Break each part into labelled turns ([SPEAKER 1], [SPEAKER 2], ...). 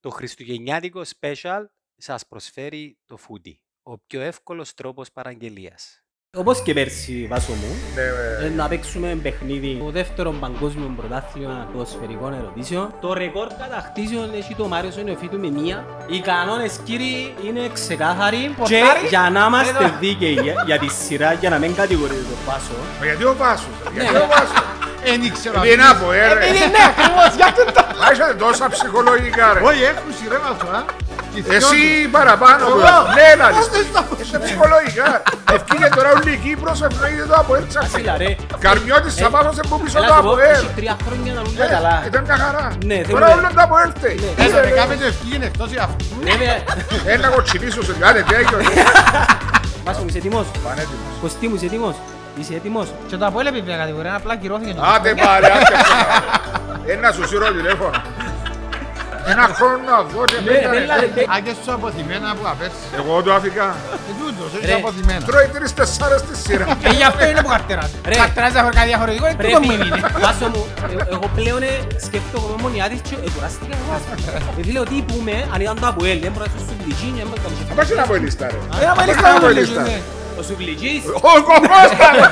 [SPEAKER 1] Το Χριστουγεννιάτικο Special σας προσφέρει το Foodie, ο πιο εύκολος τρόπος παραγγελίας.
[SPEAKER 2] Όπως και πέρσι, Βάσο μου,
[SPEAKER 3] Ναι, ναι.
[SPEAKER 2] ε, να παίξουμε παιχνίδι το δεύτερο παγκόσμιο πρωτάθλημα ποδοσφαιρικών ερωτήσεων. Το ρεκόρ κατακτήσεων έχει το Μάριο Σενεφίτου με μία. Οι κανόνες, κύριοι, είναι ξεκάθαροι και
[SPEAKER 3] Πορτάρι.
[SPEAKER 2] για να είμαστε δίκαιοι για- για τη σειρά, για να μην κατηγορείται το Βάσο.
[SPEAKER 3] Μα γιατί ο Βάσος, ρε, γιατί
[SPEAKER 2] Ναι.
[SPEAKER 3] ο Βάσος.
[SPEAKER 4] Εν ήξερα.
[SPEAKER 3] Επειδή είναι από, ε, ρε.
[SPEAKER 4] Επειδή ναι, ακριβώς, για τούτο.
[SPEAKER 3] Άρχισε τόσα ψυχολογικά, ρε.
[SPEAKER 4] Όχι, έχουν σειρά αυτά. και οι δυο
[SPEAKER 3] Εσύ παραπάνω,
[SPEAKER 4] Εγώ.
[SPEAKER 3] ρε. ναι, να δεις.
[SPEAKER 4] Πώς δεν τα πω.
[SPEAKER 3] Είσαι ψυχολογικά. Ευκήγε τώρα όλη η Κύπρος, ευνοείται το από έτσι.
[SPEAKER 2] Φίλα, ρε.
[SPEAKER 3] Καρμιώτης θα πάψασε που πίσω
[SPEAKER 2] Έλα,
[SPEAKER 3] το
[SPEAKER 2] σου πω,
[SPEAKER 3] από,
[SPEAKER 2] Έχει
[SPEAKER 3] ε.
[SPEAKER 2] τρία χρόνια να δουλεύει καλά.
[SPEAKER 3] Ήταν μια χαρά.
[SPEAKER 2] Ναι,
[SPEAKER 3] Τώρα
[SPEAKER 2] θέλουμε-
[SPEAKER 3] όλο το από Ε, έρθε.
[SPEAKER 4] τους. Ένα δεκάμετρο ευχή είναι εκτός για αυτού.
[SPEAKER 2] Βέβαια,
[SPEAKER 3] Ένα κοτσινίσιο σε κάτι τέτοιο.
[SPEAKER 2] Βάσο μου, είσαι έτοιμος.
[SPEAKER 3] Πανέτοιμος.
[SPEAKER 2] Κωστή μου, είσαι έτοιμος. Είσαι έτοιμος.
[SPEAKER 5] Και το απόλυτη πια κατηγορία, απλά κυρώθηκε το
[SPEAKER 3] Άντε πάρε, άντε πάρε. Ένα σου σύρω τηλέφωνο. Ένα χρόνο να βγω και
[SPEAKER 2] Ναι,
[SPEAKER 3] μετά,
[SPEAKER 2] ναι,
[SPEAKER 3] ρε.
[SPEAKER 2] ναι, ναι.
[SPEAKER 4] Αν και στους αποθυμένα που απέρσι.
[SPEAKER 3] Εγώ το άφηκα.
[SPEAKER 4] Και τούτος, έχεις
[SPEAKER 2] Ρε.
[SPEAKER 4] αποθυμένα.
[SPEAKER 3] Τρώει τρεις τεσσάρες στη σειρά.
[SPEAKER 5] Ε, γι' αυτό είναι που καρτεράς.
[SPEAKER 2] Ρε.
[SPEAKER 5] Καρτεράς διαφορετικά διαφορετικό, είναι τούτο
[SPEAKER 2] Πρέπει,
[SPEAKER 5] μου είναι.
[SPEAKER 2] Βάσο μου, ε, εγώ πλέον ε, σκέφτομαι μονιάτης και ε, κουράστηκα εγώ. Ε, Φίλε, ότι πούμε, αν ήταν το Αποέλ, δεν μπορείς ο Σουβλιτζίνι, δεν μπορείς να
[SPEAKER 3] Απάς είναι από η λίστα, ρε.
[SPEAKER 5] Δεν
[SPEAKER 3] Απάς είναι
[SPEAKER 5] απολύστα
[SPEAKER 3] από
[SPEAKER 5] μου
[SPEAKER 3] η
[SPEAKER 5] λύσουν.
[SPEAKER 3] λίστα.
[SPEAKER 2] Ο Σουβλιτζής,
[SPEAKER 3] Ο Κοκόστα, ρε.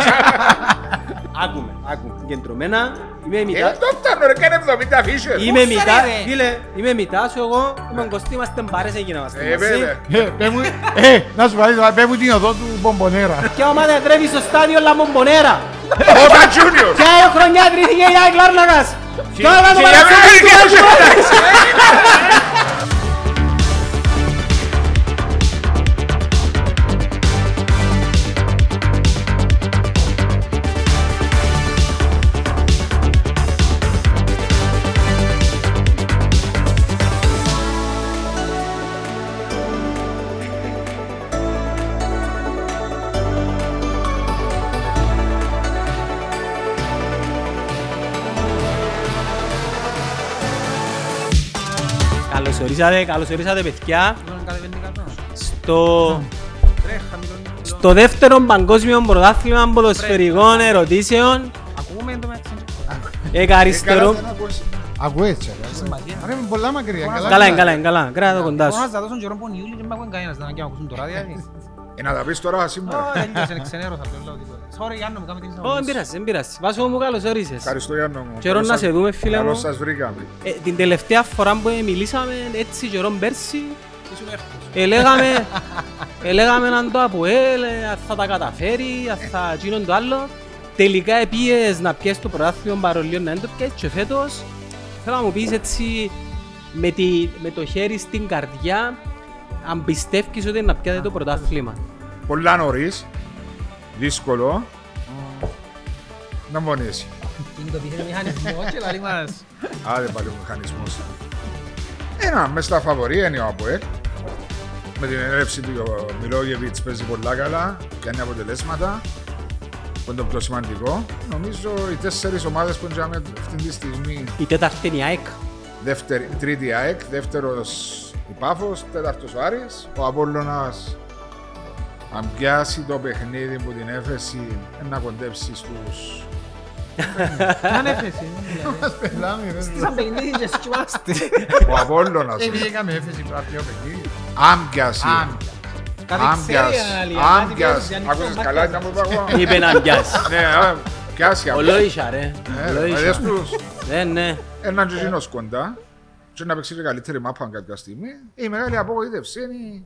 [SPEAKER 2] άκουμε, άκουμε, κεντρωμένα, είμαι
[SPEAKER 3] Ε,
[SPEAKER 2] μητά,
[SPEAKER 3] το φτάνω, ρε, κάνε 70 φύσες.
[SPEAKER 2] είμαι
[SPEAKER 5] Πούσα,
[SPEAKER 2] μητά,
[SPEAKER 5] ρε.
[SPEAKER 2] φίλε, είμαι μητάς σου εγώ, είμαι ο Κωστή, είμαστε μπάρες, έγινα είμαστε
[SPEAKER 3] Ε,
[SPEAKER 2] μαζί.
[SPEAKER 3] βέβαια.
[SPEAKER 4] Ε, πες μου- Ε, να σου παρέσει, πες μου την οδό του Μπομπονέρα.
[SPEAKER 2] Ποια ομάδα τρέβεις στο στάδιο Λαμπομπονέρα,
[SPEAKER 3] Ο Μπατζούνιος.
[SPEAKER 2] ποια χρονιά τρίθηκε η Άικ Λάρνακας, ποια ομάδα του
[SPEAKER 3] Και για μένα
[SPEAKER 2] Παναθηναϊκού
[SPEAKER 3] είναι και
[SPEAKER 2] Παναθηναϊκού.
[SPEAKER 3] αυτό.
[SPEAKER 2] Καλώς ορίσατε, καλώς ορίσατε παιδιά, στο... Στο δεύτερο παγκόσμιο πρωτάθλημα ποδοσφαιρικών ερωτήσεων
[SPEAKER 5] Ακούμε το μεταξύ.
[SPEAKER 2] Ε, Εκαριστερό.
[SPEAKER 4] Ακούω έτσι, ρε. Άρα είμαι πολλά μακριά.
[SPEAKER 2] Καλά, είναι, καλά, είναι, καλά. Κράτα το κοντά
[SPEAKER 5] Μπορώ να
[SPEAKER 2] σου.
[SPEAKER 5] σας δώσω καιρό πονιούλη και δεν μ' ακούει κανένας, δεν ακούω ακούσουν το ράδιο. δηλαδή.
[SPEAKER 3] Ε, να τα πεις τώρα
[SPEAKER 5] Ω,
[SPEAKER 3] σήμερα.
[SPEAKER 5] τέλειωσε, ξενέρωσα, δεν λέω τίποτα. Sorry, Γιάννο, μου κάμε την
[SPEAKER 2] Ω,
[SPEAKER 5] εισαγωγή
[SPEAKER 2] δεν
[SPEAKER 5] σου.
[SPEAKER 2] πειράζει, δεν πειράζει. Βάσο μου, καλώς όρισες.
[SPEAKER 3] Ευχαριστώ Γιάννο μου.
[SPEAKER 2] Καιρό
[SPEAKER 3] Καλώς
[SPEAKER 2] να
[SPEAKER 3] σας-
[SPEAKER 2] σε δούμε, φίλε
[SPEAKER 3] Καλώς
[SPEAKER 2] μου.
[SPEAKER 3] σας βρήκαμε.
[SPEAKER 2] Ε, Την τελευταία φορά που μιλήσαμε έτσι καιρό πέρσι, ε, ελέγαμε, ελέγαμε αν το Αποέλ, ε, αν θα τα καταφέρει, αν θα γίνουν το άλλο. Τελικά επίες να πιέσεις το πρωτάθλιο παρολίων να είναι το πιέσεις και φέτος θέλω να μου πεις έτσι με, τη, με το χέρι στην καρδιά αν πιστεύεις ότι να πιάσετε το πρωτάθλημα.
[SPEAKER 3] Πολλά νωρίς. Δύσκολο. Να μόνιεσαι.
[SPEAKER 5] Είναι το πιθανό μηχανισμό και λαλή μας.
[SPEAKER 3] Άντε πάλι ο μηχανισμός. Ένα, μες στα φαβορή είναι ο Αποέλ. Με την έλευση του ο Μιλόγεβιτς παίζει πολλά καλά, κάνει αποτελέσματα, που είναι το πιο σημαντικό. Νομίζω οι τέσσερις ομάδες που είναι αυτή τη στιγμή,
[SPEAKER 2] Η τέταρτη είναι η ΑΕΚ.
[SPEAKER 3] δεύτερη, τρίτη ΑΕΚ, δεύτερος η Πάφος, τέταρτος ο Άρης, ο Απόλλωνας αν πιάσει το παιχνίδι που την έφεση, να κοντέψει στους...
[SPEAKER 5] Αν έφεση, ναι, δηλαδή. Σαν παιχνίδι και σκυμάστε.
[SPEAKER 3] Ο Απόλλωνας,
[SPEAKER 4] Ε,
[SPEAKER 3] ε.
[SPEAKER 5] Ε,
[SPEAKER 3] αν πιάσει.
[SPEAKER 4] Αν.
[SPEAKER 5] Κάτι ξέρει
[SPEAKER 3] πιάσει,
[SPEAKER 5] αναλύει.
[SPEAKER 3] αν πιάσει. Άκουσες καλά ήταν που είπα εγώ.
[SPEAKER 2] Είπε να πιάσει.
[SPEAKER 3] Ναι, ε, πιάσει
[SPEAKER 2] Ο
[SPEAKER 3] απλά.
[SPEAKER 2] Λόισα ρε.
[SPEAKER 3] Ε,
[SPEAKER 2] Ο
[SPEAKER 3] ρε,
[SPEAKER 2] Λόισα.
[SPEAKER 3] είδες τους.
[SPEAKER 2] Ναι, ναι.
[SPEAKER 3] Έναν και εκείνος κοντά και να παίξει και καλύτερη μάπα κάποια στιγμή. Η μεγάλη απογοήτευση είναι οι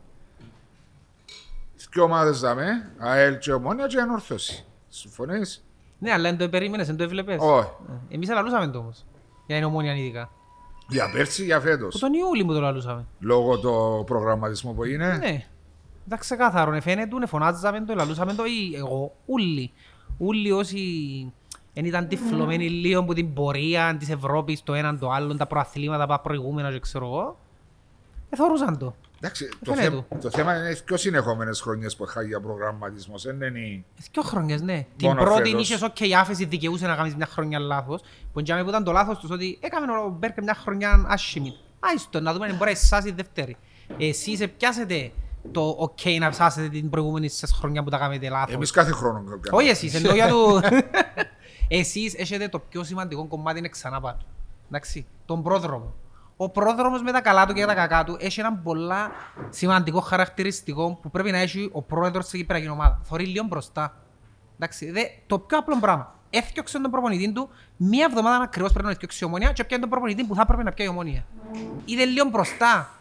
[SPEAKER 3] δυο ομάδες δαμέ, ΑΕΛ και ομόνια και ανόρθωση. Συμφωνείς?
[SPEAKER 5] Ναι, αλλά δεν το περίμενες, δεν το έβλεπες. Ε,
[SPEAKER 3] Όχι.
[SPEAKER 5] Εμείς λαλούσαμε το όμως. Για είναι ομόνια ειδικά.
[SPEAKER 3] Για πέρσι, για
[SPEAKER 5] Που
[SPEAKER 3] φέτος.
[SPEAKER 5] τον Ιούλη μου το λαλούσαμε.
[SPEAKER 3] Λόγω του προγραμματισμού που είναι.
[SPEAKER 5] Ναι. Ήταν ξεκάθαρο, ε, φαίνεται, ε, φωνάζαμε το, λαλούσαμε το ή εγώ, όλοι. Όλοι όσοι δεν ήταν τυφλωμένοι λίγο από την πορεία της Ευρώπης, το έναν το άλλο, τα προαθλήματα, τα προηγούμενα και ξέρω εγώ, εθωρούσαν το.
[SPEAKER 3] Εντάξει, το,
[SPEAKER 5] Φαίνεται
[SPEAKER 3] θέ-
[SPEAKER 5] του.
[SPEAKER 3] το θέμα είναι οι πιο συνεχόμενες χρονιές που είχα για προγραμματισμός. Δεν είναι η-
[SPEAKER 5] Δυο χρόνιες, ναι. Την
[SPEAKER 3] Μόνο
[SPEAKER 5] πρώτη
[SPEAKER 3] φέτος.
[SPEAKER 5] είχες οκ, η άφεση δικαιούσε να κάνεις μια χρονιά λάθος. Που εντιαμε που ήταν το λάθος τους ότι έκαμε ο Μπέρκε μια χρονιά άσχημη. Άιστο, να δούμε αν μπορεί να εσάσεις η δεύτερη. Εσείς επιάσετε το οκ να ψάσετε την προηγούμενη σας χρονιά που τα κάνετε λάθος.
[SPEAKER 3] Εμείς κάθε χρόνο κάνουμε.
[SPEAKER 5] Όχι εσείς, εννοώ για το... εσείς έχετε το πιο σημαντικό κομμάτι είναι ξανά πάνω. Εντάξει, τον πρόδρομο. ο πρόδρομος με τα καλά του και τα κακά του έχει έναν πολλά σημαντικό χαρακτηριστικό που πρέπει να έχει ο πρόεδρος της Κυπριακής ομάδας. Θωρεί λίγο μπροστά. Εντάξει, δε, το πιο απλό πράγμα. Έφτιαξε τον προπονητή του μία εβδομάδα ακριβώς πριν να έφτιαξε η ομόνια και πιάνει τον προπονητή που θα έπρεπε να πιάει η ομόνια. Είδε λίγο μπροστά.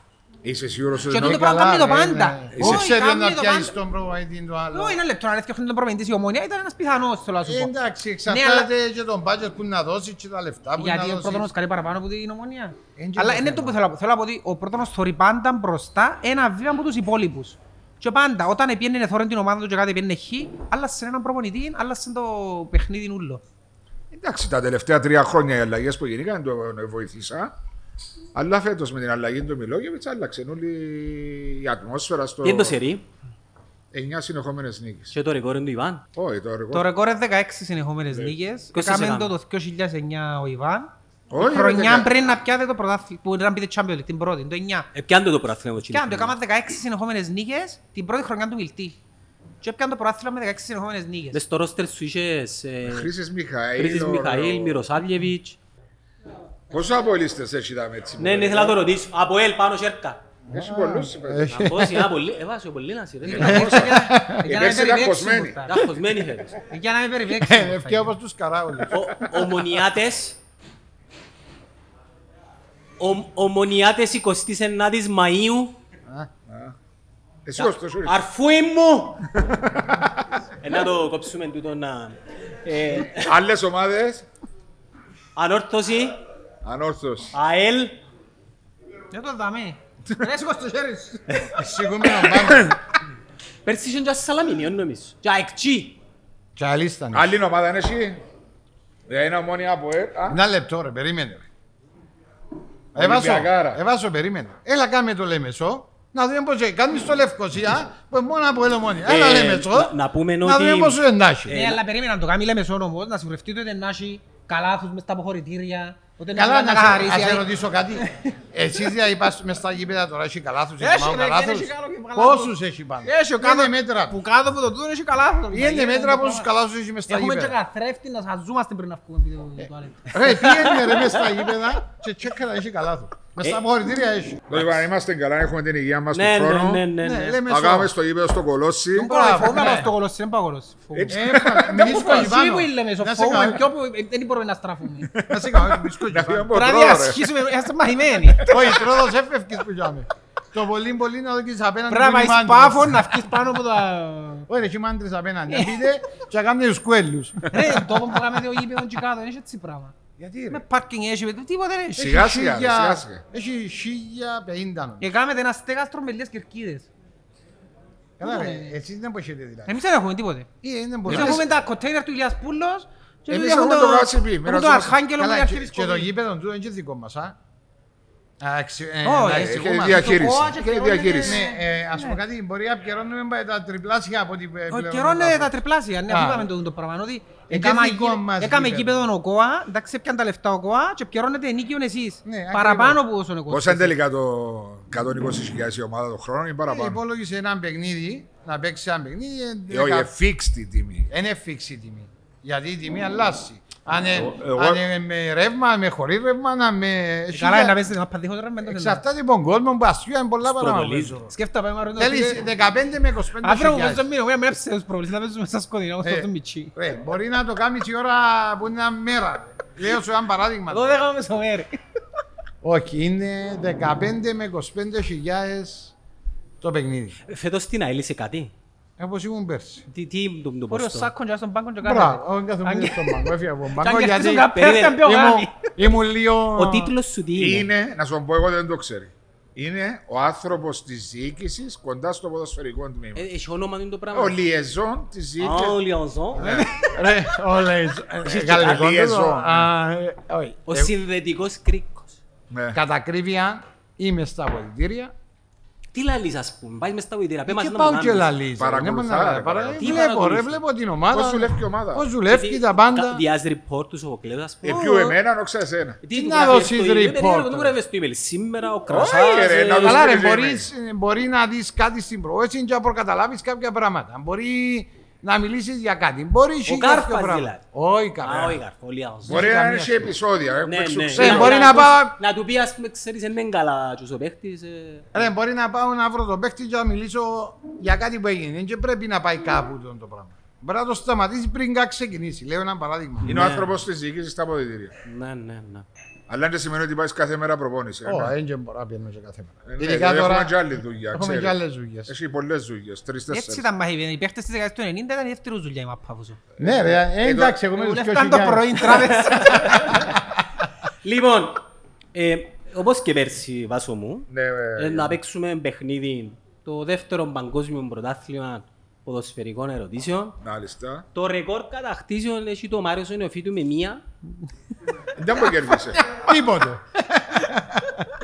[SPEAKER 3] Είσαι σίγουρος
[SPEAKER 5] Και
[SPEAKER 3] ότι
[SPEAKER 5] τούτο
[SPEAKER 3] νο-
[SPEAKER 5] το πράγμα κάνει το πάντα.
[SPEAKER 3] Είσαι-
[SPEAKER 4] Όχι, ξέρει
[SPEAKER 5] κάνει
[SPEAKER 4] να
[SPEAKER 5] το
[SPEAKER 4] πιάνει
[SPEAKER 5] πάντα.
[SPEAKER 4] τον προβαϊτή του άλλο.
[SPEAKER 5] Όχι, ένα λεπτό, αν έφτιαξε τον προπονητή της η ομόνια ήταν ένας πιθανός, θέλω να σου
[SPEAKER 4] Ε,
[SPEAKER 5] πω.
[SPEAKER 4] Εντάξει,
[SPEAKER 5] Ναι,
[SPEAKER 4] εξαρτάται και τον budget που να δώσει και τα λεφτά που
[SPEAKER 5] Γιατί ο
[SPEAKER 4] να
[SPEAKER 5] πρότονος
[SPEAKER 4] δώσει.
[SPEAKER 5] καλεί παραπάνω από την ομονία.
[SPEAKER 4] Εν και
[SPEAKER 5] Αλλά
[SPEAKER 4] το
[SPEAKER 5] είναι το
[SPEAKER 4] θέμα.
[SPEAKER 5] που θέλω να πω. Θέλω να πω ότι ο πρότονος θωρεί πάντα μπροστά ένα βήμα από τους υπόλοιπους. Και πάντα, όταν επίενε θόρεν την ομάδα του και κάτι επίενε χ, άλλασε έναν προπονητή, άλλασε το παιχνίδι νουλό.
[SPEAKER 3] Εντάξει, τα τελευταία τρία χρόνια οι αλλαγές που γίνηκαν το βοηθήσα. Αλλά φέτος με την αλλαγή του Μιλόγεβιτ άλλαξε όλη η ατμόσφαιρα στο.
[SPEAKER 2] Τι είναι το σερί
[SPEAKER 3] 9 συνεχόμενες νίκες.
[SPEAKER 2] και το ρεκόρ είναι του Ιβάν.
[SPEAKER 3] Όχι, το ρεκόρ.
[SPEAKER 5] Το ρεκόρ είναι 16 συνεχόμενες νίκες.
[SPEAKER 2] Ποιος τις
[SPEAKER 5] Έκαμε το
[SPEAKER 2] έκαμε?
[SPEAKER 5] το 2009 ο Ιβάν.
[SPEAKER 3] Όχι, ρε,
[SPEAKER 5] Χρονιά
[SPEAKER 3] δεκα-
[SPEAKER 5] πριν να πιάτε το πρωτάθλημα, που ήταν πείτε Champions League, την πρώτη, το 9.
[SPEAKER 2] Ε, πιάντε το πράθυνο.
[SPEAKER 5] Και αν το έκανα 16 συνεχόμενες νίκες, την πρώτη χρονιά του Μιλτή. Και έπιανε το πρωτάθλημα με 16 συνεχόμενες νίκες.
[SPEAKER 2] Δες το ρόστερ σου είχες ε,
[SPEAKER 3] Χρήσης Μιχαήλ.
[SPEAKER 2] Χρήστης
[SPEAKER 3] ο-
[SPEAKER 2] Μιχαήλ, Μυροσάλιεβιτς.
[SPEAKER 3] Πόσο απολύστες έχει τα έτσι.
[SPEAKER 2] Ναι, ναι, ήθελα να το ρωτήσω. Από ελ πάνω σέρκα.
[SPEAKER 3] Έχει πολλούς.
[SPEAKER 2] Να πω σειρά πολύ. Εβάσαι πολύ να
[SPEAKER 5] Ναι.
[SPEAKER 2] σειρά.
[SPEAKER 5] Για να
[SPEAKER 3] Υπέρ
[SPEAKER 5] μην
[SPEAKER 3] σε
[SPEAKER 5] περιπέξει
[SPEAKER 3] κακοσμένη.
[SPEAKER 5] μπροστά.
[SPEAKER 2] Δάχοσμένη θέλεις.
[SPEAKER 5] Για να μην
[SPEAKER 4] Ε,
[SPEAKER 5] περιπέξει.
[SPEAKER 4] Ευκαιρία όπως τους καράγοντες.
[SPEAKER 2] Ο- Ομονιάτες. Ο- Ομονιάτες 29ης Μαΐου.
[SPEAKER 3] Εσύ ω το σούρι.
[SPEAKER 2] Αρφούι μου! Ε, Να το κόψουμε τούτο να... Ε,
[SPEAKER 3] Άλλες ομάδες.
[SPEAKER 2] Ανόρθωση,
[SPEAKER 3] Ανόρθω.
[SPEAKER 2] ΑΕΛ,
[SPEAKER 5] Δεν το δάμε. Ρε σηκώ στο χέρι σου.
[SPEAKER 4] Σηκούμενο πάνω.
[SPEAKER 2] Πέρσι είχε και Σαλαμίνιον νομίζω. Και ΑΕΚΤΖΙ.
[SPEAKER 4] Και αλίσταν.
[SPEAKER 3] Άλλη ομάδα είναι εσύ. Δεν είναι ομόνια από ελ. α.
[SPEAKER 4] Ένα λεπτό ρε, περίμενε. ρε. Εβάσο,
[SPEAKER 3] Ολυμπιακάρα.
[SPEAKER 4] εβάσο, περίμενε. Έλα κάμε το Λέμεσο, να δούμε πώς έχει. Κάνεις το Λευκοσία, που μόνο από ελεμόνια. Έλα
[SPEAKER 2] Ε,
[SPEAKER 4] Λέμεσο,
[SPEAKER 2] να- να πούμε
[SPEAKER 4] να
[SPEAKER 2] ότι- Ε,
[SPEAKER 4] δούμε πώς εντάσσει.
[SPEAKER 5] Ναι, αλλά περίμενα να το κάνει λέμε σόνο όμως, να σιγουρευτεί ότι δεν έχει καλάθους μες τα αποχωρητήρια. Ότι να
[SPEAKER 4] Καλά,
[SPEAKER 5] κάνει
[SPEAKER 4] να
[SPEAKER 5] Ε, να
[SPEAKER 4] σε- να σε
[SPEAKER 5] καθαρίσει.
[SPEAKER 4] ρωτήσω κάτι. Εσείς δια είπας μες στα γήπεδα τώρα, έχει καλάθους,
[SPEAKER 5] Ε, Έχει,
[SPEAKER 4] έχει μάλλον
[SPEAKER 5] ρε, και
[SPEAKER 4] καλάθους.
[SPEAKER 5] έχει καλό και καλάθους.
[SPEAKER 4] Πόσους έχει πάνω.
[SPEAKER 5] Έχει ο κάθε
[SPEAKER 4] Είναι μέτρα.
[SPEAKER 5] Που κάτω από το τούνο έχει καλάθους.
[SPEAKER 4] Είναι μέτρα πόσους καλάθους έχει μες στα
[SPEAKER 5] Έχουμε και
[SPEAKER 4] γήπεδα.
[SPEAKER 5] καθρέφτη να σαζούμαστε πριν να βγούμε από το τουαλέτα.
[SPEAKER 4] Ρε, πήγαινε ρε μες στα γήπεδα και τσέκαρα έχει καλάθους.
[SPEAKER 5] Ε,
[SPEAKER 4] Μες στα αποχωρητήρια έχει.
[SPEAKER 5] ναι,
[SPEAKER 3] Το είπα, είμαστε καλά, έχουμε την υγεία μας του
[SPEAKER 2] Ναι, ναι,
[SPEAKER 3] χρόνου.
[SPEAKER 2] ναι, ναι,
[SPEAKER 4] Ναι,
[SPEAKER 2] ναι.
[SPEAKER 4] λέμε
[SPEAKER 3] Θα
[SPEAKER 4] σο.
[SPEAKER 3] κάνουμε στο γήπεδο στο Κολόσι.
[SPEAKER 4] Μπράβο,
[SPEAKER 5] Φοβούμαι να
[SPEAKER 4] ναι.
[SPEAKER 5] πάω στο κολοσσί, δεν πάω κολοσσί. Φοβούμαι.
[SPEAKER 3] Έτσι.
[SPEAKER 4] Ε, φα- μιλήσω
[SPEAKER 5] Φοβούμαι,
[SPEAKER 4] Γιβάνο.
[SPEAKER 5] σίγουρα είναι μέσο,
[SPEAKER 4] Να σε
[SPEAKER 5] φοβούμαι,
[SPEAKER 4] κάνω-
[SPEAKER 5] πιο που- ε, Δεν μπορούμε να στραφούμε.
[SPEAKER 4] Να σε κάνω, μισκό
[SPEAKER 3] Να φύγουμε από
[SPEAKER 5] Πρέπει να
[SPEAKER 3] τρώω, ρε.
[SPEAKER 5] διασχίσουμε, είμαστε μαθημένοι.
[SPEAKER 4] Όχι, τρόδος έφευκες που γιάμε. Το πολύ πολύ να δοκίσεις απέναντι.
[SPEAKER 5] Πρέπει να
[SPEAKER 4] που είναι
[SPEAKER 5] πάει
[SPEAKER 4] μάντρες.
[SPEAKER 5] σπάφο να βγεις πάνω από τα...
[SPEAKER 4] Όχι, έχει μάντρες απέναντι. Να πείτε και να κάνετε τους κουέλους.
[SPEAKER 5] Ρε, το τόπο που κάνετε ο γήπεδο και κάτω, δεν έχει έτσι πράγμα.
[SPEAKER 4] Γιατί
[SPEAKER 5] Με
[SPEAKER 4] ρε.
[SPEAKER 5] πάρκινγκ έχει, με τίποτα δεν έχει.
[SPEAKER 3] Σιγά σιγά,
[SPEAKER 4] Χίλια-
[SPEAKER 3] σιγά σιγά.
[SPEAKER 4] Έχει χίλια πενήντα νο.
[SPEAKER 5] Και κάνετε ένα στέγαστρο με λίγες κερκίδες.
[SPEAKER 4] Καλά ρε, εσείς δεν μπορείτε δηλαδή.
[SPEAKER 5] Εμείς δεν έχουμε τίποτε.
[SPEAKER 4] Ή, δεν
[SPEAKER 5] Ε, ναι. Εμείς
[SPEAKER 4] μπορείτε.
[SPEAKER 5] έχουμε τα κοτέινερ του Ηλίας Πούλος και
[SPEAKER 3] Εμείς
[SPEAKER 5] εμείς έχουμε
[SPEAKER 3] έχουμε το
[SPEAKER 5] το-
[SPEAKER 3] KCB,
[SPEAKER 5] έχουμε το
[SPEAKER 3] μοιραζόμαστε.
[SPEAKER 5] Αρχάγγελο με
[SPEAKER 4] Καλά,
[SPEAKER 5] την
[SPEAKER 4] και- και το
[SPEAKER 5] Αρχιεπισκοπή.
[SPEAKER 4] γήπεδο του είναι και δικό μας, α. Αξι- ε,
[SPEAKER 5] Όχι,
[SPEAKER 4] να
[SPEAKER 5] έχει
[SPEAKER 4] εξηγούμε.
[SPEAKER 3] διαχείριση.
[SPEAKER 5] Το
[SPEAKER 3] Έχει
[SPEAKER 5] κόατσε
[SPEAKER 3] διαχείριση.
[SPEAKER 5] και
[SPEAKER 4] Ναι, ε, ας πω κάτι, μπορεί να πιερώνουμε με τα τριπλάσια από την
[SPEAKER 5] Ο
[SPEAKER 4] πλεονότητα.
[SPEAKER 5] καιρό είναι ε, τα τριπλάσια, ναι,
[SPEAKER 4] Α. Ε,
[SPEAKER 5] αφού είπαμε το, το πράγμα, ότι
[SPEAKER 4] και
[SPEAKER 5] έκαμα
[SPEAKER 4] δικό
[SPEAKER 5] γήπεδο-
[SPEAKER 4] μας
[SPEAKER 5] έκαμε
[SPEAKER 4] γήπεδο.
[SPEAKER 5] γήπεδο ο ΚΟΑ, εντάξει, έπιαν τα λεφτά ο ΚΟΑ και πιερώνετε ενίκιον εσείς,
[SPEAKER 4] Ναι, ακριβώς.
[SPEAKER 5] παραπάνω από όσον εγώ.
[SPEAKER 3] Πόσα είναι τελικά το 120.000 η ομάδα το χρόνο ή
[SPEAKER 4] Ε,
[SPEAKER 3] παραπάνω.
[SPEAKER 4] Υπόλογησε ένα παιχνίδι, να παίξει ένα παιχνίδι. ε,
[SPEAKER 3] Ε, Όχι,
[SPEAKER 4] δεκα-
[SPEAKER 3] ε, fixed η τιμή.
[SPEAKER 4] Δεν έφυξε η τιμή. Γιατί η τιμή αλλάζει. Αν, ε,
[SPEAKER 3] εγώ-
[SPEAKER 4] αν ε, με ρεύμα, με χωρί ρεύμα, να με...
[SPEAKER 5] Ε, Καλά είναι να παίζετε να παντήχω τώρα με το τέλος.
[SPEAKER 4] Εξαρτάται από τον κόσμο που ασφιού είναι πολλά παραπάνω.
[SPEAKER 2] Σπροβολίζει.
[SPEAKER 5] Σκέφτα πάμε ρωτώ.
[SPEAKER 4] Θέλεις 15 με 25
[SPEAKER 5] Αύριο μου
[SPEAKER 4] χιλιάδες.
[SPEAKER 5] μήνο, μια μέρα ψεύδος προβλήσεις, θα παίζουμε στα σκοτεινά, όπως
[SPEAKER 4] Ε.
[SPEAKER 5] το μητσί.
[SPEAKER 4] Ρε, Μπορεί να το κάνεις η ώρα που είναι μια μέρα. Λέω σου ένα παράδειγμα.
[SPEAKER 5] Δώδεκα μεσομέρι.
[SPEAKER 4] Όχι, είναι 15 με 25 χιλιάδες το παιχνίδι.
[SPEAKER 2] Φέτος την ΑΕΛ είσαι κάτι.
[SPEAKER 4] Ε, Όπως ήμουν πέρσι.
[SPEAKER 2] Τι, τι το, το
[SPEAKER 5] Μπορεί ο
[SPEAKER 2] ποστό.
[SPEAKER 5] Σάκκον και στον πάγκο και κάθεται.
[SPEAKER 4] Μπράβο, όχι
[SPEAKER 5] Αν
[SPEAKER 4] καθόμουν
[SPEAKER 5] και-
[SPEAKER 4] στον μπαγκό, έφυγα από τον
[SPEAKER 5] Κι αν
[SPEAKER 4] μπαγκό γιατί
[SPEAKER 5] κερδίζουν κάποιοι,
[SPEAKER 2] Περίμενε,
[SPEAKER 5] έρχεται πιο
[SPEAKER 4] ήμουν-
[SPEAKER 5] γάμι.
[SPEAKER 4] ήμουν λίγο...
[SPEAKER 2] Ο τίτλος σου τι είναι.
[SPEAKER 3] Είναι, να σου τον πω εγώ δεν το ξέρει. Είναι ο άνθρωπος της διοίκησης κοντά στο ποδοσφαιρικό τμήμα.
[SPEAKER 2] Ε, Έχει όνομα είναι το πράγμα.
[SPEAKER 4] ε,
[SPEAKER 3] Ο λιεζόν τη
[SPEAKER 2] Α, ο
[SPEAKER 3] διοίκηση.
[SPEAKER 2] Λιονζό.
[SPEAKER 4] Ναι. Ρε, όλα εις- ε, γαλλικό
[SPEAKER 3] Αγγλίες
[SPEAKER 4] τούτο.
[SPEAKER 3] ζώα.
[SPEAKER 4] Α, ε, όχι.
[SPEAKER 2] Ο
[SPEAKER 4] Ε,
[SPEAKER 2] συνδετικός κρίκος.
[SPEAKER 3] Ναι.
[SPEAKER 4] Κατά ακρίβεια είμαι στα πολιτήρια
[SPEAKER 2] Τι λαλείς ας πούμε, πάει μες στα βοηθήρα, πέ μας
[SPEAKER 4] και
[SPEAKER 2] να
[SPEAKER 4] πάω
[SPEAKER 2] μου
[SPEAKER 4] και
[SPEAKER 2] κάνεις.
[SPEAKER 4] λαλίζω.
[SPEAKER 3] Παρακολουθά,
[SPEAKER 4] Ναι, μάνα,
[SPEAKER 3] ρε,
[SPEAKER 4] παρα-
[SPEAKER 3] παρακολουθά.
[SPEAKER 4] Βλέπω ρε,
[SPEAKER 2] παρακολουθείς?
[SPEAKER 4] βλέπω την ομάδα.
[SPEAKER 3] Πώς δουλεύει η ομάδα.
[SPEAKER 4] Πώς δουλεύει
[SPEAKER 2] Γιατί
[SPEAKER 4] τα
[SPEAKER 2] Ε, κα-
[SPEAKER 4] πάντα. Ε,
[SPEAKER 2] Διάζει report τους ο Κλέδας. ας πούμε. Ε,
[SPEAKER 3] Επιού Ε, εμένα, νοξά εσένα.
[SPEAKER 2] Τι του
[SPEAKER 4] να
[SPEAKER 2] γράφει
[SPEAKER 4] δώσεις
[SPEAKER 2] στο email,
[SPEAKER 4] report.
[SPEAKER 2] δεν γράφει, Δεν μου γράφεις στο email. Σήμερα ο Κρασάς...
[SPEAKER 3] ρε,
[SPEAKER 2] ε,
[SPEAKER 3] να
[SPEAKER 2] ο-
[SPEAKER 3] δώσεις
[SPEAKER 4] Καλά ρε,
[SPEAKER 3] δουλεύει.
[SPEAKER 4] μπορείς- μπορεί να δεις κάτι στην προώση και να προκαταλάβεις κάποια πράγματα. Μπορεί να μιλήσεις για κάτι. Μπορεί και για
[SPEAKER 2] Κάρπας
[SPEAKER 4] ποιο πράγμα.
[SPEAKER 2] δηλαδή.
[SPEAKER 4] Όχι,
[SPEAKER 2] Α,
[SPEAKER 4] Κάρπας.
[SPEAKER 2] όχι καρφόλιας.
[SPEAKER 3] Μπορεί να
[SPEAKER 4] καμία
[SPEAKER 3] έχει
[SPEAKER 4] σχέση.
[SPEAKER 3] επεισόδια. ε, Έχουμε
[SPEAKER 2] Ναι, ναι.
[SPEAKER 3] εξουξέ.
[SPEAKER 4] Ναι, μπορεί να
[SPEAKER 2] ακούς-
[SPEAKER 4] πάω-
[SPEAKER 2] Να του πεις, ας πούμε, ξέρεις, είναι καλά τους ο παίχτης. ε.
[SPEAKER 4] Ρε, μπορεί να πάω να βρω τον παίκτη και να μιλήσω για κάτι που έγινε. Και πρέπει να πάει κάπου το, το πράγμα. Μπορεί να το σταματήσει πριν καν ξεκινήσει. Λέω ένα παράδειγμα.
[SPEAKER 3] Είναι ο άνθρωπος της διοίκησης στα αποδητήρια.
[SPEAKER 2] Ναι, ναι, ναι.
[SPEAKER 3] Αλλά δεν σημαίνει ότι πάεις κάθε μέρα προπόνηση. ε,
[SPEAKER 4] Ω,
[SPEAKER 3] ναι.
[SPEAKER 4] δεν και μπορώ να πιένω σε κάθε
[SPEAKER 3] Ε,
[SPEAKER 4] μέρα.
[SPEAKER 3] ναι,
[SPEAKER 4] Ειδικά
[SPEAKER 3] Έχουμε
[SPEAKER 4] τώρα
[SPEAKER 3] και άλλη δουλειά.
[SPEAKER 4] έχουμε
[SPEAKER 3] ξέρεις.
[SPEAKER 4] και άλλες δουλειές.
[SPEAKER 3] Έχει πολλές δουλειές. Τρει-τέσσερι.
[SPEAKER 5] Έτσι ήταν μαχημένη. Οι παίχτες της δεκαετίας του 90 ήταν η δεύτερη δουλειά η Μαππάβουζο.
[SPEAKER 4] Ναι, ρε, ε, εντάξει, εγώ με τους
[SPEAKER 5] Βουλεύκαν το
[SPEAKER 4] 2000.
[SPEAKER 5] πρωί τράβες.
[SPEAKER 2] Λοιπόν, ε, όπως και πέρσι, Βάσο μου,
[SPEAKER 3] Ναι, ε,
[SPEAKER 2] ε, να παίξουμε παιχνίδι το δεύτερο παγκόσμιο πρωτάθλημα ποδοσφαιρικών ερωτήσεων.
[SPEAKER 3] Μάλιστα.
[SPEAKER 2] Το ρεκόρ κατακτήσεων έχει το Μάριος Νεοφίτου με μία.
[SPEAKER 3] Δεν μου κέρδισε.
[SPEAKER 4] Τίποτε.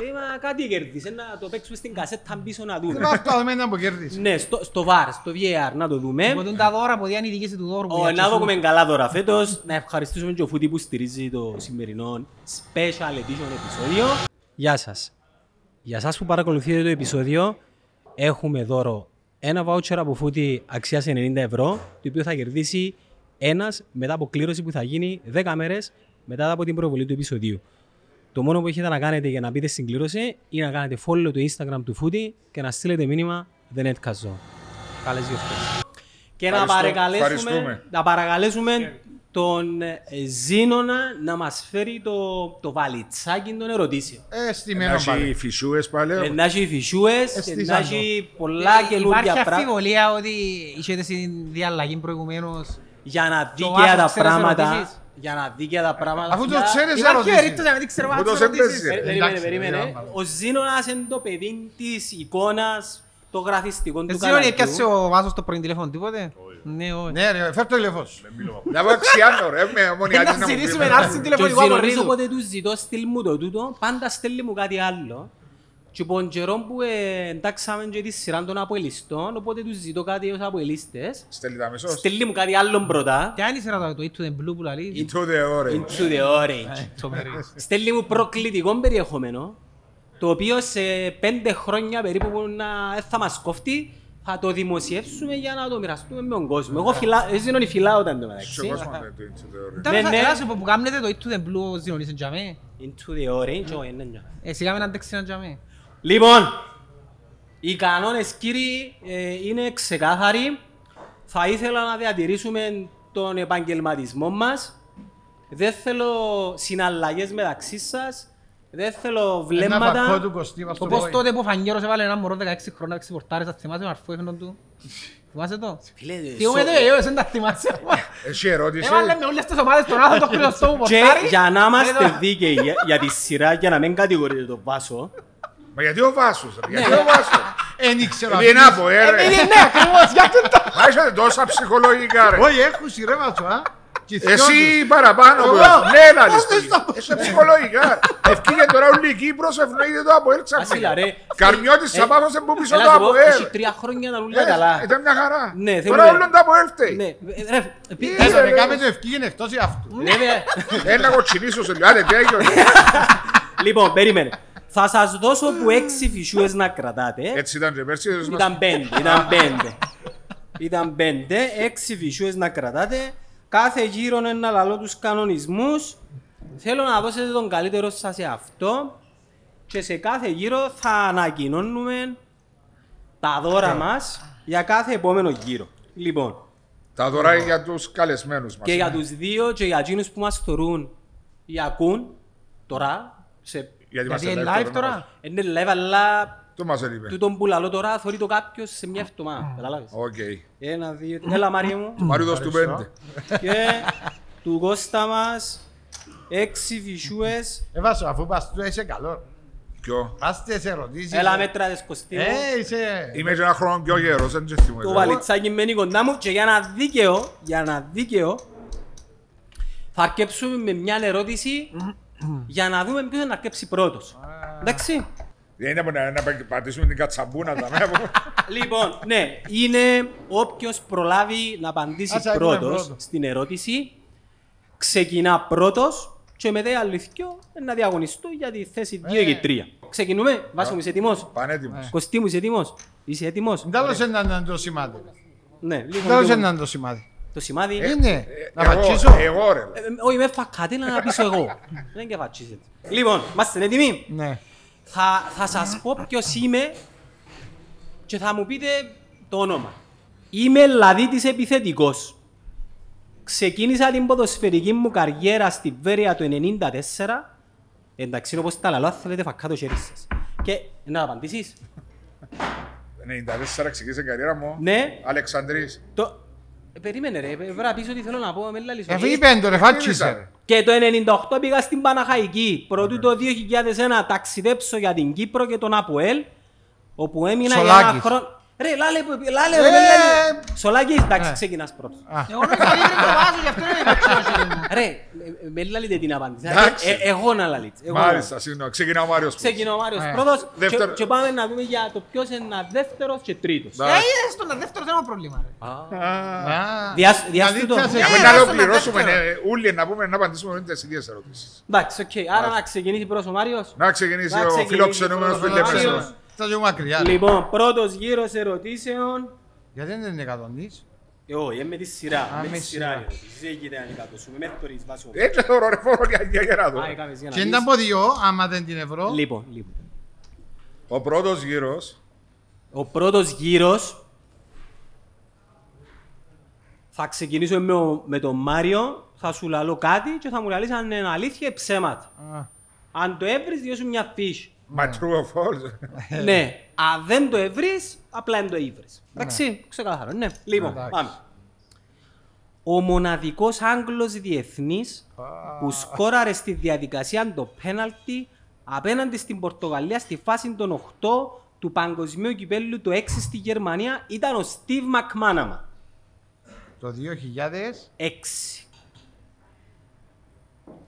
[SPEAKER 2] Ε, μα κάτι κερδίσε, να το παίξουμε στην κασέτα πίσω να
[SPEAKER 4] Δεν
[SPEAKER 2] δούμε.
[SPEAKER 4] πάω αυτό εμένα που κερδίσει.
[SPEAKER 2] ναι, στο, στο VAR, στο VAR, να το δούμε.
[SPEAKER 5] Υποτούν τα δώρα που διάνει η διοίκηση του δώρου. που
[SPEAKER 2] Ε? Ο, να
[SPEAKER 5] διατσοσούν.
[SPEAKER 2] δούμε καλά τώρα φέτος, να ευχαριστήσουμε και ο Φούτη που στηρίζει το σημερινό special edition επεισόδιο. Γεια σας. Για σας που παρακολουθείτε το επεισόδιο, έχουμε δώρο ένα voucher από Φούτη αξίας 90 ευρώ, το οποίο θα κερδίσει ένας μετά από κλήρωση που θα γίνει 10 μέρες μετά από την προβολή του επεισοδίου. Το μόνο που έχετε να κάνετε για να μπείτε στην κλήρωση είναι να κάνετε follow το Instagram του Φούτη και να στείλετε μήνυμα The Net Καλές γιορτές. Και να
[SPEAKER 3] Ευχαριστώ.
[SPEAKER 2] παρακαλέσουμε,
[SPEAKER 3] Ευχαριστούμε.
[SPEAKER 2] να παρακαλέσουμε τον ε, Ζήνονα να μας φέρει το, το βαλιτσάκι των ερωτήσεων.
[SPEAKER 4] Ε, στη μέρα
[SPEAKER 3] Να
[SPEAKER 4] πάλι.
[SPEAKER 3] έχει φυσούε
[SPEAKER 2] Ε,
[SPEAKER 3] πάλι.
[SPEAKER 2] Να έχει φυσούες,
[SPEAKER 4] Εστίσαν
[SPEAKER 2] ε, να
[SPEAKER 4] το.
[SPEAKER 2] έχει πολλά
[SPEAKER 5] Ε, Υπάρχει
[SPEAKER 2] καινούργια πράγματα
[SPEAKER 5] αμφιβολία ότι είχε στην διαλλαγή προηγουμένως.
[SPEAKER 2] για να δει
[SPEAKER 5] Το
[SPEAKER 2] και για
[SPEAKER 5] βάζω,
[SPEAKER 2] τα
[SPEAKER 5] ξέρεις
[SPEAKER 2] πράγματα.
[SPEAKER 5] ερωτήσεις.
[SPEAKER 2] Για να δει και τα πράγματα.
[SPEAKER 4] Αφού το
[SPEAKER 2] Για-
[SPEAKER 4] ξέρεις
[SPEAKER 5] Υπάρχει ο
[SPEAKER 4] ερωτήσεις.
[SPEAKER 5] Ερήτος, να μην ξέρω
[SPEAKER 3] Μου
[SPEAKER 5] αν
[SPEAKER 3] το
[SPEAKER 5] τις ερωτήσεις.
[SPEAKER 2] Περι-
[SPEAKER 3] έπαιζε.
[SPEAKER 2] Περίμενε,
[SPEAKER 4] εντάξει, δεν
[SPEAKER 2] περίμενε.
[SPEAKER 4] θα
[SPEAKER 2] Ο Ζήνωνας είναι το παιδί της εικόνας, το γραφιστικό του
[SPEAKER 5] Εσύ όλοι
[SPEAKER 2] καναλιού.
[SPEAKER 5] έπιασε Ε, ο Βάσος το πρωί τηλέφωνο τίποτε. Ναι, όχι.
[SPEAKER 4] Ναι, ρε, φέρ το ηλεφό σου.
[SPEAKER 3] Να πάω αξιάνω ρε. Με
[SPEAKER 5] Πρέπει
[SPEAKER 3] ομονιάτη
[SPEAKER 5] Ε, να
[SPEAKER 3] να μου πει.
[SPEAKER 5] ζητήσουμε ένα άρση
[SPEAKER 2] Και ο
[SPEAKER 5] τηλεφωνικό
[SPEAKER 2] Ζήνωνας
[SPEAKER 5] απορρίτου.
[SPEAKER 2] όποτε τους ζητώ στείλ μου το τούτο, πάντα στέλνει μου κάτι άλλο. Και πον καιρόν που ε, εντάξαμε και τη σειρά των αποελιστών, οπότε τους ζητώ κάτι ως αποελίστες.
[SPEAKER 3] Στέλνει τα μισό.
[SPEAKER 2] Στέλνει μου κάτι άλλο πρώτα.
[SPEAKER 5] Ποια είναι η σειρά τώρα, το Eat to the Blue που λαλείς.
[SPEAKER 3] Into the orange.
[SPEAKER 2] Into the orange.
[SPEAKER 5] Το περί.
[SPEAKER 2] Στέλνει μου προκλητικό περιεχόμενο, το οποίο σε πέντε χρόνια περίπου που να ε, θα μας κόφτει, θα το δημοσιεύσουμε για να το μοιραστούμε με τον κόσμο. Εγώ φυλά, εσύ είναι φυλάω όταν το
[SPEAKER 3] Στο
[SPEAKER 2] μεταξύ.
[SPEAKER 3] κόσμο το into the orange.
[SPEAKER 5] Τώρα θα
[SPEAKER 2] ναι.
[SPEAKER 5] θα σου πω που κάνετε το Eat to the Blue ο Ζήνωνης εν τζαμέ. Ε,
[SPEAKER 2] Into the orange, όχι, ναι, ναι.
[SPEAKER 5] Εσύ κάμε έναν τέξι εν τζαμέ.
[SPEAKER 2] Λοιπόν, οι κανόνες κύριοι ε, είναι ξεκάθαροι. Θα ήθελα να διατηρήσουμε τον επαγγελματισμό μας. Δεν θέλω συναλλαγές μεταξύ σας. Δεν θέλω
[SPEAKER 4] Ένα πακό του
[SPEAKER 2] βλέμματα.
[SPEAKER 4] Κωστή μας το
[SPEAKER 5] Όπως
[SPEAKER 4] πρωί.
[SPEAKER 5] τότε που ο Φανιέρος έβαλε ένα μωρό 16 χρόνια να ξεπορτάρει, θα θυμάσαι τον αρφό έφερνον του. Θυμάσαι το.
[SPEAKER 2] Φίλε,
[SPEAKER 5] Θυμούμε
[SPEAKER 2] σο-
[SPEAKER 5] το εγώ, εσύ δεν τα θυμάσαι.
[SPEAKER 3] Έχει ερώτηση.
[SPEAKER 5] Έβαλε με όλες τις ομάδες τον άθο το χρυσό μου
[SPEAKER 2] Και
[SPEAKER 5] πορτάρι.
[SPEAKER 2] για να είμαστε
[SPEAKER 5] Εδώ.
[SPEAKER 2] δίκαιοι για- για τη σειρά, για να μην κατηγορείτε τον Βάσο,
[SPEAKER 3] Μα γιατί ο Βάσος, ρε,
[SPEAKER 5] Ναι.
[SPEAKER 3] γιατί ο
[SPEAKER 5] Ε,
[SPEAKER 3] Βάσος.
[SPEAKER 4] Εν ήξερα.
[SPEAKER 3] Επειδή είναι από
[SPEAKER 5] Επειδή
[SPEAKER 3] έρε.
[SPEAKER 5] ναι, ακριβώς, για αυτό το.
[SPEAKER 3] ε, Μα είσαι τόσα ψυχολογικά ρε.
[SPEAKER 4] Όχι, έχουν σειρεύασο, α. Και οι θειών τους.
[SPEAKER 3] Εσύ παραπάνω από
[SPEAKER 4] Εγώ.
[SPEAKER 3] εσένα. Ναι,
[SPEAKER 4] Πώς
[SPEAKER 3] λάλης.
[SPEAKER 4] δεν στα πω.
[SPEAKER 3] Είσαι ψυχολογικά. Ευκήγε τώρα όλη η Κύπρος, ευνοείται το από
[SPEAKER 2] Βασίλα, ρε.
[SPEAKER 3] Καρμιώτης
[SPEAKER 2] Ε,
[SPEAKER 3] Σαπάθος εμπούμπησε
[SPEAKER 2] Έλα,
[SPEAKER 3] το
[SPEAKER 2] σου πω,
[SPEAKER 3] από
[SPEAKER 2] έχει τρία χρόνια τα ρουλιά καλά.
[SPEAKER 3] Ήταν μια χαρά.
[SPEAKER 2] Ναι,
[SPEAKER 3] Τώρα
[SPEAKER 2] θέλουμε-
[SPEAKER 3] όλο το από έλφτε.
[SPEAKER 2] Ναι, ε, ρε, πι-
[SPEAKER 3] Ε,
[SPEAKER 4] Έλα,
[SPEAKER 3] ρε,
[SPEAKER 4] ρε,
[SPEAKER 3] ρε.
[SPEAKER 4] κάμε το ευκήγενε εκτός ή
[SPEAKER 5] Ναι,
[SPEAKER 4] αυτού.
[SPEAKER 2] βέβαια.
[SPEAKER 3] Ένα κοτσινίσω σε λίγο. Άντε, τέλειο.
[SPEAKER 2] Λοιπόν, περίμενε. Θα σας δώσω που έξι φυσούες να κρατάτε.
[SPEAKER 3] Έτσι ήταν και πέρσι. ίσως μας-
[SPEAKER 2] Ήταν πέντε, ήταν πέντε. Ήταν πέντε, έξι φυσιούες να κρατάτε. Κάθε γύρο ένα λαλό τους κανονισμούς. Θέλω να δώσετε τον καλύτερο σας σε αυτό. Και σε κάθε γύρο θα ανακοινώνουμε τα δώρα μας για κάθε επόμενο γύρο. Λοιπόν,
[SPEAKER 3] Τα δωράει για τους καλεσμένους μας.
[SPEAKER 2] και για τους δύο και για εκείνους που μας θωρούν ή ακούν τώρα. Σε...
[SPEAKER 3] Γιατί
[SPEAKER 5] Γιατί
[SPEAKER 3] είμαστε
[SPEAKER 5] είναι
[SPEAKER 3] live
[SPEAKER 5] live τώρα.
[SPEAKER 2] Είναι live, αλλά
[SPEAKER 3] Το μας έλειπε.
[SPEAKER 2] τούτον που λαλώ τώρα θωρεί το κάποιος σε μια εβδομάδα. Καταλάβεις.
[SPEAKER 3] Οκ.
[SPEAKER 2] Ένα, δύο, τρία. Έλα Μάριε μου.
[SPEAKER 3] Μαρίδος του πέντε.
[SPEAKER 2] και του Κώστα μας έξι φυσούες.
[SPEAKER 4] Ε, Βάσο, αφού πας του, είσαι καλό.
[SPEAKER 3] Ποιο.
[SPEAKER 4] Πας τις ερωτήσεις.
[SPEAKER 2] Έλα μέτρα της Κωστή μου.
[SPEAKER 4] Ε, είσαι...
[SPEAKER 3] Είμαι και ένα χρόνο πιο γερός, δεν και θυμούμαι.
[SPEAKER 2] Το βαλιτσάκι μένει κοντά μου και για ένα δίκαιο, για ένα δίκαιο, θα αρκέψουμε με μια ερώτηση για να δούμε ποιος θα αρκέψει πρώτος. Εντάξει.
[SPEAKER 3] Δεν είναι που να- να πατήσουμε την κατσαμπούνα. τα μέρα που-
[SPEAKER 2] Λοιπόν, ναι, είναι όποιος προλάβει να απαντήσει
[SPEAKER 4] Ας, ας,
[SPEAKER 2] πρώτος
[SPEAKER 4] πρώτο.
[SPEAKER 2] στην ερώτηση. Ξεκινά πρώτος και μετά οι άλλοι δυο να διαγωνιστούν για τη θέση
[SPEAKER 4] Ε.
[SPEAKER 2] 2 και 3. Ξεκινούμε. Βάσο μου, είσαι έτοιμο.
[SPEAKER 5] Ναι.
[SPEAKER 3] Πανέτοιμος.
[SPEAKER 2] Κωστή μου, είσαι έτοιμος. Είσαι έτοιμος.
[SPEAKER 4] Μην τα δώσε ναι. να- να το σημάδι.
[SPEAKER 2] Ναι, λίγο
[SPEAKER 4] Τέλος
[SPEAKER 2] πιο-
[SPEAKER 4] είναι το σημάδι.
[SPEAKER 2] Το σημάδι.
[SPEAKER 4] Είναι.
[SPEAKER 3] Ε,
[SPEAKER 4] Να
[SPEAKER 3] εγώ-
[SPEAKER 4] πατσίσω.
[SPEAKER 3] Εγώ ρε.
[SPEAKER 2] Ε, ε, Όχι, με φακάτε να πείσω εγώ. Δεν και φατσίζετε. Λοιπόν, είμαστε έτοιμοι.
[SPEAKER 4] Ναι.
[SPEAKER 2] Θα, θα σας πω ποιος είμαι και θα μου πείτε το όνομα. Είμαι Λαδίτης Επιθετικός. Ξεκίνησα την ποδοσφαιρική μου καριέρα στη Βέρεια το 1994. Εντάξει, όπως τα λαλό, αν θέλετε φακά το χέρι σας. Και να απαντήσεις.
[SPEAKER 3] 94 ξεκίνησε η καριέρα μου.
[SPEAKER 2] Ναι.
[SPEAKER 3] Αλεξανδρής.
[SPEAKER 2] Το... Ε, περίμενε ρε, πρέπει να πεις ότι θέλω να πω, με λαλείς.
[SPEAKER 4] Ε, είπε το ρε, φάτσισε. ρε.
[SPEAKER 2] Και το 98 πήγα στην Παναχαϊκή.
[SPEAKER 4] Ναι.
[SPEAKER 2] Πρωτού το 2001 ταξιδέψω για την Κύπρο και τον Αποέλ, όπου έμεινα για ένα
[SPEAKER 4] Σολάκης.
[SPEAKER 2] χρόνο. Ρε, λάλε, που- λάλε, ρε,
[SPEAKER 4] Ε!
[SPEAKER 2] λάλε. Σολάκης, εντάξει, ξεκινάς πρώτος.
[SPEAKER 5] Εγώ νόμιζα ότι είναι το βάζω, γι' αυτό είναι
[SPEAKER 2] Ρε, ε, με λάλετε την απάντηση.
[SPEAKER 3] Εντάξει.
[SPEAKER 2] Ε, ε, Εγώ να λαλείτε. εγώ να λαλείτε.
[SPEAKER 3] Μάλιστα, συγγνώμη. Ξεκινά ο Μάριος. πρώτος.
[SPEAKER 2] Ξεκινά ο Μάριος
[SPEAKER 4] Ε.
[SPEAKER 2] πρώτος και-
[SPEAKER 3] Δεύτερο.
[SPEAKER 2] και πάμε να δούμε για το ποιος είναι δεύτερος και τρίτος.
[SPEAKER 5] Ε,
[SPEAKER 3] Εντάξει.
[SPEAKER 5] στον δεύτερο θέμα πρόβλημα.
[SPEAKER 3] Α,
[SPEAKER 4] Α.
[SPEAKER 2] Διάσ-
[SPEAKER 4] Δηλαδή,
[SPEAKER 2] Διάστητο.
[SPEAKER 4] πιάσε-
[SPEAKER 3] Για
[SPEAKER 5] Ε,
[SPEAKER 3] να
[SPEAKER 5] άστο
[SPEAKER 3] το
[SPEAKER 5] να
[SPEAKER 3] πληρώσουμε,
[SPEAKER 5] δεύτερο.
[SPEAKER 3] ναι, όλοι να πούμε να απαντήσουμε όλες τις ίδιες ερωτήσεις.
[SPEAKER 2] Εντάξει, οκ. Άρα να ξεκινήσει πρώτος ο Μάριος.
[SPEAKER 3] Να ξεκινήσει
[SPEAKER 2] Να
[SPEAKER 3] ο
[SPEAKER 2] ξεκινήσει
[SPEAKER 3] φιλοξενούμενος
[SPEAKER 2] ο
[SPEAKER 3] φιλελεύθερος.
[SPEAKER 2] Μάριος.
[SPEAKER 4] Τα λίγο μακριά. ρε.
[SPEAKER 2] Λοιπόν, πρώτος γύρος ερωτήσεων.
[SPEAKER 4] Γιατί δεν είναι εκατοντής.
[SPEAKER 2] Ε, Όχι, ε, με τη σειρά.
[SPEAKER 4] Α,
[SPEAKER 2] Με
[SPEAKER 4] με
[SPEAKER 2] τη σειρά.
[SPEAKER 4] σειρά.
[SPEAKER 2] ρε. Δεν γίνεται να κατωσούμε. Μέχρι τώρα εις βάση ο-
[SPEAKER 3] Έτσι θεωρώ ρε φόρο για για γεράδο.
[SPEAKER 2] Α, έκαμες για να
[SPEAKER 4] Και
[SPEAKER 2] δεις.
[SPEAKER 4] είναι από δυο, άμα δεν την ευρώ.
[SPEAKER 2] Λοιπόν, λοιπόν.
[SPEAKER 3] Ο πρώτος γύρος.
[SPEAKER 2] Ναι. Ο πρώτος γύρος θα ξεκινήσω με, ο- με τον Μάριο, θα σου λαλώ κάτι και θα μου λαλείς αν είναι αλήθεια ή ψέματα.
[SPEAKER 4] Α,
[SPEAKER 2] Αν το έβρεις, διώσου μια φύση.
[SPEAKER 3] Μα true or false.
[SPEAKER 2] ναι. Αν δεν το ευρύς, απλά δεν το εύρεις. Εντάξει, ξεκάθαρο. Ναι. Λοιπόν,
[SPEAKER 4] Εντάξει.
[SPEAKER 2] πάμε. Ο μοναδικός Άγγλος διεθνής που σκόραρε στη διαδικασία το πέναλτι απέναντι στην Πορτογαλία στη φάση των 8 του παγκοσμίου κυπέλου του 6 στη Γερμανία ήταν ο Στίβ Μακμάναμα.
[SPEAKER 4] Το 2000
[SPEAKER 2] 6.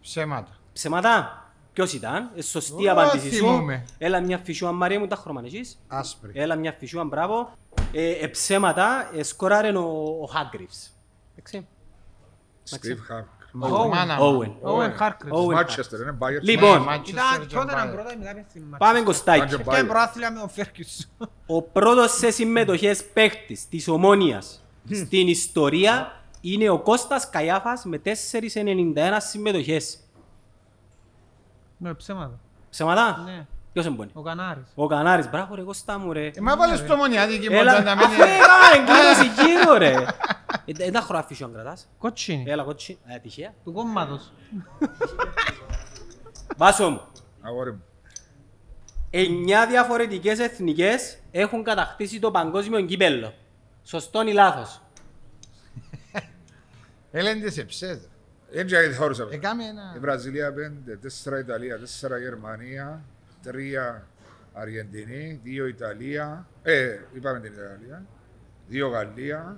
[SPEAKER 4] ψέματα.
[SPEAKER 2] Ψέματα. Ποιος ήταν, ε, σωστή
[SPEAKER 4] Ω,
[SPEAKER 2] απάντησή σου.
[SPEAKER 4] θυμούμαι.
[SPEAKER 2] Έλα μια φυσιού, αν Μαρία μου τα χρωμανέσεις.
[SPEAKER 4] Άσπρη.
[SPEAKER 2] Έλα μια φυσιούα, μπράβο. Ε, ε, ψέματα, ε, σκόραρε ο, ο Χάγκριβς. Εντάξει.
[SPEAKER 3] Steve Harker.
[SPEAKER 4] Μάνα.
[SPEAKER 2] Owen.
[SPEAKER 5] Όεν Χάρκριτ.
[SPEAKER 2] Owen.
[SPEAKER 3] Manchester, είναι Bayern.
[SPEAKER 2] Λοιπόν,
[SPEAKER 5] Ήταν Tottenham πρώτα και μετά πήγε στη Manchester.
[SPEAKER 2] πάμε Κωστάκη.
[SPEAKER 3] Μάτια.
[SPEAKER 5] Έπιανε προάθλια με τον Ferguson.
[SPEAKER 2] Ο πρώτος σε συμμετοχές παίχτης της Ομόνιας στην ιστορία είναι ο Κώστας Καϊάφας με 4,91 συμμετοχές.
[SPEAKER 5] Ναι, ψέματα.
[SPEAKER 2] Ψέματα.
[SPEAKER 5] Ναι.
[SPEAKER 2] Ποιος εμπονεί.
[SPEAKER 5] Ο Κανάρης.
[SPEAKER 2] Ο Κανάρης. Μπράβο ρε Κώστα μου ρε.
[SPEAKER 4] Ε, μα βάλες το μονιάτικη μου
[SPEAKER 2] Έλα,
[SPEAKER 4] να μην
[SPEAKER 2] αφού
[SPEAKER 4] είναι.
[SPEAKER 2] έκαναν εγκλήρωση γύρω ρε. Ε, Δεν τα χωρώ αφήσω αν κρατάς.
[SPEAKER 4] Ναι.
[SPEAKER 5] Κότσινη.
[SPEAKER 2] Έλα κότσι. Ε, Τυχαία.
[SPEAKER 5] Του κόμματος.
[SPEAKER 2] Βάσο μου.
[SPEAKER 3] Αγόρι μου.
[SPEAKER 2] Εννιά διαφορετικές εθνικές έχουν κατακτήσει το παγκόσμιο κύπελλο. Σωστόν ή λάθος.
[SPEAKER 4] Έλεντε σε ψέδε.
[SPEAKER 3] Έτσι γιατί χώρισα.
[SPEAKER 2] Ε,
[SPEAKER 4] Έκαμε
[SPEAKER 3] Η
[SPEAKER 4] ένα...
[SPEAKER 3] Βραζιλία 5, 4 Ιταλία, 4 Γερμανία, 3 Αργεντινή, 2 Ιταλία, ε, είπαμε την Ιταλία, 2 Γαλλία,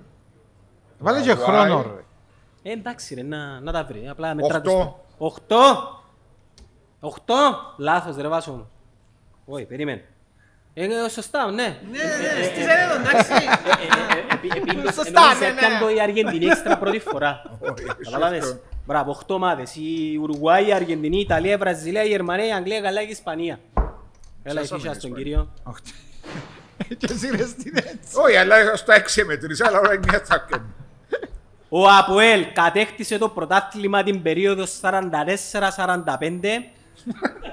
[SPEAKER 4] Βάλε και
[SPEAKER 3] Uruguay.
[SPEAKER 4] χρόνο ρε.
[SPEAKER 2] Ε, εντάξει ρε, να, να τα βρει. Απλά μετράτε.
[SPEAKER 3] Οχτώ.
[SPEAKER 2] στα- Οχτώ. Οχτώ. Λάθος ρε βάσο μου. Όχι, περίμενε. Ε, ε, σωστά, ναι. Ε,
[SPEAKER 5] Ναι, ναι, στις έλεγχο, εντάξει. Σωστά,
[SPEAKER 2] Σωστά,
[SPEAKER 5] ναι, ναι.
[SPEAKER 2] ναι. η Αργεντινή έξτρα πρώτη φορά.
[SPEAKER 3] Όχι,
[SPEAKER 2] Καταλάβες.
[SPEAKER 3] σωστό.
[SPEAKER 2] Μπράβο, οχτώ ομάδες. Η Ουρουάη, η Αργεντινή, η Ιταλία, η Βραζιλία, η Γερμανία, η Αγγλία, η Γαλλία και η Ισπανία. Έλα, η
[SPEAKER 3] Ξέσαμε
[SPEAKER 2] φύσα
[SPEAKER 3] την
[SPEAKER 2] στον
[SPEAKER 3] Ισπανία.
[SPEAKER 2] κύριο.
[SPEAKER 4] Και εσύ ρε στην έτσι.
[SPEAKER 3] Όχι, αλλά στα 6 μετρήσα, αλλά όλα είναι μια τσακέν.
[SPEAKER 2] Ο Αποέλ κατέκτησε το πρωτάθλημα την περίοδο 44-45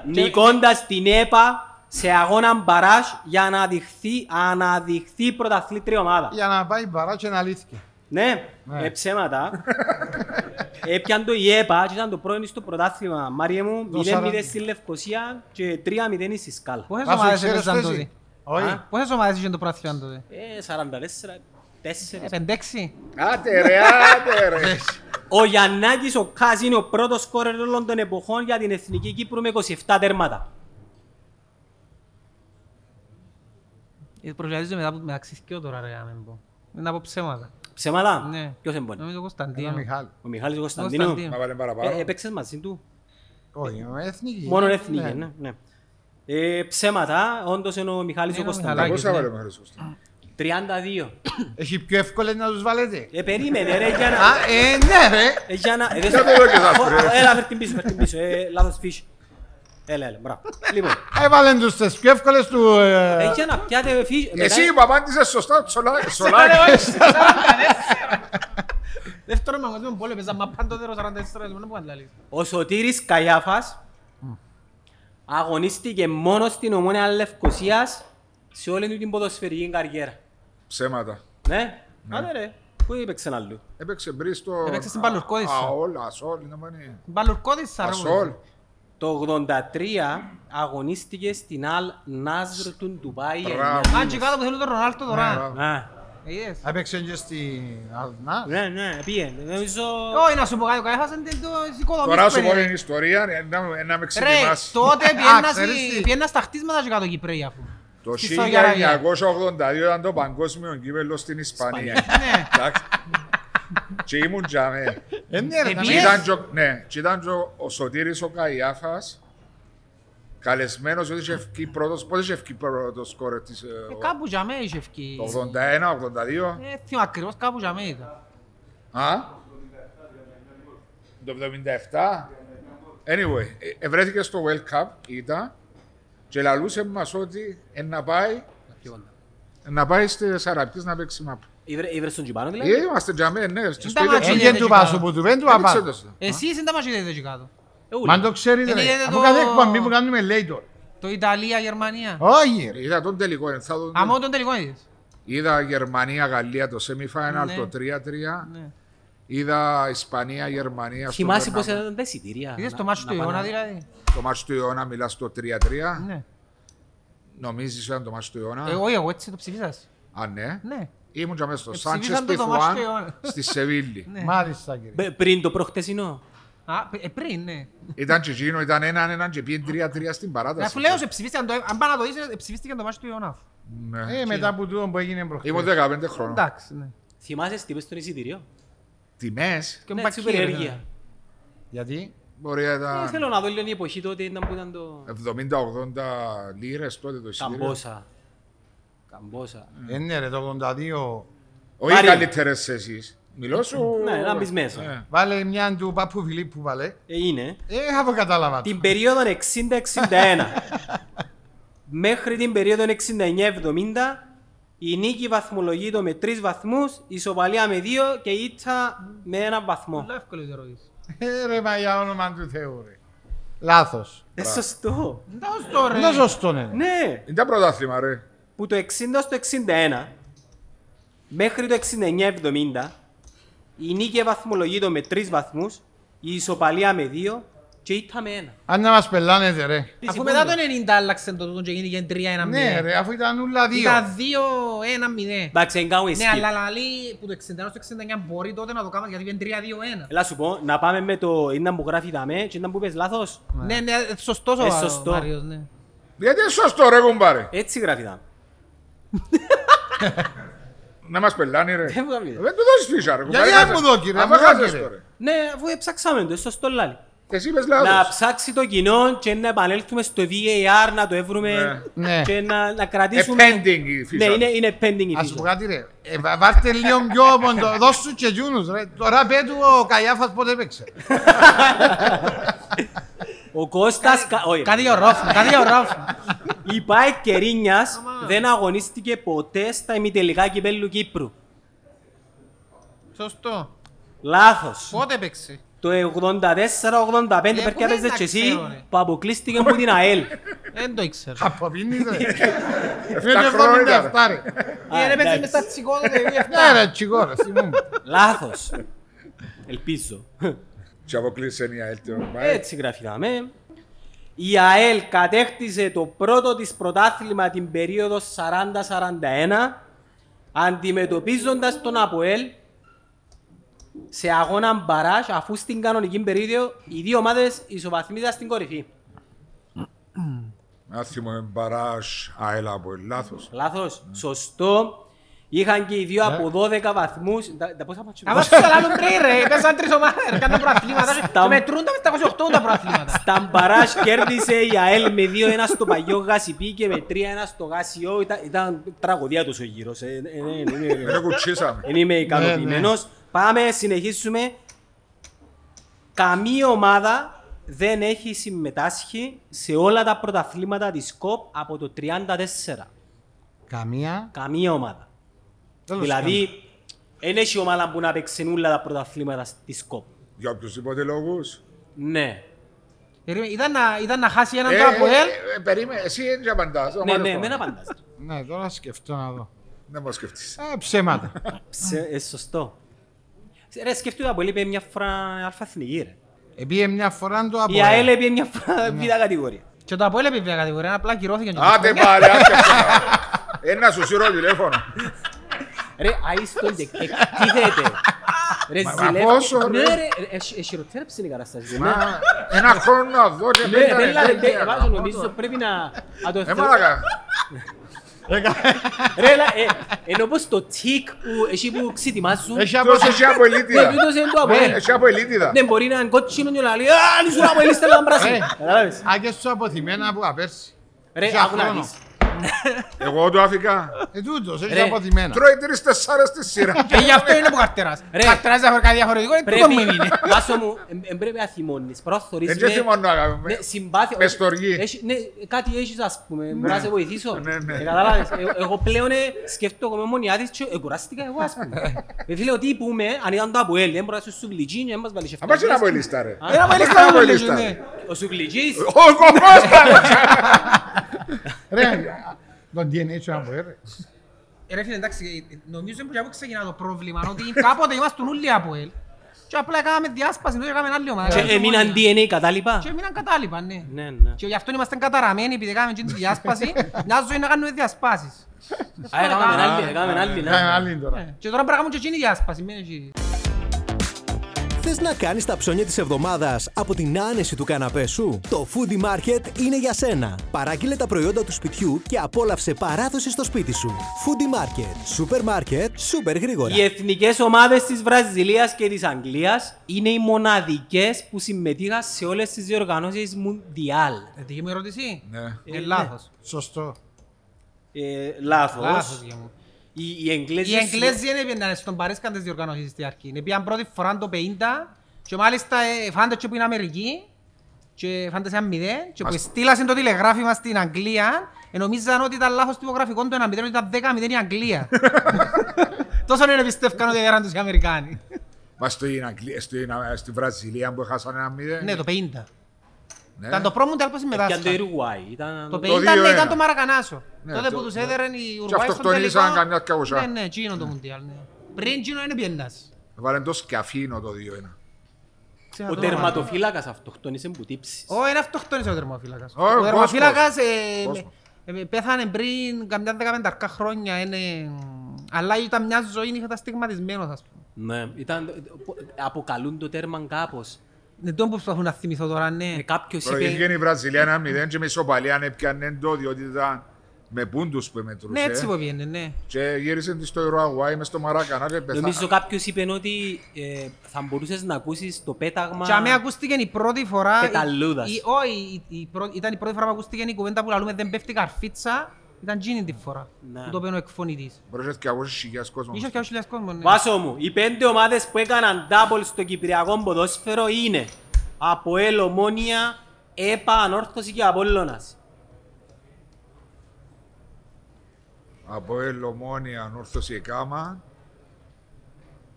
[SPEAKER 2] νικώντας την ΕΠΑ σε αγώνα μπαράζ για να αναδειχθεί, αναδειχθεί πρωταθλήτρια ομάδα.
[SPEAKER 4] Για να πάει παρά και να λύθηκε.
[SPEAKER 2] Ναι,
[SPEAKER 4] Ναι.
[SPEAKER 2] ε, ψέματα. Έπιαν το η ΕΠΑ και ήταν το πρώην στο πρωτάθλημα, Μάριε μου,
[SPEAKER 4] Το
[SPEAKER 2] 0-0
[SPEAKER 4] 40.
[SPEAKER 2] στη Λευκοσία και 3-0 στη Σκάλα.
[SPEAKER 5] Πόσες
[SPEAKER 4] Ας σου
[SPEAKER 5] ομάδες
[SPEAKER 4] ξέρεις
[SPEAKER 5] έπαιζαν
[SPEAKER 4] θέση.
[SPEAKER 5] τότε.
[SPEAKER 4] Όχι.
[SPEAKER 5] Α, Πόσες ομάδες είχε το πρόθυμα τότε.
[SPEAKER 2] Ε, 44, 4.
[SPEAKER 5] Ε, πεντέξι.
[SPEAKER 3] Άτε ρε, άτε ρε.
[SPEAKER 2] Ο Γιαννάκης ο Κάζ είναι ο πρώτος σκόρερ όλων των εποχών για την Εθνική Κύπρου με 27 τέρματα.
[SPEAKER 5] Ε, Προβιαζίζω μετά από μεταξύ δυο τώρα ρε, να μην πω. Να πω ψέματα.
[SPEAKER 2] Ψέματα.
[SPEAKER 5] Ναι.
[SPEAKER 2] Ποιος εμπονεί.
[SPEAKER 5] Νομίζω
[SPEAKER 4] Ένα
[SPEAKER 5] Κωνσταντίνο.
[SPEAKER 4] Μιχάλη.
[SPEAKER 2] Ο Μιχάλης
[SPEAKER 5] Κωνσταντίνου.
[SPEAKER 2] Κωνσταντίνου.
[SPEAKER 3] Μα βάλε
[SPEAKER 2] Ε,
[SPEAKER 3] παραπάνω.
[SPEAKER 2] Έπαιξες μαζί του.
[SPEAKER 4] Όχι, ο εθνική.
[SPEAKER 2] Μόνο
[SPEAKER 4] Ναι.
[SPEAKER 2] εθνική. ναι, ναι. Ε, ψέματα. Όντως είναι ο Μιχάλης ο
[SPEAKER 5] Είναι ο
[SPEAKER 2] Κωνσταντίνου.
[SPEAKER 5] Μιχαλάκης.
[SPEAKER 3] Πόσα βάλε μέχρι σωστά.
[SPEAKER 2] 32.
[SPEAKER 4] Έχει πιο εύκολα να τους βάλετε.
[SPEAKER 2] Ε, περίμενε ρε για να...
[SPEAKER 4] Α, ε, ναι ρε.
[SPEAKER 2] ε, Για να... ε, δεν
[SPEAKER 3] Για
[SPEAKER 2] σου-
[SPEAKER 3] το δω και θα σου, ρε.
[SPEAKER 2] Έλα, φέρ την πίσω, φέρ την πίσω. Ε, Λάθος φύση. Έλα, έλα, μπράβο. Λοιπόν,
[SPEAKER 4] Έβαλε τους τις πιο εύκολες του... ε,
[SPEAKER 2] έχει να πιάτε φύγει.
[SPEAKER 3] Εσύ που απάντησε σωστά, τσολά-
[SPEAKER 5] Πάρε,
[SPEAKER 3] σολάκι.
[SPEAKER 5] όχι, σαν κανένα. Δεύτερο παγκόσμιο πόλεμο, παίζαμε παντοδέρο 44 ώρες, μόνο που αντλάλεις.
[SPEAKER 2] Ο Σωτήρης Καγιάφας αγωνίστηκε μόνο στην Ομόνια Λευκοσίας σε όλη του την ποδοσφαιρική καριέρα.
[SPEAKER 3] Ψέματα.
[SPEAKER 2] Ναι, άντε ρε, πού έπαιξε αλλού.
[SPEAKER 3] Έπαιξε μπρίστο.
[SPEAKER 5] Έπαιξε στην Παλουρκόδη, σαν.
[SPEAKER 3] Αόλ, ασόλ, είναι μόνοι.
[SPEAKER 5] Μπαλουρκώδης, άρα,
[SPEAKER 3] Ασόλ.
[SPEAKER 2] Το 83 αγωνίστηκε στην Αλ Νάζρ του Ντουμπάι.
[SPEAKER 3] Μπράβο.
[SPEAKER 2] εννιά
[SPEAKER 5] Μάτσι κάτω που θέλουν τον Ρονάλτο τώρα.
[SPEAKER 3] Ναι, μπράβο.
[SPEAKER 2] μήνες. Α,
[SPEAKER 5] Είδες.
[SPEAKER 4] Έπαιξε και στην Αρνά.
[SPEAKER 2] Ναι, ναι, πήγαινε. Νομίζω...
[SPEAKER 5] Ε, Όχι, να σου πω κάτι, ο Καϊφάς είναι το οικοδομής
[SPEAKER 3] Τώρα σου
[SPEAKER 5] που
[SPEAKER 3] πω
[SPEAKER 5] είναι.
[SPEAKER 3] την ιστορία, να- να με
[SPEAKER 5] Ρε,
[SPEAKER 3] ξεκινάς.
[SPEAKER 5] τότε
[SPEAKER 4] Α,
[SPEAKER 5] πιένας
[SPEAKER 4] ξέρεις
[SPEAKER 5] η-
[SPEAKER 4] τι.
[SPEAKER 5] πιένας τα χτίσματα σου κάτω Κυπρέοι, αφού. Ε,
[SPEAKER 3] Το
[SPEAKER 5] Στη Σαουδαραβία.
[SPEAKER 3] 1982 ήταν το παγκόσμιο κύπελο στην Ισπανία.
[SPEAKER 5] Ναι.
[SPEAKER 3] Εντάξει. Και ήμουν τζαμέ.
[SPEAKER 4] Ε, ναι, ρε, να
[SPEAKER 5] Επειδή-
[SPEAKER 4] μην-
[SPEAKER 3] Ήταν και ο- Ναι, και ήταν και ο- ο Σωτήρης ο Καϊάφας, καλεσμένος, ότι είχε ευκεί πρώτος, πότε είχε ευκεί πρώτος σκόρερ της... ε,
[SPEAKER 5] Ε,
[SPEAKER 3] ο-
[SPEAKER 5] Κάπου για μένα είχε ευκεί.
[SPEAKER 3] Το 81, 82.
[SPEAKER 5] Ε, θυμάμαι ακριβώς κάπου για μένα ήταν.
[SPEAKER 3] Α? Το 77. Anyway, ε, ε, βρέθηκε στο World Cup, ήταν, και λαλούσε μας ότι ε, να πάει, ε, να πάει στις Αραπικές να παίξει μαπ.
[SPEAKER 2] Ήβρε- Ήβρες τον Τζιμπάνο δηλαδή.
[SPEAKER 3] Ε, Είμαστε τζαμέ, ναι, Ε, στο
[SPEAKER 5] Ήταν
[SPEAKER 3] σπίτι
[SPEAKER 5] μαζί.
[SPEAKER 3] μας.
[SPEAKER 4] Έγινε του Πάσου που του δεν του απάντησε.
[SPEAKER 3] Δεν ξέρω.
[SPEAKER 5] Εσείς είναι τα μαχητές εκεί κάτω.
[SPEAKER 2] Ε, ούλοι.
[SPEAKER 4] Μα αν το ξέρετε,
[SPEAKER 5] Είναι
[SPEAKER 4] ρε.
[SPEAKER 5] το-
[SPEAKER 4] αφού κάθε εκπομπή που κάνουμε λέει το.
[SPEAKER 5] Το Ιταλία, Γερμανία.
[SPEAKER 4] Όχι, ρε.
[SPEAKER 3] Είδα τον τελικό, ε, θα τον δω.
[SPEAKER 5] Αμόν τον τελικό είδες.
[SPEAKER 3] Είδα Γερμανία-Γαλλία το semi-final,
[SPEAKER 5] Ναι.
[SPEAKER 3] το 3-3.
[SPEAKER 5] Ναι.
[SPEAKER 3] Είδα Ισπανία-Γερμανία στο
[SPEAKER 2] Θυμάσαι πώς
[SPEAKER 3] Bernabeu.
[SPEAKER 2] ήταν τα εισιτήρια.
[SPEAKER 5] Είδες
[SPEAKER 2] να-
[SPEAKER 5] το μάτσο του
[SPEAKER 2] να πάνε-
[SPEAKER 5] αιώνα δηλαδή.
[SPEAKER 3] Το μάτσο του αιώνα μιλάς στο 3-3.
[SPEAKER 5] Ναι.
[SPEAKER 3] Νομίζεις ότι ήταν το μάτσο του αιώνα.
[SPEAKER 5] Εγώ, Ε, εγώ έτσι το ψηφίσας.
[SPEAKER 3] Α, ναι.
[SPEAKER 5] Ναι.
[SPEAKER 3] Ήμουν και μέσα στο
[SPEAKER 5] Ε,
[SPEAKER 3] Σάντσες
[SPEAKER 5] ψηφίσαν το το μάτσο του
[SPEAKER 3] Πιθουάν
[SPEAKER 5] αιώνα.
[SPEAKER 3] στη Σεβίλη.
[SPEAKER 5] Ναι.
[SPEAKER 4] Μάλιστα, κύριε.
[SPEAKER 2] Πε- Πριν το προχτεσινό.
[SPEAKER 5] Α, π- ε, πριν, ναι.
[SPEAKER 3] Ήταν και εκείνο, ήταν έναν έναν και πήγε 3-3 στην
[SPEAKER 5] Ρε,
[SPEAKER 3] παράταση.
[SPEAKER 5] Αφού λέω σε ψηφίστηκαν το... Αν πάνε να το δεις, ε, ψηφίστηκαν το μάτσο του αιώνα.
[SPEAKER 3] Ναι.
[SPEAKER 4] Ε, μετά από τούτο που έγινε προχθές.
[SPEAKER 3] Ήμουν 15 χρόνια.
[SPEAKER 5] Εντάξει, ναι.
[SPEAKER 2] Θυμάσαι τις είπες στον εισιτήριο.
[SPEAKER 3] Τιμές,
[SPEAKER 5] Και
[SPEAKER 2] Ναι, έτσι
[SPEAKER 5] μπακί, ρε,
[SPEAKER 2] περιέργεια.
[SPEAKER 4] Γιατί
[SPEAKER 3] μπορεί να
[SPEAKER 2] Ε,
[SPEAKER 3] ήταν
[SPEAKER 2] Θέλω να δω λίγο η εποχή τότε ήταν που ήταν το...
[SPEAKER 3] 70-80 λίρες τότε το εισιτήριο.
[SPEAKER 2] Καμπόσα. Καμπόσα.
[SPEAKER 4] Ε, ναι, ρε, το 82.
[SPEAKER 3] Όχι
[SPEAKER 2] Μάριο.
[SPEAKER 3] καλύτερες εσείς. Μιλώ σου...
[SPEAKER 2] Ναι, να μπεις μέσα.
[SPEAKER 3] Ε.
[SPEAKER 4] Βάλε μια του Παππού Φιλίππου, βάλε.
[SPEAKER 2] Ε, Είναι.
[SPEAKER 4] Ε, αφού κατάλαβα.
[SPEAKER 2] Την περίοδο 60-61 μέχρι την περίοδο 69-70 η νίκη βαθμολογεί το με τρεις βαθμούς, η σοβαλία με δύο και η ήττα με έναν βαθμό.
[SPEAKER 5] Πολύ εύκολο το ρωτήσεις.
[SPEAKER 4] Ε, ρε, μα για όνομα του Θεού, ρε. Λάθος.
[SPEAKER 2] Ε, σωστό.
[SPEAKER 5] Εντάξει το ρε.
[SPEAKER 4] Δεν σωστό, ναι.
[SPEAKER 2] Ναι.
[SPEAKER 3] Είναι τα πρωτάθλημα, ρε.
[SPEAKER 2] που το 60 στο 61 μέχρι το 69-70 η νίκη βαθμολογείται με 3 βαθμούς, η ισοπαλία με 2 και η ήττα με 1.
[SPEAKER 4] Αν να μας πελάνετε, ρε.
[SPEAKER 5] Αφού μετά το 90 άλλαξε το τούτο και γίνηκε 3-1-0.
[SPEAKER 4] Ναι, ρε, αφού ήταν ούλα δύο.
[SPEAKER 5] Ήταν 2-1-0.
[SPEAKER 2] Εντάξει, δεν κάνουμε
[SPEAKER 5] Ναι,
[SPEAKER 2] skip.
[SPEAKER 5] αλλά λαλεί που το 61 στο 69 μπορεί τότε να το κάνουμε γιατί είναι 3-2-1.
[SPEAKER 2] Έλα σου πω, να πάμε με το είναι που γράφει δαμέ και είναι που πες λάθος.
[SPEAKER 5] Ναι, ναι, σωστός
[SPEAKER 2] Ε,
[SPEAKER 5] ο
[SPEAKER 2] σωστό.
[SPEAKER 5] ο Μάριος, ναι.
[SPEAKER 3] Γιατί είναι σωστό ρε κουμπάρε.
[SPEAKER 2] Έτσι γράφει δαμέ.
[SPEAKER 3] Να μας πελάνει ρε.
[SPEAKER 2] Δεν μου γράφει.
[SPEAKER 3] Δεν του δώσεις φύσα ρε κουμπάρε.
[SPEAKER 4] δεν
[SPEAKER 3] Χάσε-
[SPEAKER 4] μου δω, κύριε,
[SPEAKER 3] Αφού
[SPEAKER 4] μου δω,
[SPEAKER 3] χάσες
[SPEAKER 4] κύριε.
[SPEAKER 3] το, ρε.
[SPEAKER 2] Ναι, αφού έψαξαμε το, σωστό λάλη.
[SPEAKER 3] Και εσύ είπες
[SPEAKER 2] Να
[SPEAKER 3] λάθος.
[SPEAKER 2] ψάξει το κοινό και να επανέλθουμε στο VAR, να το βρούμε
[SPEAKER 4] Ναι.
[SPEAKER 2] και να, να κρατήσουμε...
[SPEAKER 3] Επέντινγκ η
[SPEAKER 2] Ναι,
[SPEAKER 3] φύσα.
[SPEAKER 2] είναι, είναι pending η
[SPEAKER 4] Ας σου πω
[SPEAKER 2] φύσα.
[SPEAKER 4] κάτι ρε, Ε, βα- βάρτε λίγο πιο ποντο, δώσ' του και εκείνους ρε. Τώρα πέτου ο Καϊάφας πότε έπαιξε.
[SPEAKER 2] Ο Κώστας... Κα- όχι, ρε.
[SPEAKER 5] Κάτι για ο Ρόφ, κάτι για ο Ρόφ.
[SPEAKER 2] Η ΠΑΕ Κερίνιας δεν αγωνίστηκε ποτέ στα ημιτελικά κυπέλλου Κύπρου.
[SPEAKER 5] Σωστό.
[SPEAKER 2] Λάθος.
[SPEAKER 5] Πότε έπαιξε.
[SPEAKER 2] Το 84-85
[SPEAKER 5] Ε,
[SPEAKER 2] πρέπει να
[SPEAKER 5] πού
[SPEAKER 2] παίζεις
[SPEAKER 5] δεν
[SPEAKER 2] και
[SPEAKER 5] τα
[SPEAKER 2] εσύ
[SPEAKER 5] ξέρω, ρε.
[SPEAKER 2] που αποκλείστηκε από την ΑΕΛ.
[SPEAKER 5] Δεν το ήξερα.
[SPEAKER 4] Αποβίνεις ρε.
[SPEAKER 3] Εφτά
[SPEAKER 4] Είναι
[SPEAKER 3] χρόνια ήταν,
[SPEAKER 4] 77 ρε.
[SPEAKER 2] Α,
[SPEAKER 5] Ε, ρε παίζει
[SPEAKER 2] εντάξει.
[SPEAKER 5] μες τα τσικώνα του 2007.
[SPEAKER 4] Ναι ρε τσιγό ρε, θυμούμαι.
[SPEAKER 2] Λάθος. Ελπίζω.
[SPEAKER 3] Και αποκλείσε μια
[SPEAKER 2] Ε,
[SPEAKER 3] έλτιο.
[SPEAKER 2] Έτσι γράφει δάμε. Η ΑΕΛ κατέκτησε το πρώτο της πρωτάθλημα την περίοδο 40-41 αντιμετωπίζοντας τον ΑΠΟΕΛ σε αγώνα μπαράζ αφού στην κανονική περίοδο οι δύο ομάδες ισοβαθμίζαν στην κορυφή.
[SPEAKER 3] Άθιμο εμπαράζ, αέλα από λάθος.
[SPEAKER 2] Λάθος. Σωστό. Είχαν και οι δύο από 12 βαθμούς. Τα- Τα πόσα μάτσο-
[SPEAKER 5] Άμα στους αλλάζουν τρεις ρε, πέσαν τρεις ομάδες ρε, κάνουν προαθλήματα ρε. Και μετρούν τα 780 τα προαθλήματα.
[SPEAKER 2] Στα μπαράζ κέρδισε η ΑΕΛ με 2-1 στο παλιό γασιπί και με 3-1 στο γάσιο. Ήταν, ήταν τραγωδία τους ο γύρος. Ε, ε, ε, ε, ε, ε.
[SPEAKER 3] Δεν κουτσίσαμε.
[SPEAKER 2] Δεν είμαι ικανοποιημένο. Πάμε, συνεχίσουμε. Καμία ομάδα δεν έχει συμμετάσχει σε όλα τα πρωταθλήματα της ΚΟΠ από το 34.
[SPEAKER 4] Καμία.
[SPEAKER 2] Καμία ομάδα.
[SPEAKER 4] Τέλος
[SPEAKER 2] δηλαδή, δεν έχει ομάδα που να παίξει όλα τα πρωταθλήματα της ΚΟΠ.
[SPEAKER 3] Για οποιουσδήποτε λόγους.
[SPEAKER 2] Ναι.
[SPEAKER 5] Περίμενε, Ε, Ήταν, να, ήταν να χάσει
[SPEAKER 3] Ε,
[SPEAKER 5] έναν το Αποέλ.
[SPEAKER 3] περίμενε, εσύ δεν απαντά.
[SPEAKER 2] ε. Ναι, ναι, μην απαντάς.
[SPEAKER 4] Ναι, τώρα σκεφτώ να δω.
[SPEAKER 3] Δεν μα σκεφτείς.
[SPEAKER 4] Ε, ψέματα.
[SPEAKER 2] Ψε- ε, σωστό. Ρε, σκέφτομαι που έλειπε μια φορά αλφαθνική, ρε.
[SPEAKER 4] Επίε Ε, μια φορά το από.
[SPEAKER 2] Η ΑΕΛ έπιε μια φορά β' κατηγορία.
[SPEAKER 5] Και το Αποέλ επίπεδα κατηγορία, απλά κυρώθηκε. και
[SPEAKER 3] Άντε
[SPEAKER 2] Ναι.
[SPEAKER 5] κυρώθηκε.
[SPEAKER 3] πάλι, άντε πάλι. Ένα σου σύρω τηλέφωνο.
[SPEAKER 2] Ρε, αείστον και εκτίθεται. Ρε,
[SPEAKER 3] Μα- μα πόσο,
[SPEAKER 2] ζηλεύει.
[SPEAKER 3] ρε.
[SPEAKER 2] Ναι, ρε, ε, ε, χειροτέρεψε η κατάσταση. Ναι,
[SPEAKER 3] Μα, Ένα χρόνο να δω και
[SPEAKER 2] Ναι,
[SPEAKER 3] πέντε
[SPEAKER 2] ρε,
[SPEAKER 3] λεπτά,
[SPEAKER 2] έλα, ρε,
[SPEAKER 3] τι
[SPEAKER 2] τε-
[SPEAKER 3] έκανα.
[SPEAKER 2] βάζω, νομίζω πρέπει να... να το
[SPEAKER 3] Ε,
[SPEAKER 2] θε-
[SPEAKER 3] μαλακά.
[SPEAKER 2] Ρε, έλα, ε, είναι όπως το τικ που εσύ που ξετοιμάζουν.
[SPEAKER 4] Έχει
[SPEAKER 3] Τόσο
[SPEAKER 4] απο-
[SPEAKER 3] εσύ από
[SPEAKER 2] Ναι,
[SPEAKER 3] ελίτιδα.
[SPEAKER 2] τούτος είναι το Αποέλ.
[SPEAKER 3] Εσύ από ελίτιδα.
[SPEAKER 2] Ναι, μπορεί να είναι κότσινο και να λέει «Α, αν ήσουν Αποέλ, είστε λαμπρά πράσινο».
[SPEAKER 4] Ε.
[SPEAKER 2] Κατάλαβες.
[SPEAKER 4] Άγιες του αποθυμένα που απέρσι.
[SPEAKER 2] Ρε,
[SPEAKER 4] Για
[SPEAKER 2] άκου να
[SPEAKER 4] χρόνο.
[SPEAKER 2] δεις.
[SPEAKER 3] Εγώ το άφηκα.
[SPEAKER 4] Ε, τούτος, έχει
[SPEAKER 2] Ρε.
[SPEAKER 4] αποθυμένα.
[SPEAKER 3] Τρώει τρεις τεσσάρες στη
[SPEAKER 2] Ναι.
[SPEAKER 3] σειρά.
[SPEAKER 5] Και γι' αυτό είναι που καρτεράς.
[SPEAKER 2] Ρε.
[SPEAKER 5] Καρτεράς να φέρει κάτι διαφορετικό, είναι τούτο
[SPEAKER 2] Πρέπει,
[SPEAKER 5] μου είναι.
[SPEAKER 2] Βάσο μου, εμ- εμ πρέπει να θυμώνεις. Πρώτα θωρείς
[SPEAKER 3] Δεν και
[SPEAKER 2] με-
[SPEAKER 3] θυμώνω αγάπη μου.
[SPEAKER 2] με Ναι, συμπάθεια.
[SPEAKER 3] με στοργή.
[SPEAKER 2] Έχει- Ναι, κάτι έχεις ας πούμε, μπορείς να σε βοηθήσω.
[SPEAKER 3] Ναι, ναι.
[SPEAKER 2] Ε, Κατάλαβες, Ε, εγώ πλέον ε, σκέφτομαι μόνο οι άδειες και ε, κουράστηκα εγώ ας πούμε. Ε, Φίλε, ότι πούμε, αν ήταν το Αποέλ, δεν μπορείς να σου σουγκλιτζίνι, δεν μας βάλεις
[SPEAKER 3] Αν πας
[SPEAKER 2] ευκαιρίες.
[SPEAKER 3] είναι από ελίστα ρε.
[SPEAKER 2] Α,
[SPEAKER 5] Ένα
[SPEAKER 3] Ένα
[SPEAKER 5] Αποέλ ήταν
[SPEAKER 3] από
[SPEAKER 5] ο
[SPEAKER 3] ελίστα.
[SPEAKER 5] ναι.
[SPEAKER 2] Ο σουγκλιτζής,
[SPEAKER 3] Ε, Ο κομμός
[SPEAKER 4] Ρε, το DNA του από έρε.
[SPEAKER 5] Ρε φίλε, εντάξει, ε, νομίζω που και από ξεκινά το πρόβλημα, ότι κάποτε ήμασταν όλοι από ελ. Και απλά κάναμε διάσπαση, τότε κάναμε άλλη ομάδα.
[SPEAKER 2] και
[SPEAKER 5] κάναμε
[SPEAKER 2] έμειναν
[SPEAKER 5] ομόνια.
[SPEAKER 2] DNA κατάλοιπα.
[SPEAKER 5] Και έμειναν κατάλοιπα, ναι.
[SPEAKER 2] Ναι, ναι.
[SPEAKER 5] Και γι' αυτό είμαστε καταραμένοι, επειδή κάναμε την διάσπαση, μια ζωή να κάνουμε διασπάσεις.
[SPEAKER 2] Α, έκαναμε άλλη, έκαναμε άλλη, ναι.
[SPEAKER 4] Κάνε άλλη τώρα.
[SPEAKER 5] Ε, Και τώρα πρέπει να κάνουμε και εκείνη διάσπαση, μην έχει.
[SPEAKER 6] Θες να κάνεις τα ψώνια της εβδομάδας από την άνεση του καναπέ σου? Το Foodie Market είναι για σένα. Παράγγειλε τα προϊόντα του σπιτιού και απόλαυσε παράδοση στο σπίτι σου. Foodie Market. Σούπερ μάρκετ, σούπερ γρήγορα.
[SPEAKER 2] Οι εθνικές ομάδες της Βραζιλίας και της Αγγλίας είναι οι μοναδικές που συμμετείχαν σε όλες τις διοργανώσεις Μουντιάλ.
[SPEAKER 5] Ε, Δική μου ερώτηση.
[SPEAKER 3] Ναι.
[SPEAKER 5] Είναι λάθος.
[SPEAKER 4] Σωστό.
[SPEAKER 2] Ε, λάθος.
[SPEAKER 5] Λάθος για μου.
[SPEAKER 2] Οι, οι Εγγλέζοι...
[SPEAKER 5] Οι Εγγλέζοι δεν έπαιρναν στον Παρέσκα τις διοργανώσεις στη αρχή. Επήραν πρώτη φορά το 50 και μάλιστα ε, φάνηκε και που είναι Αμερική και φάνηκε σαν μηδέν και που στείλασαν το τηλεγράφημα στην Αγγλία ε, νομίζαν ότι ήταν λάθος τυπογραφικό το 1-0 ότι ήταν 10-0 η Αγγλία. Τόσο είναι πιστεύκαν ότι έραν τους οι Αμερικάνοι.
[SPEAKER 3] Μα στην Αγγλία- στην- στη Βραζιλία που έχασαν ένα μηδέν.
[SPEAKER 5] Ναι, το 50.
[SPEAKER 3] Ναι.
[SPEAKER 5] Ήταν το πρώτο μου τέλος
[SPEAKER 2] Έπιαν το
[SPEAKER 5] συμμετάσχαν.
[SPEAKER 2] Ιρουάι. Ήταν...
[SPEAKER 5] Το 50
[SPEAKER 3] Το
[SPEAKER 5] ναι,
[SPEAKER 3] 2-1.
[SPEAKER 5] ήταν το Μαρακανάσο.
[SPEAKER 3] Ναι,
[SPEAKER 5] Τότε
[SPEAKER 3] το-
[SPEAKER 5] που τους
[SPEAKER 3] ναι.
[SPEAKER 5] έδεραν οι Ουρουάι στον
[SPEAKER 3] αυτοκτονήσαν
[SPEAKER 5] τελικό.
[SPEAKER 3] καμιά κακούσα.
[SPEAKER 5] Ναι, ναι, εκείνο το Μουντιάλ. ναι. Πριν εκείνο είναι πιένας.
[SPEAKER 3] Βάλε το σκαφίνο το 2-1.
[SPEAKER 5] Ξέρω
[SPEAKER 2] Ο
[SPEAKER 5] το όνομα.
[SPEAKER 2] τερματοφύλακας αυτοκτόνησε που τύψεις.
[SPEAKER 5] Όχι, είναι αυτοκτόνης ο τερματοφύλακας.
[SPEAKER 3] Ο, ο
[SPEAKER 5] Ο τερματοφύλακας ε,
[SPEAKER 3] Κόσμος.
[SPEAKER 5] ε, ε, πέθανε πριν καμιά δεκαπενταρκά χρόνια. είναι, Αλλά ήταν μια ζωή, είχε τα στιγματισμένος, ας πούμε.
[SPEAKER 2] Ναι, ήταν... ε, Αποκαλούν το τέρμα κάπως.
[SPEAKER 5] Δεν τον που προσπαθούν να θυμηθώ τώρα, ναι.
[SPEAKER 2] Ε, Κάποιος είπε...
[SPEAKER 3] Προηγήθηκε η Βραζιλία ένα μηδέν και με ισοπαλία έπιανε το διότι ήταν με πούντους που
[SPEAKER 5] Ναι, έτσι που
[SPEAKER 3] μετρούσε.
[SPEAKER 5] πήγαινε, ναι.
[SPEAKER 3] Και γύρισε της στο Ιρουαγουάη μες στο Μαράκανα και
[SPEAKER 2] Νομίζω
[SPEAKER 3] πεθάνα.
[SPEAKER 2] κάποιος είπε ότι ε, θα μπορούσες να ακούσεις το πέταγμα...
[SPEAKER 5] Και αμέ ακούστηκε η πρώτη φορά...
[SPEAKER 2] Πεταλούδας.
[SPEAKER 5] η- η- Όχι, η- η πρώτη- ήταν η πρώτη φορά που ακούστηκε η κουβέντα που λαλούμε δεν πέφτει καρφίτσα. Ήταν εκείνη τη φορά
[SPEAKER 2] Ναι.
[SPEAKER 5] που το πένω εκφωνητής.
[SPEAKER 3] Μπορείς και αγώσεις χιλιάς κόσμος.
[SPEAKER 5] Είχε και χιλιάς κόσμος, ναι.
[SPEAKER 2] Βάσο μου, οι πέντε ομάδες που έκαναν double στο κυπριακό ποδόσφαιρο είναι Αποέλ, Ομόνια, ΕΠΑ, Ανόρθωση και Απόλλωνας.
[SPEAKER 3] Από Ελωμόνια, Ανόρθωση Εκάμα.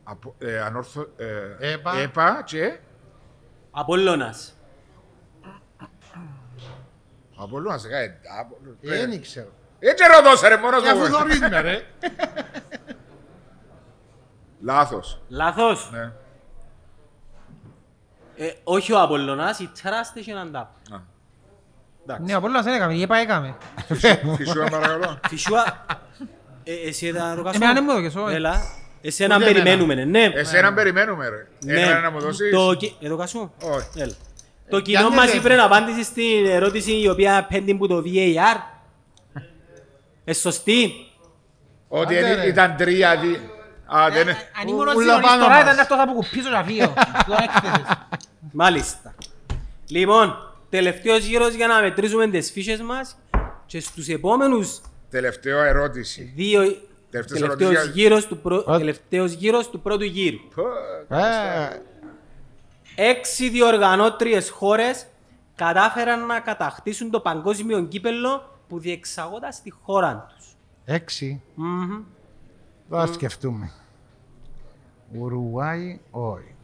[SPEAKER 3] Από, ε, ανόρθω, ε,
[SPEAKER 4] Έπα.
[SPEAKER 3] ΕΠΑ και
[SPEAKER 2] Απόλλωνας.
[SPEAKER 3] από να σε κάνει. από-
[SPEAKER 4] Ε,
[SPEAKER 3] ε,
[SPEAKER 4] Δεν ξέρω.
[SPEAKER 3] Έτσι ρωτώσε ρε μόνος
[SPEAKER 4] Και Ε, αφού
[SPEAKER 3] μου.
[SPEAKER 4] θωρείς με ρε.
[SPEAKER 3] Λάθος.
[SPEAKER 2] Λάθος.
[SPEAKER 3] Ναι.
[SPEAKER 2] Ε, όχι ο Απόλλωνας, η Τράστ έχει έναν double.
[SPEAKER 3] Α.
[SPEAKER 5] Ναι, ο Πόλωνας δεν έκαμε, η ΕΠΑ έκαμε.
[SPEAKER 3] Φυσού εν παρακαλώ.
[SPEAKER 2] Φυσούα, ε, εσύ ήταν ροκάσο.
[SPEAKER 5] Εμένα δεν μου έδωκες, όχι.
[SPEAKER 2] Έλα, εσένα
[SPEAKER 4] Ούτε εμένα.
[SPEAKER 2] περιμένουμε, ναι.
[SPEAKER 3] Εσένα περιμένουμε ρε.
[SPEAKER 2] Ναι.
[SPEAKER 3] Ένα Ε, να μου δώσεις.
[SPEAKER 2] Το, κι- ε, ροκάσο.
[SPEAKER 3] Όχι.
[SPEAKER 2] Έλα. Το
[SPEAKER 4] για
[SPEAKER 2] κοινό
[SPEAKER 4] ναι,
[SPEAKER 2] μας
[SPEAKER 4] ρε.
[SPEAKER 2] είπε να απάντησε στην ερώτηση η οποία πέντε που το VAR. Ε, σωστή.
[SPEAKER 3] Ότι
[SPEAKER 4] Άντε,
[SPEAKER 3] εν-
[SPEAKER 4] ρε. Ε,
[SPEAKER 3] ήταν τρία δι... Α, δεν είναι.
[SPEAKER 5] Αν ήμουν ο
[SPEAKER 4] Ούλα
[SPEAKER 5] Ζιονής
[SPEAKER 4] πάνω
[SPEAKER 5] τώρα
[SPEAKER 4] μας.
[SPEAKER 5] ήταν αυτός θα αποκουπήσω τα δύο. Τον έκθεσες.
[SPEAKER 2] Μάλιστα. Λοιπόν, τελευταίος γύρος για να μετρήσουμε τις φύσες μας και στους επόμενους
[SPEAKER 4] ε.
[SPEAKER 3] Τελευταίο ερώτηση.
[SPEAKER 2] δύο
[SPEAKER 3] Τελευταίες
[SPEAKER 2] τελευταίος
[SPEAKER 3] ερωτήσεις.
[SPEAKER 2] γύρος, του πρω...
[SPEAKER 4] Α.
[SPEAKER 2] τελευταίος γύρος του πρώτου γύρου.
[SPEAKER 3] Πω,
[SPEAKER 4] Ε,
[SPEAKER 2] Έξι διοργανώτριες χώρες κατάφεραν να κατακτήσουν το παγκόσμιο κύπελο που διεξαγόταν στη χώρα τους.
[SPEAKER 4] Έξι.
[SPEAKER 2] Μμμ.
[SPEAKER 4] Θα σκεφτούμε. Ουρουάι, όχι.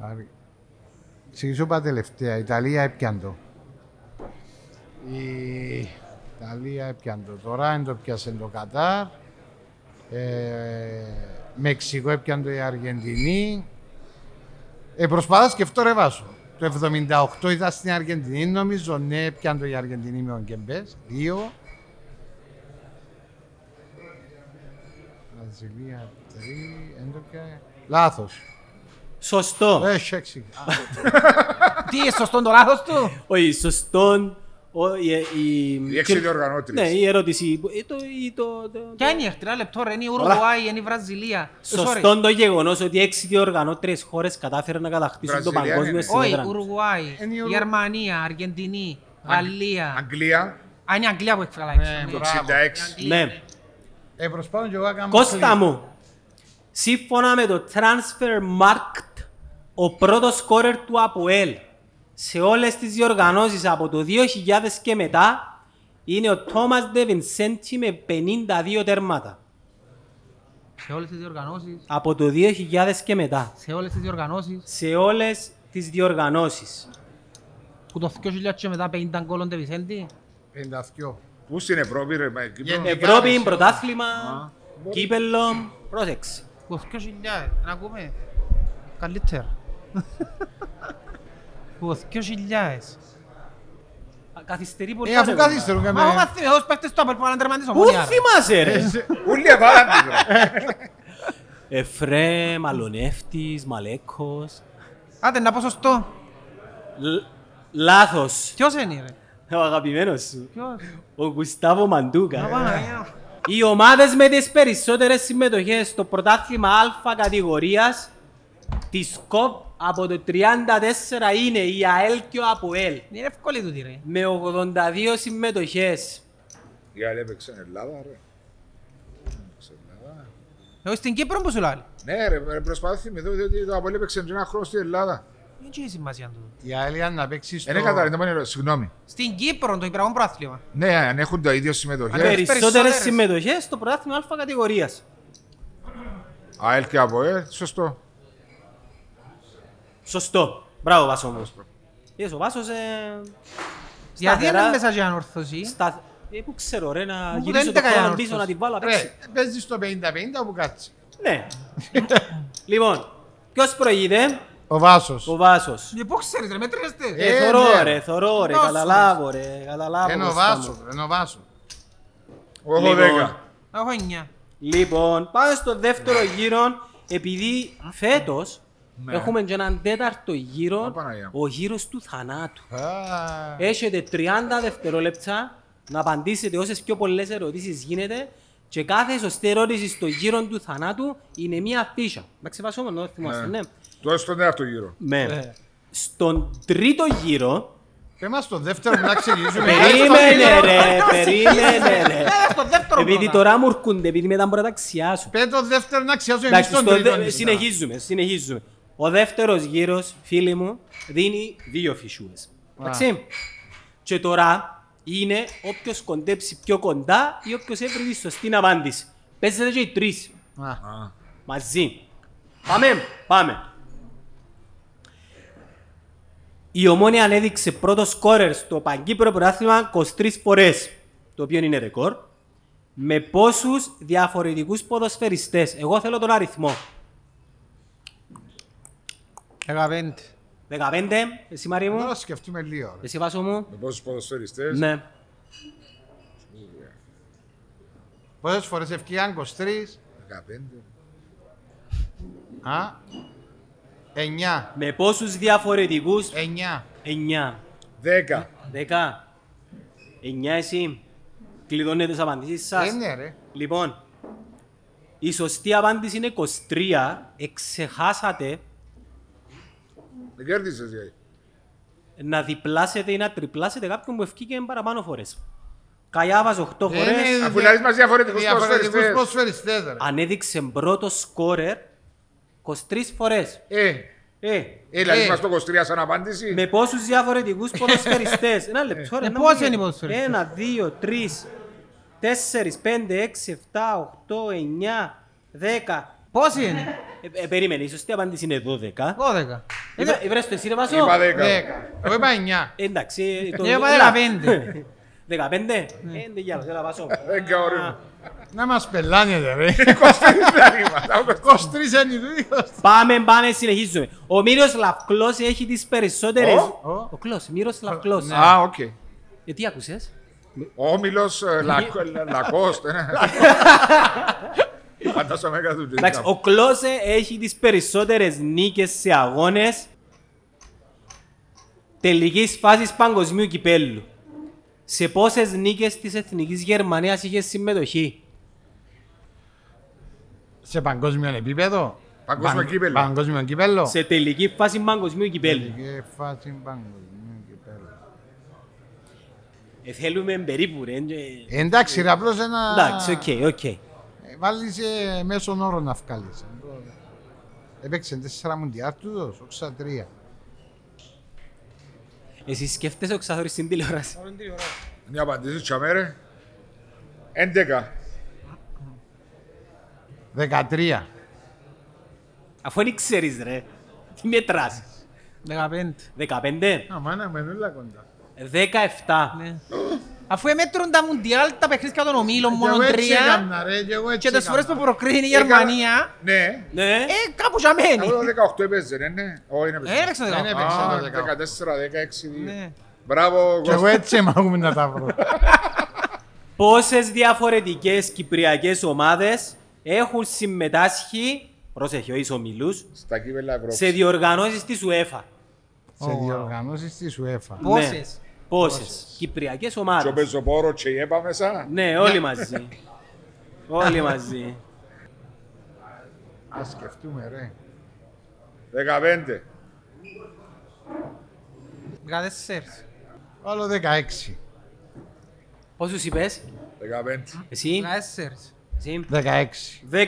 [SPEAKER 4] Άρη. Στη σου είπα τελευταία, η Ιταλία έπιαν το. Η Ιταλία έπιαν το. Τώρα είναι το πιάσε το Κατάρ. Ε, Μεξικό έπιαν το η Αργεντινή. Ε, προσπαθώ να σκεφτώ ρε Βάσο. Το 78 ήταν στην Αργεντινή, νομίζω. Ναι, έπιαν το η Αργεντινή με τον Κεμπές. Δύο. Βραζιλία 3, 11. Λάθο.
[SPEAKER 3] Ε.
[SPEAKER 2] Σωστό.
[SPEAKER 4] Έχει έξι. Α,
[SPEAKER 5] Τι, είναι σωστό το λάθος του.
[SPEAKER 2] Όχι, σωστό. Ο- η- η-
[SPEAKER 3] Οι έξι διοργανώτριες.
[SPEAKER 2] Ναι, η ερώτηση. που- ε, το- η- το- το-
[SPEAKER 5] Ποια είναι η εχθρά λεπτό ρε, είναι η Ουρουάη, είναι η Βραζιλία. Ε, sorry.
[SPEAKER 2] Σωστό το γεγονός ότι έξι διοργανώτριε χώρες κατάφεραν να κατακτήσουν το
[SPEAKER 3] Βραζιλία, ναι, ναι.
[SPEAKER 2] παγκόσμιο
[SPEAKER 5] Όχι,
[SPEAKER 2] συνέδρα.
[SPEAKER 5] Ουρουάη,
[SPEAKER 4] Ε, Είναι η Ουρου-
[SPEAKER 5] Γερμανία, Αργεντινή, Γαλλία.
[SPEAKER 3] Αγγλία,
[SPEAKER 5] Α, είναι η Αγγλία που έφυγα έξω.
[SPEAKER 3] το
[SPEAKER 5] ναι.
[SPEAKER 3] 66.
[SPEAKER 2] Ναι.
[SPEAKER 4] Ε, προσπάθω και εγώ να κάνω.
[SPEAKER 2] Κώστα
[SPEAKER 4] κλικ.
[SPEAKER 2] μου, σύμφωνα με το Transfer Market, ο πρώτος σκόρερ του ΑΠΟΕΛ σε όλες τις διοργανώσεις από το 2000 και μετά είναι ο Τόμας Ντεβινσέντσι με 52 τέρματα.
[SPEAKER 5] Σε όλες τις διοργανώσεις.
[SPEAKER 2] Από το 2000 και μετά.
[SPEAKER 5] Σε όλες τις διοργανώσεις.
[SPEAKER 2] Σε όλες τις διοργανώσεις.
[SPEAKER 5] Που το 2000 και μετά 50 γκολ ο Βισέντη.
[SPEAKER 4] 52.
[SPEAKER 3] Πού στην Ευρώπη, ρε, μα, Κύπρο.
[SPEAKER 4] Γεν-
[SPEAKER 2] Ευρώπη, πρωτάθλημα, κύπελλο, πρόσεξε.
[SPEAKER 5] Το 2000, να ακούμε. Καλύτερα. Το 2000.
[SPEAKER 2] Καθυστερεί πολύ.
[SPEAKER 4] Ε, αφού
[SPEAKER 2] ρε,
[SPEAKER 4] καθυστερούν
[SPEAKER 5] Μα έχω
[SPEAKER 4] καμία.
[SPEAKER 5] μάθει, εγώ παίχτες το απέλπω να τερματίσω.
[SPEAKER 2] Πού θυμάσαι
[SPEAKER 4] Ε,
[SPEAKER 2] ρε.
[SPEAKER 3] Ούλια βάλαν την, ρε.
[SPEAKER 2] Εφρέμ, Αλονεύτης, Μαλέκος.
[SPEAKER 5] Άντε, να πω σωστό.
[SPEAKER 2] Λ- Λάθος.
[SPEAKER 5] Ποιος είναι ρε.
[SPEAKER 2] Ο αγαπημένος σου.
[SPEAKER 5] Ποιος.
[SPEAKER 2] Ο Γκουστάβο
[SPEAKER 5] Να
[SPEAKER 2] Μαντούκα.
[SPEAKER 5] πάμε, ε.
[SPEAKER 2] Οι ομάδες με τις περισσότερες συμμετοχές στο πρωτάθλημα Α κατηγορίας της ΚΟΠ από το 34 είναι η ΑΕΛ και ο ΑΠΟΕΛ
[SPEAKER 5] Είναι εύκολη τούτη ρε.
[SPEAKER 2] με 82 συμμετοχές.
[SPEAKER 3] Η άλλη έπαιξε στην Ελλάδα, ρε.
[SPEAKER 5] Εγώ Ε, στην Κύπρο που σου λέω.
[SPEAKER 3] Ναι, ρε, ρε, προσπαθώ να θυμηθώ, διότι το Απόλυ έπαιξε ένα χρόνο στην Ελλάδα.
[SPEAKER 5] Δεν έχει σημασία τούτο.
[SPEAKER 4] Η Αέλια να παίξει στο...
[SPEAKER 3] Ε, ναι, κατάλαβα, δεν είναι, συγγνώμη.
[SPEAKER 5] Στην Κύπρο το Κυπριακό Πρόθλημα.
[SPEAKER 3] Ναι, αν έχουν τα ίδια συμμετοχές,
[SPEAKER 5] Ανέρι.
[SPEAKER 2] Περισσότερες
[SPEAKER 5] ναι, περισσότερες.
[SPEAKER 2] συμμετοχές στο πρωτάθλημα Α κατηγορίας.
[SPEAKER 3] ΑΕΛ και ΑΠΟΕ, ε, σωστό.
[SPEAKER 2] Σωστό. Μπράβο Βάσο όμως. Είδες ο Βάσος ε,
[SPEAKER 5] Γιατί
[SPEAKER 2] σταθερά-
[SPEAKER 5] είναι μέσα για ανόρθωση.
[SPEAKER 2] στα- Ε, πού ξέρω ρε, να
[SPEAKER 5] Μου
[SPEAKER 2] γυρίσω το
[SPEAKER 5] δεν τα κάνει
[SPEAKER 2] χρόνο
[SPEAKER 5] όρθιος.
[SPEAKER 2] πίσω να την βάλω απ' έξω.
[SPEAKER 4] Ρε, παίζεις στο 50-50 που κάτσει.
[SPEAKER 2] Ναι. λοιπόν, ποιος προείδε,
[SPEAKER 4] Ο Βάσος.
[SPEAKER 2] ο Βάσος.
[SPEAKER 5] Δεν πού Ε, ξέρεις ρε, μετρήσετε.
[SPEAKER 2] Ε,
[SPEAKER 4] Ε,
[SPEAKER 2] θωρώ
[SPEAKER 4] ναι.
[SPEAKER 2] ρε, θωρώ ρε,
[SPEAKER 5] Βάσος.
[SPEAKER 2] καταλάβω ρε, καταλάβω.
[SPEAKER 4] Ένα
[SPEAKER 2] Κωστά μου.
[SPEAKER 4] Βάσο, ένα Βάσος.
[SPEAKER 3] Εγώ
[SPEAKER 2] Λοιπόν,
[SPEAKER 3] δέκα.
[SPEAKER 5] Έχω εννιά.
[SPEAKER 2] λοιπόν, πάμε στο δεύτερο
[SPEAKER 4] Ναι.
[SPEAKER 2] γύρο, επειδή φέτος έχουμε και έναν τέταρτο
[SPEAKER 3] Α,
[SPEAKER 2] γύρο,
[SPEAKER 3] Παναγία μου.
[SPEAKER 2] ο γύρος του θανάτου.
[SPEAKER 4] Α,
[SPEAKER 2] Έχετε 30 δευτερόλεπτα να απαντήσετε όσες πιο πολλές ερωτήσεις γίνεται και κάθε σωστή ερώτηση στο γύρο του θανάτου είναι μία φύσα. Να ξεβασούμε, να θυμάστε, ναι.
[SPEAKER 3] Τώρα στον τέταρτο γύρο.
[SPEAKER 2] Ναι. Στον τρίτο γύρο.
[SPEAKER 4] Και μας το δεύτερο που να ξεκινήσουμε.
[SPEAKER 2] Περίμενε, ρε, περίμενε, ρε.
[SPEAKER 5] Ε, στο δεύτερο
[SPEAKER 2] Επειδή
[SPEAKER 5] πρώτα.
[SPEAKER 2] τώρα μου έρχονται, επειδή μετά μπορώ να ταξιάσω.
[SPEAKER 4] Πέ το δεύτερο να αξιάζω εμείς
[SPEAKER 2] Εντάξει,
[SPEAKER 4] τον
[SPEAKER 2] στο
[SPEAKER 4] τρίτο.
[SPEAKER 2] δε- συνεχίζουμε, συνεχίζουμε. Ο δεύτερος γύρος, φίλοι μου, δίνει δύο φυσούε. Εντάξει. Και τώρα είναι όποιος κοντέψει πιο κοντά ή όποιος έβρει τη σωστή απάντηση. Παίζετε και οι τρεις.
[SPEAKER 4] Α,
[SPEAKER 2] Μαζί. Πάμε, πάμε. Η Ομόνια ανέδειξε πρώτος σκόρερ στο Παγκύπρο Πρωτάθλημα 23 φορές, το οποίο είναι ρεκόρ, με πόσους διαφορετικούς ποδοσφαιριστές. Εγώ θέλω τον αριθμό.
[SPEAKER 5] Δεκαπέντε.
[SPEAKER 2] 15, εσύ Μαρή μου,
[SPEAKER 4] Τώρα σκεφτούμε λίγο. ρε.
[SPEAKER 2] εσύ Βάσο μου.
[SPEAKER 3] Με πόσους ποδοσφαιριστές.
[SPEAKER 2] Ναι.
[SPEAKER 4] Πόσες φορές ευκαιρία 23.
[SPEAKER 3] 15.
[SPEAKER 4] Α, 9.
[SPEAKER 2] Με πόσους διαφορετικούς.
[SPEAKER 4] 9.
[SPEAKER 2] 9,
[SPEAKER 3] 10.
[SPEAKER 2] 10, 9 εσύ. Κλειδώνετε τις απαντήσεις σας.
[SPEAKER 4] Είναι Ε, ναι, ρε.
[SPEAKER 2] Λοιπόν, η σωστή απάντηση είναι 23. Εξεχάσατε
[SPEAKER 3] Δεν κέρδισες, δηλαδή. γιατί.
[SPEAKER 2] να διπλάσετε ή να τριπλάσετε κάποιον που ευκήκε παραπάνω φορές. Καϊάβας 8 φορές.
[SPEAKER 4] Είναι
[SPEAKER 3] Αφού λάζεις μας διαφορετικούς
[SPEAKER 4] Διαφορετικούς
[SPEAKER 3] ποδοσφαιριστές.
[SPEAKER 4] ποδοσφαιριστές ρε.
[SPEAKER 2] Ανέδειξε πρώτο σκόρερ 23 φορές.
[SPEAKER 4] Ε,
[SPEAKER 2] Ε,
[SPEAKER 3] Ε, δηλαδή
[SPEAKER 2] ε,
[SPEAKER 3] μας το κοστρία σαν απάντηση.
[SPEAKER 2] με πόσους διαφορετικούς ποδοσφαιριστέ. Ένα λεπτό. ρε,
[SPEAKER 5] Ε,
[SPEAKER 2] να
[SPEAKER 5] πόσοι
[SPEAKER 2] μου
[SPEAKER 5] είναι οι
[SPEAKER 2] πει.
[SPEAKER 5] ποδοσφαιριστές?
[SPEAKER 2] Ένα, δύο, τρεις, τέσσερις, πέντε, έξι, εφτά, οχτώ, εννιά, δέκα.
[SPEAKER 5] Πόσοι είναι,
[SPEAKER 2] Ε, ε, περίμενε, η σωστή απάντηση είναι 12.
[SPEAKER 5] 12.
[SPEAKER 2] Ε, βρε- ε, βρες το εσύ ρε Βάσο.
[SPEAKER 3] Είπα δέκα.
[SPEAKER 4] Ναι.
[SPEAKER 5] 10. Εγώ είπα 9.
[SPEAKER 2] Ε, Εντάξει. ε, το-
[SPEAKER 5] Ε, είπα
[SPEAKER 2] έλα.
[SPEAKER 5] 15.
[SPEAKER 2] 15. Ε, δεν γυάλα, έλα Βάσο.
[SPEAKER 3] Δέκα ωραία.
[SPEAKER 4] Να μας πελάνετε ρε. 23 είναι οι δύο.
[SPEAKER 2] Πάμε, πάμε, συνεχίζουμε. Ο Μύρος Λαυκλός έχει τις περισσότερες...
[SPEAKER 3] Ο?
[SPEAKER 2] Ο, ο Κλός, Μύρος Λαυκλός.
[SPEAKER 3] Α, ναι. οκ.
[SPEAKER 2] Ε, τι άκουσες?
[SPEAKER 3] Ο Όμιλος ε, Λακ- Λα- Λακώστ. ε. Φαντάζομαι κάτι
[SPEAKER 2] Εντάξει,
[SPEAKER 3] τέτοιο.
[SPEAKER 2] ο Κλός ε, έχει τις περισσότερες νίκες σε αγώνες τελικής φάσης παγκοσμίου κυπέλου. Σε πόσες νίκες της Εθνικής Γερμανίας είχε συμμετοχή.
[SPEAKER 4] Σε παγκόσμιο επίπεδο.
[SPEAKER 3] Παγκόσμιο
[SPEAKER 4] Παν-
[SPEAKER 3] κύπελλο.
[SPEAKER 4] Παγκόσμιο κύπελλο.
[SPEAKER 2] Σε τελική φάση παγκοσμίου κυπέλου.
[SPEAKER 4] Και φάση παγκόσμιο κύπελλο.
[SPEAKER 2] Ε, θέλουμε περίπου ρε. ε,
[SPEAKER 4] Εντάξει ρε, απλώς ένα...
[SPEAKER 2] Εντάξει, οκ, οκ.
[SPEAKER 4] Ε, Βάλεις ε, μέσον όρο να βγάλεις. Έπαιξε τέσσερα μουντιάρ τούτος, όξα τρία.
[SPEAKER 2] Εσύ σκέφτεσαι ο ξαθόρης στην τηλεόραση.
[SPEAKER 3] Μια απαντήση τσαμέρε. 11.
[SPEAKER 4] Δεκατρία.
[SPEAKER 2] Αφού δεν ξέρεις ρε. Τι μετράς.
[SPEAKER 5] 15.
[SPEAKER 2] 15,
[SPEAKER 3] Αμάνα με νουλά κοντά.
[SPEAKER 2] 17.
[SPEAKER 5] Ναι. Αφού εμέτρουν τα μουντιάλ τα παιχνίδια των ομίλων μόνο
[SPEAKER 3] Εγώ έτσι
[SPEAKER 5] τρία
[SPEAKER 3] έκαμνα, ρε, και εγώ έτσι
[SPEAKER 5] και τις φορές που
[SPEAKER 3] έκαμνα.
[SPEAKER 5] προκρίνει η
[SPEAKER 3] Έκανα-
[SPEAKER 5] Γερμανία,
[SPEAKER 3] Ναι.
[SPEAKER 2] Ναι.
[SPEAKER 5] ε, κάπου για μένει.
[SPEAKER 3] Εγώ το 18 έπαιζε, ναι, ναι. Όχι, είναι
[SPEAKER 5] Ε, Έπαιξε
[SPEAKER 4] Δεν
[SPEAKER 5] το
[SPEAKER 4] έπαιξε
[SPEAKER 3] Α,
[SPEAKER 4] το δεκαοχτώ.
[SPEAKER 3] 14, 16.
[SPEAKER 5] Ναι.
[SPEAKER 3] Μπράβο,
[SPEAKER 4] Και εγώ
[SPEAKER 3] Κώστα.
[SPEAKER 4] έτσι μάγουμε να τα βρω.
[SPEAKER 2] Πόσες διαφορετικές κυπριακές ομάδες έχουν συμμετάσχει, πρόσεχε ο ισομιλούς,
[SPEAKER 3] Στα κύπελα
[SPEAKER 2] σε
[SPEAKER 3] Ευρώπης.
[SPEAKER 2] διοργανώσεις της UEFA.
[SPEAKER 4] Σε διοργανώσεις της UEFA.
[SPEAKER 5] Πόσες.
[SPEAKER 2] Ναι. Πόσες. Κυπριακές
[SPEAKER 3] Και ο
[SPEAKER 2] ομάδες.
[SPEAKER 3] Πεζοπόρο και η ΕΠΑ μέσα.
[SPEAKER 2] Ναι, όλοι μαζί. όλοι μαζί.
[SPEAKER 4] Ας σκεφτούμε ρε.
[SPEAKER 3] 15.
[SPEAKER 5] 14.
[SPEAKER 4] Βάλω 16.
[SPEAKER 2] Πόσους είπες,
[SPEAKER 3] 15.
[SPEAKER 2] εσύ,
[SPEAKER 5] 14.
[SPEAKER 2] εσύ.
[SPEAKER 4] 16.
[SPEAKER 2] 17.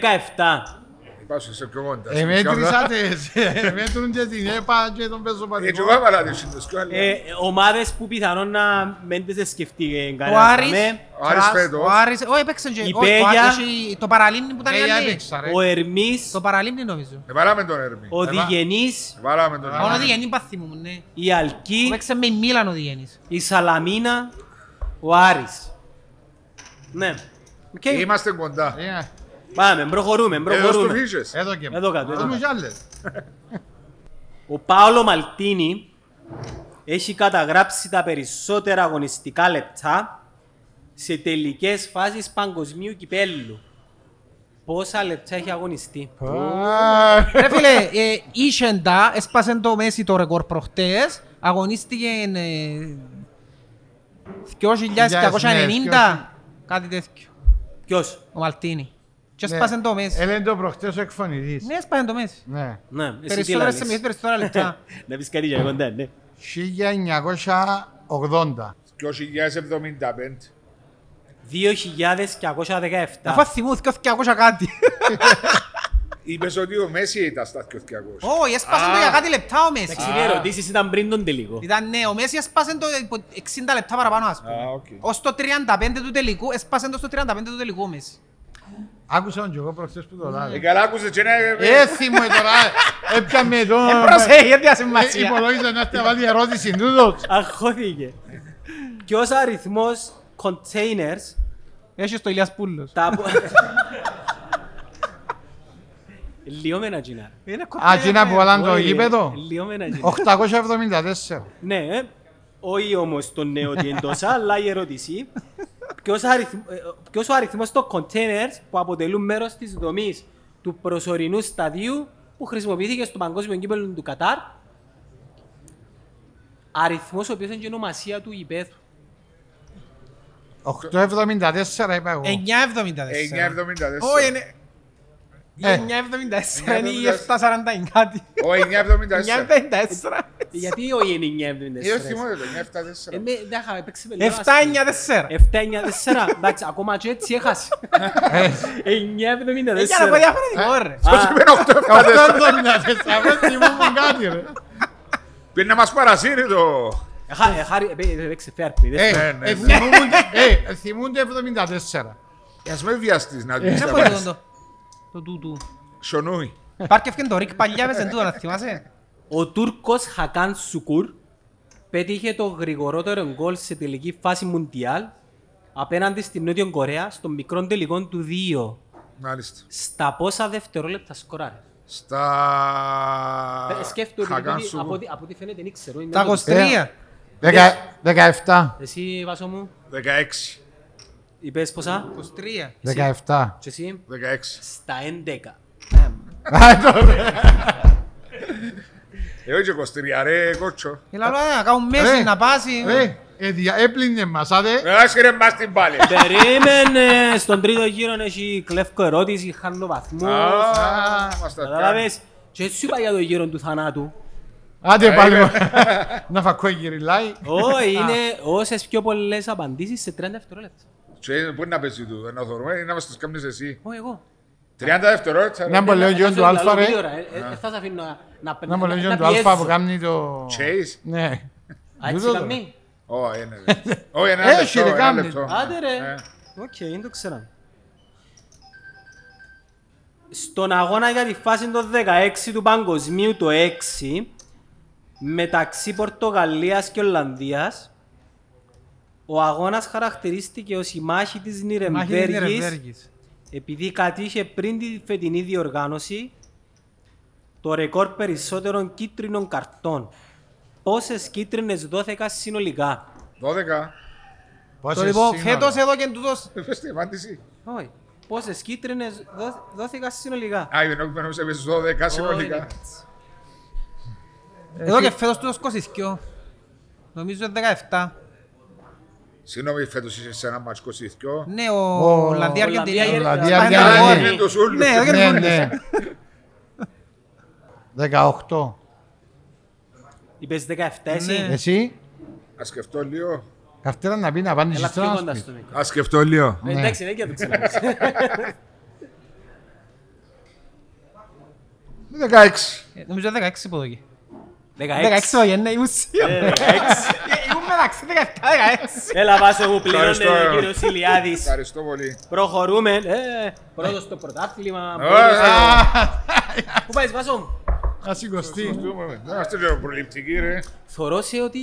[SPEAKER 3] Πάω σε πιο κοντά.
[SPEAKER 4] Ε, Εμέτρησα τις, εμέτρουν και την ΕΠΑ και τον
[SPEAKER 3] Έτσι,
[SPEAKER 4] πεζοπατικό.
[SPEAKER 3] Ε, εγώ έβαλα τις σύντες κι άλλα.
[SPEAKER 2] Ε, ομάδες που πιθανόν να μην τις σκεφτεί
[SPEAKER 5] Ο
[SPEAKER 2] κανένας.
[SPEAKER 5] Άρης,
[SPEAKER 2] Αμέ,
[SPEAKER 3] Ο Άρης
[SPEAKER 5] Τρας,
[SPEAKER 3] φέτος.
[SPEAKER 5] ο Άρης, όχι έπαιξε και,
[SPEAKER 2] Η
[SPEAKER 5] όχι, ο Άρης,
[SPEAKER 2] Πέγια.
[SPEAKER 5] έχει το παραλίμνη που ήταν η
[SPEAKER 4] Ε, για
[SPEAKER 5] άλλη.
[SPEAKER 4] έπαιξα ρε.
[SPEAKER 2] ο Ερμής,
[SPEAKER 5] Το παραλίμνη νομίζω.
[SPEAKER 3] Ε, Βάλαμε τον Ερμή.
[SPEAKER 2] ο Διγενής,
[SPEAKER 3] Ε, Βάλαμε τον
[SPEAKER 5] Μόνο ο
[SPEAKER 3] Ερμή.
[SPEAKER 5] Διγενή παθήμουν, ναι.
[SPEAKER 2] η Αλκή,
[SPEAKER 5] Έπαιξε με η Μίλαν ο Διγενής.
[SPEAKER 2] η Σαλαμίνα, ο Άρης. Ναι. Οκ.
[SPEAKER 3] Είμαστε κοντά.
[SPEAKER 4] Ε,
[SPEAKER 2] Πάμε, προχωρούμε,
[SPEAKER 3] Εδώ στο
[SPEAKER 2] Ε, προχωρούμε.
[SPEAKER 3] φύσες.
[SPEAKER 4] Εδώ και
[SPEAKER 2] Εδώ κάτω, εδώ
[SPEAKER 4] Δώσ' μου
[SPEAKER 2] κάτω.
[SPEAKER 4] κι άλλες.
[SPEAKER 2] Ο Πάολο Μαλτίνι έχει καταγράψει τα περισσότερα αγωνιστικά λεπτά σε τελικές φάσεις παγκοσμίου κυπέλου. Πόσα λεπτά έχει αγωνιστεί.
[SPEAKER 4] Α,
[SPEAKER 5] Ρε φίλε, ε, είχε τα, έσπασε το Μέση το ρεκόρ προχτές, αγωνίστηκε ε, 2.990, κάτι τέτοιο,
[SPEAKER 2] Ποιος.
[SPEAKER 5] ο Μαλτίνη. Και
[SPEAKER 4] ναι.
[SPEAKER 5] έσπασε το Μέση.
[SPEAKER 4] Έλεγε το προχτές ο εκφωνητής.
[SPEAKER 5] Ναι, έσπασε το Μέση.
[SPEAKER 4] Ναι.
[SPEAKER 2] Ναι, εσύ τι
[SPEAKER 5] Περισσότερες
[SPEAKER 2] λαλείς.
[SPEAKER 5] σημείες, περισσότερα λεπτά.
[SPEAKER 2] Να πεις κάτι για κοντά, ναι.
[SPEAKER 4] 1980.
[SPEAKER 3] 2075.
[SPEAKER 2] 2.217.
[SPEAKER 5] Αφού θυμούν, 2.200 κάτι.
[SPEAKER 3] Είπες ότι ο Μέση ήταν στα 200.
[SPEAKER 5] Όχι, έσπασε το για κάτι λεπτά ο Μέση.
[SPEAKER 2] Εντάξει, οι ερωτήσεις ήταν πριν τον τελικό.
[SPEAKER 5] Ήταν ναι, ο Μέση έσπασε το υπο- 60 λεπτά παραπάνω, ας πούμε.
[SPEAKER 3] Α, οκ.
[SPEAKER 5] Ως το 35 του τελικού, έσπασε το στο 35 του τελικού ο Μέση.
[SPEAKER 4] Άκουσα τον κι εγώ προχτές που το
[SPEAKER 3] Ε,
[SPEAKER 4] λάβει.
[SPEAKER 3] καλά άκουσες και να...
[SPEAKER 4] Έθιμο ε, τώρα. Έπιαμε τον...
[SPEAKER 5] Προσέχει, γιατί
[SPEAKER 4] Ε,
[SPEAKER 5] ασυμβασία.
[SPEAKER 4] Υπολόγιζα να είστε βάλει ερώτηση τούτος.
[SPEAKER 2] Αγχώθηκε. Ποιος αριθμός containers
[SPEAKER 5] Έχεις το Ηλίας Πούλος.
[SPEAKER 2] τα απο... Λιώμενα τζινά.
[SPEAKER 4] Α, τι να που βάλαν το
[SPEAKER 2] Όχι, ρε.
[SPEAKER 4] γήπεδο.
[SPEAKER 2] Λιώμενα τζινά.
[SPEAKER 4] 874.
[SPEAKER 2] Ναι, ε. όχι όμως το νέο ότι εντός, αλλά η ερώτηση. Ποιος, αριθμ... ε, ποιος ο αριθμός των containers που αποτελούν μέρος της δομής του προσωρινού σταδίου που χρησιμοποιήθηκε στο παγκόσμιο κύπελλο του Κατάρ. Αριθμός ο οποίος είναι και η ονομασία του υπέθου.
[SPEAKER 4] 874 είπα εγώ.
[SPEAKER 3] 974.
[SPEAKER 5] 9,74.
[SPEAKER 3] ε.
[SPEAKER 5] Όχι, είναι... Η 9.74 είναι η 7.49 κάτι.
[SPEAKER 3] Ο 974.
[SPEAKER 5] 9.74.
[SPEAKER 2] Γιατί ο Ιέννη 974.
[SPEAKER 3] Ή όχι μόνο το 974.
[SPEAKER 2] Ε, με- Δεν είχα παίξει
[SPEAKER 5] Ε,
[SPEAKER 2] με
[SPEAKER 5] 7.94.
[SPEAKER 2] 7-9-4. Εντάξει, ακόμα και έτσι έχασε. 9-74.
[SPEAKER 5] Ε, Για να πω διαφορετικό ρε.
[SPEAKER 3] Πώς είπε 874.
[SPEAKER 4] Αυτό το μια τεσσαρά, θυμούμουν κάτι ρε.
[SPEAKER 3] Πήγαινε να μας παρασύρει το...
[SPEAKER 2] ε, Παίξε fair play. δεν-
[SPEAKER 3] Ναι,
[SPEAKER 4] Ε,
[SPEAKER 3] ναι, ναι.
[SPEAKER 4] ε, θυμούμουν- Ε, θυμούνται 74.
[SPEAKER 3] Ε, Ας με βιαστείς να δεις
[SPEAKER 5] Δεν
[SPEAKER 3] τα
[SPEAKER 5] μπορεί
[SPEAKER 3] πας.
[SPEAKER 5] να το... ε, Το τούτου.
[SPEAKER 3] Σονούι.
[SPEAKER 5] Υπάρχει ευκαιρία το Ρικ παλιά μες εν τούτο να θυμάσαι.
[SPEAKER 2] Ο Τούρκος Χακάν Σουκούρ πέτυχε το γρηγορότερο γκολ σε τελική φάση Μουντιάλ απέναντι στην Νότιο Κορέα στον μικρό τελικό του 2.
[SPEAKER 3] Μάλιστα.
[SPEAKER 2] Στα πόσα δευτερόλεπτα σκοράρει.
[SPEAKER 3] Στα...
[SPEAKER 2] Ε, Σκέφτομαι ότι
[SPEAKER 3] Χακάν
[SPEAKER 2] τούτοι,
[SPEAKER 3] σου.
[SPEAKER 2] από ό,τι- από ό,τι φαίνεται δεν ξέρω. είναι
[SPEAKER 5] Τα
[SPEAKER 2] μόνο-
[SPEAKER 5] 23.
[SPEAKER 4] Δεκα- 17.
[SPEAKER 2] Εσύ Βάσο μου,
[SPEAKER 3] 16.
[SPEAKER 2] είπες πόσα.
[SPEAKER 5] 23.
[SPEAKER 4] 17.
[SPEAKER 2] Και εσύ,
[SPEAKER 3] 16.
[SPEAKER 2] στα 11.
[SPEAKER 3] Εγώ Ε, και 23, ρε κότσο.
[SPEAKER 5] Μιλάω να κάνουν μέση,
[SPEAKER 4] Ρε,
[SPEAKER 5] να πάσει.
[SPEAKER 4] Ρε, ε, δια- έπλυνε μας, άντε.
[SPEAKER 3] Ας Ε, ρε μας την πάλι.
[SPEAKER 2] Ε, Περίμενε, στον τρίτο γύρο έχει κλέφκο ερώτηση, χάνω βαθμό. ε,
[SPEAKER 3] Α, μας τα κάνει.
[SPEAKER 2] Καταλάβες, και έτσι σου είπα για το γύρο του θανάτου.
[SPEAKER 4] Άντε πάλι. Να φακώ γυριλάει.
[SPEAKER 2] Όχι, είναι όσες πιο πολλές απαντήσεις σε 30 δευτερόλεπτα.
[SPEAKER 3] Και Πού να παίζει του, να θωρούμε, να μας τους κάνεις εσύ.
[SPEAKER 2] Όχι εγώ. Ε,
[SPEAKER 3] 30 δευτερόλεπτα.
[SPEAKER 4] Να
[SPEAKER 3] ρε.
[SPEAKER 4] μου λέει ο Γιον του Αλφα, ρε.
[SPEAKER 2] Θα σε αφήνω να- να
[SPEAKER 4] Να μου λέει ο
[SPEAKER 2] να
[SPEAKER 4] Γιον του Αλφα
[SPEAKER 2] πιέζω.
[SPEAKER 4] που κάνει το...
[SPEAKER 3] Chase.
[SPEAKER 4] Ναι.
[SPEAKER 2] Α, έτσι
[SPEAKER 4] Τούτο το.
[SPEAKER 2] καμνεί.
[SPEAKER 3] Όχι, ένα λεπτό. Όχι, ναι, ένα
[SPEAKER 4] Έχει,
[SPEAKER 3] λεπτό,
[SPEAKER 4] ρε,
[SPEAKER 3] ένα
[SPEAKER 4] κάμνη.
[SPEAKER 3] λεπτό.
[SPEAKER 2] Άντε ρε.
[SPEAKER 3] Ε.
[SPEAKER 2] Οκ, δεν το ξέρα. Στον αγώνα για τη φάση των 16 του Παγκοσμίου το 6 μεταξύ Πορτογαλίας και Ολλανδίας ο αγώνας χαρακτηρίστηκε ως η μάχη της
[SPEAKER 5] Μάχη της
[SPEAKER 2] Νιρεμβέργης
[SPEAKER 5] Νιρεμβέργης.
[SPEAKER 2] επειδή κατήχε πριν τη φετινή διοργάνωση το ρεκόρ περισσότερων κίτρινων καρτών. Πόσες κίτρινες 12 συνολικά.
[SPEAKER 3] 12.
[SPEAKER 5] Το
[SPEAKER 4] Πόσες
[SPEAKER 5] λοιπόν,
[SPEAKER 4] σύνολα.
[SPEAKER 5] φέτος εδώ και τούτος.
[SPEAKER 3] Ε, Πες την απάντηση.
[SPEAKER 2] Όχι. Πόσες κίτρινες δο- δόθηκαν συνολικά.
[SPEAKER 3] Α, δεν έχουμε νόμιζα πες 12 συνολικά.
[SPEAKER 2] Όχι,
[SPEAKER 5] Εδώ Ε, και φέτος τούτος κοσισκιό. Νομίζω είναι 17.
[SPEAKER 3] Συγγνώμη, φέτος είσαι σε ένα μάτς 22.
[SPEAKER 5] Ναι, ο
[SPEAKER 4] Ο-
[SPEAKER 5] Ολλανδία
[SPEAKER 2] Ολλανδία,
[SPEAKER 5] Αργεντινία.
[SPEAKER 4] Ολλανδία,
[SPEAKER 5] Σπάνια,
[SPEAKER 4] Αργεντινία.
[SPEAKER 5] Αργεντινία.
[SPEAKER 3] Α,
[SPEAKER 4] ναι.
[SPEAKER 3] είναι τους ούλους.
[SPEAKER 5] Ναι, εδώ και
[SPEAKER 4] Ναι,
[SPEAKER 5] τούτος.
[SPEAKER 4] ναι. 18.
[SPEAKER 2] Είπες 17 εσύ.
[SPEAKER 5] Ναι.
[SPEAKER 4] Εσύ,
[SPEAKER 2] ναι.
[SPEAKER 3] Ας σκεφτώ λίγο.
[SPEAKER 4] καυτέρα να πει να πάνε
[SPEAKER 2] Έλα
[SPEAKER 4] στο
[SPEAKER 2] πιο κοντά
[SPEAKER 4] ένα
[SPEAKER 2] στο
[SPEAKER 4] σπίτι.
[SPEAKER 2] μικρό.
[SPEAKER 3] Ας σκεφτώ λίγο.
[SPEAKER 2] Ε, Εντάξει, δεν και το ξέρω.
[SPEAKER 3] 16.
[SPEAKER 5] Ε, Νομίζω είναι 16 που εδώ εκεί. 16
[SPEAKER 2] 16.
[SPEAKER 5] εδώ είναι, ήμουν σίγουρος. Ε, Ήμουν μεταξύ 17-16.
[SPEAKER 2] Έλα βάσο μου πληρώνε
[SPEAKER 3] Ευχαριστώ.
[SPEAKER 2] ο κύριος Ηλιάδης.
[SPEAKER 3] Ευχαριστώ πολύ.
[SPEAKER 2] Προχωρούμε. Ε, Πρώτος στο πρωτάθλημα. πρώτος-
[SPEAKER 3] Ωραία.
[SPEAKER 2] Πού πάεις βάσο μου.
[SPEAKER 4] Να σηκωστεί.
[SPEAKER 3] Να είστε λίγο προληπτικοί, ρε.
[SPEAKER 2] Θωρώς σε ότι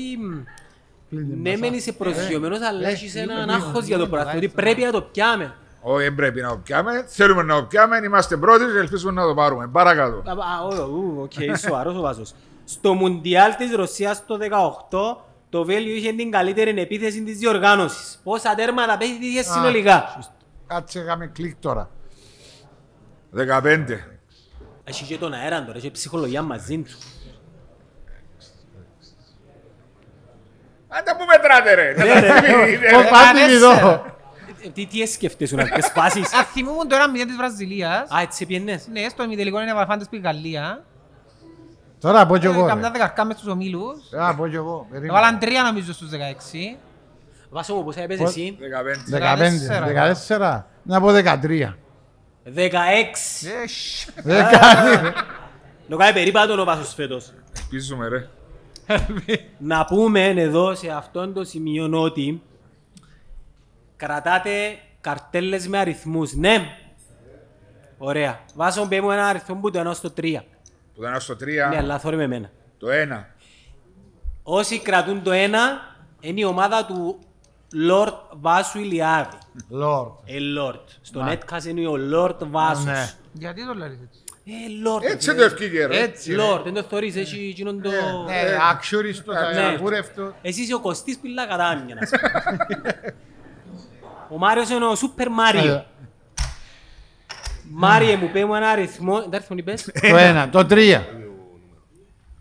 [SPEAKER 2] μ, ναι μεν είσαι προσγειωμένος αλλά έχεις έναν άγχος για το πρωτάθλημα. Ότι πρέπει να το πιάμε.
[SPEAKER 3] Όχι, δεν πρέπει να το πιάμε. Θέλουμε να το πιάμε. Είμαστε πρώτοι και ελπίζουμε να το πάρουμε. Παρακαλώ.
[SPEAKER 2] Α, α, ο, ου, Οκ, σοβαρός ο Βάσος. Στο Μουντιάλ της Ρωσίας το 18, το Βέλιο είχε την καλύτερη επίθεση της διοργάνωσης. Πόσα τέρματα πέτυχε συνολικά.
[SPEAKER 4] Κάτσε, έκαμε κλικ τώρα.
[SPEAKER 3] 15.
[SPEAKER 2] Έχει και τον αέρα τώρα, έχει ψυχολογία μαζί του.
[SPEAKER 3] Αν τα που μετράτε, ρε.
[SPEAKER 2] Ναι,
[SPEAKER 3] Ε,
[SPEAKER 4] Ω, πάτε εδώ.
[SPEAKER 2] Ε, Τι, τι έσκεφτεσαι να πεις φάσεις.
[SPEAKER 5] Αν θυμούμουν το 1-0 της Βραζιλίας.
[SPEAKER 2] Α, έτσι πιένες.
[SPEAKER 5] Ναι, στο ημιτελικό είναι βαφάντες που η Γαλλία.
[SPEAKER 4] Τώρα πω κι εγώ.
[SPEAKER 5] Ε, Καμιά
[SPEAKER 4] ρε.
[SPEAKER 5] δεκαρκά μες στους ομίλους.
[SPEAKER 4] Α, πω κι εγώ. περίμενε.
[SPEAKER 5] Έβαλαν τρία νομίζω στους 16.
[SPEAKER 2] Βάσο μου, πόσα έπαιζες
[SPEAKER 4] Πώς-
[SPEAKER 2] εσύ.
[SPEAKER 3] 15.
[SPEAKER 5] 14.
[SPEAKER 4] 15, 14. Να πω 13.
[SPEAKER 2] 16.
[SPEAKER 4] Δεκα-
[SPEAKER 2] Το κάνει περίπατον ο Βάσος φέτος.
[SPEAKER 3] Ελπίζουμε, ρε.
[SPEAKER 2] Να πούμε εδώ σε αυτόν το σημείο ότι κρατάτε καρτέλες με αριθμούς. Ναι. Ωραία. Βάσον πέ μου ένα αριθμό που το 1 στο 3.
[SPEAKER 3] Που ήταν στο
[SPEAKER 2] Ναι,
[SPEAKER 3] 3,
[SPEAKER 2] αλλά θόρυ με εμένα.
[SPEAKER 3] το 1.
[SPEAKER 2] Όσοι κρατούν το 1 είναι η ομάδα του Λόρτ Βάσου Ηλιάδη.
[SPEAKER 4] Λόρ.
[SPEAKER 2] Ε, Λόρτ. Στον Netcast είναι ο Λόρτ Βάσος.
[SPEAKER 4] Ναι.
[SPEAKER 5] Γιατί το λέτε έτσι.
[SPEAKER 2] Ε, Λόρτ.
[SPEAKER 3] Έτσι το ευκήγε, ρε.
[SPEAKER 4] Έτσι.
[SPEAKER 2] Λόρτ, δεν το θεωρείς, έχει εκείνον το...
[SPEAKER 4] Ναι, ρε, αξιούριστος,
[SPEAKER 2] Ναι.
[SPEAKER 4] αγούρευτος.
[SPEAKER 2] Εσύ είσαι ο Κωστής Πιλακατάμια, να σου πω. Ο Μάριος είναι ο Σούπερ Μάριο.
[SPEAKER 4] Ε,
[SPEAKER 2] Μάριε μου, πέ μου ένα αριθμό. Τα αριθμό είπες.
[SPEAKER 4] Το ένα, το τρία.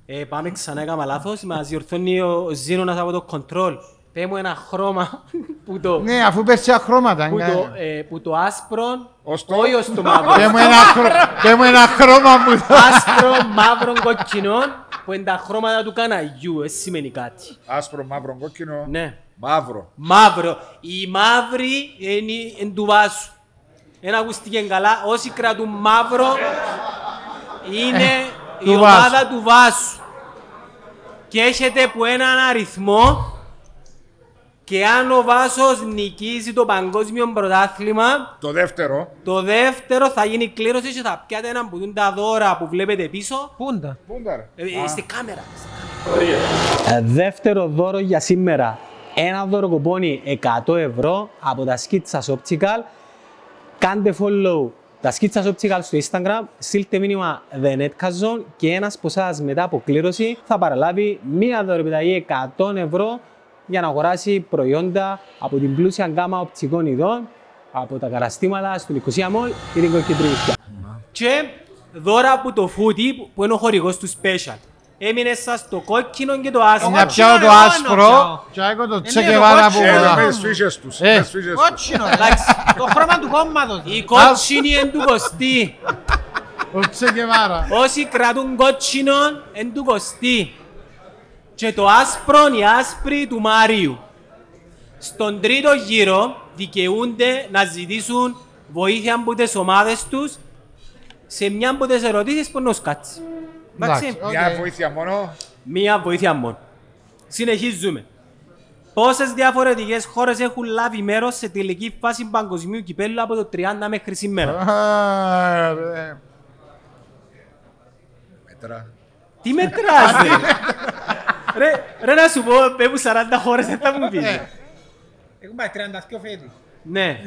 [SPEAKER 2] Ε, Πάμε ξανά, έκανα λάθος. Μας διορθώνει ο Ζήνωνας από το κοντρόλ. Πέ μου ένα χρώμα που το,
[SPEAKER 4] Ναι, αφού πέρσι χρώματα.
[SPEAKER 2] που
[SPEAKER 4] είναι
[SPEAKER 2] το,
[SPEAKER 4] καλό.
[SPEAKER 2] ε, που το άσπρο,
[SPEAKER 3] Ως το-
[SPEAKER 2] όχι ως το μαύρο.
[SPEAKER 4] Πέ μου ένα χρο- Πέ μου ένα χρώμα που
[SPEAKER 2] άσπρο, μαύρο, κοκκινό, που είναι τα χρώματα του καναγιού, δεν σημαίνει κάτι.
[SPEAKER 3] Άσπρο, μαύρο, κόκκινο.
[SPEAKER 2] Ναι.
[SPEAKER 3] Μαύρο.
[SPEAKER 2] Μαύρο. Οι μαύροι είναι, είναι του βάσου. Δεν ακούστηκε καλά. Όσοι κρατούν μαύρο είναι η
[SPEAKER 4] του
[SPEAKER 2] ομάδα
[SPEAKER 4] Βάσου.
[SPEAKER 2] του βάσου. Και έχετε που έναν αριθμό και αν ο Βάσος νικήσει το παγκόσμιο πρωτάθλημα,
[SPEAKER 3] Το δεύτερο.
[SPEAKER 2] το δεύτερο θα γίνει κλήρωση και θα πιάτε έναν που δουν τα δώρα που βλέπετε πίσω.
[SPEAKER 5] Πούντα.
[SPEAKER 3] Πούντα ρε.
[SPEAKER 2] Ε, Στη κάμερα.
[SPEAKER 7] Ε, Δεύτερο δώρο για σήμερα. Ένα δώρο κουπόνι 100 ευρώ από τα Σκίτσα Optical. Κάντε follow τα Σκίτσα Optical στο Instagram, στείλτε μήνυμα The Netcast Zone και ένας από εσάς μετά από κλήρωση θα παραλάβει μία δωρεπιταγή 100 ευρώ για να αγοράσει προϊόντα από την πλούσια γκάμα οπτικών ειδών από τα καταστήματα στο Λικουσία Μολ ή την Κοκκεντρική.
[SPEAKER 2] και δώρα από το φούτι που- που είναι ο χορηγός του special. Έμεινε σας το κόκκινο και το άσπρο.
[SPEAKER 4] Να πιάω το
[SPEAKER 5] εγώ να
[SPEAKER 4] άσπρο
[SPEAKER 5] πιάω.
[SPEAKER 4] και να έχω το
[SPEAKER 5] Είναι
[SPEAKER 4] τσεκεβάρα
[SPEAKER 5] το
[SPEAKER 4] που
[SPEAKER 5] κότσινο.
[SPEAKER 3] Ε,
[SPEAKER 4] κολλά.
[SPEAKER 3] με τις φύσες τους.
[SPEAKER 4] Ε.
[SPEAKER 3] με τις φύσες τους.
[SPEAKER 5] Κότσινο, εντάξει. Το χρώμα του κόμματος.
[SPEAKER 2] Η κόκκινη είναι του Κωστή.
[SPEAKER 4] Το τσεκεβάρα.
[SPEAKER 2] Όσοι κρατούν κόκκινο είναι του Κωστή. Και το άσπρο είναι η άσπρη του Μάριου. Στον τρίτο γύρο δικαιούνται να ζητήσουν βοήθεια από τις ομάδες τους σε μια από τις ερωτήσεις που νους κάτσει. Εντάξει.
[SPEAKER 4] Εντάξει.
[SPEAKER 3] Μια
[SPEAKER 4] Οκ.
[SPEAKER 3] βοήθεια μόνο.
[SPEAKER 2] Μία βοήθεια μόνο. Συνεχίζουμε. Πόσες διαφορετικές χώρες έχουν λάβει μέρος σε τελική φάση παγκοσμίου κυπέλου από το 30 μέχρι σήμερα.
[SPEAKER 4] Α, ρε.
[SPEAKER 3] Μέτρα.
[SPEAKER 2] Τι μετράς, ρε. ρε, ρε, να σου πω, περίπου 40 χώρες δεν θα μου πει.
[SPEAKER 5] Ε. Έχουν πάει 32 φέτοι.
[SPEAKER 2] ναι.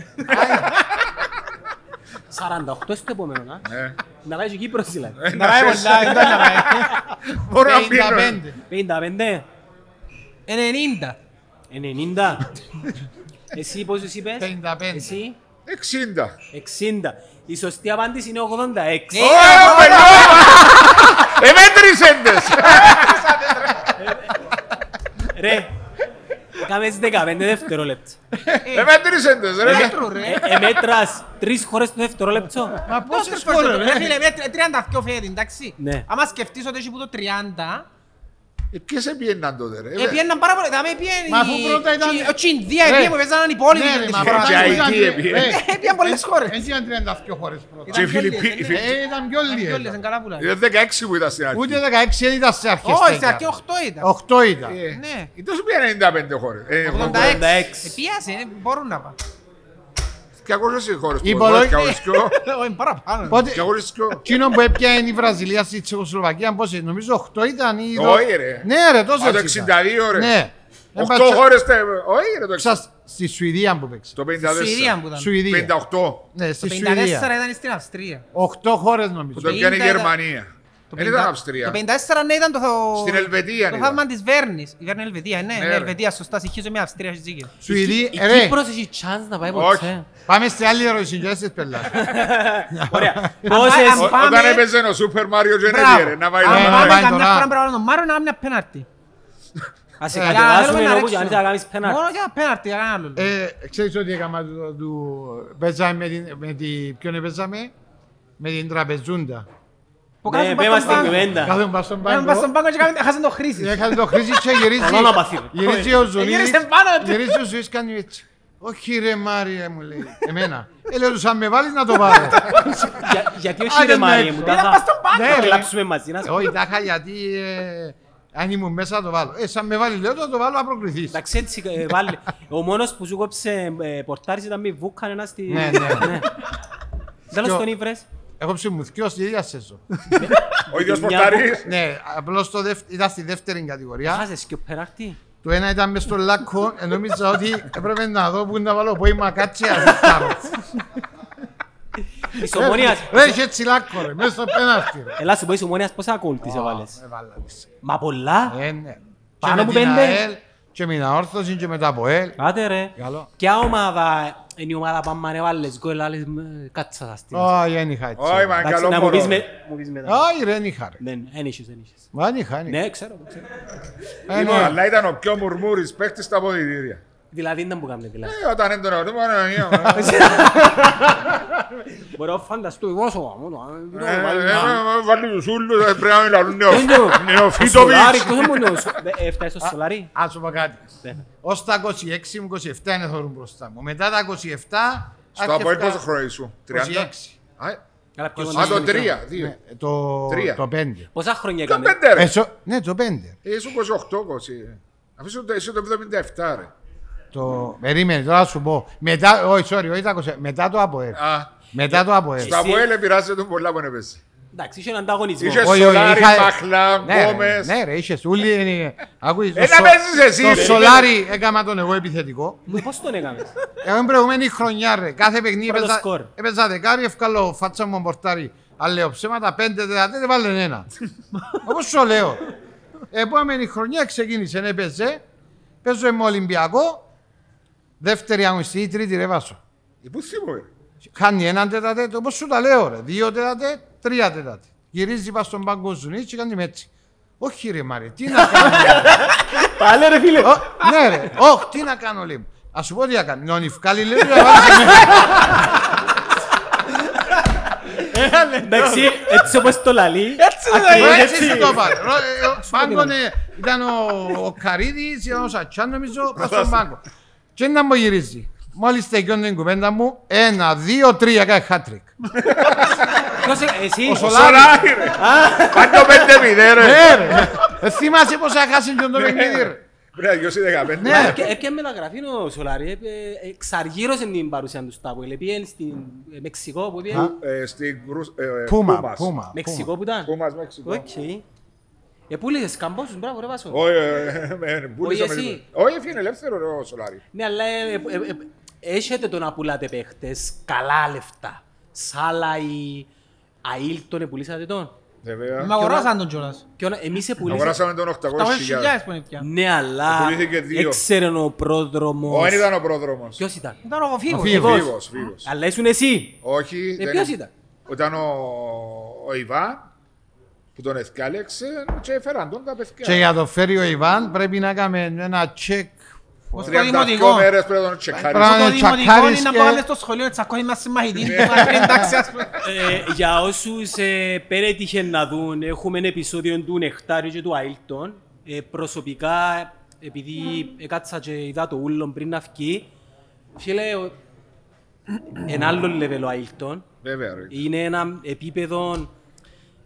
[SPEAKER 2] 48 στο επόμενο, να.
[SPEAKER 3] Ναι.
[SPEAKER 2] Να πάει και ο Κύπρος δηλαδή.
[SPEAKER 5] Να
[SPEAKER 4] ε,
[SPEAKER 5] πάει πολλά, δεν τα πάει.
[SPEAKER 3] Μπορώ να πίνω.
[SPEAKER 2] 55,
[SPEAKER 5] 55. 90.
[SPEAKER 2] 90. Εσύ πόσους είπες,
[SPEAKER 4] 55.
[SPEAKER 2] εσύ
[SPEAKER 3] 60.
[SPEAKER 2] 60. Η σωστή απάντηση είναι 86.
[SPEAKER 3] Εμέτρησεν τες.
[SPEAKER 5] Ε.
[SPEAKER 2] Ρε, κάμες 15 δευτερόλεπτα.
[SPEAKER 3] Εμέτρησεν τες ρε.
[SPEAKER 5] Μέτρου ρε.
[SPEAKER 2] Ε, Εμέτρας τρεις χώρες το δευτερόλεπτο.
[SPEAKER 5] Μα πόσες φορές ρε. Φίλε, ε, μέτρη- 32 φέτοι, εντάξει.
[SPEAKER 2] ε, Ναι.
[SPEAKER 5] Άμα σκεφτείς ότι έχει που το 30,
[SPEAKER 3] Ε, Ποιες επιέναν τότε ρε.
[SPEAKER 5] ε, πιέναν πάρα πολύ. Δάμε πιένει...
[SPEAKER 4] Μα αφού πρώτα ήταν-
[SPEAKER 5] Ο Τσινδία
[SPEAKER 4] Ναι.
[SPEAKER 5] επίε που παίζανε οι πόλοι.
[SPEAKER 4] Ναι, ρε, μα
[SPEAKER 3] Και
[SPEAKER 4] πρώτα
[SPEAKER 3] η
[SPEAKER 4] ήταν-
[SPEAKER 3] Αιγύπτια έπιε.
[SPEAKER 4] ε,
[SPEAKER 5] Έπιαν πολλές χώρες. Ε,
[SPEAKER 4] Έτσι ήταν 32 χώρες πρώτα.
[SPEAKER 3] Και οι
[SPEAKER 5] ήταν
[SPEAKER 3] Φιλιππί-
[SPEAKER 5] κιόλες,
[SPEAKER 3] οι
[SPEAKER 5] δεν
[SPEAKER 3] Φιλιππί-
[SPEAKER 4] Ε, ήταν πιο
[SPEAKER 5] Κιόλες,
[SPEAKER 4] λίγες.
[SPEAKER 5] είναι καλά που λαλείς.
[SPEAKER 3] Ήταν 16 που ήταν στην αρχή.
[SPEAKER 4] Ούτε 16 δεν ήταν σε αρχές.
[SPEAKER 5] Όχι,
[SPEAKER 4] τέτοια.
[SPEAKER 5] στην αρχή 8 ήταν.
[SPEAKER 4] 8 ήταν.
[SPEAKER 3] Ε,
[SPEAKER 5] ναι.
[SPEAKER 3] Ήταν σου πήραν 95 χώρες. Ε,
[SPEAKER 5] 86.
[SPEAKER 2] 86.
[SPEAKER 5] Ε, Πιάσε, ε, μπορούν να πάνε.
[SPEAKER 3] 200 χώρες. που
[SPEAKER 4] Η
[SPEAKER 3] εγώ,
[SPEAKER 4] Πολωνία-
[SPEAKER 3] 200.
[SPEAKER 5] Όχι, παραπάνω.
[SPEAKER 4] Πότε,
[SPEAKER 3] 200.
[SPEAKER 4] εκείνο που έπιανε η Βραζιλία στη Τσεχοσλοβακία, πώς είναι, νομίζω 8 ήταν ή... δο-
[SPEAKER 3] Όχι, ρε.
[SPEAKER 4] Ναι ρε, τόσο
[SPEAKER 3] Α, το
[SPEAKER 4] έτσι ήταν.
[SPEAKER 3] 62 ρε.
[SPEAKER 4] Ναι.
[SPEAKER 3] 8 χώρες. τα- Όχι ρε το
[SPEAKER 4] Ξα- Στη Σουηδία που παίξε.
[SPEAKER 3] Το
[SPEAKER 5] Στη Σουηδία
[SPEAKER 3] 54.
[SPEAKER 5] που ήταν.
[SPEAKER 4] Σουηδία.
[SPEAKER 3] 58.
[SPEAKER 4] Ναι,
[SPEAKER 5] Το
[SPEAKER 4] στη
[SPEAKER 5] 54
[SPEAKER 4] Σουηδία.
[SPEAKER 5] ήταν στην Αυστρία.
[SPEAKER 4] 8 χώρες
[SPEAKER 3] Που
[SPEAKER 4] νομίζω.
[SPEAKER 3] το πιάνε η
[SPEAKER 5] 50 ήταν-
[SPEAKER 3] Γερμανία.
[SPEAKER 5] Το
[SPEAKER 3] Ε, Δεν
[SPEAKER 5] 50
[SPEAKER 3] ήταν
[SPEAKER 5] Το
[SPEAKER 3] Αυστρία.
[SPEAKER 5] 54 ναι ήταν το... θο-
[SPEAKER 3] Στην Ελβετία
[SPEAKER 5] Το
[SPEAKER 3] ήταν.
[SPEAKER 5] θαύμα της Βέρνης. Η Βέρνη είναι Ελβετία, ναι.
[SPEAKER 3] Ναι,
[SPEAKER 5] ναι,
[SPEAKER 3] ρε.
[SPEAKER 5] Ελβετία, σωστά. Συγχύζω μια Αυστρία, έχεις δίκιο.
[SPEAKER 4] Σουηδία, ε,
[SPEAKER 2] Η
[SPEAKER 4] ρε,
[SPEAKER 2] Κύπρος έχει chance να πάει
[SPEAKER 3] Όχι.
[SPEAKER 2] ποτέ.
[SPEAKER 4] πάμε σε άλλη ερώτηση, και έτσι πελά.
[SPEAKER 2] Ωραία.
[SPEAKER 5] Αν
[SPEAKER 2] Πόσες...
[SPEAKER 5] πάει-
[SPEAKER 3] Όταν
[SPEAKER 5] πάμε-
[SPEAKER 3] έπαιζε ο Σούπερ Μάριο
[SPEAKER 5] Μπράβο.
[SPEAKER 3] Γενέβιερ, να πάει
[SPEAKER 4] Ε,
[SPEAKER 5] Αν
[SPEAKER 3] να
[SPEAKER 4] να
[SPEAKER 5] πάμε
[SPEAKER 4] πάει
[SPEAKER 5] καμιά
[SPEAKER 4] τώρα.
[SPEAKER 5] φορά πρέπει να βάλουμε τον Μάριο να κάνει μια πέναρτη.
[SPEAKER 2] Ας σε
[SPEAKER 4] Ε, για να
[SPEAKER 2] κατεβάσουμε
[SPEAKER 5] θέλουμε
[SPEAKER 2] να
[SPEAKER 5] να
[SPEAKER 2] πω και αν
[SPEAKER 5] ρίξουμε.
[SPEAKER 2] θα κάνεις πέναλτι.
[SPEAKER 5] Μόνο για πέναρτη, για κανένα άλλο.
[SPEAKER 4] Ε, ξέρεις ότι έκανα το, του... Παίζαμε με την... Με την ποιον παίζαμε? Με την τραπεζούντα.
[SPEAKER 5] Που
[SPEAKER 2] Ναι,
[SPEAKER 5] κάθονται πάνω
[SPEAKER 2] πέμα
[SPEAKER 5] στον
[SPEAKER 2] στην
[SPEAKER 5] πάγκο.
[SPEAKER 2] κουβέντα.
[SPEAKER 4] Κάθομαι πάνω στον
[SPEAKER 5] Έναν πας
[SPEAKER 4] πάγκο.
[SPEAKER 5] στον πάγκο και κάνουν- χάσαν το χρήση.
[SPEAKER 4] Έχανε το χρήση και γυρίζει...
[SPEAKER 2] Καλό να πάθει.
[SPEAKER 4] Γυρίζει ο Ζουλίδης.
[SPEAKER 5] Γύρισε πάνω του.
[SPEAKER 4] Γυρίζει ο Ζουλίδης κάνει έτσι. Όχι ρε Μάρια μου λέει. Εμένα. Ε, λέω τους αν με βάλεις να το πάρω.
[SPEAKER 2] Για- Γιατί όχι
[SPEAKER 4] Άντε,
[SPEAKER 2] ρε
[SPEAKER 4] ναι.
[SPEAKER 2] Μάριε μου, τα
[SPEAKER 5] Ήταν πας στον πάγκο,
[SPEAKER 2] θα
[SPEAKER 4] ρε.
[SPEAKER 2] κλάψουμε μαζί. να
[SPEAKER 4] Ε,
[SPEAKER 2] σου πω.
[SPEAKER 4] Όχι τάχα γιατί ε, αν ήμουν μέσα θα το βάλω. Ε, σαν με βάλεις λέω θα το βάλω να προκριθείς.
[SPEAKER 2] Εντάξει έτσι ε, βάλε. Ο μόνος που σου κόψε ε, πορτάρις ήταν μη βούκαν ένας στη...
[SPEAKER 4] Ναι, ναι.
[SPEAKER 2] Ναι. Τέλος
[SPEAKER 4] Ποιο-
[SPEAKER 2] τον ήβρες.
[SPEAKER 4] Έχω ψημουθκιό στη ίδια σεζόν.
[SPEAKER 3] Ο ίδιος
[SPEAKER 2] Μια
[SPEAKER 3] πορταρής.
[SPEAKER 4] Ναι, απλώς το δευ- ήταν στη δεύτερη κατηγορία.
[SPEAKER 2] Χάσες και ο περάκτης.
[SPEAKER 4] Το ένα ήταν μες στο λάκκο, ε, νόμιζα ότι έπρεπε να δω πού να βάλω πόημα κάτσε να ζητάω. Ε,
[SPEAKER 2] Της ομόνιας.
[SPEAKER 4] Ρε, είχε έτσι λάκκο ρε, μέσα στο πέναρτη ρε.
[SPEAKER 2] Έλα σου πω της ομόνιας πόσα κόλτις έβαλες.
[SPEAKER 4] Έβαλα τις.
[SPEAKER 2] Μα πολλά.
[SPEAKER 4] Ε, ναι.
[SPEAKER 2] Πάνω
[SPEAKER 4] Και με
[SPEAKER 2] από
[SPEAKER 4] την
[SPEAKER 2] πέντε.
[SPEAKER 4] ΑΕΛ, Και με την αόρθωση και μετά από ΕΛ.
[SPEAKER 2] Άντε ρε.
[SPEAKER 4] Καλό.
[SPEAKER 2] Ποια ομάδα είναι η ομάδα πάμε αν έβαλες γκολ, άλλες «Μ, κάτσα σας τι».
[SPEAKER 4] Όχι, δεν είχα έτσι.
[SPEAKER 3] Όχι, μα είναι
[SPEAKER 2] Εντάξει,
[SPEAKER 3] καλό
[SPEAKER 2] να μου πεις,
[SPEAKER 3] μωρό.
[SPEAKER 2] με- μου πεις μετά.
[SPEAKER 4] Όχι, δεν είχα. ρε.
[SPEAKER 2] Δεν, δεν είχες, δεν είχες.
[SPEAKER 4] Μα δεν είχα, ναι.
[SPEAKER 2] Ναι, ξέρω, ξέρω.
[SPEAKER 4] Ε,
[SPEAKER 3] Λοιπόν,
[SPEAKER 4] ναι.
[SPEAKER 3] αλλά ήταν ο πιο μουρμούρης παίχτης στα αποδητήρια.
[SPEAKER 2] Δηλαδή, δεν μου κάνει δηλαδή.
[SPEAKER 3] Ε, όταν έντονα ρωτήμα, ναι, ναι, ναι.
[SPEAKER 2] Μπορώ να φανταστώ, εγώ σου μόνο.
[SPEAKER 3] Ε, ε, ε, Βάλει τους ούλους, ε, πρέπει να μιλούν νεοφ-
[SPEAKER 2] Σολάρι,
[SPEAKER 3] νεοφίτοβιτς.
[SPEAKER 2] κόσμο νέος. Ε, Έφτασε στο σολάρι.
[SPEAKER 4] Ας σου πω κάτι. Ως τα 26 μου, 27 είναι θωρούν μπροστά μου. Μετά τα 27...
[SPEAKER 3] Στο Αποέλ πόσο χρόνο είσαι, 30.
[SPEAKER 4] 26.
[SPEAKER 3] Α, ε,
[SPEAKER 2] Καλά, πιο
[SPEAKER 3] Α,
[SPEAKER 2] κοντά στο
[SPEAKER 3] το
[SPEAKER 2] μικρό.
[SPEAKER 3] 3, 2.
[SPEAKER 4] Ναι, το,
[SPEAKER 3] Τρία.
[SPEAKER 4] το 5.
[SPEAKER 2] Πόσα χρόνια
[SPEAKER 3] Το
[SPEAKER 2] έκανες.
[SPEAKER 3] 5 ρε.
[SPEAKER 4] Εσο, ναι, το 5.
[SPEAKER 3] Είσαι 28, 20. Αφήσω το εσύ το 77 ρε.
[SPEAKER 4] Το... Περίμενε, τώρα σου πω. Μετά, όχι, sorry, όχι τα 20, μετά το Αποέλ.
[SPEAKER 3] Α,
[SPEAKER 4] Μετά το Αποέλ.
[SPEAKER 3] στο Αποέλ επηρεάζεται τον πολλά που έπαιζε.
[SPEAKER 2] Εντάξει, είχε έναν ανταγωνισμό.
[SPEAKER 3] Είχε
[SPEAKER 4] Όχι, όχι,
[SPEAKER 3] Σολάρι,
[SPEAKER 4] είχα-
[SPEAKER 3] Μαχλά,
[SPEAKER 4] Ναι, ρε,
[SPEAKER 3] Γκόμες.
[SPEAKER 4] ναι, ρε, είχες ούλοι. είναι- Ακούεις, το
[SPEAKER 3] Ένα
[SPEAKER 4] Σο-
[SPEAKER 3] παίζεις εσύ,
[SPEAKER 4] Το
[SPEAKER 3] ρε.
[SPEAKER 4] Σολάρι έκανα τον εγώ επιθετικό.
[SPEAKER 2] Μου, Πώς τον έκαμες.
[SPEAKER 4] Εγώ την προηγούμενη χρονιά, ρε. Κάθε παιχνίδι
[SPEAKER 2] Πρώτο
[SPEAKER 4] έπαιζα-
[SPEAKER 2] σκορ.
[SPEAKER 4] έπαιζα δεκάρι, ευκάλω φάτσα μου μπορτάρι. Αλλά λέω ψέματα, πέντε δηλαδή, δεν βάλουν ένα. Όπως σου λέω. Επόμενη χρονιά ξεκίνησε, ναι, έπαιζε. Παίζω με Ολυμπιακό. Δεύτερη αγωνιστή, τρίτη ρε βάσω.
[SPEAKER 3] Ε, Πού θυμούμαι.
[SPEAKER 4] Κάνει έναν τέταρτο, όπως σου τα λέω ρε. Δύο τέταρτα, τρία τέταρτα. Γυρίζει πας στον πάγκο Ζουνίτς και κάνει με έτσι. Όχι ρε Μαρή, τι να κάνω.
[SPEAKER 2] Πάλε ρε φίλε.
[SPEAKER 4] Ω, ναι, ρε. Όχι, τι να κάνω, λέει. Ας σου πω τι να κάνω. Νόνι, φκάλει, λέει. να βάλεις-
[SPEAKER 2] Εντάξει, έτσι όπως το λαλεί.
[SPEAKER 4] Ακριβώς Έτσι σου το πάρε. Πάγκο ναι, ήταν ο- ο Καρίδης, ήταν ο Σατσάν, νομίζω, πας στον πάγκο. Και να μου γυρίζει. Μόλις τελειώνει την κουβέντα μου, ένα, δύο, τρία, κάνει χάτρικ.
[SPEAKER 2] Ποιος, ε, εσύ.
[SPEAKER 4] Ο Σολάρι.
[SPEAKER 3] Σολάρι ρε. Πάντο 5-0 ρε.
[SPEAKER 4] Ναι, ρε. Ε, Θυμάσαι πως έχασε και το παιχνίδι, ρε.
[SPEAKER 3] Πρέπει να δυο 15.
[SPEAKER 4] Ναι.
[SPEAKER 2] Έπια- Έπια μεταγραφή ο Σολάρι. ε, ε, Εξαργύρωσε την παρουσία του στα Αποέλ. Πήγαινε στην ε, Μεξικό που πήγαινε.
[SPEAKER 3] Ε, Στην Κρου- ε,
[SPEAKER 4] Πούμα,
[SPEAKER 3] Πούμας.
[SPEAKER 4] πούμα.
[SPEAKER 2] Μεξικό που ήταν.
[SPEAKER 3] Πούμας, Μέξικο.
[SPEAKER 2] Οκ. Ε, πούλησες καμπόσους, μπράβο ρε Βάσο.
[SPEAKER 3] Όχι, ε, ε, πούλησα με
[SPEAKER 2] εσύ.
[SPEAKER 3] τίποτα. Όχι, έφυγε ελεύθερο ρε, ο Σολάρι.
[SPEAKER 2] Ναι, αλλά ε, ε, ε, ε, έχετε το να πουλάτε παίχτες καλά λεφτά. Σάλα ή αίλτον, επουλήσατε τον.
[SPEAKER 3] Βέβαια.
[SPEAKER 5] Μα αγοράσαν τον κιόλας.
[SPEAKER 2] Και όλα- εμείς επουλήσαμε.
[SPEAKER 3] Αγοράσαμε τον 800.000.
[SPEAKER 5] 800.000 που είναι πια.
[SPEAKER 2] Ναι, αλλά
[SPEAKER 3] Πουλήθηκε δύο.
[SPEAKER 2] έξερε ο πρόδρομος.
[SPEAKER 3] Όχι, ήταν ο πρόδρομος.
[SPEAKER 2] Ποιος ήταν.
[SPEAKER 5] Ήταν ο Φίβος.
[SPEAKER 4] Φίβος.
[SPEAKER 3] Βίβος, βίβος.
[SPEAKER 2] Αλλά ήσουν εσύ.
[SPEAKER 3] Όχι,
[SPEAKER 2] Ε,
[SPEAKER 3] δεν-
[SPEAKER 2] ποιος ήταν.
[SPEAKER 3] Ήταν ο, ο Ιβάν που τον εθκάλεξε και έφεραν τον τα παιδιά.
[SPEAKER 4] Και για το φέρει ο Ιβάν πρέπει να κάνουμε ένα check.
[SPEAKER 5] Ως το
[SPEAKER 3] 32
[SPEAKER 5] δημοτικό.
[SPEAKER 3] μέρες πρέπει να τον τσεκάρει.
[SPEAKER 4] Μπράβο.
[SPEAKER 5] Το
[SPEAKER 4] Πάνε
[SPEAKER 5] δημοτικό
[SPEAKER 4] τσακάρεις
[SPEAKER 5] είναι να
[SPEAKER 4] και-
[SPEAKER 5] πάνε στο σχολείο τσακώνει μας συμμαχητή. Εντάξει, ας πούμε.
[SPEAKER 2] Ε, για όσους ε, περέτυχε να δουν, έχουμε ένα επεισόδιο του Νεκτάριου και του Άιλτον. Ε, προσωπικά, επειδή έκατσα και είδα το ούλον πριν να βγει, φίλε, ο- ένα άλλο level ο Άιλτον.
[SPEAKER 3] Βέβαια, ρε.
[SPEAKER 2] Είναι ένα επίπεδο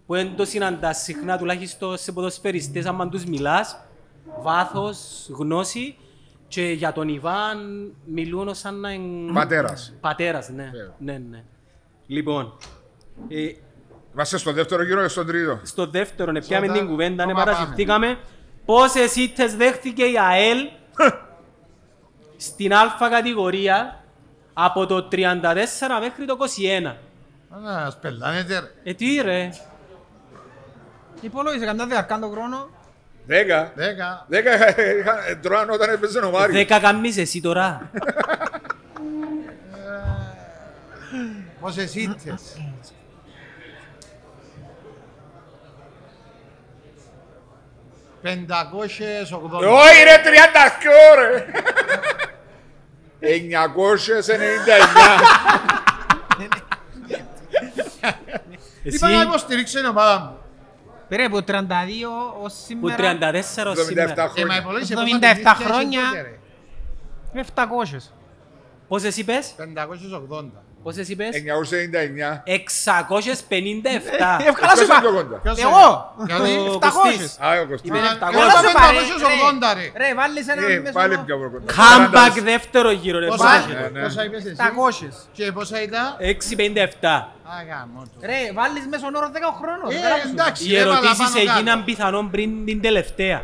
[SPEAKER 2] που δεν το συναντάς συχνά, τουλάχιστον σε ποδοσφαιριστές, άμα τους μιλάς, βάθος, γνώση. Και για τον Ιβάν μιλούν ως σαν να είναι...
[SPEAKER 3] Πατέρας.
[SPEAKER 2] Πατέρας, ναι. ναι, ναι. Λοιπόν, ε,
[SPEAKER 3] Είμαστε στο δεύτερο γύρο και στον τρίτο.
[SPEAKER 2] στο δεύτερο, ε, πιάμε
[SPEAKER 4] Σωτά,
[SPEAKER 2] την κουβέντα, ναι,
[SPEAKER 4] κόμμα
[SPEAKER 2] παρασυρθήκαμε. Πόσες ήττες δέχτηκε η ΑΕΛ στην α κατηγορία από το 34 μέχρι το 21.
[SPEAKER 4] Να σπελάνετε, ρε.
[SPEAKER 2] Ε, τι ρε.
[SPEAKER 5] Υπολόγισε καμιά δεκαρκάν τον χρόνο.
[SPEAKER 3] Δέκα.
[SPEAKER 4] Δέκα.
[SPEAKER 3] Δέκα είχα- είχα- ε, τρώαν όταν έπαιζε ο Μάριος.
[SPEAKER 2] Δέκα καμνείς εσύ τώρα.
[SPEAKER 4] Πόσες ήττες. Πεντακόσιες
[SPEAKER 2] Ε,
[SPEAKER 4] ογδόντα.
[SPEAKER 3] Όχι ρε, 32 ρε. 999.
[SPEAKER 2] εσύ
[SPEAKER 4] Είπα να υποστηρίξω την ομάδα μου.
[SPEAKER 5] Πήρε από 32 ως
[SPEAKER 2] που
[SPEAKER 5] σήμερα
[SPEAKER 2] 34 ως
[SPEAKER 3] 77
[SPEAKER 2] σήμερα. Ε,
[SPEAKER 4] Και Ε, μα
[SPEAKER 3] χρόνια.
[SPEAKER 4] υπολόγισε
[SPEAKER 5] 77 χρόνια. είναι 700.
[SPEAKER 2] Πόσες είπες,
[SPEAKER 4] 580.
[SPEAKER 2] πόσες είπες.
[SPEAKER 3] 999.
[SPEAKER 2] 657.
[SPEAKER 4] Ε,
[SPEAKER 5] Ευκάλα Ε,
[SPEAKER 3] Ποιος είναι
[SPEAKER 5] σου είπα.
[SPEAKER 3] πιο κοντά.
[SPEAKER 4] Ποιος
[SPEAKER 5] Εγώ.
[SPEAKER 4] είναι? Γιατί
[SPEAKER 2] Ο
[SPEAKER 5] 700.
[SPEAKER 2] Κωστής.
[SPEAKER 3] Α, ο Κωστής.
[SPEAKER 2] Είπε
[SPEAKER 3] Ε,
[SPEAKER 2] 700.
[SPEAKER 5] Καλά σου είπα, ρε,
[SPEAKER 4] 580, ρε.
[SPEAKER 5] Ρε, βάλεις ένα
[SPEAKER 3] ε,
[SPEAKER 5] μέσα
[SPEAKER 3] Πάλι
[SPEAKER 5] εδώ.
[SPEAKER 3] πιο κοντά.
[SPEAKER 2] Comeback δεύτερο γύρο, ρε.
[SPEAKER 4] Πόσα-
[SPEAKER 2] πόσο
[SPEAKER 3] ναι, ναι.
[SPEAKER 4] Πόσα είπες εσύ.
[SPEAKER 5] 700.
[SPEAKER 4] Και πόσα ήταν.
[SPEAKER 2] 657.
[SPEAKER 4] Α, γάμο του.
[SPEAKER 5] Ρε, βάλεις μέσα όρο 10 χρόνων.
[SPEAKER 4] Ε, εντάξει.
[SPEAKER 2] Οι
[SPEAKER 4] έβαλα
[SPEAKER 2] ερωτήσεις
[SPEAKER 4] πάνω κάτω.
[SPEAKER 2] έγιναν πιθανόν πριν την τελευταία.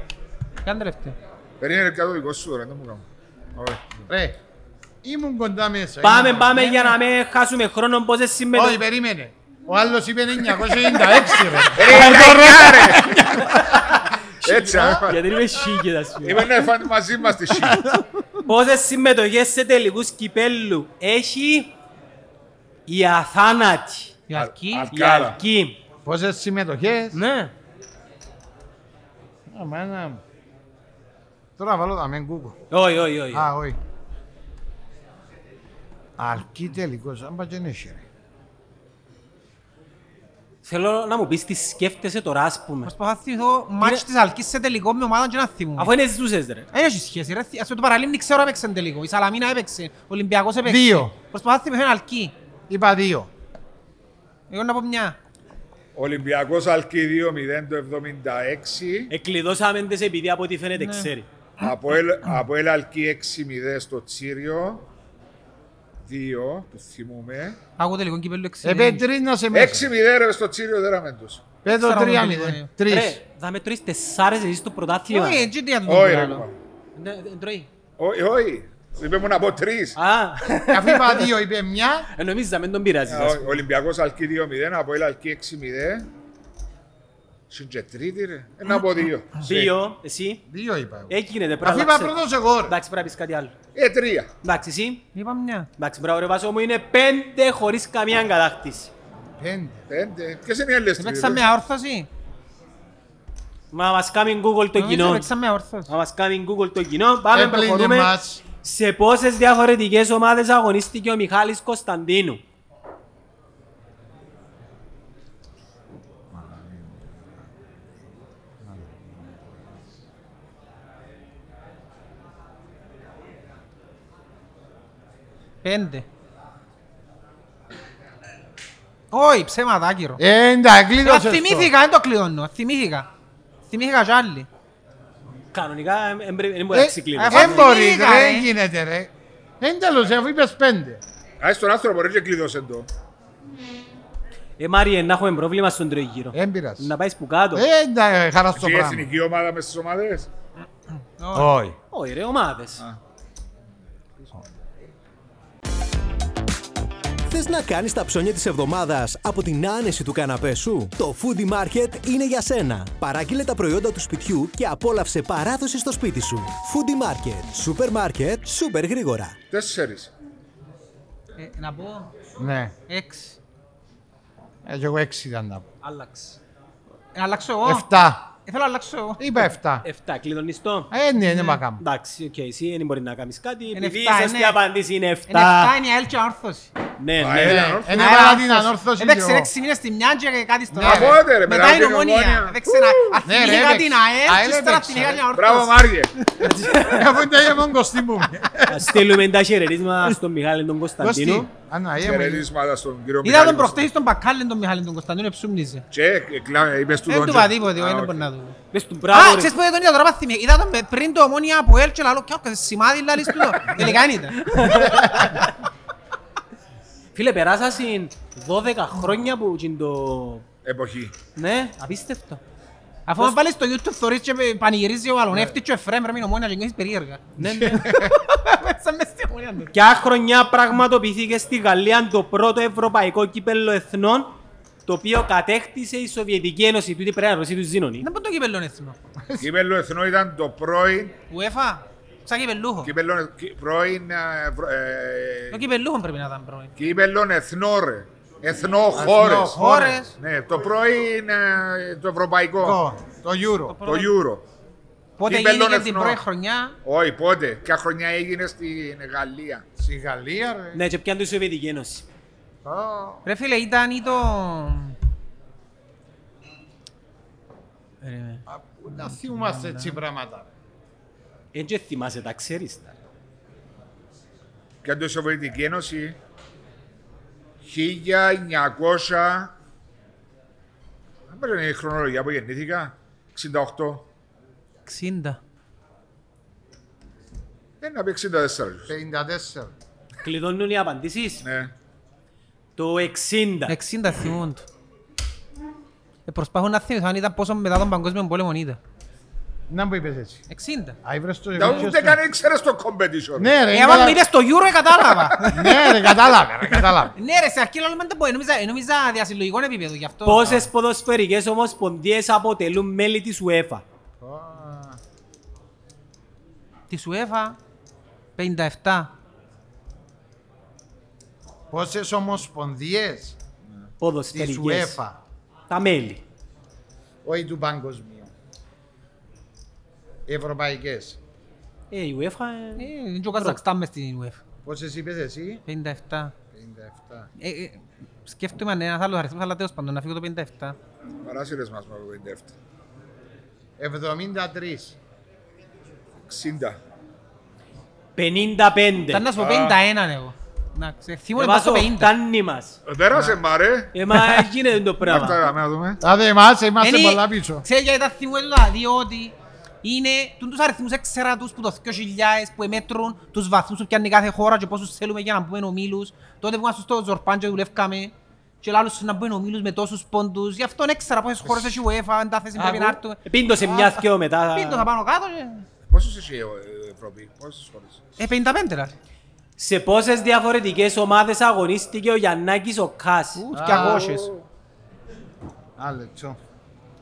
[SPEAKER 5] Κάντε λεφτέ.
[SPEAKER 3] Περίμενε και το δικό σου ρε, δεν μου κάνω. Ωραία.
[SPEAKER 4] Ρε, ήμουν κοντά μέσα.
[SPEAKER 2] Πάμε,
[SPEAKER 4] ήμουν-
[SPEAKER 2] πάμε για να μην χάσουμε χρόνο πόσες σήμερα.
[SPEAKER 4] Όχι, περίμενε. Ο άλλος είπε 996, Ε, ρε.
[SPEAKER 3] Έτσι, α,
[SPEAKER 2] Γιατί είμαι σίγγε, ας πούμε.
[SPEAKER 3] Είμαι να φάνε μαζί μας τη σύγκριση.
[SPEAKER 2] Πόσες συμμετοχές σε τελικούς κυπέλου έχει η αθάνατη,
[SPEAKER 5] Η αρκή.
[SPEAKER 3] Α- α-
[SPEAKER 2] η
[SPEAKER 3] Κάρα.
[SPEAKER 2] αρκή.
[SPEAKER 4] Πόσες συμμετοχές.
[SPEAKER 2] Ναι.
[SPEAKER 4] Εμένα. Τώρα βάλω τα μεν κούκο.
[SPEAKER 2] Όχι, όχι, όχι.
[SPEAKER 4] Α, όχι. Αρκεί τελικός, άμα δεν έχει ρε.
[SPEAKER 2] Θέλω να μου πεις τι σκέφτεσαι τώρα, ας πούμε.
[SPEAKER 5] Προσπαθώ να θυμηθώ μάτς
[SPEAKER 2] Είναι-
[SPEAKER 5] της Αλκής σε τελικό με ομάδα και να θυμούμαι.
[SPEAKER 2] Αφού είναι ζούσες, ρε.
[SPEAKER 5] Δεν έχει σχέση ρε. Ας πούμε το παραλίμνη ξέρω έπαιξε τελικό. Η Σαλαμίνα έπαιξε. Ο Ολυμπιακός έπαιξε.
[SPEAKER 4] Δύο.
[SPEAKER 5] Προσπαθώ να θυμηθώ ένα Αλκή.
[SPEAKER 4] Είπα δύο.
[SPEAKER 5] Εγώ να πω μια.
[SPEAKER 3] Ολυμπιακός Αλκή 2-0 το 76.
[SPEAKER 2] Εκλειδώσαμε τις επειδή από ό,τι φαίνεται ξέρει.
[SPEAKER 3] Αποέλ- Αποέλ Αλκή 6-0 στο Τσίριο. 2 που θυμούμε.
[SPEAKER 5] Άκου τελικό Ε, κύπελλο 6.
[SPEAKER 4] Επέ να σε μέσα.
[SPEAKER 3] 6-0 ρε στο Τσίριο δεν ραμέντος.
[SPEAKER 4] Πέτω
[SPEAKER 5] Ξέρω
[SPEAKER 4] τρία
[SPEAKER 5] μόνο
[SPEAKER 4] μηδέν.
[SPEAKER 5] τελικό.
[SPEAKER 4] Τρεις.
[SPEAKER 2] Ρε, θα με τρώεις τεσσάρες εσείς στο πρωτάθλημα.
[SPEAKER 5] Όχι, έτσι ε, τι θα το
[SPEAKER 3] Όχι
[SPEAKER 5] δούμε Ε,
[SPEAKER 3] ρε.
[SPEAKER 5] άλλο.
[SPEAKER 3] κουμπά.
[SPEAKER 2] Ναι, δεν τρώει.
[SPEAKER 3] Όχι, όχι. Είπε μου να πω τρεις.
[SPEAKER 2] Α,
[SPEAKER 4] Αφού είπα δύο, είπε μια.
[SPEAKER 2] ε, νομίζα, μην τον πειράζεις. ας
[SPEAKER 3] Α, όχι. Ε, Ολυμπιακός Αλκή 2-0, Αποέλ Αλκή 6-0. Συν και τρίτη ρε. Ε, Να πω δύο.
[SPEAKER 2] πούμε. Δύο, εσύ.
[SPEAKER 4] Δύο είπα εγώ.
[SPEAKER 2] Έγινε, πρέπει
[SPEAKER 4] Αφού
[SPEAKER 2] να
[SPEAKER 4] είπα
[SPEAKER 2] αλλάξε.
[SPEAKER 4] πρώτος εγώ ρε.
[SPEAKER 2] Εντάξει, πρέπει να πεις κάτι άλλο.
[SPEAKER 3] Ε, τρία.
[SPEAKER 2] Εντάξει, εσύ.
[SPEAKER 5] Είπα μια.
[SPEAKER 2] Εντάξει, μπράβο ρε Βάσο μου, είναι πέντε χωρίς καμία κατάκτηση.
[SPEAKER 4] Πέντε.
[SPEAKER 3] Πέντε. Ποιες είναι οι άλλες τρεις.
[SPEAKER 5] Έπαιξα με
[SPEAKER 3] ρε?
[SPEAKER 5] αόρθωση.
[SPEAKER 2] Μα μας κάνει Google το
[SPEAKER 5] Νομίζω
[SPEAKER 2] κοινό.
[SPEAKER 5] Έπαιξα με αόρθωση.
[SPEAKER 2] Να μας κάνει Google το κοινό. Πάμε,
[SPEAKER 4] Έπλυνε
[SPEAKER 2] προχωρούμε.
[SPEAKER 4] μας.
[SPEAKER 2] Σε πόσες διαφορετικές ομάδες αγωνίστηκε ο Μιχάλης Κωνσταντίνου.
[SPEAKER 5] Πέντε. Όχι, ψέματα, άκυρο.
[SPEAKER 4] Ε, εντάξει,
[SPEAKER 5] Ε,
[SPEAKER 4] κλείδωσες το.
[SPEAKER 5] Θυμήθηκα, δεν το κλειώνω. Θυμήθηκα. Θυμήθηκα κι άλλοι.
[SPEAKER 2] Κανονικά δεν μπορεί
[SPEAKER 4] Ε,
[SPEAKER 2] να ξεκλίνεις.
[SPEAKER 5] αφού-
[SPEAKER 4] Δεν μπορείς
[SPEAKER 5] Θυμήθηκα,
[SPEAKER 4] ρε,
[SPEAKER 5] ε.
[SPEAKER 4] δεν γίνεται ρε. Δεν τέλος, αφού είπες πέντε.
[SPEAKER 3] Α, στον άνθρωπο ρε και κλείδωσε το.
[SPEAKER 2] Ε, Μάριε, να έχουμε πρόβλημα στον τρίτο γύρο.
[SPEAKER 4] Δεν πειράζει.
[SPEAKER 2] Να πάεις που κάτω.
[SPEAKER 4] Ε, εντάξει, χαρά στο
[SPEAKER 3] Και η
[SPEAKER 4] πράγμα.
[SPEAKER 3] εθνική ομάδα μες στις ομάδες.
[SPEAKER 4] Όχι.
[SPEAKER 2] Όχι ρε, ομάδες.
[SPEAKER 6] Θες να κάνεις τα ψώνια της εβδομάδας από την άνεση του καναπέ σου? Το Foodie Market είναι για σένα. Παράγγειλε τα προϊόντα του σπιτιού και απόλαυσε παράδοση στο σπίτι σου. Foodie Market. Σούπερ μάρκετ, σούπερ γρήγορα.
[SPEAKER 3] Τέσσερις.
[SPEAKER 5] Ε, Να πω,
[SPEAKER 4] Ναι.
[SPEAKER 5] έξι.
[SPEAKER 4] Ε, κι εγώ έξι ήταν να πω.
[SPEAKER 2] Άλλαξε.
[SPEAKER 5] Ε, Αλλάξω εγώ.
[SPEAKER 4] Εφτά.
[SPEAKER 5] Ε, Θέλω να αλλάξω εγώ.
[SPEAKER 4] Είπα εφτά.
[SPEAKER 2] Εφτά, κλειδωνιστό.
[SPEAKER 4] Ε, ναι, είναι μακάμπο.
[SPEAKER 2] Εντάξει, οκ, εσύ δεν μπορεί να κάνεις κάτι.
[SPEAKER 5] Είναι
[SPEAKER 2] Επειδή η
[SPEAKER 5] εφτά,
[SPEAKER 2] σωστή
[SPEAKER 5] είναι.
[SPEAKER 2] απάντηση είναι
[SPEAKER 5] Είναι εφτά,
[SPEAKER 2] 7.
[SPEAKER 5] Ε, είναι η ΑΕΛ και αόρθωση.
[SPEAKER 2] Ναι,
[SPEAKER 3] Α,
[SPEAKER 2] ναι.
[SPEAKER 3] ε,
[SPEAKER 4] Ναι,
[SPEAKER 3] αόρθωση.
[SPEAKER 4] Είναι
[SPEAKER 5] Ε,
[SPEAKER 4] πάρα την
[SPEAKER 5] αόρθωση.
[SPEAKER 4] ανόρθωση και
[SPEAKER 5] Έπαιξε
[SPEAKER 4] εγώ.
[SPEAKER 5] έξι μήνες στη μια και κάτι στο
[SPEAKER 4] Ναι,
[SPEAKER 5] άλλο.
[SPEAKER 3] ρε. Οπότε, ρε,
[SPEAKER 5] Μετά
[SPEAKER 3] μετά
[SPEAKER 5] η
[SPEAKER 3] η Ομόνοια.
[SPEAKER 5] ομόνια. Έπαιξε να
[SPEAKER 4] Ναι, ρε,
[SPEAKER 5] αθηνικά την
[SPEAKER 4] έπαιξε.
[SPEAKER 5] ΑΕΛ
[SPEAKER 4] ΑΕΛ
[SPEAKER 5] και ύστερα
[SPEAKER 4] έπαιξε,
[SPEAKER 5] αθηνικά
[SPEAKER 4] ρε.
[SPEAKER 5] την
[SPEAKER 3] Μπράβο
[SPEAKER 5] αόρθωση.
[SPEAKER 3] Μάριε.
[SPEAKER 4] Ε, Αφού ήταν η μόγκος μου.
[SPEAKER 2] Ας Στείλουμε τα χαιρετίσματα στον Μιχάλη τον Κωνσταντίνο.
[SPEAKER 4] Ανά, είμαι.
[SPEAKER 3] Χαιρετίσματα στον κύριο
[SPEAKER 5] Είδα τον
[SPEAKER 3] Μιχάλη
[SPEAKER 5] προχτές στον Μπακάλεν τον Μιχάλη τον Κωνσταντίνο ψούμνιζε.
[SPEAKER 3] Και ε, κλα- είπες του
[SPEAKER 5] Δεν
[SPEAKER 3] τον
[SPEAKER 5] του
[SPEAKER 3] και-
[SPEAKER 5] είπα τίποτε,
[SPEAKER 3] Α,
[SPEAKER 5] εγώ δεν
[SPEAKER 3] οκ.
[SPEAKER 5] μπορεί να δω.
[SPEAKER 2] Πες του
[SPEAKER 5] Α,
[SPEAKER 2] μπράβο ρε.
[SPEAKER 5] ξέρεις πότε τον είδα τώρα μαθημία. Είδα τον με- πριν το ομόνια από ΕΛ και λαλό, «Κι άκουσε σημάδι λαλείς του το». Τελικά δεν ήταν.
[SPEAKER 2] Φίλε, περάσασαν 12 χρόνια που τζιν το...
[SPEAKER 3] Εποχή.
[SPEAKER 2] Ναι, απίστευτο.
[SPEAKER 5] Αφού μας βάλεις στο YouTube θωρείς και με- πανηγυρίζει ο άλλον. Έφτιαξε ο Εφραίμ, ρε μην ομόνια και νιώθεις περίεργα.
[SPEAKER 2] Ναι, ναι.
[SPEAKER 5] Σαν μες στη ομόνια του.
[SPEAKER 2] Ποια χρονιά πραγματοποιήθηκε στη Γαλλία το πρώτο ευρωπαϊκό κύπελλο εθνών το οποίο κατέκτησε η Σοβιετική Ένωση. Τούτη πρέπει να ρωτήσει του Ζήνωνη.
[SPEAKER 5] Δεν μπορεί το κύπελλο έθιμο.
[SPEAKER 3] Κύπελλο Εθνό ήταν το πρώην,
[SPEAKER 5] Ουέφα, σαν κυπελούχο.
[SPEAKER 3] κύπελλο, κύ- πρώην, ε, βρω- ε,
[SPEAKER 5] Το κυπελούχο πρέπει να ήταν πρώην.
[SPEAKER 3] κύπελλο Εθνό ρε. Εθνό χώρες.
[SPEAKER 5] Χώρες,
[SPEAKER 3] Ναι, το πρώην ε, το ευρωπαϊκό.
[SPEAKER 4] Το- Το Euro.
[SPEAKER 3] Το Euro.
[SPEAKER 5] πότε
[SPEAKER 3] κύπελλο
[SPEAKER 5] γίνηκε την
[SPEAKER 3] εθνών.
[SPEAKER 5] πρώτη χρονιά.
[SPEAKER 3] Όχι, πότε. Ποια χρονιά έγινε στην Γαλλία.
[SPEAKER 4] Στη Γαλλία, ρε.
[SPEAKER 2] Ναι, και πιάνει η Σοβιετική Ένωση.
[SPEAKER 4] Ω,
[SPEAKER 5] Ρε φίλε, ήταν ή το... Περίμενε.
[SPEAKER 4] α, πού Να θυμούμαστε έτσι πράγματα.
[SPEAKER 2] Δεν και θυμάσαι, τα ξέρεις. τα.
[SPEAKER 3] Και το Σοβιετική Ένωση. 1900. Δεν πρέπει να είναι η χρονολογία που γεννήθηκα. 68.
[SPEAKER 5] 60.
[SPEAKER 3] Δεν να πει 64.
[SPEAKER 4] 54.
[SPEAKER 2] Κλειδώνουν οι απαντήσεις.
[SPEAKER 3] Ναι.
[SPEAKER 2] Το 60.
[SPEAKER 5] 60 θυμούν του. Ε, προσπαθώ να θυμηθώ αν ήταν πόσο μετά τον παγκόσμιο πόλεμο ήταν.
[SPEAKER 4] Να μου είπες έτσι.
[SPEAKER 5] 60.
[SPEAKER 4] Α, ήβρες το
[SPEAKER 3] Τα
[SPEAKER 4] εγώ
[SPEAKER 3] ούτε
[SPEAKER 4] ποιος
[SPEAKER 3] καν ήξερες το competition.
[SPEAKER 4] Ναι, ρε.
[SPEAKER 5] Ε,
[SPEAKER 4] είναι
[SPEAKER 5] άμα
[SPEAKER 4] κατα-
[SPEAKER 5] μείνες στο Euro, ε, κατάλαβα.
[SPEAKER 4] Ναι, ρε, κατάλαβα, ρε, κατάλαβα.
[SPEAKER 5] Ναι ρε, σε αρχή όλα δεν μπορεί. Νομίζα, νομίζα διασυλλογικό επίπεδο γι' αυτό.
[SPEAKER 2] Πόσες ποδοσφαιρικές ομοσπονδίες αποτελούν μέλη της UEFA.
[SPEAKER 5] Τη UEFA. 57.
[SPEAKER 4] Πόσες ομοσπονδιές της
[SPEAKER 2] Ποδοσφαιρικές.
[SPEAKER 4] UEFA,
[SPEAKER 2] Τα μέλη.
[SPEAKER 4] όχι του παγκοσμίου, ευρωπαϊκές.
[SPEAKER 2] Ε, η UEFA.
[SPEAKER 5] Ε,
[SPEAKER 2] ε,
[SPEAKER 5] Είναι και ο Καζακστάν μες στην UEFA.
[SPEAKER 4] Πόσες είπες εσύ,
[SPEAKER 5] 57.
[SPEAKER 4] 57.
[SPEAKER 5] Ε, ε, σκέφτομαι αν ένας άλλος αριθμός, αλλά τέλος πάντων, να φύγω το 57.
[SPEAKER 3] Παράσυρες μας με το
[SPEAKER 4] 73.
[SPEAKER 3] 57. 60.
[SPEAKER 2] 55.
[SPEAKER 5] Ήταν να σου πω 51 εγώ. Να ξέρω, θύμωνε πάνω
[SPEAKER 2] Εμάς
[SPEAKER 5] στο
[SPEAKER 2] ο
[SPEAKER 5] 50.
[SPEAKER 2] φτάνει μας.
[SPEAKER 3] Ε, Πέρασε μα ρε.
[SPEAKER 2] Ε, μα γίνεται το
[SPEAKER 3] Αυτά
[SPEAKER 2] πράγμα.
[SPEAKER 3] γραμμένα να δούμε.
[SPEAKER 4] Άντε εμάς, είμαστε
[SPEAKER 5] Είναι-
[SPEAKER 4] πολλά πίσω.
[SPEAKER 5] Ξέρεις γιατί τα θυμούν όλα, διότι είναι τούν τους αριθμούς έξερα τους που το 2000 που εμέτρουν τους βαθμούς που πιάνει κάθε χώρα και πόσους θέλουμε για να μπούμε ομίλους. Τότε που ήμασταν στο Ζορπάν και δουλεύκαμε και λάλλους να μπούμε ομίλους με τόσους πόντους. Γι' αυτόν έξερα πόσες χώρες έχει η UEFA, εν τα θέση πρέπει να έρθουμε.
[SPEAKER 2] Ε, Πίντος σε μια δυο μετά.
[SPEAKER 5] Πίντο θα πάνω κάτω και...
[SPEAKER 3] Πόσους έχει η Ευρώπη, ε, πόσες χώρες.
[SPEAKER 5] Ε, 55 λάθη.
[SPEAKER 2] Σε πόσες διαφορετικές ομάδες αγωνίστηκε ο Γιαννάκης ο Κάς.
[SPEAKER 5] Ου, 200.
[SPEAKER 4] Άλλε, τσο.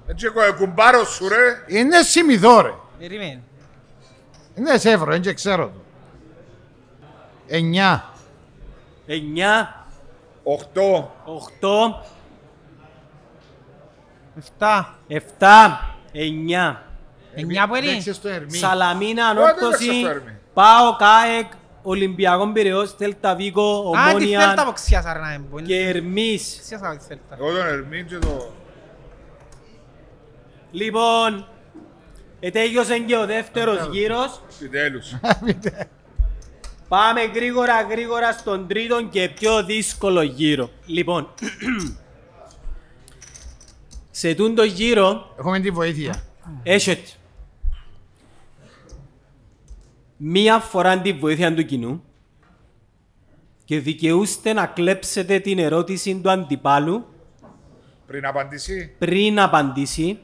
[SPEAKER 3] Έτσι εγώ κουμπάρο σου ρε.
[SPEAKER 4] Είναι σημειδό ρε.
[SPEAKER 5] Περιμένει.
[SPEAKER 4] Είναι σε ευρώ, δεν ξέρω το. 9.
[SPEAKER 2] 9,
[SPEAKER 3] 8.
[SPEAKER 2] 8,
[SPEAKER 5] 7.
[SPEAKER 2] 7, 9.
[SPEAKER 5] 9 που είναι.
[SPEAKER 4] στο Ερμή.
[SPEAKER 2] Σαλαμίνα,
[SPEAKER 3] δεν
[SPEAKER 2] Ανόρθωση,
[SPEAKER 3] σας φέρνει.
[SPEAKER 2] Πάο, ΚΑΕΚ, Ολυμπιακό Πυραιός, Τέλτα Βίκο,
[SPEAKER 5] Α, τη Θέλτα
[SPEAKER 2] Ομόνια
[SPEAKER 5] αποξιάσα ρε να είμαι. που είναι.
[SPEAKER 2] και Ερμής.
[SPEAKER 5] Ξιάσα τη Θέλτα.
[SPEAKER 3] Εγώ τον Ερμή και το...
[SPEAKER 2] Λοιπόν, ετέγιωσε και ο δεύτερος γύρος.
[SPEAKER 3] Επιτέλους.
[SPEAKER 2] Πάμε γρήγορα γρήγορα στον τρίτο και πιο δύσκολο γύρο. Λοιπόν, σε τούντο γύρο
[SPEAKER 4] Έχουμε τη βοήθεια.
[SPEAKER 2] Έχετε μία φορά τη βοήθεια του κοινού και δικαιούστε να κλέψετε την ερώτηση του αντιπάλου
[SPEAKER 3] Πριν απαντήσει.
[SPEAKER 2] πριν απαντήσει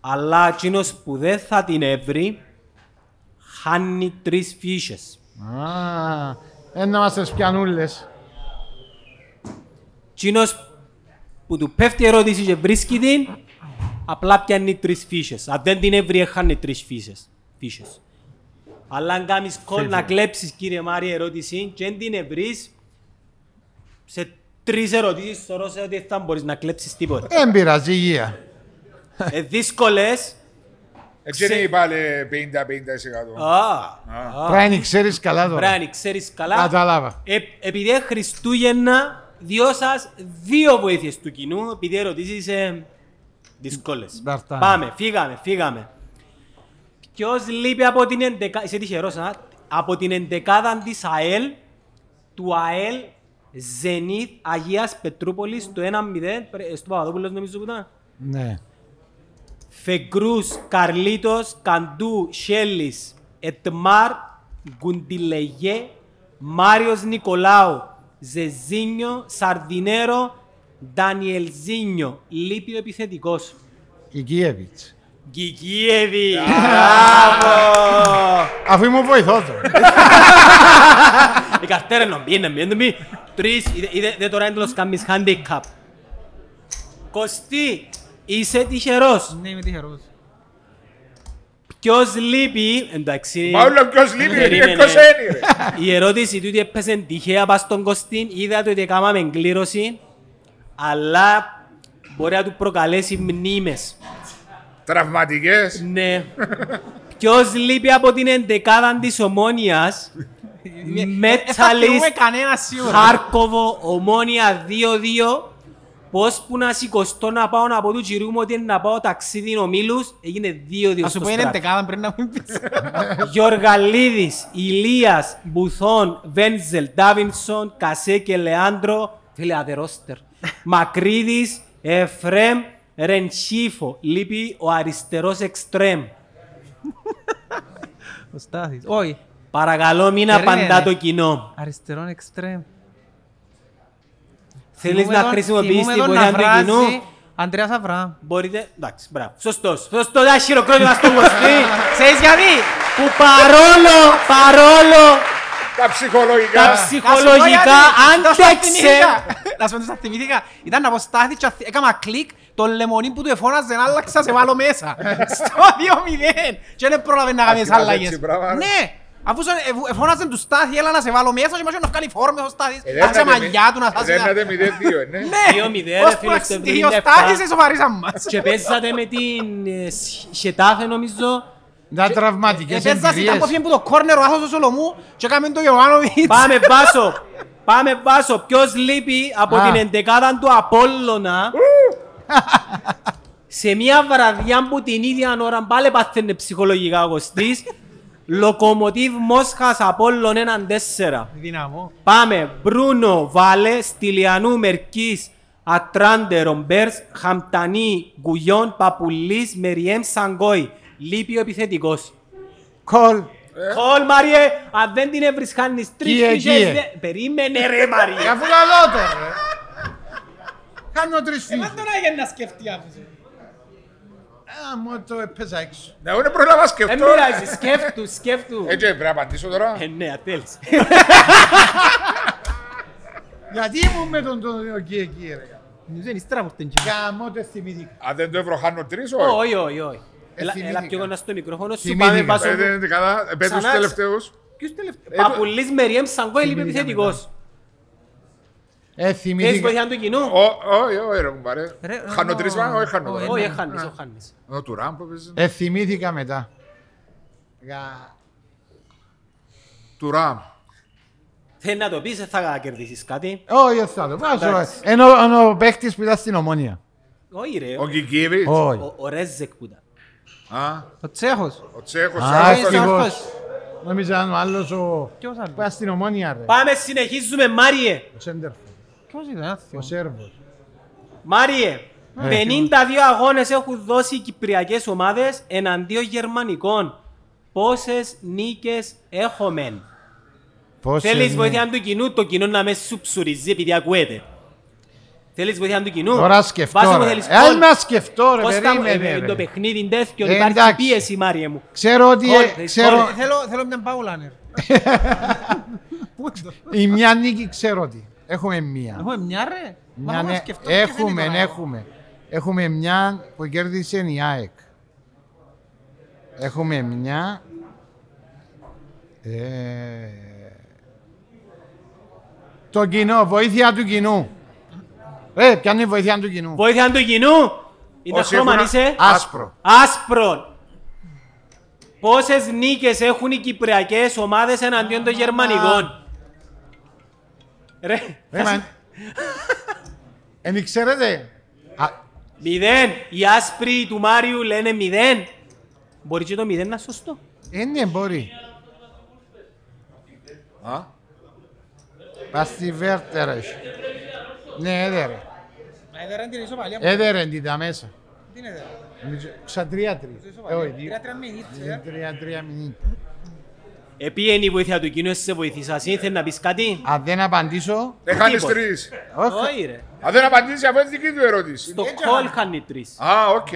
[SPEAKER 2] αλλά εκείνος που δεν θα την έβρει χάνει τρεις φύσες.
[SPEAKER 4] Α, ένα μας τις πιανούλες.
[SPEAKER 2] Εκείνος που του πέφτει η ερώτηση και βρίσκει την απλά πιάνει τρεις φύσες. Αν δεν την έβρει χάνει τρεις φύσες. φύσες. Αλλά αν κάνεις κόλ να κλέψεις κύριε Μάρη ερώτηση και αν την ευρείς σε τρεις ερωτήσεις θεωρώ σε ότι δεν θα μπορείς να κλέψεις τίποτα.
[SPEAKER 4] Δεν πειράζει, υγεία.
[SPEAKER 2] ε, δύσκολες.
[SPEAKER 3] Έτσι Ε, είναι
[SPEAKER 2] Ξε-
[SPEAKER 3] η πάλι 50-50%.
[SPEAKER 2] Α,
[SPEAKER 4] Πράγματι, ξέρεις καλά τώρα.
[SPEAKER 2] Μπράνι, ξέρεις καλά.
[SPEAKER 4] Κατάλαβα.
[SPEAKER 2] Ε, επειδή είναι Χριστούγεννα, δυο σας δύο βοήθειες του κοινού, επειδή ερωτήσεις ε, δύσκολες.
[SPEAKER 4] Μπαρτά.
[SPEAKER 2] Πάμε, φύγαμε, φύγαμε. Ποιος λείπει από την εντεκάδα, είσαι τυχερός, α, από την εντεκάδα της ΑΕΛ, του ΑΕΛ Ζενίθ Αγίας Πετρούπολης, το 1-0, πρε- ε, στο Παπαδόπουλος νομίζω που ήταν.
[SPEAKER 4] Ναι.
[SPEAKER 2] Φεκρούς, Καρλίτος, Καντού, Σέλης, Ετμάρ, Γκουντιλεγέ, Μάριος Νικολάου, Ζεζίνιο, Σαρδινέρο, Ντανιελζίνιο. Λείπει ο επιθετικός.
[SPEAKER 4] Η Κίεβιτς.
[SPEAKER 2] Γκικίεβι! Μπράβο!
[SPEAKER 4] Αφού ήμουν βοηθό
[SPEAKER 5] Ε,
[SPEAKER 4] τώρα.
[SPEAKER 2] Η καρτέρα μπίνε, μπίνε, μπίνε. Τρεις, είδε- είδε είδε τώρα έντονος κάνεις handicap. Κωστή, είσαι τυχερός.
[SPEAKER 5] Ναι, είμαι τυχερός.
[SPEAKER 2] Ποιος λείπει, εντάξει.
[SPEAKER 3] Μα όλο ποιος λείπει, είναι
[SPEAKER 2] Ε, Περίμενε.
[SPEAKER 3] κοσένη ρε.
[SPEAKER 2] Η ερώτηση του ότι έπαιζε τυχαία πας στον Κωστίν, είδα το ότι έκαναμε εγκλήρωση, αλλά μπορεί να του προκαλέσει μνήμες.
[SPEAKER 3] Τραυματικές.
[SPEAKER 2] Ναι. Ποιος λείπει από την εντεκάδα της Ομόνιας,
[SPEAKER 5] θυμούμε
[SPEAKER 2] Μετσαλίστ,
[SPEAKER 5] Ε, κανένα σίγουρα.
[SPEAKER 2] Χάρκοβο, Ομόνια 2-2, Πώς που να σηκωστώ να πάω να πω του κυρίου μου ότι είναι να πάω ταξίδι ομίλους, έγινε 2-2
[SPEAKER 5] Θα σου
[SPEAKER 2] στο
[SPEAKER 5] πω είναι
[SPEAKER 2] στράτο.
[SPEAKER 5] δεκάδα πριν να μην πεις.
[SPEAKER 2] Γιοργαλίδης, Ηλίας, Μπουθόν, Βέντζελ, Ντάβινσον, Κασέ και Λεάντρο. Φίλε, αδερόστερ. Μακρύδης, Εφρέμ, Ρενσίφο. Λείπει ο αριστερός εξτρέμ.
[SPEAKER 5] Ο Στάθης. Όχι.
[SPEAKER 2] Παρακαλώ μην
[SPEAKER 5] Περίμενε.
[SPEAKER 2] απαντά το κοινό.
[SPEAKER 5] Αριστερόν εξτρέμ.
[SPEAKER 2] Θέλεις να χρησιμοποιήσεις τη βοήθεια του κοινού.
[SPEAKER 5] Αντρέας Αβραάμ.
[SPEAKER 2] Μπορείτε, εντάξει, μπράβο. Σωστός. Σωστός, ένα χειροκρότημα στον Κωστή.
[SPEAKER 5] Ξέρεις γιατί.
[SPEAKER 2] που παρόλο, παρόλο
[SPEAKER 3] Τα ψυχολογικά.
[SPEAKER 2] τα ψυχολογικά άντεξε.
[SPEAKER 5] Να σου πω τα θυμηθήκα. Ήταν να πω Στάθη και αθ- έκανα κλικ. Το λεμονί που του εφώναζε να άλλαξα σε βάλω μέσα. Στο 2-0. Και δεν πρόλαβε να κάνεις
[SPEAKER 3] Αρχίζεις
[SPEAKER 5] άλλαγες.
[SPEAKER 3] έτσι, μπράβο.
[SPEAKER 5] Ναι. Αφού σαν- ε, ε, φώναζαν τους Στάθη, έλα να σε βάλω μέσα και μας να βγάλει φόρμες ο Στάθης. Άσε
[SPEAKER 3] Ελένατε Ε, με-
[SPEAKER 5] μαγιά του να χάσει. τα-
[SPEAKER 3] Ελένατε 0-2, ε, ναι.
[SPEAKER 5] Ναι,
[SPEAKER 2] 2-0,
[SPEAKER 5] ως
[SPEAKER 2] ρε φίλε,
[SPEAKER 5] πραξ-
[SPEAKER 2] στο
[SPEAKER 5] ο
[SPEAKER 2] 77.
[SPEAKER 5] Στάθης εσωβαρίσαν μας.
[SPEAKER 2] Και παίζατε με την ε, Σ- Χετάφε νομίζω.
[SPEAKER 4] Ήταν
[SPEAKER 5] Ε,
[SPEAKER 4] τραυματικές
[SPEAKER 5] Επέζασε ήταν που
[SPEAKER 4] εμπειρίες.
[SPEAKER 5] έφυγε από το κόρνερ ο Άθος ο Σολομού και έκαμε το Ιωάννοβιτς.
[SPEAKER 2] Πάμε Βάσο. Πάμε Βάσο. Ποιος λείπει από
[SPEAKER 4] Α.
[SPEAKER 2] την εντεκάδα του Απόλλωνα. σε μια βραδιά που την ίδια ώρα πάλι πάθαινε ψυχολογικά ο Κωστής. Λοκομοτίβ Μόσχας Απόλλων 1-4.
[SPEAKER 5] Δυναμό.
[SPEAKER 2] Πάμε. Μπρούνο, Βάλε, Στυλιανού, Μερκής, Ατράντε, Ρομπέρς, Χαμπτανή, Γκουγιόν, Παπουλής, Μεριέμ, Σαγκόη. Λείπει ο επιθετικός. Ε.
[SPEAKER 4] Κολ.
[SPEAKER 2] Κολ, Μαριέ, αν δεν την έβρεις χάνεις τρεις
[SPEAKER 4] Κιε,
[SPEAKER 2] φύγες,
[SPEAKER 4] κιε.
[SPEAKER 2] δε- Περίμενε ρε
[SPEAKER 4] Ε,
[SPEAKER 2] Μαριέ.
[SPEAKER 4] Αφού καλό το ρε. Κάνω
[SPEAKER 5] Ε,
[SPEAKER 4] τρεις φύγες.
[SPEAKER 2] Τώρα για να σκεφτεί άφησε.
[SPEAKER 4] Α, μου Ε, το έπαιζα έξω.
[SPEAKER 3] Να είναι πρόλαβα να σκεφτώ.
[SPEAKER 2] Δεν πειράζει, σκέφτου, σκέφτου.
[SPEAKER 3] Έτσι πρέπει να απαντήσω τώρα.
[SPEAKER 2] Ε, ναι, ατέλειες.
[SPEAKER 4] Γιατί ήμουν με τον τον εκεί εκεί ρε.
[SPEAKER 5] Δεν ύστερα από την κοινή.
[SPEAKER 4] Γαμώ το θυμηθήκα.
[SPEAKER 3] Αν δεν το ευροχάνω τρεις, όχι.
[SPEAKER 2] Όχι, όχι, όχι. Έλα-
[SPEAKER 4] θυμήθηκα.
[SPEAKER 2] Έλα πιο κοντά στο μικρόφωνο σου,
[SPEAKER 4] Θυμήθηκα.
[SPEAKER 2] πάμε πάσο.
[SPEAKER 3] Ε, Δεν είναι καλά. Ε, πες τους
[SPEAKER 2] Ξανά-
[SPEAKER 3] τελευταίους.
[SPEAKER 2] Ποιος τελευταίος. Παπουλής Μεριέμ Σαγκόη, λείπει
[SPEAKER 4] Ε, Θυμήθηκα
[SPEAKER 2] επιθετικός.
[SPEAKER 4] Ε,
[SPEAKER 2] Θες
[SPEAKER 4] θυμηθήκα.
[SPEAKER 2] βοήθεια του κοινού.
[SPEAKER 3] Ω, Όχι, όχι, ρε κουμπάρε.
[SPEAKER 5] Ρε,
[SPEAKER 3] Χάνω
[SPEAKER 5] ο-
[SPEAKER 3] τρεις, μα όχι χάνω
[SPEAKER 5] ο-
[SPEAKER 3] τώρα.
[SPEAKER 2] Όχι, έχανες, έχανες.
[SPEAKER 3] Ο του ναι. Ράμπο παίζει.
[SPEAKER 4] Ε, θυμήθηκα μετά. Γα-
[SPEAKER 3] Του Ραμ.
[SPEAKER 2] Θέλει να το πεις, δεν θα κερδίσεις κάτι.
[SPEAKER 4] Όχι, θα το βάζω.
[SPEAKER 2] Εντάξει.
[SPEAKER 4] Ενώ ενώ ο παίχτης που ήταν στην Ομόνια.
[SPEAKER 2] Όχι ρε,
[SPEAKER 3] Ο Κικίβιτς.
[SPEAKER 4] Όχι.
[SPEAKER 2] ο- ο Ρέζεκ που ήταν.
[SPEAKER 3] Α,
[SPEAKER 5] Ο Τσέχος.
[SPEAKER 3] Ο Τσέχος.
[SPEAKER 4] Α,
[SPEAKER 3] άλλος ήταν-
[SPEAKER 4] ευτυχώς. Νόμιζα αν ο άλλος ο...
[SPEAKER 5] Ποιος
[SPEAKER 4] Που
[SPEAKER 5] άλλος.
[SPEAKER 4] ήταν στην Ομόνια ρε.
[SPEAKER 2] Πάμε, συνεχίζουμε, Μάριε.
[SPEAKER 4] Ο Σέντερφο.
[SPEAKER 5] Ποιος ήταν
[SPEAKER 4] Ο
[SPEAKER 5] άθιος.
[SPEAKER 4] Σέρβος.
[SPEAKER 2] Μάριε,
[SPEAKER 4] Ναι,
[SPEAKER 2] 52 αγώνες έχουν δώσει οι κυπριακές ομάδες εναντίον γερμανικών. Πόσες νίκες έχουμε.
[SPEAKER 4] Πώς
[SPEAKER 2] Θέλεις
[SPEAKER 4] είναι.
[SPEAKER 2] βοήθεια του κοινού, το κοινό να με σου ψουρίζει επειδή ακούεται. Θέλεις βοήθεια του κοινού.
[SPEAKER 4] Τώρα σκεφτώ
[SPEAKER 2] Βάζω μου
[SPEAKER 4] ρε.
[SPEAKER 2] θέλεις
[SPEAKER 4] Ε, αν
[SPEAKER 2] κόλ.
[SPEAKER 4] να σκεφτώ ρε,
[SPEAKER 2] Κώστα μου, ε,
[SPEAKER 4] περίμενε
[SPEAKER 2] το
[SPEAKER 4] ρε.
[SPEAKER 2] παιχνίδι τέτοιο,
[SPEAKER 4] Ε,
[SPEAKER 2] υπάρχει
[SPEAKER 4] εντάξει.
[SPEAKER 2] πίεση Μάριε μου.
[SPEAKER 4] Ξέρω ότι...
[SPEAKER 2] Κόλ,
[SPEAKER 4] ε,
[SPEAKER 2] θέλεις
[SPEAKER 4] Ξέρω...
[SPEAKER 2] κόλ.
[SPEAKER 5] Θέλω θέλω μια Παουλάνερ. Πού είναι το-
[SPEAKER 4] Η μια νίκη ξέρω ότι. Έχουμε μία.
[SPEAKER 5] Έχουμε μια ρε. Μα
[SPEAKER 4] Μια
[SPEAKER 5] να
[SPEAKER 4] ναι-
[SPEAKER 5] σκεφτώ ποιος είναι
[SPEAKER 4] Έχουμε,
[SPEAKER 5] τώρα.
[SPEAKER 4] έχουμε. Έχουμε μια που κέρδισε η ΑΕΚ. Έχουμε μια... Ε, το κοινό, βοήθεια του κοινού. Ε, ποια είναι η βοήθεια του κοινού.
[SPEAKER 2] Βοήθεια του κοινού. Είναι
[SPEAKER 3] Όσοι
[SPEAKER 2] χρώμα,
[SPEAKER 3] έχουν-
[SPEAKER 2] είσαι.
[SPEAKER 4] Άσπρο.
[SPEAKER 2] Άσπρο. Πόσες νίκες έχουν οι κυπριακές ομάδες εναντίον των γερμανικών. Ρε,
[SPEAKER 4] Ρε, Ε, μα- Εν ξέρετε. Α,
[SPEAKER 2] μηδέν. Οι άσπροι του Μάριου λένε μηδέν. Μπορεί και το μηδέν να είναι σωστό.
[SPEAKER 4] ε, ναι, μπορεί.
[SPEAKER 3] Α,
[SPEAKER 4] Πας στη Βέρτερ, ρε. Ναι, έδερε.
[SPEAKER 5] Μα έδεραν Ε, την ισοπαλία.
[SPEAKER 4] Έδερε την τα μέσα.
[SPEAKER 5] Τι είναι έδεραν.
[SPEAKER 4] Ξα τρία-τρία. Ε, όχι, δύο.
[SPEAKER 5] Τρία-τρία μήνυτσι, ε.
[SPEAKER 4] Ε, Τρία-τρία μηνύτ.
[SPEAKER 2] Επίενη η βοήθεια του κοινού, εσύ σε βοηθήσα. Εσύ θέλει να πεις κάτι.
[SPEAKER 4] Αν δεν απαντήσω,
[SPEAKER 3] Δεν χάνεις
[SPEAKER 2] Τίποτα.
[SPEAKER 3] τρεις.
[SPEAKER 4] όχι.
[SPEAKER 2] Όχι ρε.
[SPEAKER 3] Αν δεν απαντήσεις, αυτό είναι δική του ερώτηση.
[SPEAKER 2] Στο κόλ χάνει τρεις.
[SPEAKER 3] Α, οκ.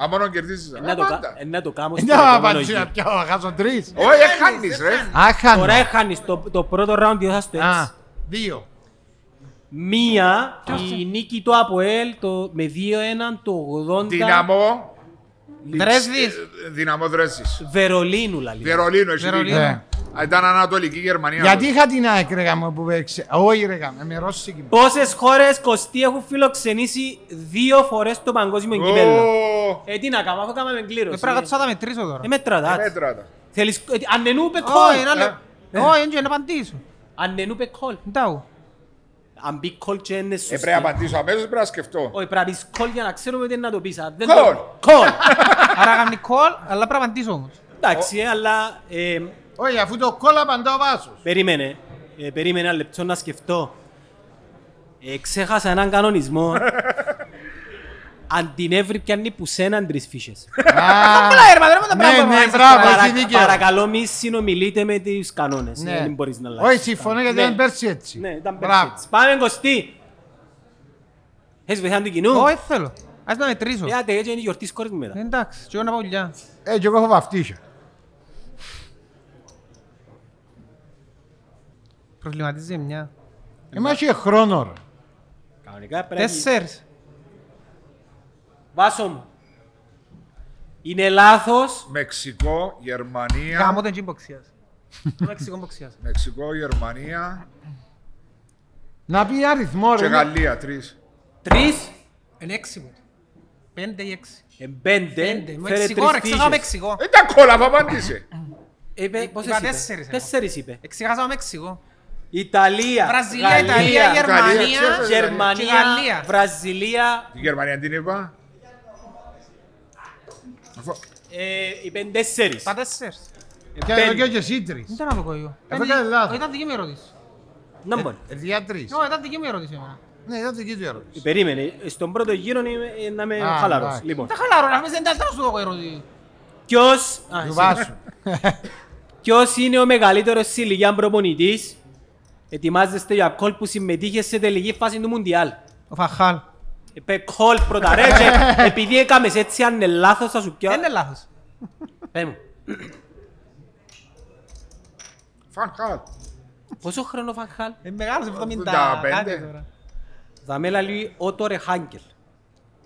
[SPEAKER 3] Αν μόνο κερδίζεις.
[SPEAKER 2] Ε,
[SPEAKER 3] Α,
[SPEAKER 2] Να το, κα-
[SPEAKER 3] πάντα.
[SPEAKER 2] ε, να το κάνω στο
[SPEAKER 4] Να
[SPEAKER 2] επόμενο
[SPEAKER 4] απαντήσω,
[SPEAKER 2] γύρο.
[SPEAKER 4] να πιάω, να χάσω τρεις.
[SPEAKER 3] Όχι, δεν χάνεις, ρε.
[SPEAKER 4] Άχανο.
[SPEAKER 2] Τώρα έχανες το, το πρώτο round, δύο θα στο
[SPEAKER 4] Α,
[SPEAKER 2] έτσι.
[SPEAKER 4] δύο.
[SPEAKER 2] Μία, η νίκη του Αποέλ το, με 2-1 το 80.
[SPEAKER 3] Δυναμό.
[SPEAKER 5] Δρέσδης.
[SPEAKER 3] Ε, Δυναμό Δρέσδης.
[SPEAKER 2] Βερολίνου λαλή.
[SPEAKER 3] Βερολίνο, έχει
[SPEAKER 5] Βερολίνο.
[SPEAKER 3] δίκιο.
[SPEAKER 4] Ναι.
[SPEAKER 3] Α, Ήταν Ανατολική Γερμανία.
[SPEAKER 4] Γιατί είχα την ΑΕΚ ρε γάμο που παίξε. Όχι ρε γάμο, με ρώσικη.
[SPEAKER 2] Πόσες χώρες Κωστή έχουν φιλοξενήσει δύο φορές το παγκόσμιο κύπελλο.
[SPEAKER 3] Ω,
[SPEAKER 2] Ε, τι να κάνω, αφού κάναμε κλήρωση.
[SPEAKER 5] Πρέπει να τους Ε, θα τα μετρήσω τώρα.
[SPEAKER 2] Ε, μετρά τα.
[SPEAKER 3] μέτρα τα.
[SPEAKER 2] Θέλεις, ε, ανενούπε
[SPEAKER 5] Όχι, ένα
[SPEAKER 2] κόλ.
[SPEAKER 5] λεπτό. Ε, Όχι, έτσι, να απαντήσω.
[SPEAKER 2] Ανενούπε κόλ.
[SPEAKER 5] Ντάου.
[SPEAKER 2] Αν μπει κόλ και είναι σωστή.
[SPEAKER 3] Ε, Πρέπει να απαντήσω αμέσως, πρέπει να σκεφτώ.
[SPEAKER 2] Όχι, πρέπει να πεις κόλ για να ξέρουμε τι να το πεις. Αν δεν
[SPEAKER 3] Κόλ.
[SPEAKER 2] το- Κόλ.
[SPEAKER 5] Άρα κάνεις κόλ, αλλά πρέπει να απαντήσω όμως.
[SPEAKER 2] Εντάξει, ε, αλλά ε,
[SPEAKER 4] Όχι, αφού το κόλλα παντά ο Βάσος.
[SPEAKER 2] περίμενε. Ε, περίμενε ένα λεπτό να σκεφτώ. Ε, ξέχασα έναν κανονισμό. Αν την έβρει πιάνει που σέναν τρεις φύσες.
[SPEAKER 4] Α,
[SPEAKER 5] Απλά, ρε, μα δεν με τα
[SPEAKER 4] Ναι,
[SPEAKER 5] πράγματα
[SPEAKER 4] ναι,
[SPEAKER 5] βάζεις,
[SPEAKER 4] μπράβο,
[SPEAKER 2] Παρα-
[SPEAKER 4] έχει δίκαιο.
[SPEAKER 2] Παρακαλώ μη συνομιλείτε με τους κανόνες.
[SPEAKER 4] Ναι.
[SPEAKER 2] Δεν μπορείς να αλλάξεις.
[SPEAKER 4] Όχι, συμφωνώ γιατί
[SPEAKER 2] Ναι.
[SPEAKER 4] ήταν πέρσι έτσι.
[SPEAKER 2] Ναι, ήταν
[SPEAKER 4] Μπράβο.
[SPEAKER 2] πέρσι. Πάμε Κωστή. Έχεις βοηθά του κοινού.
[SPEAKER 5] Όχι, θέλω. Ας να μετρήσω.
[SPEAKER 2] Ε, άντε, έτσι είναι η γιορτή σκόρης μου
[SPEAKER 5] Ε,
[SPEAKER 2] μετά.
[SPEAKER 5] Εντάξει, και εγώ να πάω δουλειά.
[SPEAKER 4] Ε, και εγώ έχω βαφτίσει.
[SPEAKER 5] Προβληματίζει μια.
[SPEAKER 4] Είμαστε χρόνο ρε.
[SPEAKER 2] Κανονικά πρέπει. να γίνει.
[SPEAKER 5] Τέσσερις.
[SPEAKER 2] Βάσο μου. Είναι λάθος
[SPEAKER 3] Μεξικό, Γερμανία.
[SPEAKER 5] Γάμω τον τζιμποξίας. Το Μεξικό μποξιά.
[SPEAKER 3] Μεξικό, Γερμανία
[SPEAKER 4] Να πει αριθμό,
[SPEAKER 3] και
[SPEAKER 4] ρε.
[SPEAKER 3] Γαλλία, τρεις.
[SPEAKER 5] Τρεις, εν έξι μου. Πέντε ή έξι.
[SPEAKER 2] Πέντε,
[SPEAKER 5] Πέντε.
[SPEAKER 2] φέρε
[SPEAKER 5] Μεξικό, ρε,
[SPEAKER 2] τρεις
[SPEAKER 5] ξέχασα
[SPEAKER 2] φύσεις.
[SPEAKER 5] Μεξικό.
[SPEAKER 3] Ε, τα κόλαβα, απάντησε.
[SPEAKER 2] Είπε,
[SPEAKER 5] Είπα
[SPEAKER 2] πόσες είπε.
[SPEAKER 5] τέσσερις εγώ.
[SPEAKER 2] Τέσσερις είπε.
[SPEAKER 5] Εξηγάσαμε Μεξικό.
[SPEAKER 2] Ιταλία,
[SPEAKER 5] Βραζιλία, Ιταλία,
[SPEAKER 2] Γαλλία,
[SPEAKER 5] Γερμανία.
[SPEAKER 3] Γαλλία, ξέρω.
[SPEAKER 5] και
[SPEAKER 2] Γερμανία,
[SPEAKER 5] Γαλλία.
[SPEAKER 2] Βραζιλία,
[SPEAKER 3] Τη Γερμανία την είπα. Αφού-
[SPEAKER 2] ε, είπε τέσσερις.
[SPEAKER 5] Τα τέσσερις.
[SPEAKER 4] Και
[SPEAKER 2] πέντε.
[SPEAKER 4] εδώ και ο Γεσίτρης.
[SPEAKER 5] Δεν ήταν από εγώ.
[SPEAKER 4] Εγώ έκανα λάθος.
[SPEAKER 5] Ω, Ήταν δική μου ερώτηση.
[SPEAKER 2] Να μπορεί.
[SPEAKER 4] Ε, Διά τρεις.
[SPEAKER 5] Ω, ήταν δική μου ερώτηση εμένα.
[SPEAKER 4] Ναι, ήταν δική του
[SPEAKER 2] Ε,
[SPEAKER 4] ερώτηση.
[SPEAKER 2] Περίμενε, στον πρώτο γύρο είμαι- ε, να είμαι
[SPEAKER 4] Α,
[SPEAKER 2] χαλαρός.
[SPEAKER 4] εντάξει.
[SPEAKER 2] Λοιπόν,
[SPEAKER 5] Τα χαλαρώ, να μην δεν ήταν σου εγώ ερώτηση.
[SPEAKER 2] ποιος, α,
[SPEAKER 4] Του
[SPEAKER 2] εσύ.
[SPEAKER 4] Βάσου.
[SPEAKER 2] ποιος είναι ο μεγαλύτερος σε ηλικία προπονητής, ετοιμάζεστε για κόλ που συμμετείχες σε τελική φάση του Μουντιάλ.
[SPEAKER 5] Ο Φαχάλ.
[SPEAKER 2] Είπε κόλ πρώτα ρε, και επειδή έκαμες έτσι αν είναι λάθος θα σου πιω.
[SPEAKER 5] Δεν είναι λάθος.
[SPEAKER 2] Πες μου,
[SPEAKER 3] Φαν χαλ.
[SPEAKER 2] πόσο χρόνο φαγχάλ.
[SPEAKER 5] Είναι Ε, μεγάλος, 70
[SPEAKER 3] 75.
[SPEAKER 5] κάτι τώρα.
[SPEAKER 2] Δαμέλα λέει Ότο Ρεχάγκελ.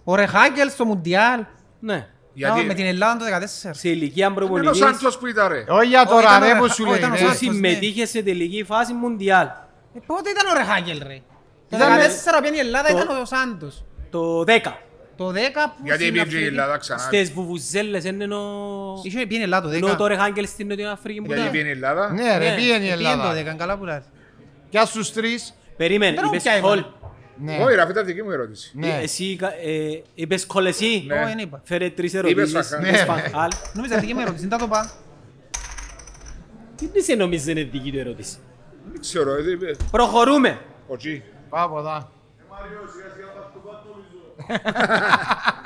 [SPEAKER 5] Ο Ρεχάγκελ στο Μουντιάλ.
[SPEAKER 2] Ναι.
[SPEAKER 5] Να, Με την
[SPEAKER 3] Γιατί
[SPEAKER 5] Ελλάδα το 2014.
[SPEAKER 2] Σε ηλικία
[SPEAKER 3] είναι ο
[SPEAKER 2] προπονητής
[SPEAKER 3] Σάντσος που ήταν ρε.
[SPEAKER 4] Όχι για
[SPEAKER 5] ήταν
[SPEAKER 4] τώρα,
[SPEAKER 5] ο
[SPEAKER 4] ρε, που
[SPEAKER 5] Ρεχα-
[SPEAKER 4] σου
[SPEAKER 5] ο,
[SPEAKER 4] λέει.
[SPEAKER 5] ήταν ο
[SPEAKER 4] ναι.
[SPEAKER 2] που
[SPEAKER 5] Σάντσος.
[SPEAKER 2] συμμετείχε σε τελική φάση Μουντιάλ.
[SPEAKER 5] Ε, Πότε ήταν ο Ρεχάγκελ, ρε. Το
[SPEAKER 2] Ήταν-
[SPEAKER 5] 14 πιάνει η Ελλάδα,
[SPEAKER 2] Το-
[SPEAKER 5] ήταν ο Σάντος.
[SPEAKER 2] Το 10.
[SPEAKER 5] Το 10 που
[SPEAKER 3] Γιατί
[SPEAKER 5] στην
[SPEAKER 3] πήγε η
[SPEAKER 5] Αφρική-
[SPEAKER 3] Ελλάδα ξανά.
[SPEAKER 2] Στις βουβουζέλες είναι ο...
[SPEAKER 5] Είχε πιάνει η Ελλάδα το 10.
[SPEAKER 2] Νότο Ρεχάγκελ στην Νότια Αφρική που
[SPEAKER 3] Γιατί
[SPEAKER 2] ήταν.
[SPEAKER 3] πήγε η Ελλάδα.
[SPEAKER 4] Ναι, ρε,
[SPEAKER 2] Ναι,
[SPEAKER 4] πήγαινε η
[SPEAKER 5] Ε, πήγαινε το
[SPEAKER 4] Ελλάδα.
[SPEAKER 5] 10, καλά που λάζει.
[SPEAKER 4] Πιά στους τρεις.
[SPEAKER 2] Περίμενε,
[SPEAKER 5] Δεν
[SPEAKER 2] είπες
[SPEAKER 5] έχω πια
[SPEAKER 2] κόλ.
[SPEAKER 5] εγώ.
[SPEAKER 4] Ναι.
[SPEAKER 3] Όχι, ρε, αυτή ήταν δική μου ερώτηση.
[SPEAKER 4] Ναι.
[SPEAKER 2] Εσύ κα- ε, είπες κόλ εσύ.
[SPEAKER 3] Ναι.
[SPEAKER 5] Ω, δεν είπα.
[SPEAKER 2] Φέρε τρεις ερωτήσεις.
[SPEAKER 3] Φαχάλ.
[SPEAKER 2] είπες
[SPEAKER 4] Ναι,
[SPEAKER 2] Φαχάλ.
[SPEAKER 5] Νόμιζα δική μου ερώτηση, δεν θα το πά.
[SPEAKER 2] Τι δεν σε νομίζεις είναι δική του ερώτηση.
[SPEAKER 3] Δεν ξέρω, ε, είπε.
[SPEAKER 2] Προχωρούμε.
[SPEAKER 3] Ο Τζι.
[SPEAKER 4] Πάω από εδώ.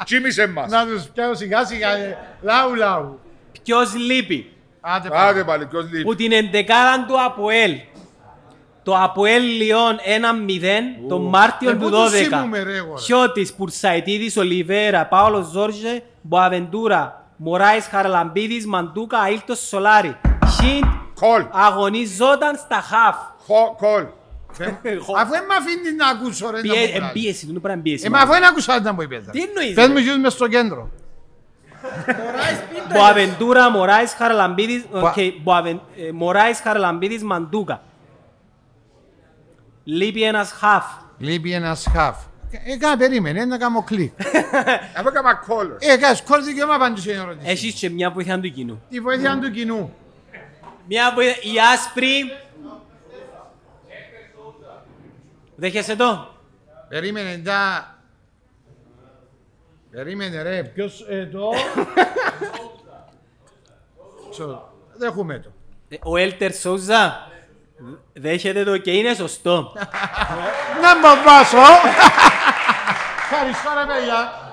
[SPEAKER 3] Τζίμισε μας.
[SPEAKER 4] Να τους πιάνω σιγά σιγά. ε, Λάου λάου.
[SPEAKER 2] Ποιος λείπει
[SPEAKER 4] Άντε
[SPEAKER 3] Άντε
[SPEAKER 4] πάμε.
[SPEAKER 3] πάλι, ποιος λείπει.
[SPEAKER 2] που την εντεκάδα του Αποέλ. Το Αποέλ Λιόν 1-0 τον Μάρτιο
[SPEAKER 4] Ε,
[SPEAKER 2] του
[SPEAKER 4] πού
[SPEAKER 2] 12.
[SPEAKER 4] τους σήμουμε, ρε, εγώ, ρε.
[SPEAKER 2] Χιώτης, Πουρσαϊτίδης, Ολιβέρα, Πάολος Ζόρζε, Μποαβεντούρα, Μωράης Χαραλαμπίδης, Μαντούκα, Αίλτος Σολάρη. Χιντ
[SPEAKER 3] Κολ.
[SPEAKER 2] αγωνιζόταν στα χαφ.
[SPEAKER 3] Χο- Κολ.
[SPEAKER 4] Αφού δεν με αφήνεις να ακούσω, ρε, να
[SPEAKER 2] Πιέ-
[SPEAKER 4] μου βγάλεις.
[SPEAKER 2] Εμπίεση, δεν πρέπει να μπίεση.
[SPEAKER 4] Ε, μα αφού δεν άκουσα να μου είπες. ρε.
[SPEAKER 2] Τι εννοείς,
[SPEAKER 4] Πες
[SPEAKER 2] ρε.
[SPEAKER 4] μου γιους μες στο κέντρο.
[SPEAKER 2] Μποαβεντούρα, Μωράης Χαραλαμπίδης,
[SPEAKER 4] Μποα-
[SPEAKER 2] οκ, Μποαβεν- ε, Μωράης Χαραλαμπίδης, Μαντούκα. Λείπει ένας χαφ.
[SPEAKER 4] Λείπει ένας χαφ. Ε, κάνε περίμενε, να κάνω κλικ.
[SPEAKER 3] Αφού έκανα κόλ. ρε.
[SPEAKER 4] Ε, κάνε σκόρ δικαιώμα απάντησε η ερώτηση.
[SPEAKER 2] Έχεις και μια βοήθεια του κοινού.
[SPEAKER 4] Τη βοήθεια του κοινού.
[SPEAKER 2] Μια βοήθεια, η άσπρη. Δέχεσαι το.
[SPEAKER 4] Περίμενε, τα... Περίμενε ρε, ποιος ε, το... Ξέρω, δέχουμε το.
[SPEAKER 2] Ε, Ο Έλτερ Σόουζα. Δέχεται το και είναι σωστό.
[SPEAKER 4] Να μου βάσω! Ευχαριστώ ρε παιδιά.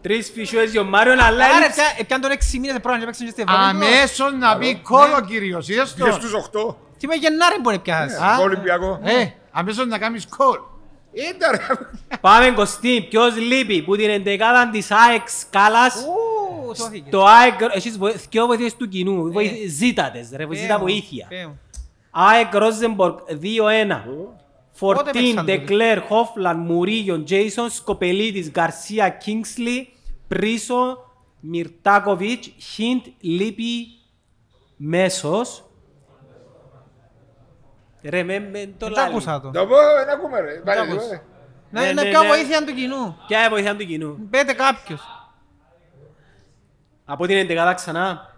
[SPEAKER 2] Τρεις φυσιές για ο Μάριον, αλλά
[SPEAKER 5] Άρα
[SPEAKER 2] έλειψε-
[SPEAKER 5] πια έπιαν τον 6 μήνες πρώτα και παίξαν και στη Ευρώπη.
[SPEAKER 4] Αμέσως να πει
[SPEAKER 3] Ναι.
[SPEAKER 4] κόλλο κύριος, είδες το.
[SPEAKER 3] Πήγε στους 8.
[SPEAKER 5] Τι με Γενάρη μπορεί να πιάσεις.
[SPEAKER 4] Α.
[SPEAKER 5] Ναι.
[SPEAKER 3] Ολυμπιακό.
[SPEAKER 4] Ε, αμέσως να κάνεις κόλ.
[SPEAKER 3] Ήταν ρε.
[SPEAKER 2] Πάμε Κωστή, ποιος λείπει που την εντεκάδα της ΑΕΚ Σκάλας.
[SPEAKER 5] Ου, σώθηκες.
[SPEAKER 2] Το ΑΕΚ, εσείς βοη- δυο βοήθειες του
[SPEAKER 5] Ναι.
[SPEAKER 2] κοινού, βοήθη- ζήτατες ρε,
[SPEAKER 5] Θεέ
[SPEAKER 2] ζήτα
[SPEAKER 5] μου,
[SPEAKER 2] βοήθεια.
[SPEAKER 5] Θεέ μου.
[SPEAKER 2] ΑΕΚ Ρόζενμπορκ 2-1.
[SPEAKER 5] Πότε
[SPEAKER 2] Φορτίν,
[SPEAKER 5] παίξαν τότε?
[SPEAKER 2] Ντεκλέρ, Χόφλαν, Μουρίγιον, Τζέισον, Σκοπελίτης, Γκαρσία, Κίνξλι, Πρίσο, Μιρτάκοβιτς, Χιντ, Λίπη, Μέσος. Ρε με, με το
[SPEAKER 5] Δεν τα
[SPEAKER 2] λάλλει.
[SPEAKER 5] άκουσα το.
[SPEAKER 3] Το Ναι, πω, δεν ακούμε ρε. Πάλι
[SPEAKER 5] Μπράβο.
[SPEAKER 3] εδώ, ε.
[SPEAKER 5] Να
[SPEAKER 2] Ναι,
[SPEAKER 5] να
[SPEAKER 2] ναι,
[SPEAKER 5] πιάω
[SPEAKER 2] ναι.
[SPEAKER 5] βοήθεια του κοινού.
[SPEAKER 2] Ποια είναι η βοήθεια του κοινού.
[SPEAKER 5] Πέτε κάποιος.
[SPEAKER 2] Από την 11 ξανά.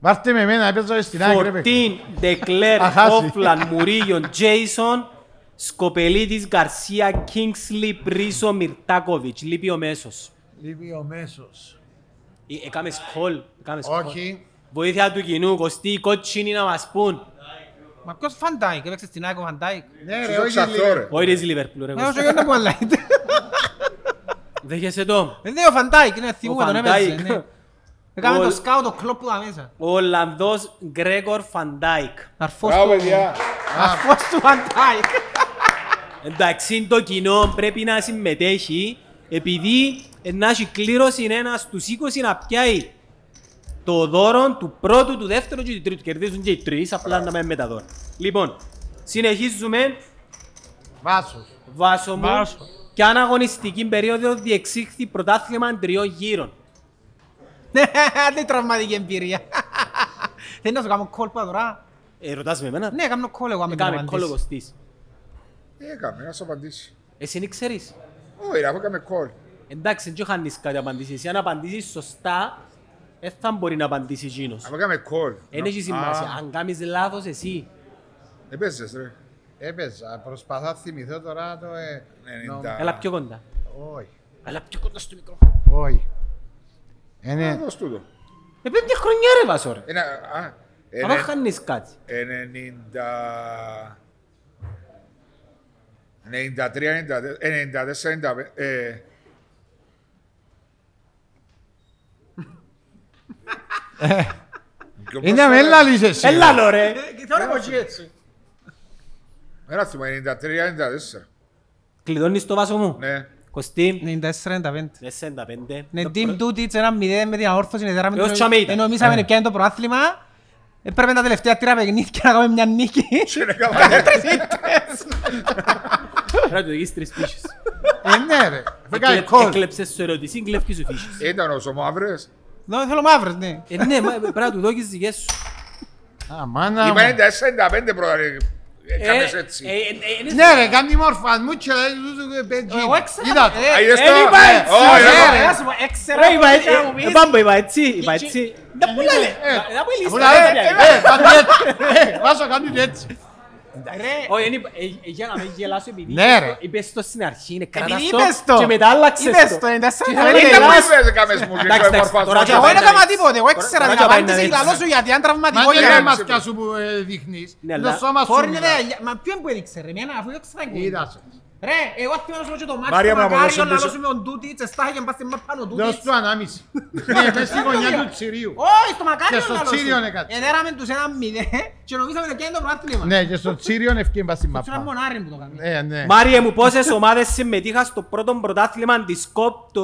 [SPEAKER 4] Βάρτε με εμένα, έπαιζα στην άκρη. ρε, παιδιά.
[SPEAKER 2] Φορτίν, Ντεκλέρ,
[SPEAKER 4] Αχάσει.
[SPEAKER 2] Χόφλαν, Μουρίγιον, Τζέισον, Σκοπελίτης, Γκαρσία, Κίνξλι, Πρίσο, Μιρτάκοβιτς. Λείπει ο Μέσος.
[SPEAKER 4] Λείπει ο Μέσος.
[SPEAKER 2] Ε, Έκαμες κόλ. έκαμες κολ.
[SPEAKER 4] Όχι.
[SPEAKER 2] Βοήθεια του κοινού, Κωστή, κότσινοι να μας πούν.
[SPEAKER 5] Μα ποιος Φαντάικ, έπαιξε στην Άκο Φαντάικ.
[SPEAKER 4] Ναι
[SPEAKER 3] Στους
[SPEAKER 4] ρε, όχι
[SPEAKER 3] εξαθώ,
[SPEAKER 4] λίγο.
[SPEAKER 3] ρε.
[SPEAKER 2] Όχι της Λιβερπούλ ρε
[SPEAKER 5] Μα όσο
[SPEAKER 2] Κωστή.
[SPEAKER 5] γιώντα που αλλάγεται.
[SPEAKER 2] Δέχεσαι το.
[SPEAKER 5] Δεν είναι ναι, ο Φαντάικ, είναι θυμούμε τον
[SPEAKER 2] Φαν
[SPEAKER 5] έπαιζε.
[SPEAKER 2] Ντάικ.
[SPEAKER 5] ναι. Έκαμε
[SPEAKER 2] Ο-
[SPEAKER 5] το σκάου, το κλόπ που ήταν μέσα.
[SPEAKER 2] Ο Ολλανδός Γκρέγορ Φαντάικ.
[SPEAKER 5] Αρφός
[SPEAKER 3] Μπράβο,
[SPEAKER 5] του-
[SPEAKER 3] παιδιά.
[SPEAKER 5] αρφός του Φαντάικ.
[SPEAKER 2] Εντάξει, το κοινό πρέπει να συμμετέχει επειδή να έχει κλήρωση ένας στους 20 να πιάει το δώρο του πρώτου, του δεύτερου και του τρίτου. Κερδίζουν και οι τρεις, απλά να με μετά δώρα. Λοιπόν, συνεχίζουμε.
[SPEAKER 4] Βάσος.
[SPEAKER 2] Βάσο μου.
[SPEAKER 5] Βάσο.
[SPEAKER 2] Και αν αγωνιστική περίοδο διεξήχθη πρωτάθλημα τριών γύρων.
[SPEAKER 5] Ναι, δεν τραυματική εμπειρία. Θέλει να σου κάνω call πά τώρα.
[SPEAKER 2] Ε, ρωτάς με εμένα.
[SPEAKER 5] Ναι, κάνω call εγώ με την
[SPEAKER 2] Κάμε κόλλο
[SPEAKER 5] απαντήση.
[SPEAKER 2] κοστής.
[SPEAKER 3] Έκαμε, να σου απαντήσει.
[SPEAKER 2] Εσύ δεν ξέρεις.
[SPEAKER 3] Όχι, ρε, αφού έκαμε call.
[SPEAKER 2] Εντάξει, δεν χάνεις κάτι απαντήσεις. Εσύ αν απαντήσεις σωστά, δεν θα μπορεί να απαντήσει εκείνος.
[SPEAKER 3] Αφού έκαμε call.
[SPEAKER 2] Δεν έχει σημασία. Αν κάνεις λάθος εσύ.
[SPEAKER 3] Επέζεσαι, ρε.
[SPEAKER 4] Έπαιζα, προσπαθώ να θυμηθώ τώρα το... Ε...
[SPEAKER 3] 90.
[SPEAKER 2] Έλα πιο κοντά.
[SPEAKER 4] Όχι,
[SPEAKER 2] Έλα πιο κοντά στο μικρό.
[SPEAKER 4] όχι. ναι. Είναι...
[SPEAKER 3] Α, δώσ' τούτο.
[SPEAKER 2] Ε, πέμπτη χρονιά ρε βάσο ρε.
[SPEAKER 3] Ένα, α,
[SPEAKER 2] Αλλά
[SPEAKER 3] ενε-
[SPEAKER 2] χάνεις κάτι.
[SPEAKER 3] 90... 93, 94, 95, ε, πιο
[SPEAKER 4] Είναι
[SPEAKER 3] μπροστά,
[SPEAKER 4] με
[SPEAKER 3] ρε.
[SPEAKER 4] λαλείς εσύ.
[SPEAKER 2] Έλα λο ρε.
[SPEAKER 5] Τώρα έχω και έτσι.
[SPEAKER 3] Ένα θυμό, 93, 94.
[SPEAKER 2] Κλειδώνεις το βάσο μου.
[SPEAKER 3] Ναι.
[SPEAKER 2] Κωστή.
[SPEAKER 5] 94-95.
[SPEAKER 2] 65.
[SPEAKER 5] Ναι, team του τίτς ένα μηδέν με την αόρθωση, είναι τεράμενο.
[SPEAKER 2] Έως Τσαμίτα.
[SPEAKER 5] Ενώ εμείς άμενε πιάνει το προάθλημα, έπρεπε τα τελευταία τρία παιχνίδια να κάνουμε μια νίκη.
[SPEAKER 3] Τι είναι καλά.
[SPEAKER 2] Πρέπει να του δεις τρεις φύσεις.
[SPEAKER 4] Ε, ναι ρε. Φέκα
[SPEAKER 2] Εκλε-
[SPEAKER 3] ε,
[SPEAKER 4] κόλ.
[SPEAKER 2] Έκλεψες σου ερωτησή, κλέφτης σου φύσεις.
[SPEAKER 3] Ήταν ως ο Μαύρες.
[SPEAKER 5] Εδώ θέλω μαύρες, ναι.
[SPEAKER 2] Ε, ναι, μα, πρέπει να του δώκεις δικές σου.
[SPEAKER 4] Α, μάνα μου.
[SPEAKER 3] Είπα 94-95 πρώτα. ρε. Έκαμες
[SPEAKER 2] Ε,
[SPEAKER 3] έτσι.
[SPEAKER 2] ε, ε, ε, ε,
[SPEAKER 4] Ναι ρε, κάνει μορφά μου και λέει του του ε, πέτζι.
[SPEAKER 5] Εγώ έξερα.
[SPEAKER 4] Είδα το.
[SPEAKER 5] Ε,
[SPEAKER 3] Α, είδες
[SPEAKER 2] ε,
[SPEAKER 3] το?
[SPEAKER 2] είπα έτσι,
[SPEAKER 3] Όχι,
[SPEAKER 5] ε,
[SPEAKER 3] ρε.
[SPEAKER 5] ρε, ας πούμε, έξερα
[SPEAKER 2] Ρε, είπα
[SPEAKER 5] τι θα μου
[SPEAKER 2] έτσι.
[SPEAKER 5] πεις.
[SPEAKER 2] Ε, πάμπο, είπα έτσι, είπα έτσι. Να πουλά, λέ. Να πουλήσεις,
[SPEAKER 4] Πουλά,
[SPEAKER 2] ρε,
[SPEAKER 4] ε,
[SPEAKER 2] πια.
[SPEAKER 4] ε, κάνει έτσι. Ε, Βάσο, κάνει έτσι.
[SPEAKER 5] Ρε,
[SPEAKER 2] Όχι, εν είπα- ε, ε, για να μην γελάσω επειδή
[SPEAKER 4] Ναι, ρε.
[SPEAKER 2] είπες το στην αρχή, είναι
[SPEAKER 5] Ε, επειδή
[SPEAKER 2] κράτας
[SPEAKER 5] είπες
[SPEAKER 2] το και μετά άλλαξες
[SPEAKER 5] Είπες
[SPEAKER 2] το.
[SPEAKER 5] το, 94-95.
[SPEAKER 2] Ε,
[SPEAKER 3] Δεν
[SPEAKER 2] ε,
[SPEAKER 3] μας έκαμες μου.
[SPEAKER 2] εντάξει,
[SPEAKER 3] λίγο
[SPEAKER 2] εντάξει, τώρα
[SPEAKER 3] εμορφάζοντας.
[SPEAKER 5] Και εγώ δεν έκανα τίποτε, εγώ έξερα
[SPEAKER 2] Τώρα
[SPEAKER 5] την
[SPEAKER 2] και πάει να
[SPEAKER 5] απάντηση,
[SPEAKER 2] δεις.
[SPEAKER 5] λαλώ σου γιατί αν
[SPEAKER 4] Μα
[SPEAKER 5] τραυματικό
[SPEAKER 4] τι ρε
[SPEAKER 5] είναι.
[SPEAKER 4] μάτια σου που ε, δείχνεις.
[SPEAKER 2] Ναι,
[SPEAKER 4] Το
[SPEAKER 2] αλλά-
[SPEAKER 4] σώμα σου.
[SPEAKER 5] Φόρνει
[SPEAKER 4] μιλά.
[SPEAKER 5] ρε, για- μα ποιον που έδειξε ρε, εμένα, αφού ήξερα εγώ.
[SPEAKER 4] Είδα σε.
[SPEAKER 5] Ρε, εγώ θυμάμαι να σου πω και το μάτι
[SPEAKER 3] Μάρια
[SPEAKER 5] του
[SPEAKER 3] μου,
[SPEAKER 5] Μακάριον,
[SPEAKER 3] αποδώσουν
[SPEAKER 5] να
[SPEAKER 3] πίσω.
[SPEAKER 5] δώσουμε τον Τούτιτς, εστάχει και μπας στην μάπα πάνω Τούτιτς.
[SPEAKER 4] Δώσ' του ανάμιση. Ναι, μες στη γωνιά του τσιρίου.
[SPEAKER 5] Όχι, στο μακάριο
[SPEAKER 4] Και στο
[SPEAKER 5] λαλώ σου.
[SPEAKER 4] Τσίριον έκατσε.
[SPEAKER 5] Εδέραμε τους ένα μηδέ και νομίζαμε ότι είναι το πρωτάθλημα.
[SPEAKER 4] Ναι, και στο τσίριον ευκέμπα στη
[SPEAKER 5] Τους ένα
[SPEAKER 4] μαπά.
[SPEAKER 5] μονάρι που το κάνει.
[SPEAKER 4] Ναι, ναι.
[SPEAKER 2] Μάριε μου, πόσες ομάδες συμμετείχαν στο πρώτο πρωτάθλημα της ΚΟΠ το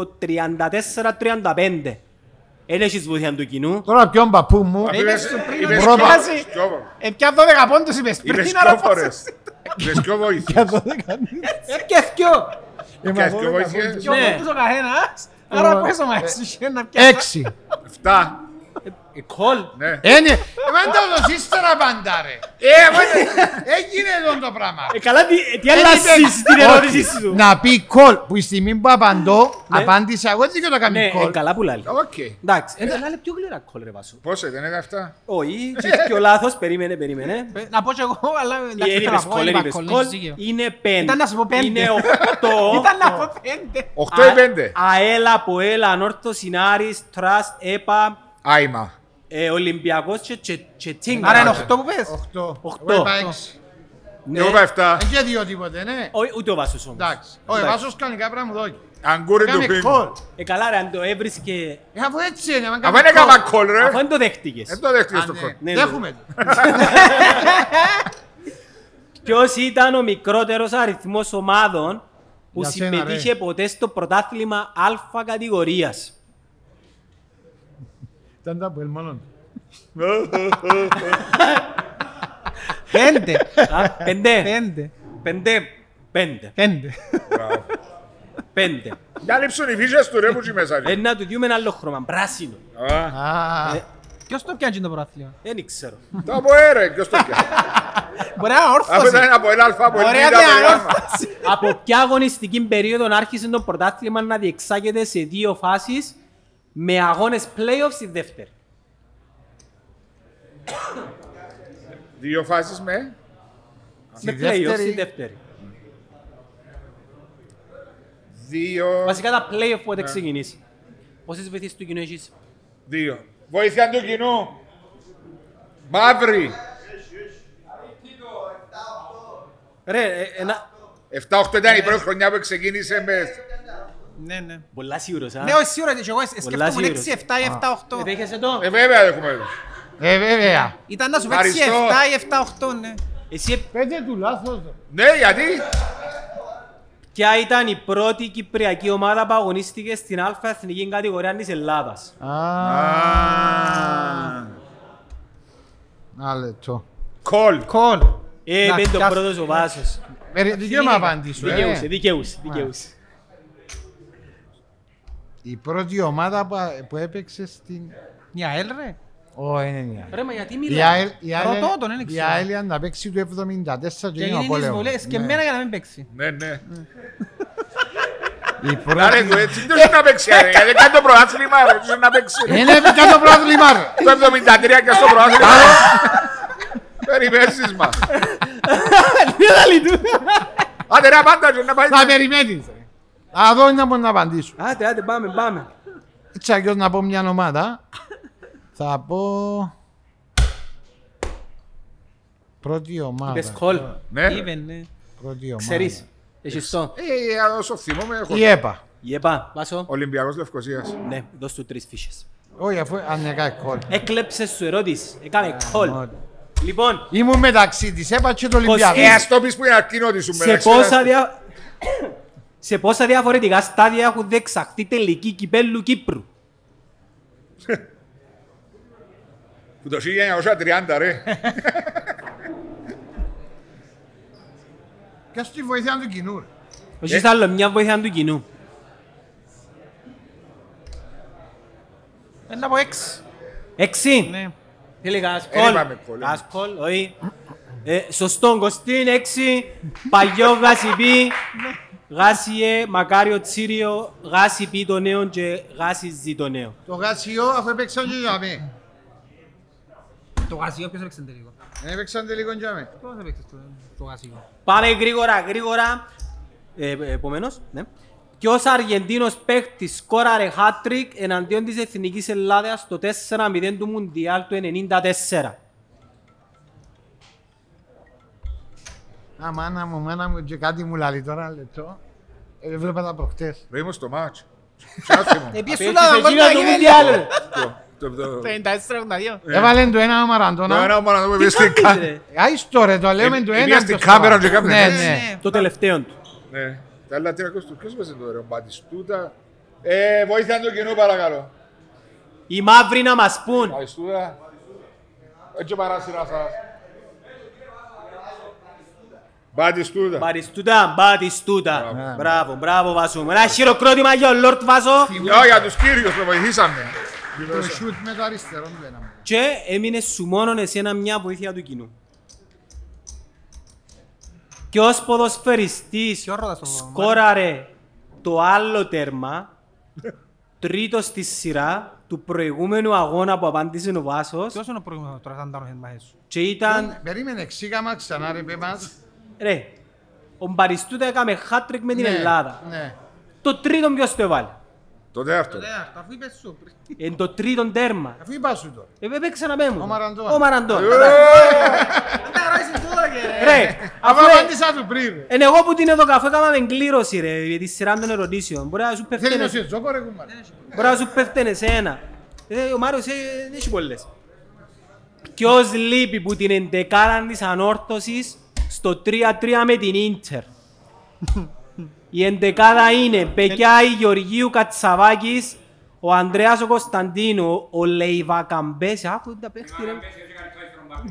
[SPEAKER 2] 34-35. Εν έχεις βοήθεια του κοινού.
[SPEAKER 4] Τώρα ποιον παππού μου.
[SPEAKER 2] Ε,
[SPEAKER 3] Αφού
[SPEAKER 5] Είπες
[SPEAKER 3] είπες-
[SPEAKER 5] του πριν
[SPEAKER 3] είπες
[SPEAKER 4] ότι
[SPEAKER 3] κόβα-
[SPEAKER 5] σκιάζει.
[SPEAKER 3] κόβα.
[SPEAKER 5] Ε, πια 12 πόντους είπες
[SPEAKER 3] Είπες
[SPEAKER 5] πριν, άρα
[SPEAKER 3] κόβα,
[SPEAKER 5] πώς
[SPEAKER 3] ρε.
[SPEAKER 5] έτσι.
[SPEAKER 3] Είπες κόβα, βοήθησε.
[SPEAKER 5] Ε, και δυο.
[SPEAKER 3] Έπιασε και βοήθησε.
[SPEAKER 5] Δυο
[SPEAKER 2] Ναι.
[SPEAKER 5] πόντους ο καθένας. Άρα
[SPEAKER 4] Ε,
[SPEAKER 5] πες ο Μαΐς,
[SPEAKER 4] ε,
[SPEAKER 5] είχε να πιάσει.
[SPEAKER 4] Έξι.
[SPEAKER 3] Εφτά.
[SPEAKER 2] Ε, Κολ.
[SPEAKER 3] Ναι.
[SPEAKER 4] Είναι. Εμένα το δώσ' ύστερα πάντα ρε.
[SPEAKER 3] Ε, μα-
[SPEAKER 4] Έγινε εδώ το πράγμα.
[SPEAKER 2] Ε, Καλά, τι- τι αλλάζεις την ερώτησή σου.
[SPEAKER 4] Να πει κολ που η στιγμή που απαντώ, απάντησα εγώ δεν το
[SPEAKER 2] Ναι,
[SPEAKER 4] κάνει
[SPEAKER 2] ε,
[SPEAKER 4] κολ.
[SPEAKER 2] καλά που λάλλει.
[SPEAKER 3] Οκ.
[SPEAKER 2] Εντάξει, ε, αλλά είναι πιο γλυρά κόλ ρε Βάσο.
[SPEAKER 3] Πόσο ήταν, ήταν αυτά.
[SPEAKER 2] Όχι, και ο λάθος, περίμενε, περίμενε.
[SPEAKER 5] Ε, Να πω και εγώ, αλλά εντάξει,
[SPEAKER 2] Ε,
[SPEAKER 5] θέλω
[SPEAKER 2] Είπες
[SPEAKER 5] να πω,
[SPEAKER 2] κόλ,
[SPEAKER 5] είπα
[SPEAKER 2] είπες
[SPEAKER 5] κόλλ,
[SPEAKER 2] κόλ,
[SPEAKER 5] είσαι σίγουρο.
[SPEAKER 2] είναι πέντε.
[SPEAKER 5] Ήταν να σου πω πέντε.
[SPEAKER 2] Είναι οκτώ.
[SPEAKER 5] Ήταν να πω πέντε.
[SPEAKER 3] 8 ή 5.
[SPEAKER 2] Α- ΑΕΛ, ΑΠΟΕΛ, Ανόρθος, Συνάρης, Τρας, ΕΠΑ,
[SPEAKER 3] Άιμα.
[SPEAKER 2] ε, Ολυμπιακός και- και- και Τσίγκα.
[SPEAKER 5] Άρα είναι οχτώ που πες.
[SPEAKER 4] Οχτώ.
[SPEAKER 2] Οχτώ.
[SPEAKER 4] Εγώ είπα έξι.
[SPEAKER 2] Ναι.
[SPEAKER 3] Εγώ είπα 7.
[SPEAKER 4] Δεν και δύο τίποτε, ναι.
[SPEAKER 2] Όχι, ούτε ο Βάσος όμως.
[SPEAKER 4] Εντάξει. Ο ε, Εβάσος κανονικά πρέπει να μου δώσει.
[SPEAKER 3] Αγκούρι του
[SPEAKER 4] Κάμε
[SPEAKER 3] πίνου.
[SPEAKER 4] κολ.
[SPEAKER 2] Ε, καλά ρε, αν το έβρισκε,
[SPEAKER 4] Ε, Αφού έτσι είναι, αν
[SPEAKER 3] Αφού
[SPEAKER 4] κάνει
[SPEAKER 3] δεν έκαμα
[SPEAKER 4] κολ.
[SPEAKER 3] κόλ ρε.
[SPEAKER 2] αφού δεν το δέχτηκες.
[SPEAKER 3] Δεν Ε. το δέχτηκες
[SPEAKER 4] Α,
[SPEAKER 3] το
[SPEAKER 4] ναι.
[SPEAKER 3] κόλ.
[SPEAKER 2] Ναι,
[SPEAKER 4] Δέχομαι το.
[SPEAKER 2] Ποιος ήταν ο μικρότερος αριθμός ομάδων που
[SPEAKER 4] Για σένα,
[SPEAKER 2] συμμετείχε
[SPEAKER 4] ρε.
[SPEAKER 2] ποτέ στο πρωτάθλημα Α κατηγορίας.
[SPEAKER 4] Ήταν το Αποέλ μόνον.
[SPEAKER 5] Πέντε.
[SPEAKER 2] Α, Πέντε.
[SPEAKER 5] Πέντε.
[SPEAKER 2] Πέντε. Πέντε.
[SPEAKER 5] Πέντε.
[SPEAKER 2] Πέντε.
[SPEAKER 3] Να λείψουν οι φύσες του ρε που τσι μέσα. ρε.
[SPEAKER 2] Ε, να του διούμε ένα άλλο χρώμα. Πράσινο.
[SPEAKER 3] Α,
[SPEAKER 4] Α,
[SPEAKER 5] Ποιος το πιάνει το πρωτάθλημα.
[SPEAKER 2] Δεν ξέρω.
[SPEAKER 3] Το από έρε, ποιος το πιάσε.
[SPEAKER 5] Μπορεί να είναι
[SPEAKER 3] Αφού
[SPEAKER 5] όρθωση.
[SPEAKER 3] ήταν από ελ αλφα, από ελ
[SPEAKER 5] Ωραία,
[SPEAKER 3] βήτα, από
[SPEAKER 5] ναι,
[SPEAKER 3] ελ
[SPEAKER 5] αλλά-
[SPEAKER 3] γάμμα.
[SPEAKER 2] Από ποια αγωνιστική περίοδο άρχισε το πρωτάθλημα να διεξάγεται σε δύο φάσεις με αγώνες playoffs στη δεύτερη.
[SPEAKER 3] Δύο φάσεις με.
[SPEAKER 2] Με
[SPEAKER 4] δεύτερη-
[SPEAKER 2] playoffs στη δεύτερη.
[SPEAKER 3] Δύο.
[SPEAKER 2] Βασικά τα playoff που δεν ξεκινήσει. Πόσες βοηθήσεις του κοινού έχεις.
[SPEAKER 3] Δύο. Βοήθεια του κοινού. Μαύρη.
[SPEAKER 2] Ρε, ε, ένα...
[SPEAKER 3] 7-8 ήταν η πρώτη χρονιά που ξεκίνησε με...
[SPEAKER 5] Ναι, ναι.
[SPEAKER 2] Πολλά σίγουρος, α.
[SPEAKER 5] Ναι, όχι σίγουρα, και εγώ σκέφτομαι
[SPEAKER 2] σίγουρος.
[SPEAKER 5] 6, 7 ή 7, 8.
[SPEAKER 2] Δέχεσαι το.
[SPEAKER 3] Ε, βέβαια έχουμε.
[SPEAKER 4] Ε, βέβαια.
[SPEAKER 5] Ήταν να σου παίξει 7
[SPEAKER 3] Ευχαριστώ.
[SPEAKER 5] ή 7, 8, ναι.
[SPEAKER 2] Εσύ
[SPEAKER 4] Πέντε του λάθος.
[SPEAKER 3] Ναι, γιατί.
[SPEAKER 2] ποια ήταν η πρώτη κυπριακή ομάδα που αγωνίστηκε στην Α εθνική κατηγορία της Ελλάδας.
[SPEAKER 4] Ένα λεπτό.
[SPEAKER 3] Κολ.
[SPEAKER 5] Κολ.
[SPEAKER 2] Ε,
[SPEAKER 5] Εντάξει,
[SPEAKER 2] πέντε ο
[SPEAKER 5] ας-
[SPEAKER 2] πρώτος ο Βάσος.
[SPEAKER 4] Περι- Δικαίωμα απαντήσω,
[SPEAKER 2] Δικαιούσε,
[SPEAKER 4] ε.
[SPEAKER 2] δικαιούσε, δικαιούσε.
[SPEAKER 4] Η πρώτη ομάδα που, που έπαιξε στην...
[SPEAKER 5] Μια έλ, ρε.
[SPEAKER 4] Ω, είναι η ΑΕΛ.
[SPEAKER 5] Ρε, μα γιατί
[SPEAKER 4] Η
[SPEAKER 5] μιλά.
[SPEAKER 4] ΑΕΛ- η ΑΕΛ-
[SPEAKER 5] Ρωτώ τον, δεν
[SPEAKER 4] Η
[SPEAKER 5] ξέρω.
[SPEAKER 4] ΑΕΛ ήταν να παίξει του 74 και
[SPEAKER 5] Και
[SPEAKER 4] έγινε ο
[SPEAKER 5] γίνει
[SPEAKER 4] πόλεμος.
[SPEAKER 5] εισβολές και
[SPEAKER 4] Ναι.
[SPEAKER 5] εμένα για να μην παίξει.
[SPEAKER 3] Ναι, ναι.
[SPEAKER 4] Η
[SPEAKER 3] Άρα
[SPEAKER 4] πρώτη...
[SPEAKER 3] του έτσι ποιος είναι να παίξει, ρε. Γιατί κάνει το πρωτάθλημα, ρε. Ποιος είναι να παίξει. ρε.
[SPEAKER 4] Είναι έπικα το πρόβλημα ρε.
[SPEAKER 3] Το 73 και στο πρωτάθλημα. Περιμένσεις μας. Άντε ρε, πάντα ρε, να πάει.
[SPEAKER 4] Θα περιμένεις ρε. Να δω να μπορώ να απαντήσω.
[SPEAKER 2] Άντε, άντε, πάμε, πάμε.
[SPEAKER 4] Έτσι αλλιώς να πω μια ομάδα. Θα πω... Πρώτη
[SPEAKER 2] Πες
[SPEAKER 4] ομάδα.
[SPEAKER 2] κόλ.
[SPEAKER 3] Ναι.
[SPEAKER 5] Even, ναι.
[SPEAKER 4] Πρώτη ομάδα.
[SPEAKER 2] Ξέρεις. Έχεις το.
[SPEAKER 3] Ε, ε, όσο θυμόμαι, έχω.
[SPEAKER 4] Η ΕΠΑ.
[SPEAKER 2] Γεπά, βάσο.
[SPEAKER 3] Ολυμπιακός Λευκοσίας.
[SPEAKER 2] Ναι, δώσ' του τρεις φίσες.
[SPEAKER 4] Όχι, αφού ανεκά κόλ.
[SPEAKER 2] Έκλεψες σου ερώτηση. Έκανε κόλ. Λοιπόν,
[SPEAKER 4] Ήμουν μεταξύ της ΕΠΑ και του
[SPEAKER 2] Κωστή.
[SPEAKER 4] Ολυμπιακού.
[SPEAKER 3] Ε, ας το πεις που είναι αρκίνο της σου.
[SPEAKER 2] σε πόσα δια... Σε πόσα διαφορετικά στάδια έχουν δεξαχθεί τελική κυπέλου Κύπρου.
[SPEAKER 3] Που το 1930, ρε.
[SPEAKER 4] Και στη βοήθεια του κοινού. ρε.
[SPEAKER 2] Έχεις άλλο μια βοήθεια του κοινού.
[SPEAKER 5] Ένα από έξι.
[SPEAKER 2] Έξι.
[SPEAKER 5] Ναι.
[SPEAKER 2] Θέλει
[SPEAKER 3] Ε,
[SPEAKER 2] κασκόλ.
[SPEAKER 3] είπαμε κόλλ, ε.
[SPEAKER 2] Κασκόλ, όχι. Ε, Σωστόν, Κωστίν, έξι. Παγιό γάσιπι. Γάσιε, Ε, μακάριο τσίριο, γάσιπι το νέο και γάσιζι το νέο.
[SPEAKER 4] Το γάσιο αφού έπαιξαν και για μέ.
[SPEAKER 5] Το γασιό ποιος έπαιξε τελικό.
[SPEAKER 4] Δεν έπαιξαν τελικό για μέ.
[SPEAKER 5] Ποιος έπαιξε το- το γασιό.
[SPEAKER 2] Πάμε γρήγορα, γρήγορα. Ε, επομένως, ναι. Ποιος Αργεντίνος παίχτης σκόραρε hat-trick εναντίον της Εθνικής Ελλάδας το 4-0 του Μουντιάλ του 1994.
[SPEAKER 4] Α, μάνα μου, μάνα μου και κάτι μου λαλεί τώρα, ένα λεπτό. Ε, Έβλεπα τα προχτές.
[SPEAKER 3] Ρε, ήμουν στο μάτς. Σε άθιμο.
[SPEAKER 5] Ε, πιες
[SPEAKER 2] Παίχτης
[SPEAKER 5] σου λάδι,
[SPEAKER 2] εκείνα
[SPEAKER 5] βάλτε
[SPEAKER 2] του
[SPEAKER 5] να
[SPEAKER 2] Μουντιάλ. ρε.
[SPEAKER 3] Το- το- το-
[SPEAKER 5] 94-82.
[SPEAKER 4] Έβαλε του ένα ο
[SPEAKER 3] Ε. Το
[SPEAKER 4] Μαραντόνα.
[SPEAKER 3] ένα ο Μαραντόνα
[SPEAKER 2] Τι
[SPEAKER 3] που πήγε στην
[SPEAKER 2] κάνεις,
[SPEAKER 3] κα-
[SPEAKER 2] ρε.
[SPEAKER 4] Άιστο ρε, το λέμε
[SPEAKER 3] Ε,
[SPEAKER 4] του
[SPEAKER 3] ε,
[SPEAKER 4] ένα.
[SPEAKER 3] πήγα
[SPEAKER 4] το
[SPEAKER 3] στην
[SPEAKER 4] στόμα.
[SPEAKER 3] κάμερα και κάμνε,
[SPEAKER 4] Ναι,
[SPEAKER 3] ναι.
[SPEAKER 4] ναι.
[SPEAKER 5] Eh,
[SPEAKER 2] Το τελευταίο του.
[SPEAKER 3] Ναι. Τα άλλα τρία κόστος. Ποιος παίζει το ρε, ο Μπατιστούτα. Ε, βοήθεια του κοινού παρακαλώ.
[SPEAKER 2] Οι μαύροι να μας πούν.
[SPEAKER 3] Μπατιστούτα. Έτσι παράσυρας σας. Μπατιστούτα.
[SPEAKER 2] Μπαριστούτα, μπατιστούτα. Μπράβο, μπράβο Βάσο μου. Ένα χειροκρότημα για τον Λόρτ Βάσο.
[SPEAKER 3] Ω, για τους κύριους, με βοηθήσανε.
[SPEAKER 4] Το σούτ με το αριστερό του ένα. μου.
[SPEAKER 2] Και έμεινε σου μόνον εσένα μια βοήθεια του κοινού. Και ως ποδοσφαιριστής
[SPEAKER 5] Ποιο ρώτας το
[SPEAKER 2] σκόραρε το άλλο τέρμα, τρίτος στη σειρά του προηγούμενου αγώνα που απάντησε ο Βάσος
[SPEAKER 5] Ποιος είναι ο προηγούμενος τώρα, σαν τα νόχες μαζί σου.
[SPEAKER 2] και ήταν,
[SPEAKER 4] Περίμενε, ξύγαμα ξανά ρε, πέ μας.
[SPEAKER 2] ρε, ο Μπαριστούτα έκαμε χάτρικ με την
[SPEAKER 4] Ναι,
[SPEAKER 2] Ελλάδα.
[SPEAKER 4] Ναι.
[SPEAKER 2] Το τρίτο ποιος το έβαλε.
[SPEAKER 3] Το τέταρτο.
[SPEAKER 5] Αφού είπες σου.
[SPEAKER 2] Εν το τρίτο τέρμα.
[SPEAKER 4] Αφού είπα σου το.
[SPEAKER 2] Ε, Έπαιξε να πέμουν.
[SPEAKER 4] Ο Ε. Μαραντών.
[SPEAKER 2] Ο Μαραντών.
[SPEAKER 3] Eh,
[SPEAKER 2] Ρε,
[SPEAKER 4] Αφού
[SPEAKER 2] αφού
[SPEAKER 4] απαντήσα του πριν. ρε.
[SPEAKER 2] Εν εγώ που την εδώ καφέ έκαναμε κλήρωση ρε, για τη σειρά των ερωτήσεων. Μπορεί να σου
[SPEAKER 4] Θέλει
[SPEAKER 2] πέφτουν,
[SPEAKER 4] να σε τζόκο ρε κουμάρ.
[SPEAKER 2] μπορεί να σου πέφτουν εσένα. Ε, ο Μάριος ε, δεν έχει πολλές. Ποιος λείπει που την εντεκάρα της ανόρθωσης στο 3-3 με την Ίντερ. Η εντεκάδα είναι Μπεκιάη Γεωργίου Κατσαβάκης, ο Ανδρέας ο Κωνσταντίνου, ο Λέιβα Καμπέση, άκου τα παίχτη ρε.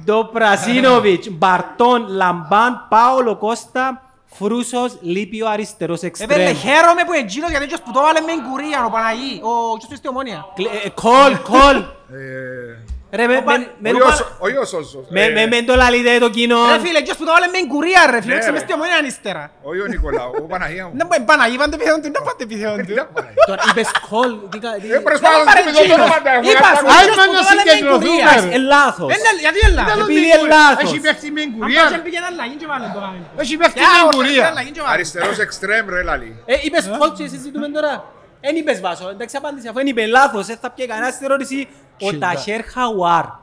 [SPEAKER 2] Το Πρασίνοβιτς, Μπαρτόν, Λαμπάν, Πάολο Κώστα, Φρούσος, λείπει ο αριστερός
[SPEAKER 5] Επέλε,
[SPEAKER 2] εξτρέμ.
[SPEAKER 5] χαίρομαι που εγγύρω γιατί ποιος που το βάλε με εγκουρία, ο Παναγί, ο ποιος του είστε ομόνια.
[SPEAKER 2] Κλε- ε, Κολ, κολ.
[SPEAKER 3] Ε,
[SPEAKER 2] Ρε, με- με- με-
[SPEAKER 3] όχι ο Σο- όχι ο Σόσος.
[SPEAKER 2] με-
[SPEAKER 3] Ε,
[SPEAKER 2] με- με το λαλείτε το κοινό.
[SPEAKER 5] Ρε φίλε, ποιος που το βάλε με εγκουρία ρε φίλε,
[SPEAKER 3] Ναι,
[SPEAKER 5] έξω
[SPEAKER 3] ρε.
[SPEAKER 5] μες στη ομόνια ανύστερα.
[SPEAKER 3] όχι ο Νικολάου, ο Παναγία μου.
[SPEAKER 5] Δεν μπορεί Παναγί, πάντε πιδόν του, δεν πάντε πιδόν
[SPEAKER 3] Τι
[SPEAKER 5] του.
[SPEAKER 3] λέω, Παναγία.
[SPEAKER 2] Τώρα είπες κολ, τι κα- τι-
[SPEAKER 3] Ε, προσπαθώ να
[SPEAKER 5] πάρε
[SPEAKER 3] θυμηθώ το
[SPEAKER 5] τζίνο.
[SPEAKER 3] όνομα τα έχω.
[SPEAKER 5] Είπα σου,
[SPEAKER 3] Γράφω-
[SPEAKER 5] ποιος που το βάλε με εγκουρία.
[SPEAKER 2] Εντάξει, ε, λάθος.
[SPEAKER 5] Ε, ναι, Γιατί έλα.
[SPEAKER 4] Τέλος
[SPEAKER 2] επειδή
[SPEAKER 4] την
[SPEAKER 2] είναι
[SPEAKER 4] κουρ-
[SPEAKER 2] λάθος.
[SPEAKER 4] Έχει παίχτη με
[SPEAKER 5] Αν πας δεν
[SPEAKER 4] εγκουρία.
[SPEAKER 5] πήγαινε αλλαγή και βάλε το βάλε.
[SPEAKER 4] Έχει παίχτη
[SPEAKER 5] Κι
[SPEAKER 4] με
[SPEAKER 5] άλλο, πήγαινε
[SPEAKER 4] εγκουρία.
[SPEAKER 5] αλλαγή και βάλε.
[SPEAKER 3] Αριστερός εξτρέμ ρε λαλή.
[SPEAKER 2] Ε, είπες κολ και συζητούμε τώρα. Εν είπες βάσο, εντάξει απάντησε, αφού εν είπε λάθος, ε, θα πιέ κανένας στην ερώτηση ο Ταχέρ Χαουάρ.
[SPEAKER 3] Α,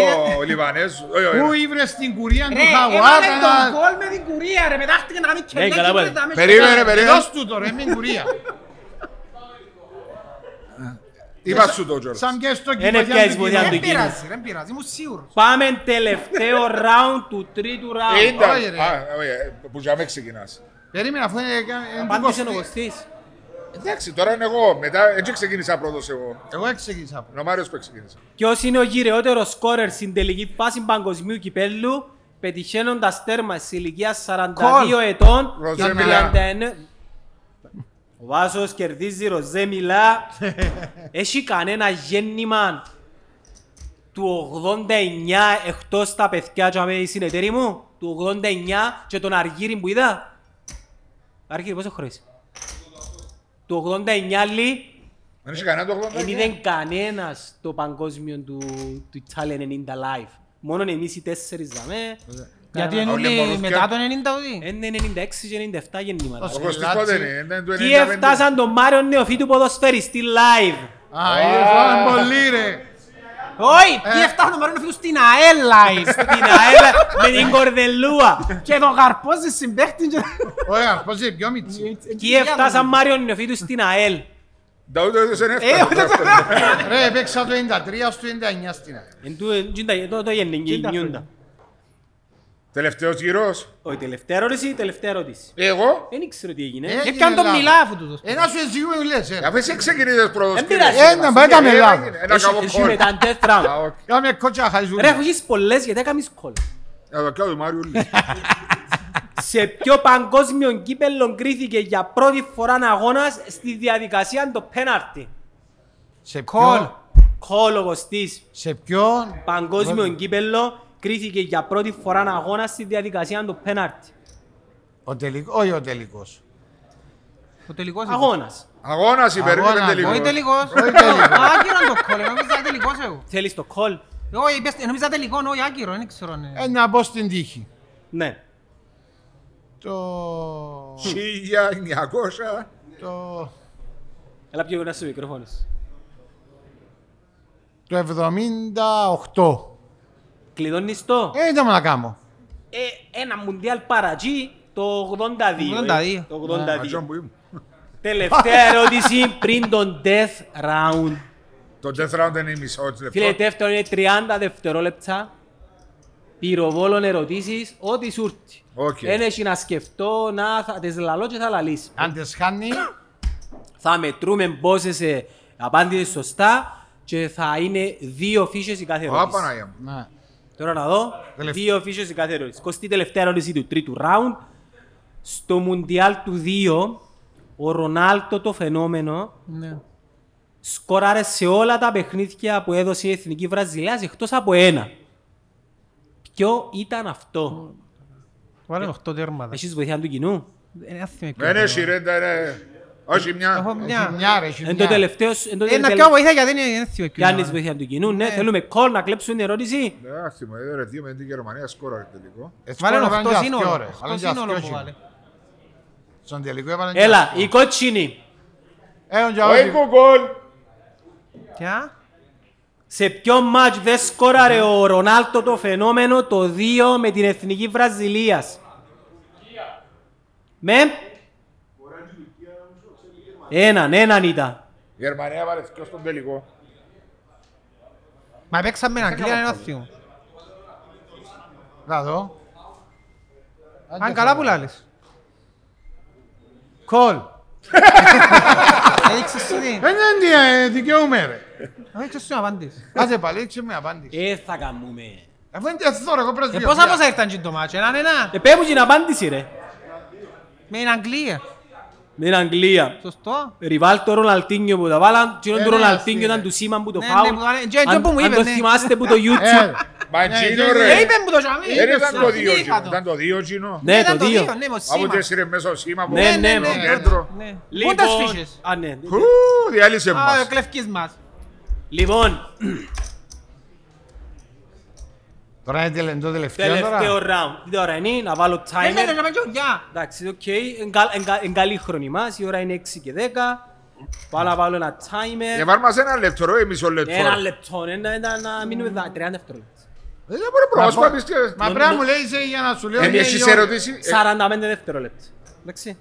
[SPEAKER 3] ο- ο Λιβανέζος. όχι, όχι,
[SPEAKER 4] Πού
[SPEAKER 3] όχι.
[SPEAKER 4] ήβρε στην κουρία του
[SPEAKER 5] Ρε,
[SPEAKER 4] Χαουάρ.
[SPEAKER 5] έβαλε τον κόλ με την κουρία ρε, μετάχτηκε να κάνει κελέκι
[SPEAKER 2] καλά,
[SPEAKER 5] και
[SPEAKER 2] πάλι.
[SPEAKER 5] μετά μέσα.
[SPEAKER 3] Περίμενε, περίμενε.
[SPEAKER 4] Δώσ' του τώρα, με εγκουρία.
[SPEAKER 3] Είπα σου το Τζόρτς.
[SPEAKER 4] Σαν και στο
[SPEAKER 2] Εν
[SPEAKER 4] κοινό.
[SPEAKER 2] έπιασες βοήθεια του
[SPEAKER 5] Δεν
[SPEAKER 2] κοινού.
[SPEAKER 5] πειράζει, δεν πειράζει, ήμουν σίγουρος.
[SPEAKER 2] Πάμε τελευταίο round του τρίτου round.
[SPEAKER 3] Ήταν-
[SPEAKER 4] όχι, ρε.
[SPEAKER 3] Α, όχι, ε, Που για με ξεκινάς.
[SPEAKER 4] Περίμενε, αφού είναι- είναι...
[SPEAKER 2] Απάντησε ο
[SPEAKER 4] του Κωστή.
[SPEAKER 2] Κωστής.
[SPEAKER 3] Εντάξει, τώρα είναι εγώ. Μετά έτσι ξεκίνησα πρώτος εγώ.
[SPEAKER 4] Εγώ έτσι ξεκίνησα.
[SPEAKER 3] Είναι ο Μάριος που ξεκίνησα.
[SPEAKER 2] Ποιος είναι ο γυρεότερος σκόρερ στην τελική φάση παγκοσμίου κυπέλλου, πετυχαίνοντας τέρμα σε ηλικία 42
[SPEAKER 5] Κολ.
[SPEAKER 2] ετών
[SPEAKER 3] Ροζέ
[SPEAKER 2] και
[SPEAKER 3] Μιλά.
[SPEAKER 2] 39. Ο Βάσος κερδίζει Ροζέ Μιλά. Έχει κανένα γέννημα του 89 εκτός τα παιδιά και οι συνεταίροι μου, του 89 και τον Αργύρι που είδα. Αργύρι, πόσο χρόνο Του 89 λί,
[SPEAKER 3] Δεν είχε κανένα το 80.
[SPEAKER 2] δεν είδε κανένας το παγκόσμιο του, του Italian 90 Live. Μόνο εμείς οι τέσσερις δαμέ,
[SPEAKER 5] Γιατί είναι
[SPEAKER 3] Όλοι
[SPEAKER 5] όλοι
[SPEAKER 3] μπορούν
[SPEAKER 5] μετά
[SPEAKER 3] και-
[SPEAKER 5] το 90 ότι.
[SPEAKER 2] είναι 96 και 97 γεννήματα.
[SPEAKER 3] Ο Κωστής πότε είναι, είναι του 95.
[SPEAKER 2] Τι έφτασαν τον Μάριο Νεοφίτου ποδοσφαιριστή live.
[SPEAKER 4] Α, είδες, ήταν πολύ ρε.
[SPEAKER 5] Όχι, τι έφτανε ο φίλους στην ΑΕΛΑ.
[SPEAKER 2] Την ΑΕΛ με την κορδελούα.
[SPEAKER 5] Και το γαρπόζει συμπέχτη και...
[SPEAKER 4] Ωραία, πώς είναι, πιο μίτσι.
[SPEAKER 2] Εκεί έφτασαν Μάριο Νεοφίτου στην ΑΕΛ.
[SPEAKER 3] Νταούτο δεν σε
[SPEAKER 2] Ε,
[SPEAKER 3] έφτασε.
[SPEAKER 4] Ρε, έπαιξα το 93 στο 99 στην ΑΕΚ.
[SPEAKER 2] Εν τούτο- εν τούτα- εν τούτο το γεννιούντα.
[SPEAKER 3] Τελευταίος γύρος. Ε,
[SPEAKER 2] Όχι, τελευταία ερώτηση, τελευταία ερώτηση.
[SPEAKER 3] Εγώ.
[SPEAKER 2] Δεν ήξερα τι έγινε.
[SPEAKER 4] Έγινε
[SPEAKER 5] Έπιαν τον
[SPEAKER 4] λάθος.
[SPEAKER 5] μιλά αφού τούτος.
[SPEAKER 4] Ένα Ε, σου εσυγούμε λες, ε.
[SPEAKER 3] Αφού εσύ ξεκινήσεις πρώτος.
[SPEAKER 2] Δεν
[SPEAKER 3] κύριε.
[SPEAKER 2] πειράζει.
[SPEAKER 3] Ε,
[SPEAKER 4] Ένα, πάει
[SPEAKER 3] ε,
[SPEAKER 4] κάμε
[SPEAKER 3] έγινε.
[SPEAKER 4] λάθος.
[SPEAKER 3] Ένα καβό
[SPEAKER 2] Εσύ
[SPEAKER 3] κόλ.
[SPEAKER 2] μετά death round.
[SPEAKER 4] Κάμε κότσια χαζούμε.
[SPEAKER 2] Ρε, έχεις πολλές γιατί έκαμες κόλ.
[SPEAKER 3] Να το κάνω Μάριου Λί.
[SPEAKER 2] Σε ποιο παγκόσμιο κύπελλο κρίθηκε για πρώτη φορά αγώνας στη διαδικασία το πέναρτι.
[SPEAKER 4] Σε
[SPEAKER 5] Κολ.
[SPEAKER 4] ποιον,
[SPEAKER 2] Κόλογος της.
[SPEAKER 4] σε ποιον,
[SPEAKER 2] Παγκόσμιο κύπελλο κρίθηκε για πρώτη φορά αγώνα στη διαδικασία του πέναρτι.
[SPEAKER 4] ο τελικός, όχι ο τελικός.
[SPEAKER 5] Ο τελικός είναι.
[SPEAKER 2] Αγώνας.
[SPEAKER 3] Αγώνας υπερήφερε
[SPEAKER 4] Αγώνα,
[SPEAKER 5] Όχι
[SPEAKER 3] τελικός.
[SPEAKER 5] τελικός.
[SPEAKER 4] Όχι τελικός.
[SPEAKER 5] Άκυρο το κόλλο, νόμιζα τελικός εγώ.
[SPEAKER 2] Θέλεις το κόλ.
[SPEAKER 5] Όχι, είπες- νόμιζα τελικό, όχι άκυρο, δεν ξέρω. ναι.
[SPEAKER 4] Ένα Ε, μπω στην τύχη.
[SPEAKER 2] Ναι.
[SPEAKER 4] Το...
[SPEAKER 2] Δηλαδή.
[SPEAKER 3] 1900.
[SPEAKER 4] το...
[SPEAKER 2] Έλα πιο κοντά στο μικρόφωνο σου.
[SPEAKER 4] Το 78.
[SPEAKER 2] Κλειδώνεις το.
[SPEAKER 4] Ε, δεν μου να κάνω.
[SPEAKER 2] Ε, ένα μουντιάλ παρατζή το 82. ε.
[SPEAKER 5] 82.
[SPEAKER 2] Το
[SPEAKER 3] Ματζόν
[SPEAKER 2] 82.
[SPEAKER 3] που ήμουν.
[SPEAKER 2] Τελευταία ερώτηση πριν τον death round.
[SPEAKER 3] Το death round είναι η μισό της
[SPEAKER 2] Φίλε,
[SPEAKER 3] λεπτό.
[SPEAKER 2] δεύτερο είναι 30 δευτερόλεπτα. Πυροβόλων ερωτήσεις, ό,τι σου έρθει.
[SPEAKER 3] Οκ.
[SPEAKER 2] Δεν έχει να σκεφτώ, να θα τις λαλώ και θα λαλείς.
[SPEAKER 4] Αν τις χάνει,
[SPEAKER 2] Θα μετρούμε πόσες ε, απάντησες σωστά και θα είναι δύο φύσεις η κάθε
[SPEAKER 3] Α,
[SPEAKER 2] ερώτηση.
[SPEAKER 3] Παναγία μου.
[SPEAKER 4] ναι.
[SPEAKER 2] Τώρα να δω. Δύο φύσεις η κάθε ερώτηση. Κοστή τελευταία ερώτηση του τρίτου round. Στο Μουντιάλ του 2, ο Ρονάλτο το φαινόμενο
[SPEAKER 5] Ναι.
[SPEAKER 2] σκόραρε σε όλα τα παιχνίδια που έδωσε η Εθνική Βραζιλίας εκτός από ένα. Ποιο ήταν αυτό.
[SPEAKER 5] Βάλε 8 τέρματα.
[SPEAKER 2] Έχεις βοηθειά του κοινού.
[SPEAKER 5] Ε, άθιμε ποιο
[SPEAKER 3] Δεν
[SPEAKER 5] είναι.
[SPEAKER 3] έχει ρε, δεν είναι. ναι, Όχι
[SPEAKER 5] Έχω
[SPEAKER 3] μια.
[SPEAKER 4] Έχει
[SPEAKER 5] μια.
[SPEAKER 4] μια ρε, έχει
[SPEAKER 2] Εν το
[SPEAKER 4] μια.
[SPEAKER 2] τελευταίο... εν το
[SPEAKER 5] Ε, Να
[SPEAKER 2] τελε-
[SPEAKER 5] πιω βοήθεια γιατί είναι ε. δεν θυμάμαι ποιο είναι.
[SPEAKER 2] Γιάννης βοηθειά του κοινού. Ναι, θέλουμε κόλ να κλέψουν την ερώτηση.
[SPEAKER 3] Ε, άχι μου, ε, ρε, δύο με την Γερμανία σκόραρε τελικό.
[SPEAKER 4] Έτσι
[SPEAKER 5] Βάλε
[SPEAKER 4] πάνω βάλαν Ε, και
[SPEAKER 5] 8 σύνολο.
[SPEAKER 4] αυτοί, ρε. Βάλαν
[SPEAKER 5] 8
[SPEAKER 4] και αυτοί,
[SPEAKER 5] σύνολο που
[SPEAKER 4] όχι.
[SPEAKER 5] βάλε.
[SPEAKER 4] Στον τελικό
[SPEAKER 5] Ε,
[SPEAKER 4] έβαλαν
[SPEAKER 5] ναι.
[SPEAKER 4] και Ε,
[SPEAKER 2] Έλα,
[SPEAKER 4] αυτοί.
[SPEAKER 2] η κότσινη.
[SPEAKER 4] Έχουν και
[SPEAKER 3] Όχι
[SPEAKER 4] όλοι.
[SPEAKER 3] που γκολ.
[SPEAKER 5] Ποια?
[SPEAKER 2] Σε ποιο μάτς δεν σκόραρε ο Ρονάλτο το φαινόμενο το 2 με την Εθνική Βραζιλίας. Με. Έναν, έναν ήταν.
[SPEAKER 3] Η Γερμανία βάλες δυο στον τελικό.
[SPEAKER 5] Μα παίξαμε με Αγγλία ένα θύμο.
[SPEAKER 4] Να δω.
[SPEAKER 5] Αν καλά που λάλλεις.
[SPEAKER 4] Κολ.
[SPEAKER 5] Έδειξες σου τι.
[SPEAKER 4] Ε, ναι, τι, ε, δικαιούμαι ρε.
[SPEAKER 5] Έδειξες σου να απαντήσεις.
[SPEAKER 4] Άντε πάλι, έτσι με απάντηση.
[SPEAKER 2] Ε, θα κάνουμε.
[SPEAKER 4] Αφού είναι τεθόρο, εγώ
[SPEAKER 5] Ε,
[SPEAKER 4] πρεσβείω.
[SPEAKER 5] πόσα πόσα ήρθαν και το μάτσο, έναν ένα.
[SPEAKER 2] Ε, πέμουν την απάντηση ρε.
[SPEAKER 5] Με την Αγγλία.
[SPEAKER 2] Με την Αγγλία.
[SPEAKER 5] Σωστό.
[SPEAKER 2] Ριβάλ το Ροναλτίνιο που τα βάλαν, κοινό
[SPEAKER 4] Ε,
[SPEAKER 2] του
[SPEAKER 4] ναι,
[SPEAKER 2] Ροναλτίνιο
[SPEAKER 4] αυτή
[SPEAKER 2] ήταν
[SPEAKER 4] είναι.
[SPEAKER 2] του Σίμαν που το
[SPEAKER 5] Ναι,
[SPEAKER 2] φάουλ.
[SPEAKER 5] ναι, που τα λένε. Και- και
[SPEAKER 2] Αν-
[SPEAKER 5] που μου
[SPEAKER 2] Αν
[SPEAKER 5] είπε,
[SPEAKER 2] το
[SPEAKER 5] ναι.
[SPEAKER 2] θυμάστε που το YouTube.
[SPEAKER 4] Ε,
[SPEAKER 3] Ματζίνο
[SPEAKER 4] ναι,
[SPEAKER 5] Ε,
[SPEAKER 3] ρε.
[SPEAKER 5] είπε μου το τζαμί.
[SPEAKER 3] Ε, ρε, ήταν το δύο
[SPEAKER 5] Είχα
[SPEAKER 3] γύρω,
[SPEAKER 5] το.
[SPEAKER 3] Ήταν το δύο γύρω.
[SPEAKER 2] Ναι,
[SPEAKER 5] Ήταν
[SPEAKER 2] το
[SPEAKER 5] δύο,
[SPEAKER 2] 2.
[SPEAKER 5] Ναι, με το
[SPEAKER 3] Από
[SPEAKER 5] σήμα.
[SPEAKER 3] τέσσερι μέσω σήμα από
[SPEAKER 2] Ναι, ναι,
[SPEAKER 5] Ναι,
[SPEAKER 2] ναι.
[SPEAKER 3] το
[SPEAKER 5] ναι,
[SPEAKER 3] κέντρο.
[SPEAKER 5] ναι. Πού
[SPEAKER 2] Λοιπόν,
[SPEAKER 5] τα σφίχες.
[SPEAKER 2] α, ναι.
[SPEAKER 3] Χου, Διάλυσε
[SPEAKER 5] Α, ε,
[SPEAKER 3] μας.
[SPEAKER 5] κλεφκείς μας.
[SPEAKER 2] Λοιπόν,
[SPEAKER 4] Τώρα είναι τελε- το τελευταίο
[SPEAKER 2] τελευταίο
[SPEAKER 4] τώρα.
[SPEAKER 2] round. Τι ώρα είναι, να βάλω
[SPEAKER 5] Δεν
[SPEAKER 2] timer.
[SPEAKER 5] είναι τζαμί, ναι, γεια.
[SPEAKER 2] Εντάξει, οκ. Εν κα- εν κα- Εν καλή χρονή μας, η ώρα είναι 6 και 10. Πάω να βάλω ένα
[SPEAKER 3] Ε,
[SPEAKER 2] timer.
[SPEAKER 3] βάλ' μας ένα λεπτό ρε, μισό λεπτό.
[SPEAKER 2] Ένα λεπτό, ένα- ένα- να
[SPEAKER 5] Mm.
[SPEAKER 2] μείνουμε δα- 30 δευτερόλεπτα.
[SPEAKER 3] Ε, Δεν θα μπορεί πρόσπατης και...
[SPEAKER 4] Μα πρέπει να μου λέει ε, για να σου λέω.
[SPEAKER 3] Ε,
[SPEAKER 4] ναι,
[SPEAKER 3] Έχεις
[SPEAKER 4] ή όχι.
[SPEAKER 3] ερωτήσεις. ε,
[SPEAKER 2] 45 δευτερόλεπτα. Εντάξει.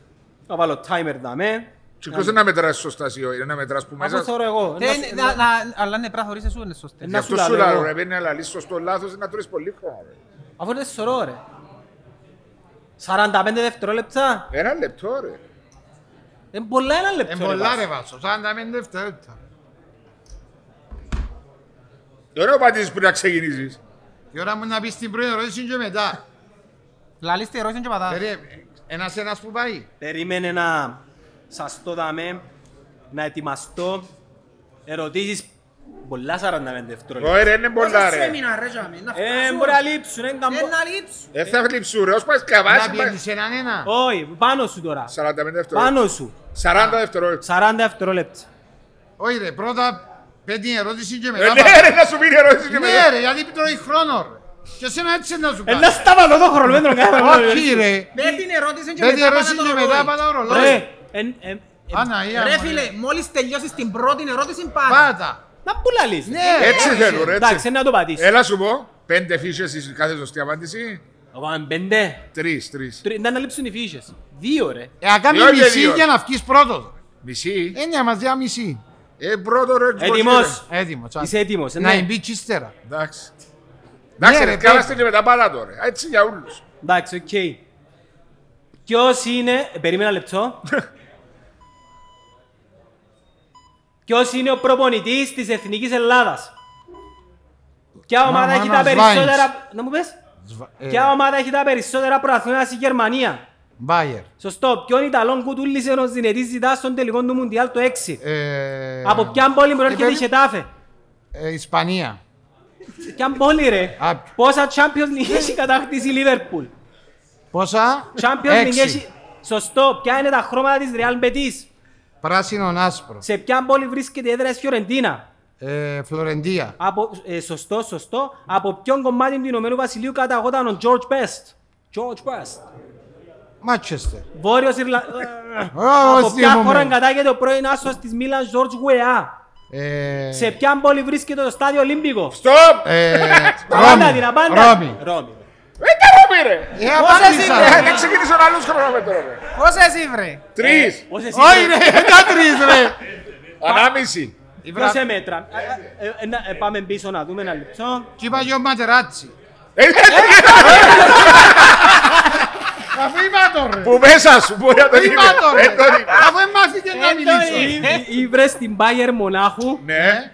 [SPEAKER 2] Να βάλω timer δαμέ.
[SPEAKER 3] Και ποιος είναι να μετράς σωστά εσύ, είναι να μετράς που
[SPEAKER 2] Αφού
[SPEAKER 3] μέσα.
[SPEAKER 2] θεωρώ εγώ.
[SPEAKER 5] Δεν- Ε, ναι, να- να- Αλλά ναι, πρέπει να θωρείς εσύ, είναι σωστές.
[SPEAKER 2] Να
[SPEAKER 3] Γι' αυτό
[SPEAKER 2] σου
[SPEAKER 3] σου
[SPEAKER 2] λαλώ
[SPEAKER 3] λαλώ
[SPEAKER 2] εγώ.
[SPEAKER 3] ρε, πρέπει να λαλείς σωστό λάθος, είναι να τρώεις πολύ χρόνο. ρε.
[SPEAKER 2] Αφού είναι σωρό ρε. 45 δευτερόλεπτα.
[SPEAKER 3] Ένα λεπτό ρε.
[SPEAKER 2] Είναι πολλά ένα
[SPEAKER 4] Ε,
[SPEAKER 2] λεπτό ρε.
[SPEAKER 4] πολλά ρε
[SPEAKER 2] βάζω.
[SPEAKER 4] βάσο, 45 δευτερόλεπτα.
[SPEAKER 3] Δεν να πατήσεις πριν να ξεκινήσεις.
[SPEAKER 4] Η ώρα μου να πεις την πρώτη ερώτηση και μετά.
[SPEAKER 5] Λαλείς τη ερώτηση και πατάς.
[SPEAKER 4] Ε, ρε, Ένας ένας που πάει.
[SPEAKER 2] Περίμενε να σας το δαμέ. Να ετοιμαστώ. Ερωτήσεις Πολλά 45 δευτερόλεπτα.
[SPEAKER 3] Ωε ρε, είναι πολλά
[SPEAKER 5] Πόσα
[SPEAKER 3] ρε.
[SPEAKER 5] σεμινάρ, ρε, τζάμι, να
[SPEAKER 2] Ε,
[SPEAKER 5] φτάσουμε.
[SPEAKER 2] μπορεί να λείψουν, δεν
[SPEAKER 5] Ε,
[SPEAKER 2] καμπο...
[SPEAKER 5] να λείψουν.
[SPEAKER 3] Δεν θα χλυψούν ρε, ως πας καβάς.
[SPEAKER 4] Να πιένεις έναν ένα.
[SPEAKER 2] Όχι, πάνω σου τώρα.
[SPEAKER 3] 45 δευτερόλεπτα.
[SPEAKER 2] Πάνω σου.
[SPEAKER 3] 40 δευτερόλεπτα.
[SPEAKER 2] 40 δευτερόλεπτα.
[SPEAKER 4] Όχι ρε, πρώτα πέτει η ερώτηση και
[SPEAKER 3] Ε,
[SPEAKER 4] μετά...
[SPEAKER 3] Ναι ρε, να σου πει ερώτηση και
[SPEAKER 4] Ναι
[SPEAKER 3] μετά.
[SPEAKER 4] ρε, γιατί τρώει χρόνο ρε. Και εσένα έτσι να σου
[SPEAKER 2] Ε,
[SPEAKER 4] κάνει.
[SPEAKER 2] να σταματώ το χρόνο, δεν τον κάνω.
[SPEAKER 4] Όχι ρε.
[SPEAKER 5] Με την ερώτηση και
[SPEAKER 4] Με την
[SPEAKER 5] μετά πάτα
[SPEAKER 4] ερώτηση
[SPEAKER 5] το
[SPEAKER 4] και μετά
[SPEAKER 5] ρολόι.
[SPEAKER 4] πάτα ο ρολόι.
[SPEAKER 2] Ρε, ε, εν- εν-
[SPEAKER 4] Αναία
[SPEAKER 5] Ρε
[SPEAKER 4] μου,
[SPEAKER 5] φίλε, μόλις τελειώσεις την πρώτη ερώτηση πάτα.
[SPEAKER 4] Πάτα.
[SPEAKER 2] να πουλαλείς.
[SPEAKER 4] Ναι.
[SPEAKER 3] Έτσι θέλουν, ρε,
[SPEAKER 2] Εντάξει,
[SPEAKER 3] έτσι.
[SPEAKER 2] να το πατήσεις.
[SPEAKER 3] Έλα σου πω, πέντε φύσες εις κάθε σωστή απάντηση.
[SPEAKER 2] Πάμε πέντε.
[SPEAKER 3] Τρεις, τρεις.
[SPEAKER 2] Τρι- Να αναλείψουν οι φύσες. Δύο ρε.
[SPEAKER 4] Ε, να κάνεις
[SPEAKER 3] Δυο και
[SPEAKER 4] μισή
[SPEAKER 3] δύο.
[SPEAKER 4] για να βγεις πρώτος.
[SPEAKER 3] Μισή.
[SPEAKER 4] Έννοια μας διά μισή.
[SPEAKER 3] Ε, πρώτο ρε. τσιμπορτζίδε.
[SPEAKER 2] Έτοιμος.
[SPEAKER 4] Έτοιμο, τσάντα.
[SPEAKER 2] Είσαι έτοιμος. ε,
[SPEAKER 4] Να
[SPEAKER 2] ναι.
[SPEAKER 4] εμπεί ύστερα.
[SPEAKER 3] Εντάξει. Εντάξει,
[SPEAKER 4] Ναι,
[SPEAKER 3] ρε,
[SPEAKER 4] ρε,
[SPEAKER 3] κάλαστε και μετά πάρα τώρα. Έτσι για όλους.
[SPEAKER 2] Εντάξει, οκ. Ποιος είναι... ε, Περίμενα λεπτό. Ποιος είναι ο προπονητής της Εθνικής Ελλάδας. Ποια ομάδα έχει τα
[SPEAKER 4] Μαμάνας
[SPEAKER 2] περισσότερα... Να μου πες.
[SPEAKER 4] Σβα- ε,
[SPEAKER 2] Ποια ομάδα έχει τα περισσότερα προαθλήματα στη Γερμανία.
[SPEAKER 4] Μπάιερ.
[SPEAKER 2] Σωστό. Ποιον Ιταλόν κουτούλησε ο Ζινετή ζητάς στον τελικό του Μουντιάλ το 6.
[SPEAKER 4] Ε,
[SPEAKER 2] Από ποια πόλη προέρχεται η
[SPEAKER 4] περί-
[SPEAKER 2] Χετάφε.
[SPEAKER 4] ε, Ισπανία.
[SPEAKER 2] Ποια πόλη ρε.
[SPEAKER 4] Α.
[SPEAKER 2] Πόσα Champions League έχει κατακτήσει η Λίβερπουλ.
[SPEAKER 4] Πόσα?
[SPEAKER 2] Champions League
[SPEAKER 4] Έξι.
[SPEAKER 2] έχει... Σωστό. Ποια είναι τα χρώματα της Real Betis.
[SPEAKER 4] Πράσινον άσπρο.
[SPEAKER 2] Σε ποια πόλη βρίσκεται η έδρα της Φιωρεντίνα.
[SPEAKER 4] Ε, Φλωρεντία.
[SPEAKER 2] Από... Ε, σωστό, σωστό. Από ποιον κομμάτι του Ηνωμένου Βασιλείου καταγόταν ο George Best. George Best.
[SPEAKER 4] Μάτσεστερ.
[SPEAKER 2] Βόρειος Ιρλα...
[SPEAKER 4] Ω,
[SPEAKER 2] Από ποια
[SPEAKER 4] θυμούμαι.
[SPEAKER 2] χώρα εγκατάγεται ο πρώην άσος της Μίλαν George Weah.
[SPEAKER 4] Ε,
[SPEAKER 2] Σε ποια πόλη βρίσκεται το στάδιο Ολύμπικο.
[SPEAKER 3] Stop!
[SPEAKER 4] ε,
[SPEAKER 2] Απάντα
[SPEAKER 4] Ρώμη.
[SPEAKER 2] την, απάντα.
[SPEAKER 4] Ρώμη.
[SPEAKER 2] Ρώμη.
[SPEAKER 3] Δεν τα πούμε, ρε.
[SPEAKER 4] Ε,
[SPEAKER 5] Πόσα
[SPEAKER 4] απάντησα.
[SPEAKER 5] είναι,
[SPEAKER 3] Ε, Δεν ξεκινήσω ο άλλος χρονόμετρο, ρε.
[SPEAKER 5] Πόσα εσύ βρε.
[SPEAKER 3] Τρεις.
[SPEAKER 2] Πώς εσύ
[SPEAKER 4] Ε, Όχι ρε, τα τρεις ρε.
[SPEAKER 3] Ανάμιση.
[SPEAKER 2] Ποιος σε μέτρα. Ε, ε, ε, να- ε, Πάμε πίσω να δούμε ένα λεπτό.
[SPEAKER 4] Τι είπα για ο Ματεράτσι.
[SPEAKER 3] Ε,
[SPEAKER 4] Αφού είπα το ρε.
[SPEAKER 3] Που μέσα σου μπορεί να το
[SPEAKER 4] Αφού είπα το
[SPEAKER 3] Ε,
[SPEAKER 4] ρε.
[SPEAKER 3] το είπα.
[SPEAKER 4] Αφού εμάθηκες να μιλήσω.
[SPEAKER 2] Ήβρε στην Bayer Μονάχου.
[SPEAKER 3] Ναι.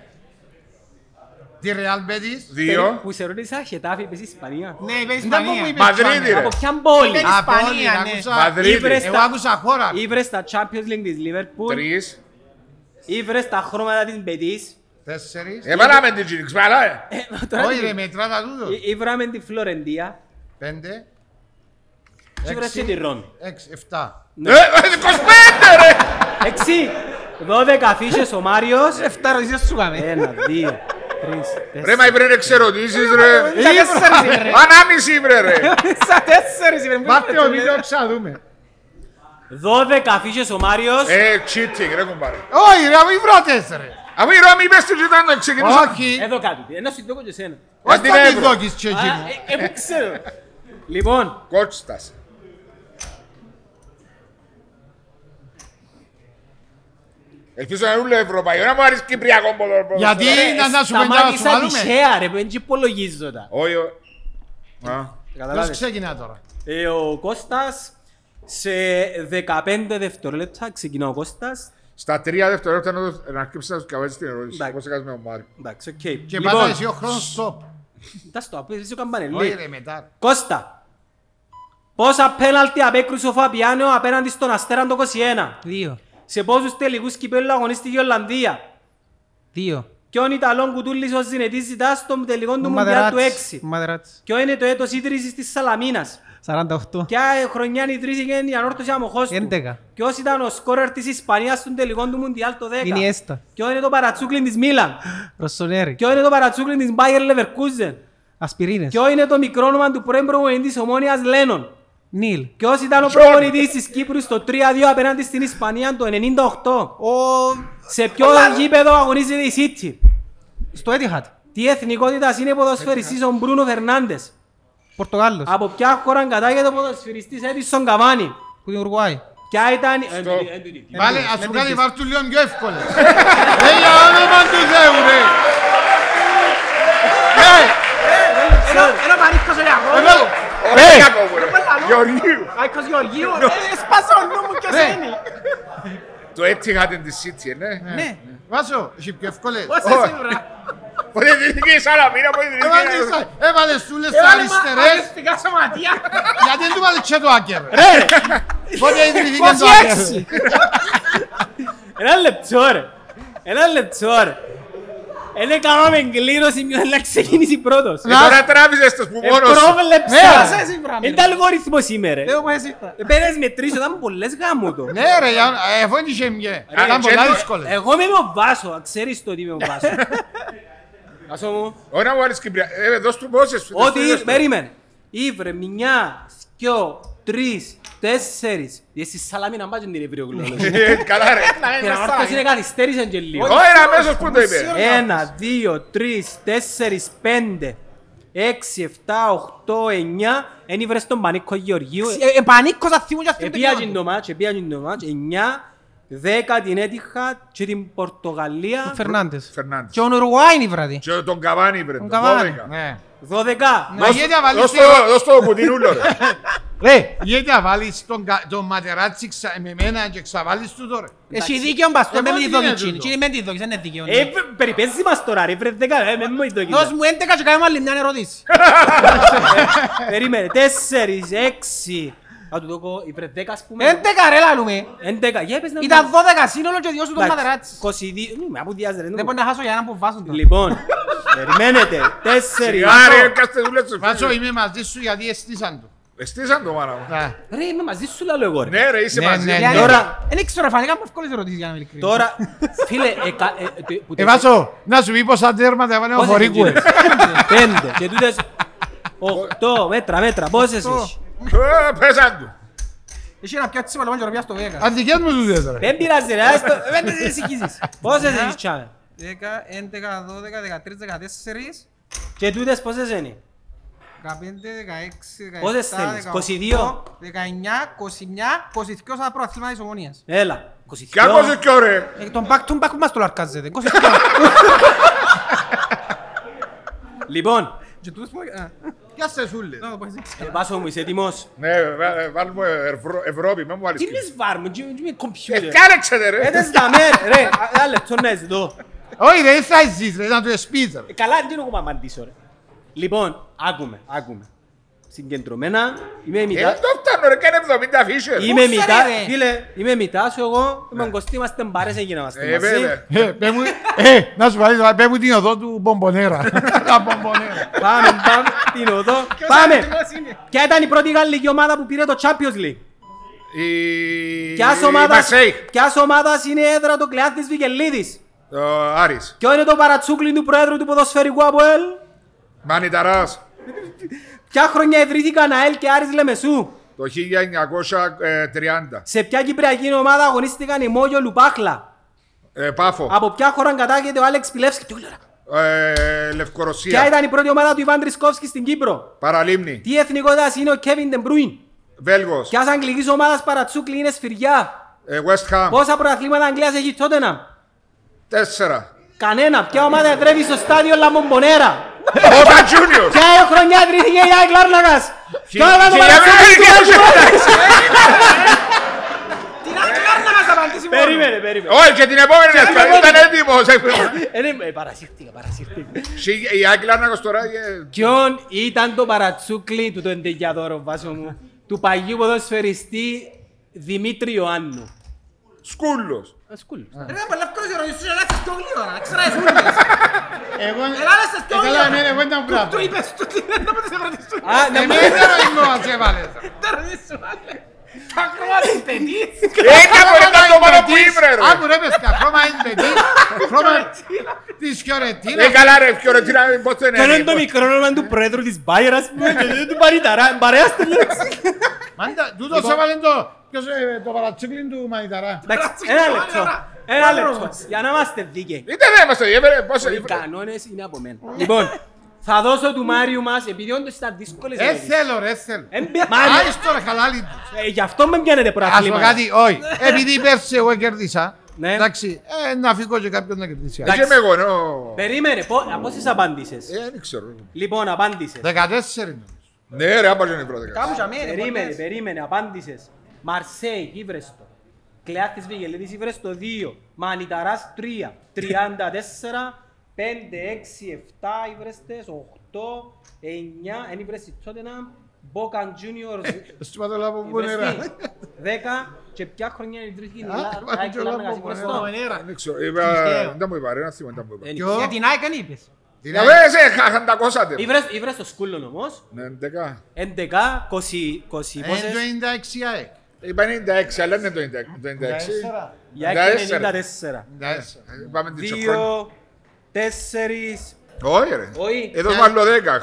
[SPEAKER 4] Τη Ρεάλ
[SPEAKER 2] Ε,
[SPEAKER 4] Μπέτης.
[SPEAKER 3] Δύο.
[SPEAKER 2] Που σε ρώτησα, Χετάφη, είπες Ισπανία.
[SPEAKER 5] Ναι, είπες
[SPEAKER 4] Δεν μου
[SPEAKER 5] Ισπανία.
[SPEAKER 4] είπες
[SPEAKER 3] Μαδρίτη,
[SPEAKER 4] Ισπανία.
[SPEAKER 3] ρε.
[SPEAKER 2] Από ποια πόλη.
[SPEAKER 5] Α,
[SPEAKER 4] Από όλη,
[SPEAKER 5] Ισπανία, ναι.
[SPEAKER 4] άκουσα.
[SPEAKER 3] Μαδρίτη.
[SPEAKER 2] Ήβρες-
[SPEAKER 4] Εγώ άκουσα χώρα.
[SPEAKER 2] Ήβρες στα Champions League της Liverpool.
[SPEAKER 3] Τρεις.
[SPEAKER 2] Ήβρες τα χρώματα της Μπετής.
[SPEAKER 4] Τέσσερις.
[SPEAKER 3] Επανάμε την Τζίνιξ, παρά, ε.
[SPEAKER 2] Ε, τώρα
[SPEAKER 4] Όχι
[SPEAKER 2] τι-
[SPEAKER 4] ρε, μετρά τα τούτο.
[SPEAKER 2] Ή- Ήβραμε τη Φλωρεντία.
[SPEAKER 4] Πέντε.
[SPEAKER 2] Και ήβρες και
[SPEAKER 4] έξι,
[SPEAKER 2] τη Ρώμη.
[SPEAKER 4] Έξι, εφτά.
[SPEAKER 2] Ναι.
[SPEAKER 3] Ε, ε, 25, ρε.
[SPEAKER 2] Έξι. Δώδεκα φύσες ο Μάριος.
[SPEAKER 5] Εφτά ερωτήσεις σου κάμε.
[SPEAKER 2] Ένα, δύο, τρεις,
[SPEAKER 3] Ρε,
[SPEAKER 2] τέσσερα.
[SPEAKER 3] μα ήβρε
[SPEAKER 2] Ε,
[SPEAKER 3] εξερωτήσεις, ρε.
[SPEAKER 5] Σαν τέσσερις βρε.
[SPEAKER 3] Ανάμιση ήβρε, ρε.
[SPEAKER 5] Σαν τέσσερις βρε.
[SPEAKER 4] Πάρτε ο βίντεο ξαδούμε.
[SPEAKER 2] Δώδεκα φύσες ο Μάριος.
[SPEAKER 3] Ε, cheating, ρε, κουμπάρε.
[SPEAKER 4] Όχι ρε, αφού υβρώτες ρε.
[SPEAKER 3] Αφού η Ρώμη είπες τους ήταν να
[SPEAKER 2] Ε,
[SPEAKER 3] ξεκινήσω.
[SPEAKER 4] Όχι.
[SPEAKER 2] Εδώ κάτι. Ένα σου δώκω και σένα.
[SPEAKER 4] Πώς
[SPEAKER 3] Αντί
[SPEAKER 4] θα
[SPEAKER 3] να
[SPEAKER 4] τη
[SPEAKER 3] εύρω.
[SPEAKER 4] δώκεις και
[SPEAKER 2] Α,
[SPEAKER 4] εκείνο.
[SPEAKER 2] ε, ε, δεν ξέρω. Λοιπόν,
[SPEAKER 3] Κώστας. Ελπίζω να είναι όλο Ευρωπαϊκό, να μου αρέσει Κυπριακό πολλό.
[SPEAKER 4] Γιατί να να σου πεντάω να σου
[SPEAKER 2] σταμάτησα
[SPEAKER 4] βάλουμε.
[SPEAKER 2] τυχαία ρε, δεν υπολογίζω τα.
[SPEAKER 3] Όχι, όχι. Α,
[SPEAKER 4] Ποιος ξεκινά τώρα.
[SPEAKER 2] Ε, Ο Κώστας σε 15 δευτερόλεπτα ξεκινά ο Κώστας.
[SPEAKER 3] Στα τρία δευτερόλεπτα να το- να αρκέψεις να τους καβάζεις την ερώτηση.
[SPEAKER 2] Εντάξει.
[SPEAKER 3] Πώς έκανες με ο Μάρκ.
[SPEAKER 2] Εντάξει, οκ.
[SPEAKER 4] Και
[SPEAKER 2] Λοιπόν, Ε,
[SPEAKER 4] πάντα εσύ ο χρόνος stop.
[SPEAKER 2] τα στο απέζεις ο
[SPEAKER 4] Όχι
[SPEAKER 2] καμπανελί.
[SPEAKER 4] ρε μετά.
[SPEAKER 2] Κώστα, πόσα πέναλτι απέκρουσε ο Φαπιάνο απέναντι στον Αστέραν το 21.
[SPEAKER 5] Δύο.
[SPEAKER 2] Σε πόσους τελικούς κυπέλλου αγωνίστηκε η Ολλανδία.
[SPEAKER 5] Δύο.
[SPEAKER 2] Ποιον Ιταλόν κουτούλησε ο Ζινετής ζητά στον τελικό του Μουντιάλ του
[SPEAKER 5] Μαδεράτσι.
[SPEAKER 2] 6.
[SPEAKER 5] Μαδεράτσι.
[SPEAKER 2] Ποιο είναι το έτος ίδρυσης της Σαλαμίνας.
[SPEAKER 5] 48.
[SPEAKER 2] Ποια χρονιά ιδρύθηκε η ανόρθωση αμοχώς του.
[SPEAKER 5] 11.
[SPEAKER 2] Ποιος ήταν ο σκόρερ της Ισπανίας στον τελικό του Μουντιάλ το 10.
[SPEAKER 5] Ινιέστα.
[SPEAKER 2] Ποιο είναι το παρατσούκλιν της Μίλαν.
[SPEAKER 5] Ρωσονέρη.
[SPEAKER 2] Ποιο είναι το παρατσούκλιν της Μπάιερ Λεβερκούζεν.
[SPEAKER 5] Ασπιρίνες.
[SPEAKER 2] Ποιο είναι το μικρό όνομα του πρώην προπονητής της Ομόνιας Λένον.
[SPEAKER 5] Νίλ.
[SPEAKER 2] Ποιος ήταν ο προπονητής της Κύπρου στο 3-2 απέναντι στην Ισπανία το 98.
[SPEAKER 5] Ο...
[SPEAKER 2] Σε ποιο γήπεδο αγωνίζεται η City.
[SPEAKER 5] Στο Etihad.
[SPEAKER 2] Τι εθνικότητας είναι ποδοσφαιριστής ο Μπρούνο Φερνάντες.
[SPEAKER 5] Πορτογάλος.
[SPEAKER 2] Από ποια χώρα κατάγεται ο ποδοσφαιριστής Έντισον Καβάνι.
[SPEAKER 5] Που είναι Ουρουάη.
[SPEAKER 2] Ποια ήταν...
[SPEAKER 3] Στο-
[SPEAKER 2] Ε, ε, ε, ε,
[SPEAKER 4] Βάλε,
[SPEAKER 5] μην-
[SPEAKER 4] ας
[SPEAKER 5] μην
[SPEAKER 4] σου κάνει
[SPEAKER 5] τις-
[SPEAKER 4] βάρτου λίγο πιο εύκολες. Ε, για όνομα του Θεού ρε. Ε,
[SPEAKER 5] Ένα παρήκος ο
[SPEAKER 4] εδώ.
[SPEAKER 5] Λιακός.
[SPEAKER 3] Όχι, Γιάκωβο, ρε. Ε, Γεωργίου.
[SPEAKER 5] Παρήκος Γεωργίου. Ε, Σπάσε ο νου μου ποιος
[SPEAKER 4] Ρε.
[SPEAKER 5] είναι.
[SPEAKER 3] Το έτσι είχατε τη City, ναι.
[SPEAKER 4] Ναι. Βάσο, έχει πιο εύκολες.
[SPEAKER 5] Πόσα σίγουρα.
[SPEAKER 3] Πότε ιδρύθηκε η Σαλαμίνα, πότε
[SPEAKER 4] Ε,
[SPEAKER 3] ιδρύθηκε η-
[SPEAKER 4] Έβαλες- Έβαλες
[SPEAKER 2] Ε,
[SPEAKER 4] σούλες στα
[SPEAKER 5] Έβαλε μα-
[SPEAKER 4] αριστερές.
[SPEAKER 5] αγωνιστικά σωματεία.
[SPEAKER 4] Γιατί δεν του βάλε και το άκερ.
[SPEAKER 2] Ε,
[SPEAKER 4] Ρε. Πότε ιδρύθηκε το
[SPEAKER 2] Πώς
[SPEAKER 4] άκερ.
[SPEAKER 2] έξι. Ένα λεπτό ρε. Ένα λεπτό ρε. Εν έκαναμε κλήρωση μιας να ξεκινήσει πρώτος.
[SPEAKER 3] Ε, Τώρα τράβηζες τους που
[SPEAKER 2] Ε,
[SPEAKER 3] μόνος σου. Ναι, Ε,
[SPEAKER 2] Πρόβλεψα.
[SPEAKER 5] Πέρασες, Ιβράμ.
[SPEAKER 2] Είναι τα αλγόριθμο σήμερα. Ε,
[SPEAKER 5] Εγώ εσύ.
[SPEAKER 2] Πέρας με τρεις, ήταν πολλές γάμο το.
[SPEAKER 4] Ναι ρε, για- ε, αφού είναι και μια. Ήταν
[SPEAKER 3] και
[SPEAKER 4] πολλά
[SPEAKER 3] το-
[SPEAKER 4] δύσκολες.
[SPEAKER 2] Εγώ είμαι ο Βάσο, ξέρεις το ότι είμαι ο Βάσο. Βάσο μου,
[SPEAKER 3] Ωραία μου άρεσε Κυπριά. Ε, δώσ' του πόσες. δώσ' του
[SPEAKER 2] ότι
[SPEAKER 3] πόσες.
[SPEAKER 2] περίμενε. Ήβρε, μηνιά, δυο, τρεις, τέσσερις. Εσύ σαλαμίνα μπάζουν την ευρυογλώσσα.
[SPEAKER 3] Ε, Καλά ρε.
[SPEAKER 2] Πειραγόρτος είναι καθυστέρησαν και λίγο.
[SPEAKER 3] Ωραία αμέσως που το είπε.
[SPEAKER 2] Ένα, δύο, τρεις, τέσσερις, πέντε, έξι, εφτά, οχτώ, εννιά. Εν ήβρες τον Πανίκο Γεωργίου.
[SPEAKER 5] Επανήκωσα θύμουν και αυτήν την
[SPEAKER 2] Επίαγε το μάτς, επίαγε το μάτς. Εννιά, δέκα την έτυχα και την Πορτογαλία.
[SPEAKER 5] Φερνάντες.
[SPEAKER 3] Φερνάντες.
[SPEAKER 5] Και ο Ουρουάι είναι η βραδιά.
[SPEAKER 3] Και τον Καβάνι πρέπει.
[SPEAKER 5] Τον
[SPEAKER 3] Τον
[SPEAKER 5] Καβάνι,
[SPEAKER 3] Καβάνι.
[SPEAKER 4] Ναι.
[SPEAKER 2] Δώδεκα.
[SPEAKER 4] Μα γιατί να βάλεις
[SPEAKER 3] Δώσ'
[SPEAKER 4] τον-
[SPEAKER 3] το- δώσ' το κουτινούλο ρε.
[SPEAKER 4] Ρε, γιατί να βάλεις τον κα- τον Ματεράτσι ξα- με μένα και ξαβάλεις του τώρα.
[SPEAKER 5] Εσύ δίκαιο μπαστό,
[SPEAKER 4] Ε,
[SPEAKER 5] με
[SPEAKER 4] μόνο
[SPEAKER 5] τη
[SPEAKER 4] τι είναι
[SPEAKER 5] δόκη.
[SPEAKER 4] τούτο.
[SPEAKER 5] Τι είναι με τη δόκη, δεν είναι δίκαιο.
[SPEAKER 2] Ε, βρε, περιπέζεις μας τώρα ρε, βρε δέκα, ε, με μου είδω
[SPEAKER 5] Δώσ'
[SPEAKER 2] κοίτα.
[SPEAKER 5] μου 11 και κάνουμε άλλη μια ερώτηση.
[SPEAKER 2] Ε, Περίμενε, τέσσερις, έξι. Θα του δω, ε, βρε δέκα ας πούμε.
[SPEAKER 5] 11 ρε λαλούμε.
[SPEAKER 2] Έντεκα, για πες να
[SPEAKER 5] Ήταν
[SPEAKER 2] μου-
[SPEAKER 5] 12 σύνολο και δυο σου τον
[SPEAKER 2] Εντάξει,
[SPEAKER 5] Ματεράτσι.
[SPEAKER 2] 22, μη με απουδιάζεις, ρε,
[SPEAKER 5] Δεν
[SPEAKER 2] νου.
[SPEAKER 5] μπορεί να χάσω για έναν που βάζουν τον.
[SPEAKER 2] Λοιπόν, περιμένετε, τέσσερις.
[SPEAKER 3] Άρα έκαστε δουλειά στους
[SPEAKER 4] Βάτσο,
[SPEAKER 3] φίλους.
[SPEAKER 4] είμαι μαζί σου γιατί εστίσαν του.
[SPEAKER 3] Εστίσαν το μάνα μου.
[SPEAKER 4] Να.
[SPEAKER 2] Ρε, είμαι μαζί σου λαλό εγώ ρε.
[SPEAKER 3] Ναι ρε είσαι
[SPEAKER 4] Ναι,
[SPEAKER 3] μαζί.
[SPEAKER 4] ναι,
[SPEAKER 3] μου.
[SPEAKER 4] ναι.
[SPEAKER 2] Τώρα-
[SPEAKER 5] Δεν ξέρω, φανήκαν μου εύκολες ερωτήσεις για να είμαι ειλικρινής.
[SPEAKER 2] Τώρα, φίλε, ε, κα- ε, ε, τε- που
[SPEAKER 4] Ε,
[SPEAKER 2] τε-
[SPEAKER 4] Βάτσο, να σου πει πόσα τέρματα έβαλε ο
[SPEAKER 2] πόσες
[SPEAKER 4] Φορίκουες.
[SPEAKER 2] είναι τούτες? Πέντε. Και τούτες, οχτώ, μέτρα, μέτρα, πόσες έχεις.
[SPEAKER 3] Ε, Πέσαν του.
[SPEAKER 5] Εσύ να πιάσεις όλο μόνο και να πιάσεις το Βέγα.
[SPEAKER 4] Αν δικές μου τούτες ρε.
[SPEAKER 2] Δεν πειράζει ρε, άστο, δεν τις συγχύσεις. Πόσες έχεις τσάμε.
[SPEAKER 5] 10, 11, 12, 13, 14,
[SPEAKER 2] Και τούτες πόσες είναι.
[SPEAKER 5] 15, 16,
[SPEAKER 2] Πόσες θέλεις, 22?
[SPEAKER 5] 19, 21, 22 σαν προαθλήμα της ομονίας.
[SPEAKER 2] Έλα. 22.
[SPEAKER 3] Κι άκουσες κι ωραία.
[SPEAKER 5] Ε, Τον back to back που μας το λαρκάζετε. 22.
[SPEAKER 2] Λοιπόν,
[SPEAKER 5] Και τούτος που- α,
[SPEAKER 4] Πιάστε σούλες.
[SPEAKER 5] να το πω εσύ.
[SPEAKER 2] ε, Βάσο μου, είσαι έτοιμος.
[SPEAKER 3] Ναι, βα- ε, βάλουμε Ευρω- Ευρώπη, μην μου βάλεις
[SPEAKER 2] Τι
[SPEAKER 3] Κύπρο.
[SPEAKER 2] λες βάρ μου, τι τι με κομπιούτερ.
[SPEAKER 3] Εκάλεξετε
[SPEAKER 2] Ε,
[SPEAKER 3] ρε.
[SPEAKER 2] δεν σταμέ, ρε, α, ένα λεπτό να ζητώ.
[SPEAKER 4] Όχι ρε, δεν θα ζεις ρε, ήταν του εσπίτ ρε.
[SPEAKER 2] Ε, Καλά, τι να έχουμε απαντήσω ρε. Λοιπόν, άκουμε, άκουμε. Συγκεντρωμένα, είμαι η
[SPEAKER 3] Ε,
[SPEAKER 2] μητά...
[SPEAKER 3] Δεν το φτάνω ρε, κάνε 70 φύσες. ρε.
[SPEAKER 2] Είμαι
[SPEAKER 5] ρε,
[SPEAKER 2] μητά,
[SPEAKER 5] ρε.
[SPEAKER 2] φίλε, είμαι μητά σου εγώ, με τον Κωστή είμαστε μπαρές, έγινε είμαστε
[SPEAKER 3] Ε,
[SPEAKER 2] μαζί.
[SPEAKER 3] βέβαια.
[SPEAKER 4] Ε, πέ μου- Ε, να σου βάλεις, πέ μου την οδό του Μπομπονέρα. Τα Μπομπονέρα.
[SPEAKER 2] Πάμε, πάμε, την οδό, πάμε. Ποια ήταν η πρώτη γαλλική ομάδα που πήρε το Champions League.
[SPEAKER 3] Η-
[SPEAKER 2] Ποιας
[SPEAKER 3] η
[SPEAKER 2] ομάδας,
[SPEAKER 3] Μαρσέη.
[SPEAKER 2] ποιας ομάδας είναι έδρα το Κλεάθης Βικελίδης.
[SPEAKER 3] Ο Άρης.
[SPEAKER 2] Ποιο είναι το παρατσούκλι του πρόεδρου του ποδοσφαιρικού Αποέλ.
[SPEAKER 3] Μάνι Ταράς.
[SPEAKER 2] Ποια χρονιά ιδρύθηκαν ΑΕΛ και Άρης Λεμεσού.
[SPEAKER 3] Το 1930.
[SPEAKER 2] Σε ποια κυπριακή ομάδα αγωνίστηκαν οι Μόγιο Λουπάχλα.
[SPEAKER 3] Ε, Πάφο.
[SPEAKER 2] Από ποια χώρα κατάγεται ο Άλεξ Πιλεύσκη. Τι ωραία.
[SPEAKER 3] Ε,
[SPEAKER 2] Ποια
[SPEAKER 3] Λευκορωσία.
[SPEAKER 2] ήταν η πρώτη ομάδα του Ιβάν Τρισκόφσκι στην Κύπρο.
[SPEAKER 3] Παραλίμνη.
[SPEAKER 2] Τι εθνικότητας είναι ο Κέβιν Ντεμπρούιν.
[SPEAKER 3] Βέλγος.
[SPEAKER 2] Ποια αγγλικής ομάδας παρατσούκλι είναι σφυριά.
[SPEAKER 3] Ε, West Ham.
[SPEAKER 2] Πόσα προαθλήματα Αγγλίας έχει τότε να.
[SPEAKER 3] Τέσσερα.
[SPEAKER 2] Κανένα. Ποια ομάδα εδρεύει στο στάδιο Λαμπομπονέρα.
[SPEAKER 3] Όταν Juniors.
[SPEAKER 2] Ποια είναι η χρονιά ιδρύθηκε η ΑΕΚ Λάρνακας. Ποια ήταν το
[SPEAKER 3] Χι-
[SPEAKER 2] παρατσούκλι του
[SPEAKER 3] χιλιάδες-
[SPEAKER 2] Άρη Λάρνακας.
[SPEAKER 5] Την άλλη μέρα να μας απαντήσει μόνο.
[SPEAKER 2] Περίμενε, περίμενε.
[SPEAKER 3] Όχι, και την επόμενη εβδομάδα ήταν
[SPEAKER 2] επόμενη.
[SPEAKER 3] έτοιμος.
[SPEAKER 2] Ε, ναι, ε, Παρασύρθηκα, παρασύρθηκα.
[SPEAKER 3] Χι- Η Άγγλα Άννακος τώρα... ε,
[SPEAKER 2] Ποιον ήταν το παρατσούκλι του το εντεγιαδόρο, βάσο μου, του παγιού ποδοσφαιριστή Δημήτρη Ιωάννου.
[SPEAKER 3] Σκούλος.
[SPEAKER 5] Ρε, ήταν πολύ εύκολες οι ερωτήσεις, αλλά έχεις πιο γλύωρα, ξέρεις όλες.
[SPEAKER 4] Εγώ...
[SPEAKER 5] Ελάτε στα
[SPEAKER 4] Ε, καλά, εμένα, εγώ ήταν Ε,
[SPEAKER 5] Του-
[SPEAKER 4] μπράβο.
[SPEAKER 5] Του είπες του τι είναι να μην τις ερωτήσεις.
[SPEAKER 2] Α, να μου
[SPEAKER 4] Εμένα είναι ο Ατζέβαλες.
[SPEAKER 5] Δεν ρωτήσουν άλλα. Τα χρώματα ταινίες.
[SPEAKER 3] Ε, κάπου ήταν το μόνο που είμαι ρε.
[SPEAKER 4] Άκου ρε παιδιά, χρώμα είναι παιδί, χρώμα της Φιωρετίνας.
[SPEAKER 3] Ε, καλά ρε, Φιωρετίνα, πώς το
[SPEAKER 2] Ποιο είναι το
[SPEAKER 3] είναι.
[SPEAKER 2] μικρό όνομα του πρόεδρου της Μπάιερ, ας πούμε, και δεν του παρηταρά, παρέας του λέξη.
[SPEAKER 4] Μάντα, τούτος έβαλε το... Ποιος ε, το παρατσίκλιν του Μανιταρά.
[SPEAKER 2] Εντάξει, ένα λεπτό, ένα λεπτό, για να είμαστε δίκαιοι.
[SPEAKER 4] Ε,
[SPEAKER 3] Είτε δεν είμαστε, έβρε, πώς...
[SPEAKER 2] Οι κανόνες είναι από μένα. Λοιπόν, θα δώσω του Μάριου μας, επειδή όντως ήταν δύσκολες
[SPEAKER 4] Ε,
[SPEAKER 2] ερωτήσεις.
[SPEAKER 4] θέλω ρε, θέλω.
[SPEAKER 2] Εν πια-
[SPEAKER 4] Άρης τώρα χαλάλι τους.
[SPEAKER 2] Ε, Γι' αυτό με πιάνετε
[SPEAKER 4] Ας πω
[SPEAKER 2] προαθλήματα.
[SPEAKER 4] κάτι, όχι. Επειδή πέρσι εγώ κερδίσα,
[SPEAKER 2] Ναι.
[SPEAKER 4] εντάξει, ε, να φύγω και κάποιον να κερδίσει.
[SPEAKER 2] Εντάξει. Ναι.
[SPEAKER 3] Είμαι Ε, εγώ, νο.
[SPEAKER 2] Περίμενε, πο- από πόσες απάντησες.
[SPEAKER 3] Ε, δεν ξέρω.
[SPEAKER 2] Λοιπόν, απάντησες.
[SPEAKER 4] 14 είναι.
[SPEAKER 3] Ναι ρε, άμα δεν είναι πρώτα.
[SPEAKER 5] Κάπου για μένα, λοιπόν,
[SPEAKER 2] Περίμενε,
[SPEAKER 5] πολλές.
[SPEAKER 2] περίμενε, απάντησες. Μαρσέη, ήβρες το. Κλεάθης Βιγελίδης, ήβρες το 2. Μανιταράς 3. 34, 5, 6, 7, ήβρες τες, 8, 9, εν ήβρες η Tottenham, Μπόκαν Juniors
[SPEAKER 4] Ε,
[SPEAKER 3] Στο Παταλάπο που είναι
[SPEAKER 2] Βεστή,
[SPEAKER 3] ρά.
[SPEAKER 2] 10 και ποια χρονιά είναι η τρίτη
[SPEAKER 4] Α,
[SPEAKER 2] γυναικά.
[SPEAKER 4] βάλε και όλα από
[SPEAKER 5] Χριστό, ενέρα.
[SPEAKER 3] Δεν ξέρω, είπα, δεν μου είπα ρε, να θυμώ, δεν μου είπα.
[SPEAKER 4] Ποιο?
[SPEAKER 5] Για την Άικαν είπες.
[SPEAKER 4] Την
[SPEAKER 3] Να
[SPEAKER 4] ΑΕΚ.
[SPEAKER 2] Ναι.
[SPEAKER 3] πες, ε, χα- χαντακώσατε.
[SPEAKER 2] Ήβρες το σκούλον όμως,
[SPEAKER 3] Ναι, 11.
[SPEAKER 2] 11, 20, 20
[SPEAKER 4] Ε, το
[SPEAKER 2] πόσες,
[SPEAKER 4] 96 η ΑΕΚ.
[SPEAKER 3] Είπα 96, αλλά είναι το 96. Το 96.
[SPEAKER 2] η ΑΕΚ είναι
[SPEAKER 3] 94.
[SPEAKER 2] 94.
[SPEAKER 4] 96.
[SPEAKER 3] Ε, Πάμε την τσοκρόνη.
[SPEAKER 2] Δύο, τέσσερις,
[SPEAKER 3] Όχι ρε.
[SPEAKER 2] όχι. Ε,
[SPEAKER 3] Εδώ σου άλλο 10.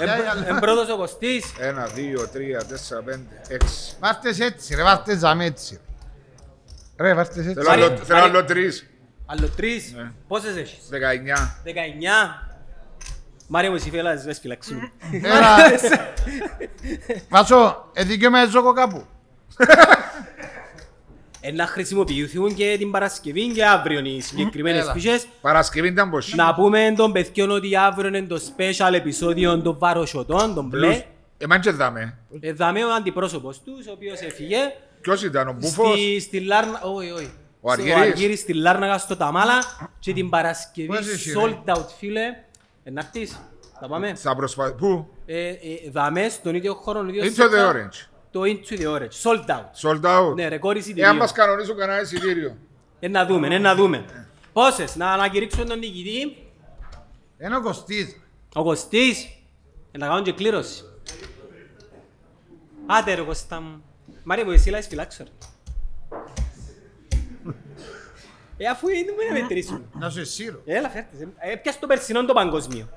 [SPEAKER 2] Εμπρόδος ο Κωστής.
[SPEAKER 3] Ένα, δύο, τρία, τέσσερα, πέντε, έξι.
[SPEAKER 4] Βάρτες έτσι ρε, βάρτες ζαμί έτσι. ρε. Ρε, βάρτες έτσι.
[SPEAKER 3] Θέλω άλλο-
[SPEAKER 2] Μαρία.
[SPEAKER 3] Θέλω άλλο τρεις.
[SPEAKER 2] Άλλο τρεις,
[SPEAKER 3] Ναι.
[SPEAKER 2] πόσες έχεις.
[SPEAKER 3] Δεκαεννιά.
[SPEAKER 2] 19. Μάριο μου εσύ φέλας, δες φυλαξού.
[SPEAKER 4] Έλα. Βάσο, ε, δικαίωμα ζώκο κάπου.
[SPEAKER 2] Ε, Να χρησιμοποιηθούν και την Παρασκευή και αύριο οι συγκεκριμένες
[SPEAKER 4] Έλα.
[SPEAKER 2] φύσες.
[SPEAKER 3] Παρασκευή ήταν πως.
[SPEAKER 2] Να πούμε των παιδιών ότι αύριο είναι το special επεισόδιο των βαροσωτών, των μπλε.
[SPEAKER 3] Εμάς και δάμε.
[SPEAKER 2] Ε, Δαμέ ο αντιπρόσωπος τους, ο οποίος έφυγε.
[SPEAKER 3] Ποιος ήταν ο Μπούφος.
[SPEAKER 2] Στη, στη Λάρνα... Όχι, όχι.
[SPEAKER 3] Ο
[SPEAKER 2] Στο-
[SPEAKER 3] Αργύρης.
[SPEAKER 2] στη Λάρναγα στο Ταμάλα και την Παρασκευή
[SPEAKER 4] Πού είσαι,
[SPEAKER 2] sold out, φίλε. Ε, να έρθεις. Θα πάμε.
[SPEAKER 3] Θα προσπα... Πού.
[SPEAKER 2] Ε, ε, δαμε στον ίδιο χώρο, ο ίδιος
[SPEAKER 3] Into the
[SPEAKER 2] σώμα,
[SPEAKER 3] orange.
[SPEAKER 2] Το Into the Orange. Sold out.
[SPEAKER 3] Sold out.
[SPEAKER 2] Ναι, ρεκόρ
[SPEAKER 3] Εάν
[SPEAKER 2] εισιτηρίου.
[SPEAKER 3] Ε, μας κανονίσουν κανένα εισιτήριο.
[SPEAKER 2] Ε, να δούμε, ε, να δούμε. Πόσες, να ανακηρύξουν τον νικητή.
[SPEAKER 4] Είναι ο Κωστής.
[SPEAKER 2] Ο Κωστής, ε, να κάνουν και κλήρωση. Άντε ρε Κωστά μου. Μάρια μου, εσύ λάζεις φυλάξω ρε. Ε, αφού είναι μου να μετρήσουμε.
[SPEAKER 4] Να σου εσύρω.
[SPEAKER 2] Έλα, φέρτες. ε. Ε, Πιάσ' το περσινό το παγκοσμίο.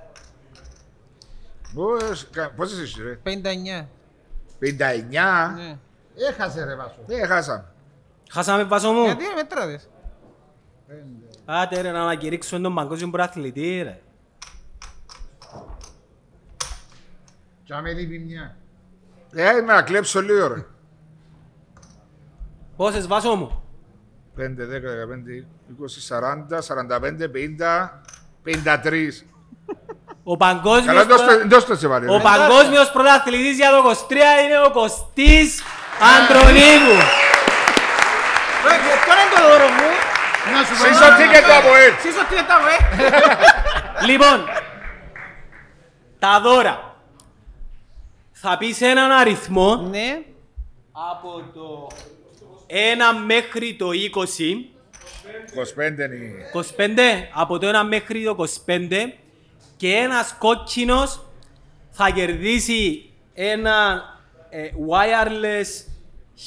[SPEAKER 3] Πού, ε, κα- Πόσες είσαι ρε.
[SPEAKER 5] 59.
[SPEAKER 3] 59.
[SPEAKER 5] Ναι.
[SPEAKER 4] Έχασε ρε Βάσο.
[SPEAKER 3] Ναι, χάσαμε.
[SPEAKER 2] Χάσαμε βάσο μου.
[SPEAKER 5] Γιατί ρε μετράδες.
[SPEAKER 2] Άντε ρε, να ανακηρύξουν τον παγκόσμιο προαθλητή ρε.
[SPEAKER 4] Και άμε λείπει μια.
[SPEAKER 3] Ε, είμαι να κλέψω λίγο ρε.
[SPEAKER 2] Πόσες βάσο μου.
[SPEAKER 3] 5, 10, 15, 20, 40, 45, 50, 53.
[SPEAKER 2] Ο παγκόσμιος...
[SPEAKER 3] Καλά,
[SPEAKER 2] προ-
[SPEAKER 3] εντός το σε
[SPEAKER 5] Ε,
[SPEAKER 3] βάλει.
[SPEAKER 2] Ο παγκόσμιος πρωταθλητής για το 23 είναι ο Κωστής Αντρονίβου.
[SPEAKER 5] Ρε, ποιο είναι το δώρο μου.
[SPEAKER 4] Να σου πω
[SPEAKER 3] Σύσο
[SPEAKER 4] ένα-
[SPEAKER 3] ticket το από έτσι.
[SPEAKER 5] Σύσο τι μετά βρε.
[SPEAKER 2] Λοιπόν, τα δώρα. Θα πεις έναν αριθμό
[SPEAKER 5] Ναι.
[SPEAKER 2] από το 1 μέχρι το 20.
[SPEAKER 3] 25 είναι.
[SPEAKER 2] 25, από το 1 μέχρι το 25 και ένας κόκκινος θα κερδίσει ένα ε, wireless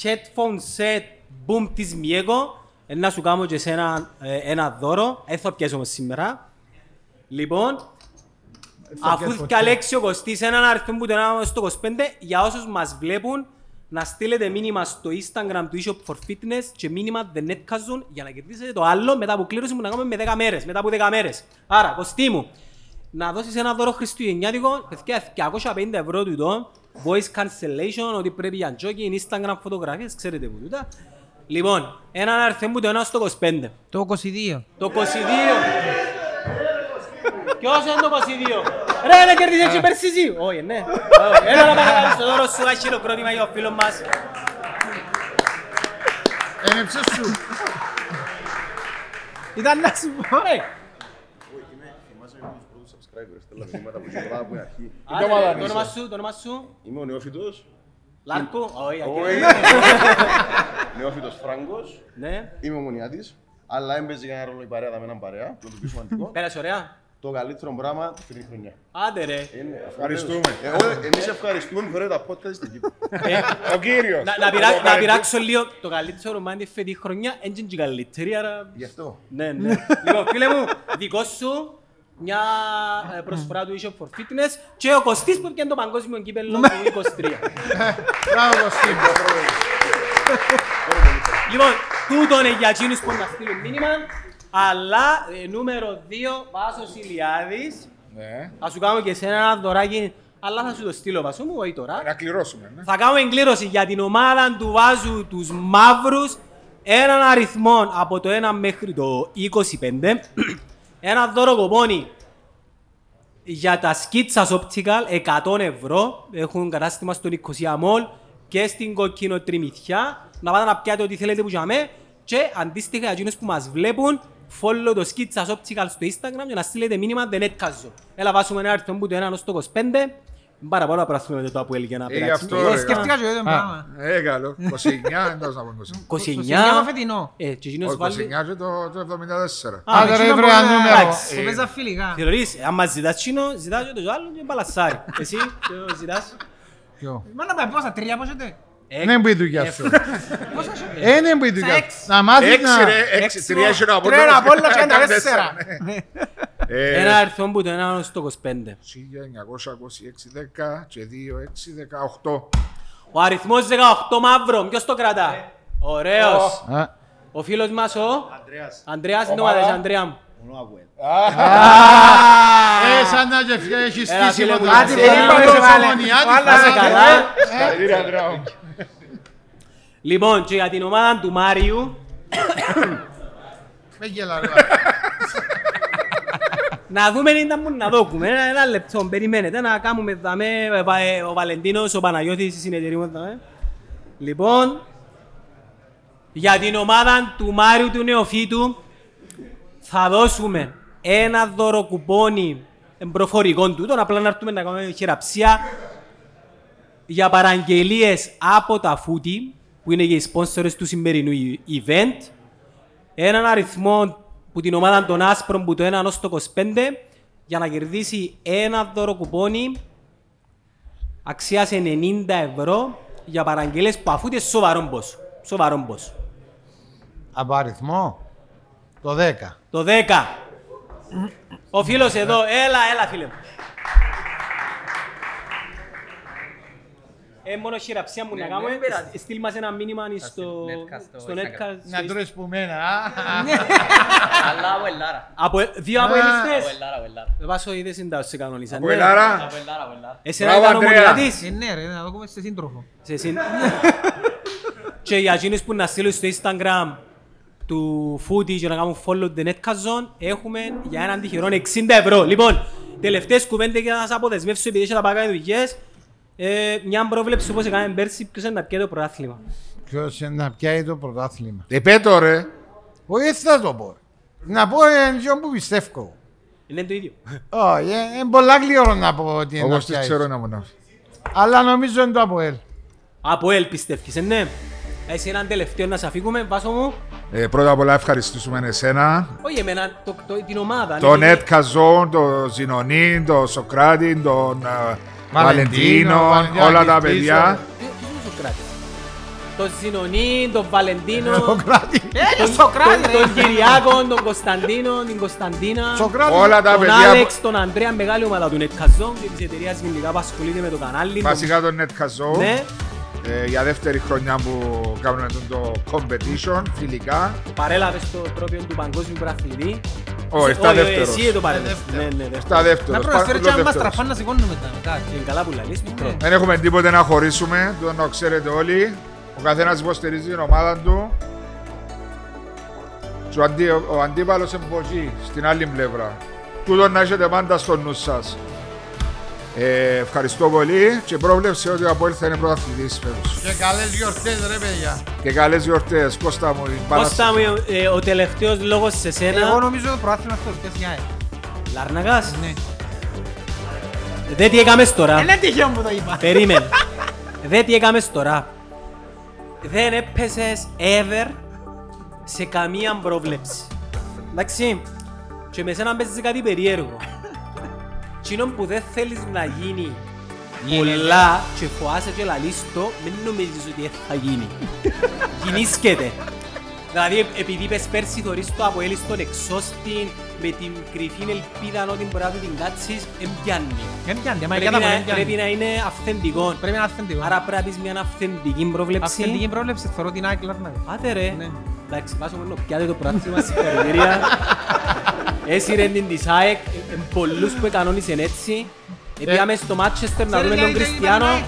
[SPEAKER 2] headphone set boom της Miego Ε, να σου κάνω και εσένα ε, ένα δώρο, δεν θα πιάσω όμως σήμερα λοιπόν αφού καλέξει ο Κωστής έναν αριθμό που τον άμεσα στο 25 για όσους μας βλέπουν να στείλετε μήνυμα στο Instagram του eShop for Fitness και μήνυμα The Netcast Zone για να κερδίσετε το άλλο μετά που κλήρωση που να κάνουμε με 10 μέρες, μετά από 10 μέρες. Άρα, Κωστή μου, να δώσεις ένα δώρο χριστουγεννιάτικο, παιδιά, 250 ευρώ του το, voice cancellation, ότι πρέπει για jogging, Instagram φωτογραφίες, ξέρετε που τούτα. Λοιπόν, έναν αριθμό που τον στο 25.
[SPEAKER 5] Το 22.
[SPEAKER 2] Το 22. Ποιος είναι το 22. Ρε, να κερδίσεις και πέρσι εσύ. Όχι, ναι. Όχι. Έλα να παρακαλείς το δώρο σου, ένα χειροκρότημα για ο φίλος μας.
[SPEAKER 4] Ένεψε σου.
[SPEAKER 5] Ήταν να σου πω.
[SPEAKER 2] Ρε, άντε, ρε, το όνομα σου, το όνομα σου.
[SPEAKER 8] Είμαι ο νεόφυτος,
[SPEAKER 2] Λάρκου. Όχι,
[SPEAKER 8] Όχι.
[SPEAKER 2] ακέραια.
[SPEAKER 8] νεόφυτος Φράγκος,
[SPEAKER 2] Ναι.
[SPEAKER 8] είμαι ομονιάτης, αλλά έμπαιζε κανένα ρόλο η παρέα με έναν παρέα, που είναι το πιο σημαντικό.
[SPEAKER 2] Πέρασε ωραία.
[SPEAKER 8] το καλύτερο πράγμα τη φετινή χρονιά.
[SPEAKER 2] Άντε ρε.
[SPEAKER 8] Είναι-
[SPEAKER 3] Ευχαριστούμε. Ε,
[SPEAKER 8] Εγώ, εμείς ευχαριστούμε που φέρετε τα podcast στην Κύπρο.
[SPEAKER 3] Ο κύριος.
[SPEAKER 2] Να- να πειρά- Να πειράξω λίγο. Το καλύτερο μάτι φετή χρονιά, έτσι είναι και η καλύτερη, άρα...
[SPEAKER 8] Γι' αυτό.
[SPEAKER 2] Ναι, ναι. Λοιπόν, φίλε μου, δικό σου μια ε, προσφορά του eShop for Fitness και ο Κωστής που έπιανε το παγκόσμιο κύπελλο του 23.
[SPEAKER 4] Μπράβο Κωστή.
[SPEAKER 2] Λοιπόν, τούτο είναι για εκείνους που να στείλουν μήνυμα, αλλά ε, νούμερο 2, Βάσος Ηλιάδης.
[SPEAKER 3] Ναι.
[SPEAKER 2] Θα σου κάνω και εσένα ένα δωράκι, αλλά θα σου το στείλω Βάσο μου, όχι τώρα.
[SPEAKER 3] Να κληρώσουμε. ναι.
[SPEAKER 2] Θα κάνουμε εγκλήρωση για την ομάδα του Βάζου, τους Μαύρους, έναν αριθμό από το 1 μέχρι το 25, ένα δώρο κοπόνι για τα σκίτσα Optical 100 ευρώ, έχουν κατάστημα στον Νικοσία Μολ και στην Κοκκίνο Τριμηθιά, να πάτε να πιάτε ό,τι θέλετε που γιαμε και αντίστοιχα για εκείνους που μας βλέπουν, follow το Skitsas Optical στο Instagram για να στείλετε μήνυμα The Netcast Zone. Έλα βάσουμε ένα αριθμό που το 1 ως το 25 Παραπάνω από αυτό το Αποέλ για να
[SPEAKER 3] Ε, γι'
[SPEAKER 2] περάσει.
[SPEAKER 3] αυτό,
[SPEAKER 2] Ε,
[SPEAKER 3] ρε.
[SPEAKER 5] Εγώ σκεφτήκα και εγώ το πράγμα.
[SPEAKER 3] Ε, καλό. 29, εντός να πω 20.
[SPEAKER 2] 29.
[SPEAKER 5] 29 φετινό.
[SPEAKER 2] Ε, και εκείνος
[SPEAKER 3] Όχι,
[SPEAKER 2] βάλει...
[SPEAKER 3] 29 και το, το 74.
[SPEAKER 2] Α,
[SPEAKER 4] Άντε ρε,
[SPEAKER 5] εκείνο
[SPEAKER 4] βρε,
[SPEAKER 5] που-
[SPEAKER 4] ένα
[SPEAKER 2] Ναι,
[SPEAKER 4] νούμερο.
[SPEAKER 5] Που παίζα φιλικά.
[SPEAKER 2] Θεωρείς, ε, άμα ζητάς τσίνο, ζητάς και το άλλο και μπαλασάρι. Εσύ το ζητάς.
[SPEAKER 4] Ποιο.
[SPEAKER 5] Μα να πάει πόσα, τρία πόσα τε.
[SPEAKER 4] Είναι που Ναι, η δουλειά σου.
[SPEAKER 5] Πόσα σου.
[SPEAKER 4] Είναι που η δουλειά
[SPEAKER 5] έξι.
[SPEAKER 4] σου. Να μάθεις να...
[SPEAKER 3] Έξι ρε, έξι, τρία έχει ένα από
[SPEAKER 5] Τρία ένα απόλυτο και ένα τέσσερα.
[SPEAKER 3] τέσσερα. Ε,
[SPEAKER 2] Ένα αριθμό που το ένα είναι στο 25.
[SPEAKER 3] 1926, 10 και 2, 6, 18.
[SPEAKER 2] Ο αριθμός 18 μαύρο, ποιος το κρατά. Ωραίος.
[SPEAKER 4] Α,
[SPEAKER 2] Ε. Ο φίλος μας ο...
[SPEAKER 9] Ανδρέας.
[SPEAKER 2] Ανδρέας είναι ο Μαδές, Ανδρέα μου.
[SPEAKER 9] Μόνο Αποέλ.
[SPEAKER 4] Ε, σαν να και φια- έχεις
[SPEAKER 2] Έλα,
[SPEAKER 4] στήσει
[SPEAKER 2] φίλε μου,
[SPEAKER 4] ποτέ.
[SPEAKER 2] άντε,
[SPEAKER 4] Ε,
[SPEAKER 2] φίλε μου,
[SPEAKER 4] είπα
[SPEAKER 2] το
[SPEAKER 4] το
[SPEAKER 5] βάλε.
[SPEAKER 4] Ομονία, τη
[SPEAKER 5] Βάλε.
[SPEAKER 2] Να
[SPEAKER 4] φάση.
[SPEAKER 2] είσαι καλά.
[SPEAKER 3] Συγχαρητήρια, Ανδρέα μου.
[SPEAKER 2] Λοιπόν, και για την ομάδα του Μάριου,
[SPEAKER 4] Με γελά, ρε.
[SPEAKER 2] να δούμε αν ήταν μόνο να δώκουμε. Ένα, ένα λεπτό, περιμένετε να κάνουμε δαμέ, ε, βα- ε, ο Βαλεντίνος, ο Παναγιώτης, η συνεταιρή μου δαμέ. Λοιπόν, για την ομάδα του Μάριου του Νεοφύτου θα δώσουμε ένα δώρο κουπόνι ε, προφορικό τούτον, απλά να έρθουμε να κάνουμε χειραψία για παραγγελίες από τα φούτι που είναι και οι sponsors του σημερινού event έναν αριθμό που την ομάδα των άσπρων που το 1 ως το 25 για να κερδίσει ένα δώρο κουπόνι αξίας 90 ευρώ για παραγγελίες που αφούνται σοβαρόν πόσο. Σοβαρόν πόσο.
[SPEAKER 4] Από αριθμό, το 10.
[SPEAKER 2] Το 10. Ο φίλος εδώ, έλα, έλα φίλε μου. Ε, μόνο χειραψία μου να κάνουμε. Σ- Στείλ μας ένα μήνυμα στο, στο netcast. στο
[SPEAKER 4] Να
[SPEAKER 2] Instagram.
[SPEAKER 4] τρώεις που μένα. α.
[SPEAKER 10] Αλλά ο Ελλάρα.
[SPEAKER 2] Από ε- δύο από
[SPEAKER 10] Ο
[SPEAKER 2] ελιστές.
[SPEAKER 10] Ελλάρα, ο Ελλάρα.
[SPEAKER 2] Δεν πάσω είδες συντάσεις σε κανονίσαν.
[SPEAKER 3] Από
[SPEAKER 2] Ναι.
[SPEAKER 3] Ελάρα,
[SPEAKER 10] Ο Ελλάρα, ο Ελλάρα.
[SPEAKER 2] Εσένα
[SPEAKER 3] Μπράβο,
[SPEAKER 2] ήταν
[SPEAKER 3] Ανδρέα.
[SPEAKER 2] ομονιάτης.
[SPEAKER 5] Ε, ναι ρε, να το πούμε σε σύντροφο.
[SPEAKER 2] Σε συν... και για εκείνους που να στείλουν στο Instagram του Footy και να κάνουν follow the Netcast Zone, έχουμε για έναν τυχερό 60 ευρώ. Λοιπόν, τελευταίες κουβέντες για να σας αποδεσμεύσω επειδή είσαι τα πάγα δουλειές. Ε, μια πρόβλεψη όπως έκανε πέρσι, ποιος είναι να πιέει το πρωτάθλημα.
[SPEAKER 4] Ποιος είναι να πιάει το πρωτάθλημα.
[SPEAKER 3] Επέτω ρε.
[SPEAKER 4] Όχι, έτσι θα το πω. Να πω ε, έναν που πιστεύω.
[SPEAKER 2] Είναι το ίδιο.
[SPEAKER 4] Όχι, ε, είναι πολλά γλυόρο να πω ότι είναι να
[SPEAKER 3] Όπως τις
[SPEAKER 4] πιάεις.
[SPEAKER 3] ξέρω να μου να.
[SPEAKER 4] Αλλά νομίζω είναι το Αποέλ.
[SPEAKER 2] Από ελ πιστεύεις, ε, ναι. Εσύ έναν τελευταίο να σε αφήγουμε, βάσο μου.
[SPEAKER 3] Ε, Πρώτα απ' όλα ευχαριστήσουμε εσένα,
[SPEAKER 2] Όχι εμένα, το, το, την ομάδα.
[SPEAKER 3] τον
[SPEAKER 2] ναι.
[SPEAKER 3] Ed Καζόν, τον Ζινονί, τον Σοκράτη, τον ε, Βαλεντίνο,
[SPEAKER 4] Βαλεντίνο,
[SPEAKER 3] όλα τα
[SPEAKER 4] Αγγελτής,
[SPEAKER 3] παιδιά.
[SPEAKER 2] Ποιος είναι ο Σοκράτης. Τον Ζινονί, τον Βαλεντίνο.
[SPEAKER 4] Σοκράτη.
[SPEAKER 5] Ε,
[SPEAKER 2] Τον Σοκράτη, τον Κυριάκο, τον Κωνσταντίνο, την Κωνσταντίνα,
[SPEAKER 4] Σοκράτη.
[SPEAKER 3] Όλα τα
[SPEAKER 2] τον
[SPEAKER 3] παιδιά.
[SPEAKER 2] Άλεξ, τον Ανδρέα, μεγάλη ομάδα του Netcazon και της εταιρείας γενικά που ασχολείται με το κανάλι.
[SPEAKER 3] Βασικά τον Ed Καζόν,
[SPEAKER 2] Τον- Ναι,
[SPEAKER 3] ε, για δεύτερη χρονιά που κάνουμε τον το competition, φιλικά.
[SPEAKER 2] παρέλαβες στο τρόπιο του παγκόσμιου πρωταθλητή.
[SPEAKER 3] Ο,
[SPEAKER 2] Σε-
[SPEAKER 3] εφτά
[SPEAKER 2] όχι,
[SPEAKER 3] δεύτερος.
[SPEAKER 2] ε, εσύ το παρέλαβες. Ναι, ναι, δεύτερος.
[SPEAKER 3] Στα δεύτερος.
[SPEAKER 5] Να προσφέρει και αν μας τραπάνε να σηκώνουμε τα κάτι.
[SPEAKER 2] Είναι καλά που
[SPEAKER 3] Ε,
[SPEAKER 2] λαλείς, ναι. μικρό.
[SPEAKER 3] Δεν έχουμε τίποτε να χωρίσουμε, το να ξέρετε όλοι. Ο καθένας υποστηρίζει την ομάδα του. Και ο, αντί, ο αντίπαλος εμποχεί στην άλλη πλευρά. Τούτο να έχετε πάντα στο νου σας. Ε, ευχαριστώ πολύ και πρόβλεψε ότι ο Απόελ θα είναι πρωταθλητής φέτος.
[SPEAKER 4] Και καλές γιορτές ρε παιδιά.
[SPEAKER 3] Και καλές γιορτές, Κώστα μου. η μπάλα
[SPEAKER 2] Κώστα μου, ε, ο τελευταίος λόγος σε
[SPEAKER 5] Ε, Εγώ
[SPEAKER 2] σένα,
[SPEAKER 5] νομίζω το προάθλημα αυτό ε. πιάσει η ΑΕΚ.
[SPEAKER 2] Λαρναγάς,
[SPEAKER 5] Ναι.
[SPEAKER 2] δε τι έκαμες τώρα.
[SPEAKER 5] Είναι τυχαίο που το είπα.
[SPEAKER 2] Περίμενε. Δε τι έκαμες τώρα. Δεν έπεσες ever σε καμία πρόβλεψη. Εντάξει. Και με σένα παίζεις κάτι περίεργο. Τινόν που δεν θέλεις να γίνει πολλά και φοάσαι και λαλείς το, μην νομίζεις ότι θα γίνει. Γινίσκεται. Δηλαδή ε- επειδή είπες πέρσι θωρείς το αποέλεις τον εξώστη με την κρυφή ελπίδα ότι μπορεί να του την κάτσεις, εμπιάνει.
[SPEAKER 5] Δεν πιάνει, άμα
[SPEAKER 2] Πρέπει
[SPEAKER 5] πιάνει,
[SPEAKER 2] να,
[SPEAKER 5] δεν
[SPEAKER 2] πρέπει
[SPEAKER 5] πιάνει.
[SPEAKER 2] να είναι αυθεντικός.
[SPEAKER 5] Πρέπει να είναι αυθεντικός.
[SPEAKER 2] Άρα πρέπει να πεις μια αυθεντική πρόβλεψη.
[SPEAKER 5] Αυθεντική πρόβλεψη, θεωρώ την ΑΕΚ Λάρνακα.
[SPEAKER 2] Άτε ρε.
[SPEAKER 5] Ναι.
[SPEAKER 2] Εντάξει, βάζω μόνο πιάτε το πράγμα συγχαρητήρια. Έσυρε την της ΑΕΚ, ε, ε, πολλούς που κανόνισαν έτσι. Επίαμε στο Μάτσεστερ να
[SPEAKER 5] Ξέρεις,
[SPEAKER 2] δούμε τον
[SPEAKER 5] γιατί
[SPEAKER 2] Κριστιανό.
[SPEAKER 5] είπαμε,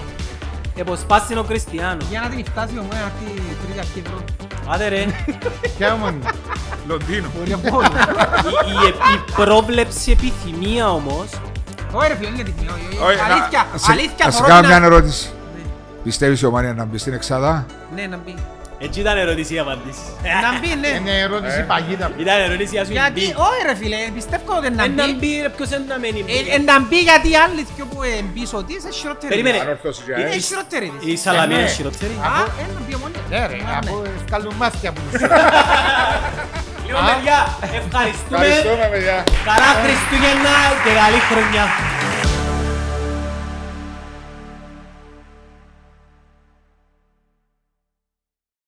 [SPEAKER 2] Εποσπάσιν ο Κριστιανό.
[SPEAKER 5] Για να την φτάσει ο Μόνα αυτή η τρίτη αρχή ευρώ.
[SPEAKER 2] Άτε ρε.
[SPEAKER 4] Ποια μου
[SPEAKER 3] Λονδίνο.
[SPEAKER 5] Μπορεί να πω.
[SPEAKER 2] Η- Η επι- η πρόβλεψη επιθυμία όμως.
[SPEAKER 5] Όχι ρε φίλε, είναι τυχαίο. όχι, όχι.
[SPEAKER 3] Όχι, ε, να-
[SPEAKER 5] Αλήθεια,
[SPEAKER 3] να σε-
[SPEAKER 5] αλήθεια.
[SPEAKER 3] Να σε
[SPEAKER 5] θεωρώ
[SPEAKER 3] κάνω
[SPEAKER 5] την
[SPEAKER 3] μια
[SPEAKER 5] ΑΕΚ.
[SPEAKER 3] ερώτηση.
[SPEAKER 5] Ναι.
[SPEAKER 3] Πιστεύεις η Ομαρία να μπεις στην Εξάδα.
[SPEAKER 5] Ναι, να μπει.
[SPEAKER 2] Έτσι ήταν ερώτηση ή απάντηση.
[SPEAKER 5] Να μπει, ναι.
[SPEAKER 4] Είναι
[SPEAKER 3] Ε.
[SPEAKER 4] ερώτηση παγίδα.
[SPEAKER 2] Ήταν ερώτηση, ας σου
[SPEAKER 5] Γιατί,
[SPEAKER 2] μπει.
[SPEAKER 5] όχι ρε φίλε, πιστεύω ότι να
[SPEAKER 2] Εν να
[SPEAKER 5] μπει.
[SPEAKER 2] μπει, ρε, ποιος εν να μένει.
[SPEAKER 5] Ε, ε, Να μπει γιατί οι άλλοι δυο που εμπίσω ότι είσαι χειρότεροι.
[SPEAKER 2] Περίμενε.
[SPEAKER 3] Ανόρθωση για
[SPEAKER 5] Είναι
[SPEAKER 3] ε.
[SPEAKER 5] χειρότεροι της.
[SPEAKER 2] Η Σαλαμία
[SPEAKER 3] Ε, ναι.
[SPEAKER 2] είναι χειρότερη.
[SPEAKER 5] Α, ε, να μπει ο μόνος.
[SPEAKER 4] Ναι, ρε, από βγάλουν μάτια που τους
[SPEAKER 2] Λοιπόν, παιδιά, ευχαριστούμε.
[SPEAKER 3] Ευχαριστούμε, παιδιά.
[SPEAKER 2] Καλά Χριστούγεννα και καλή χρονιά.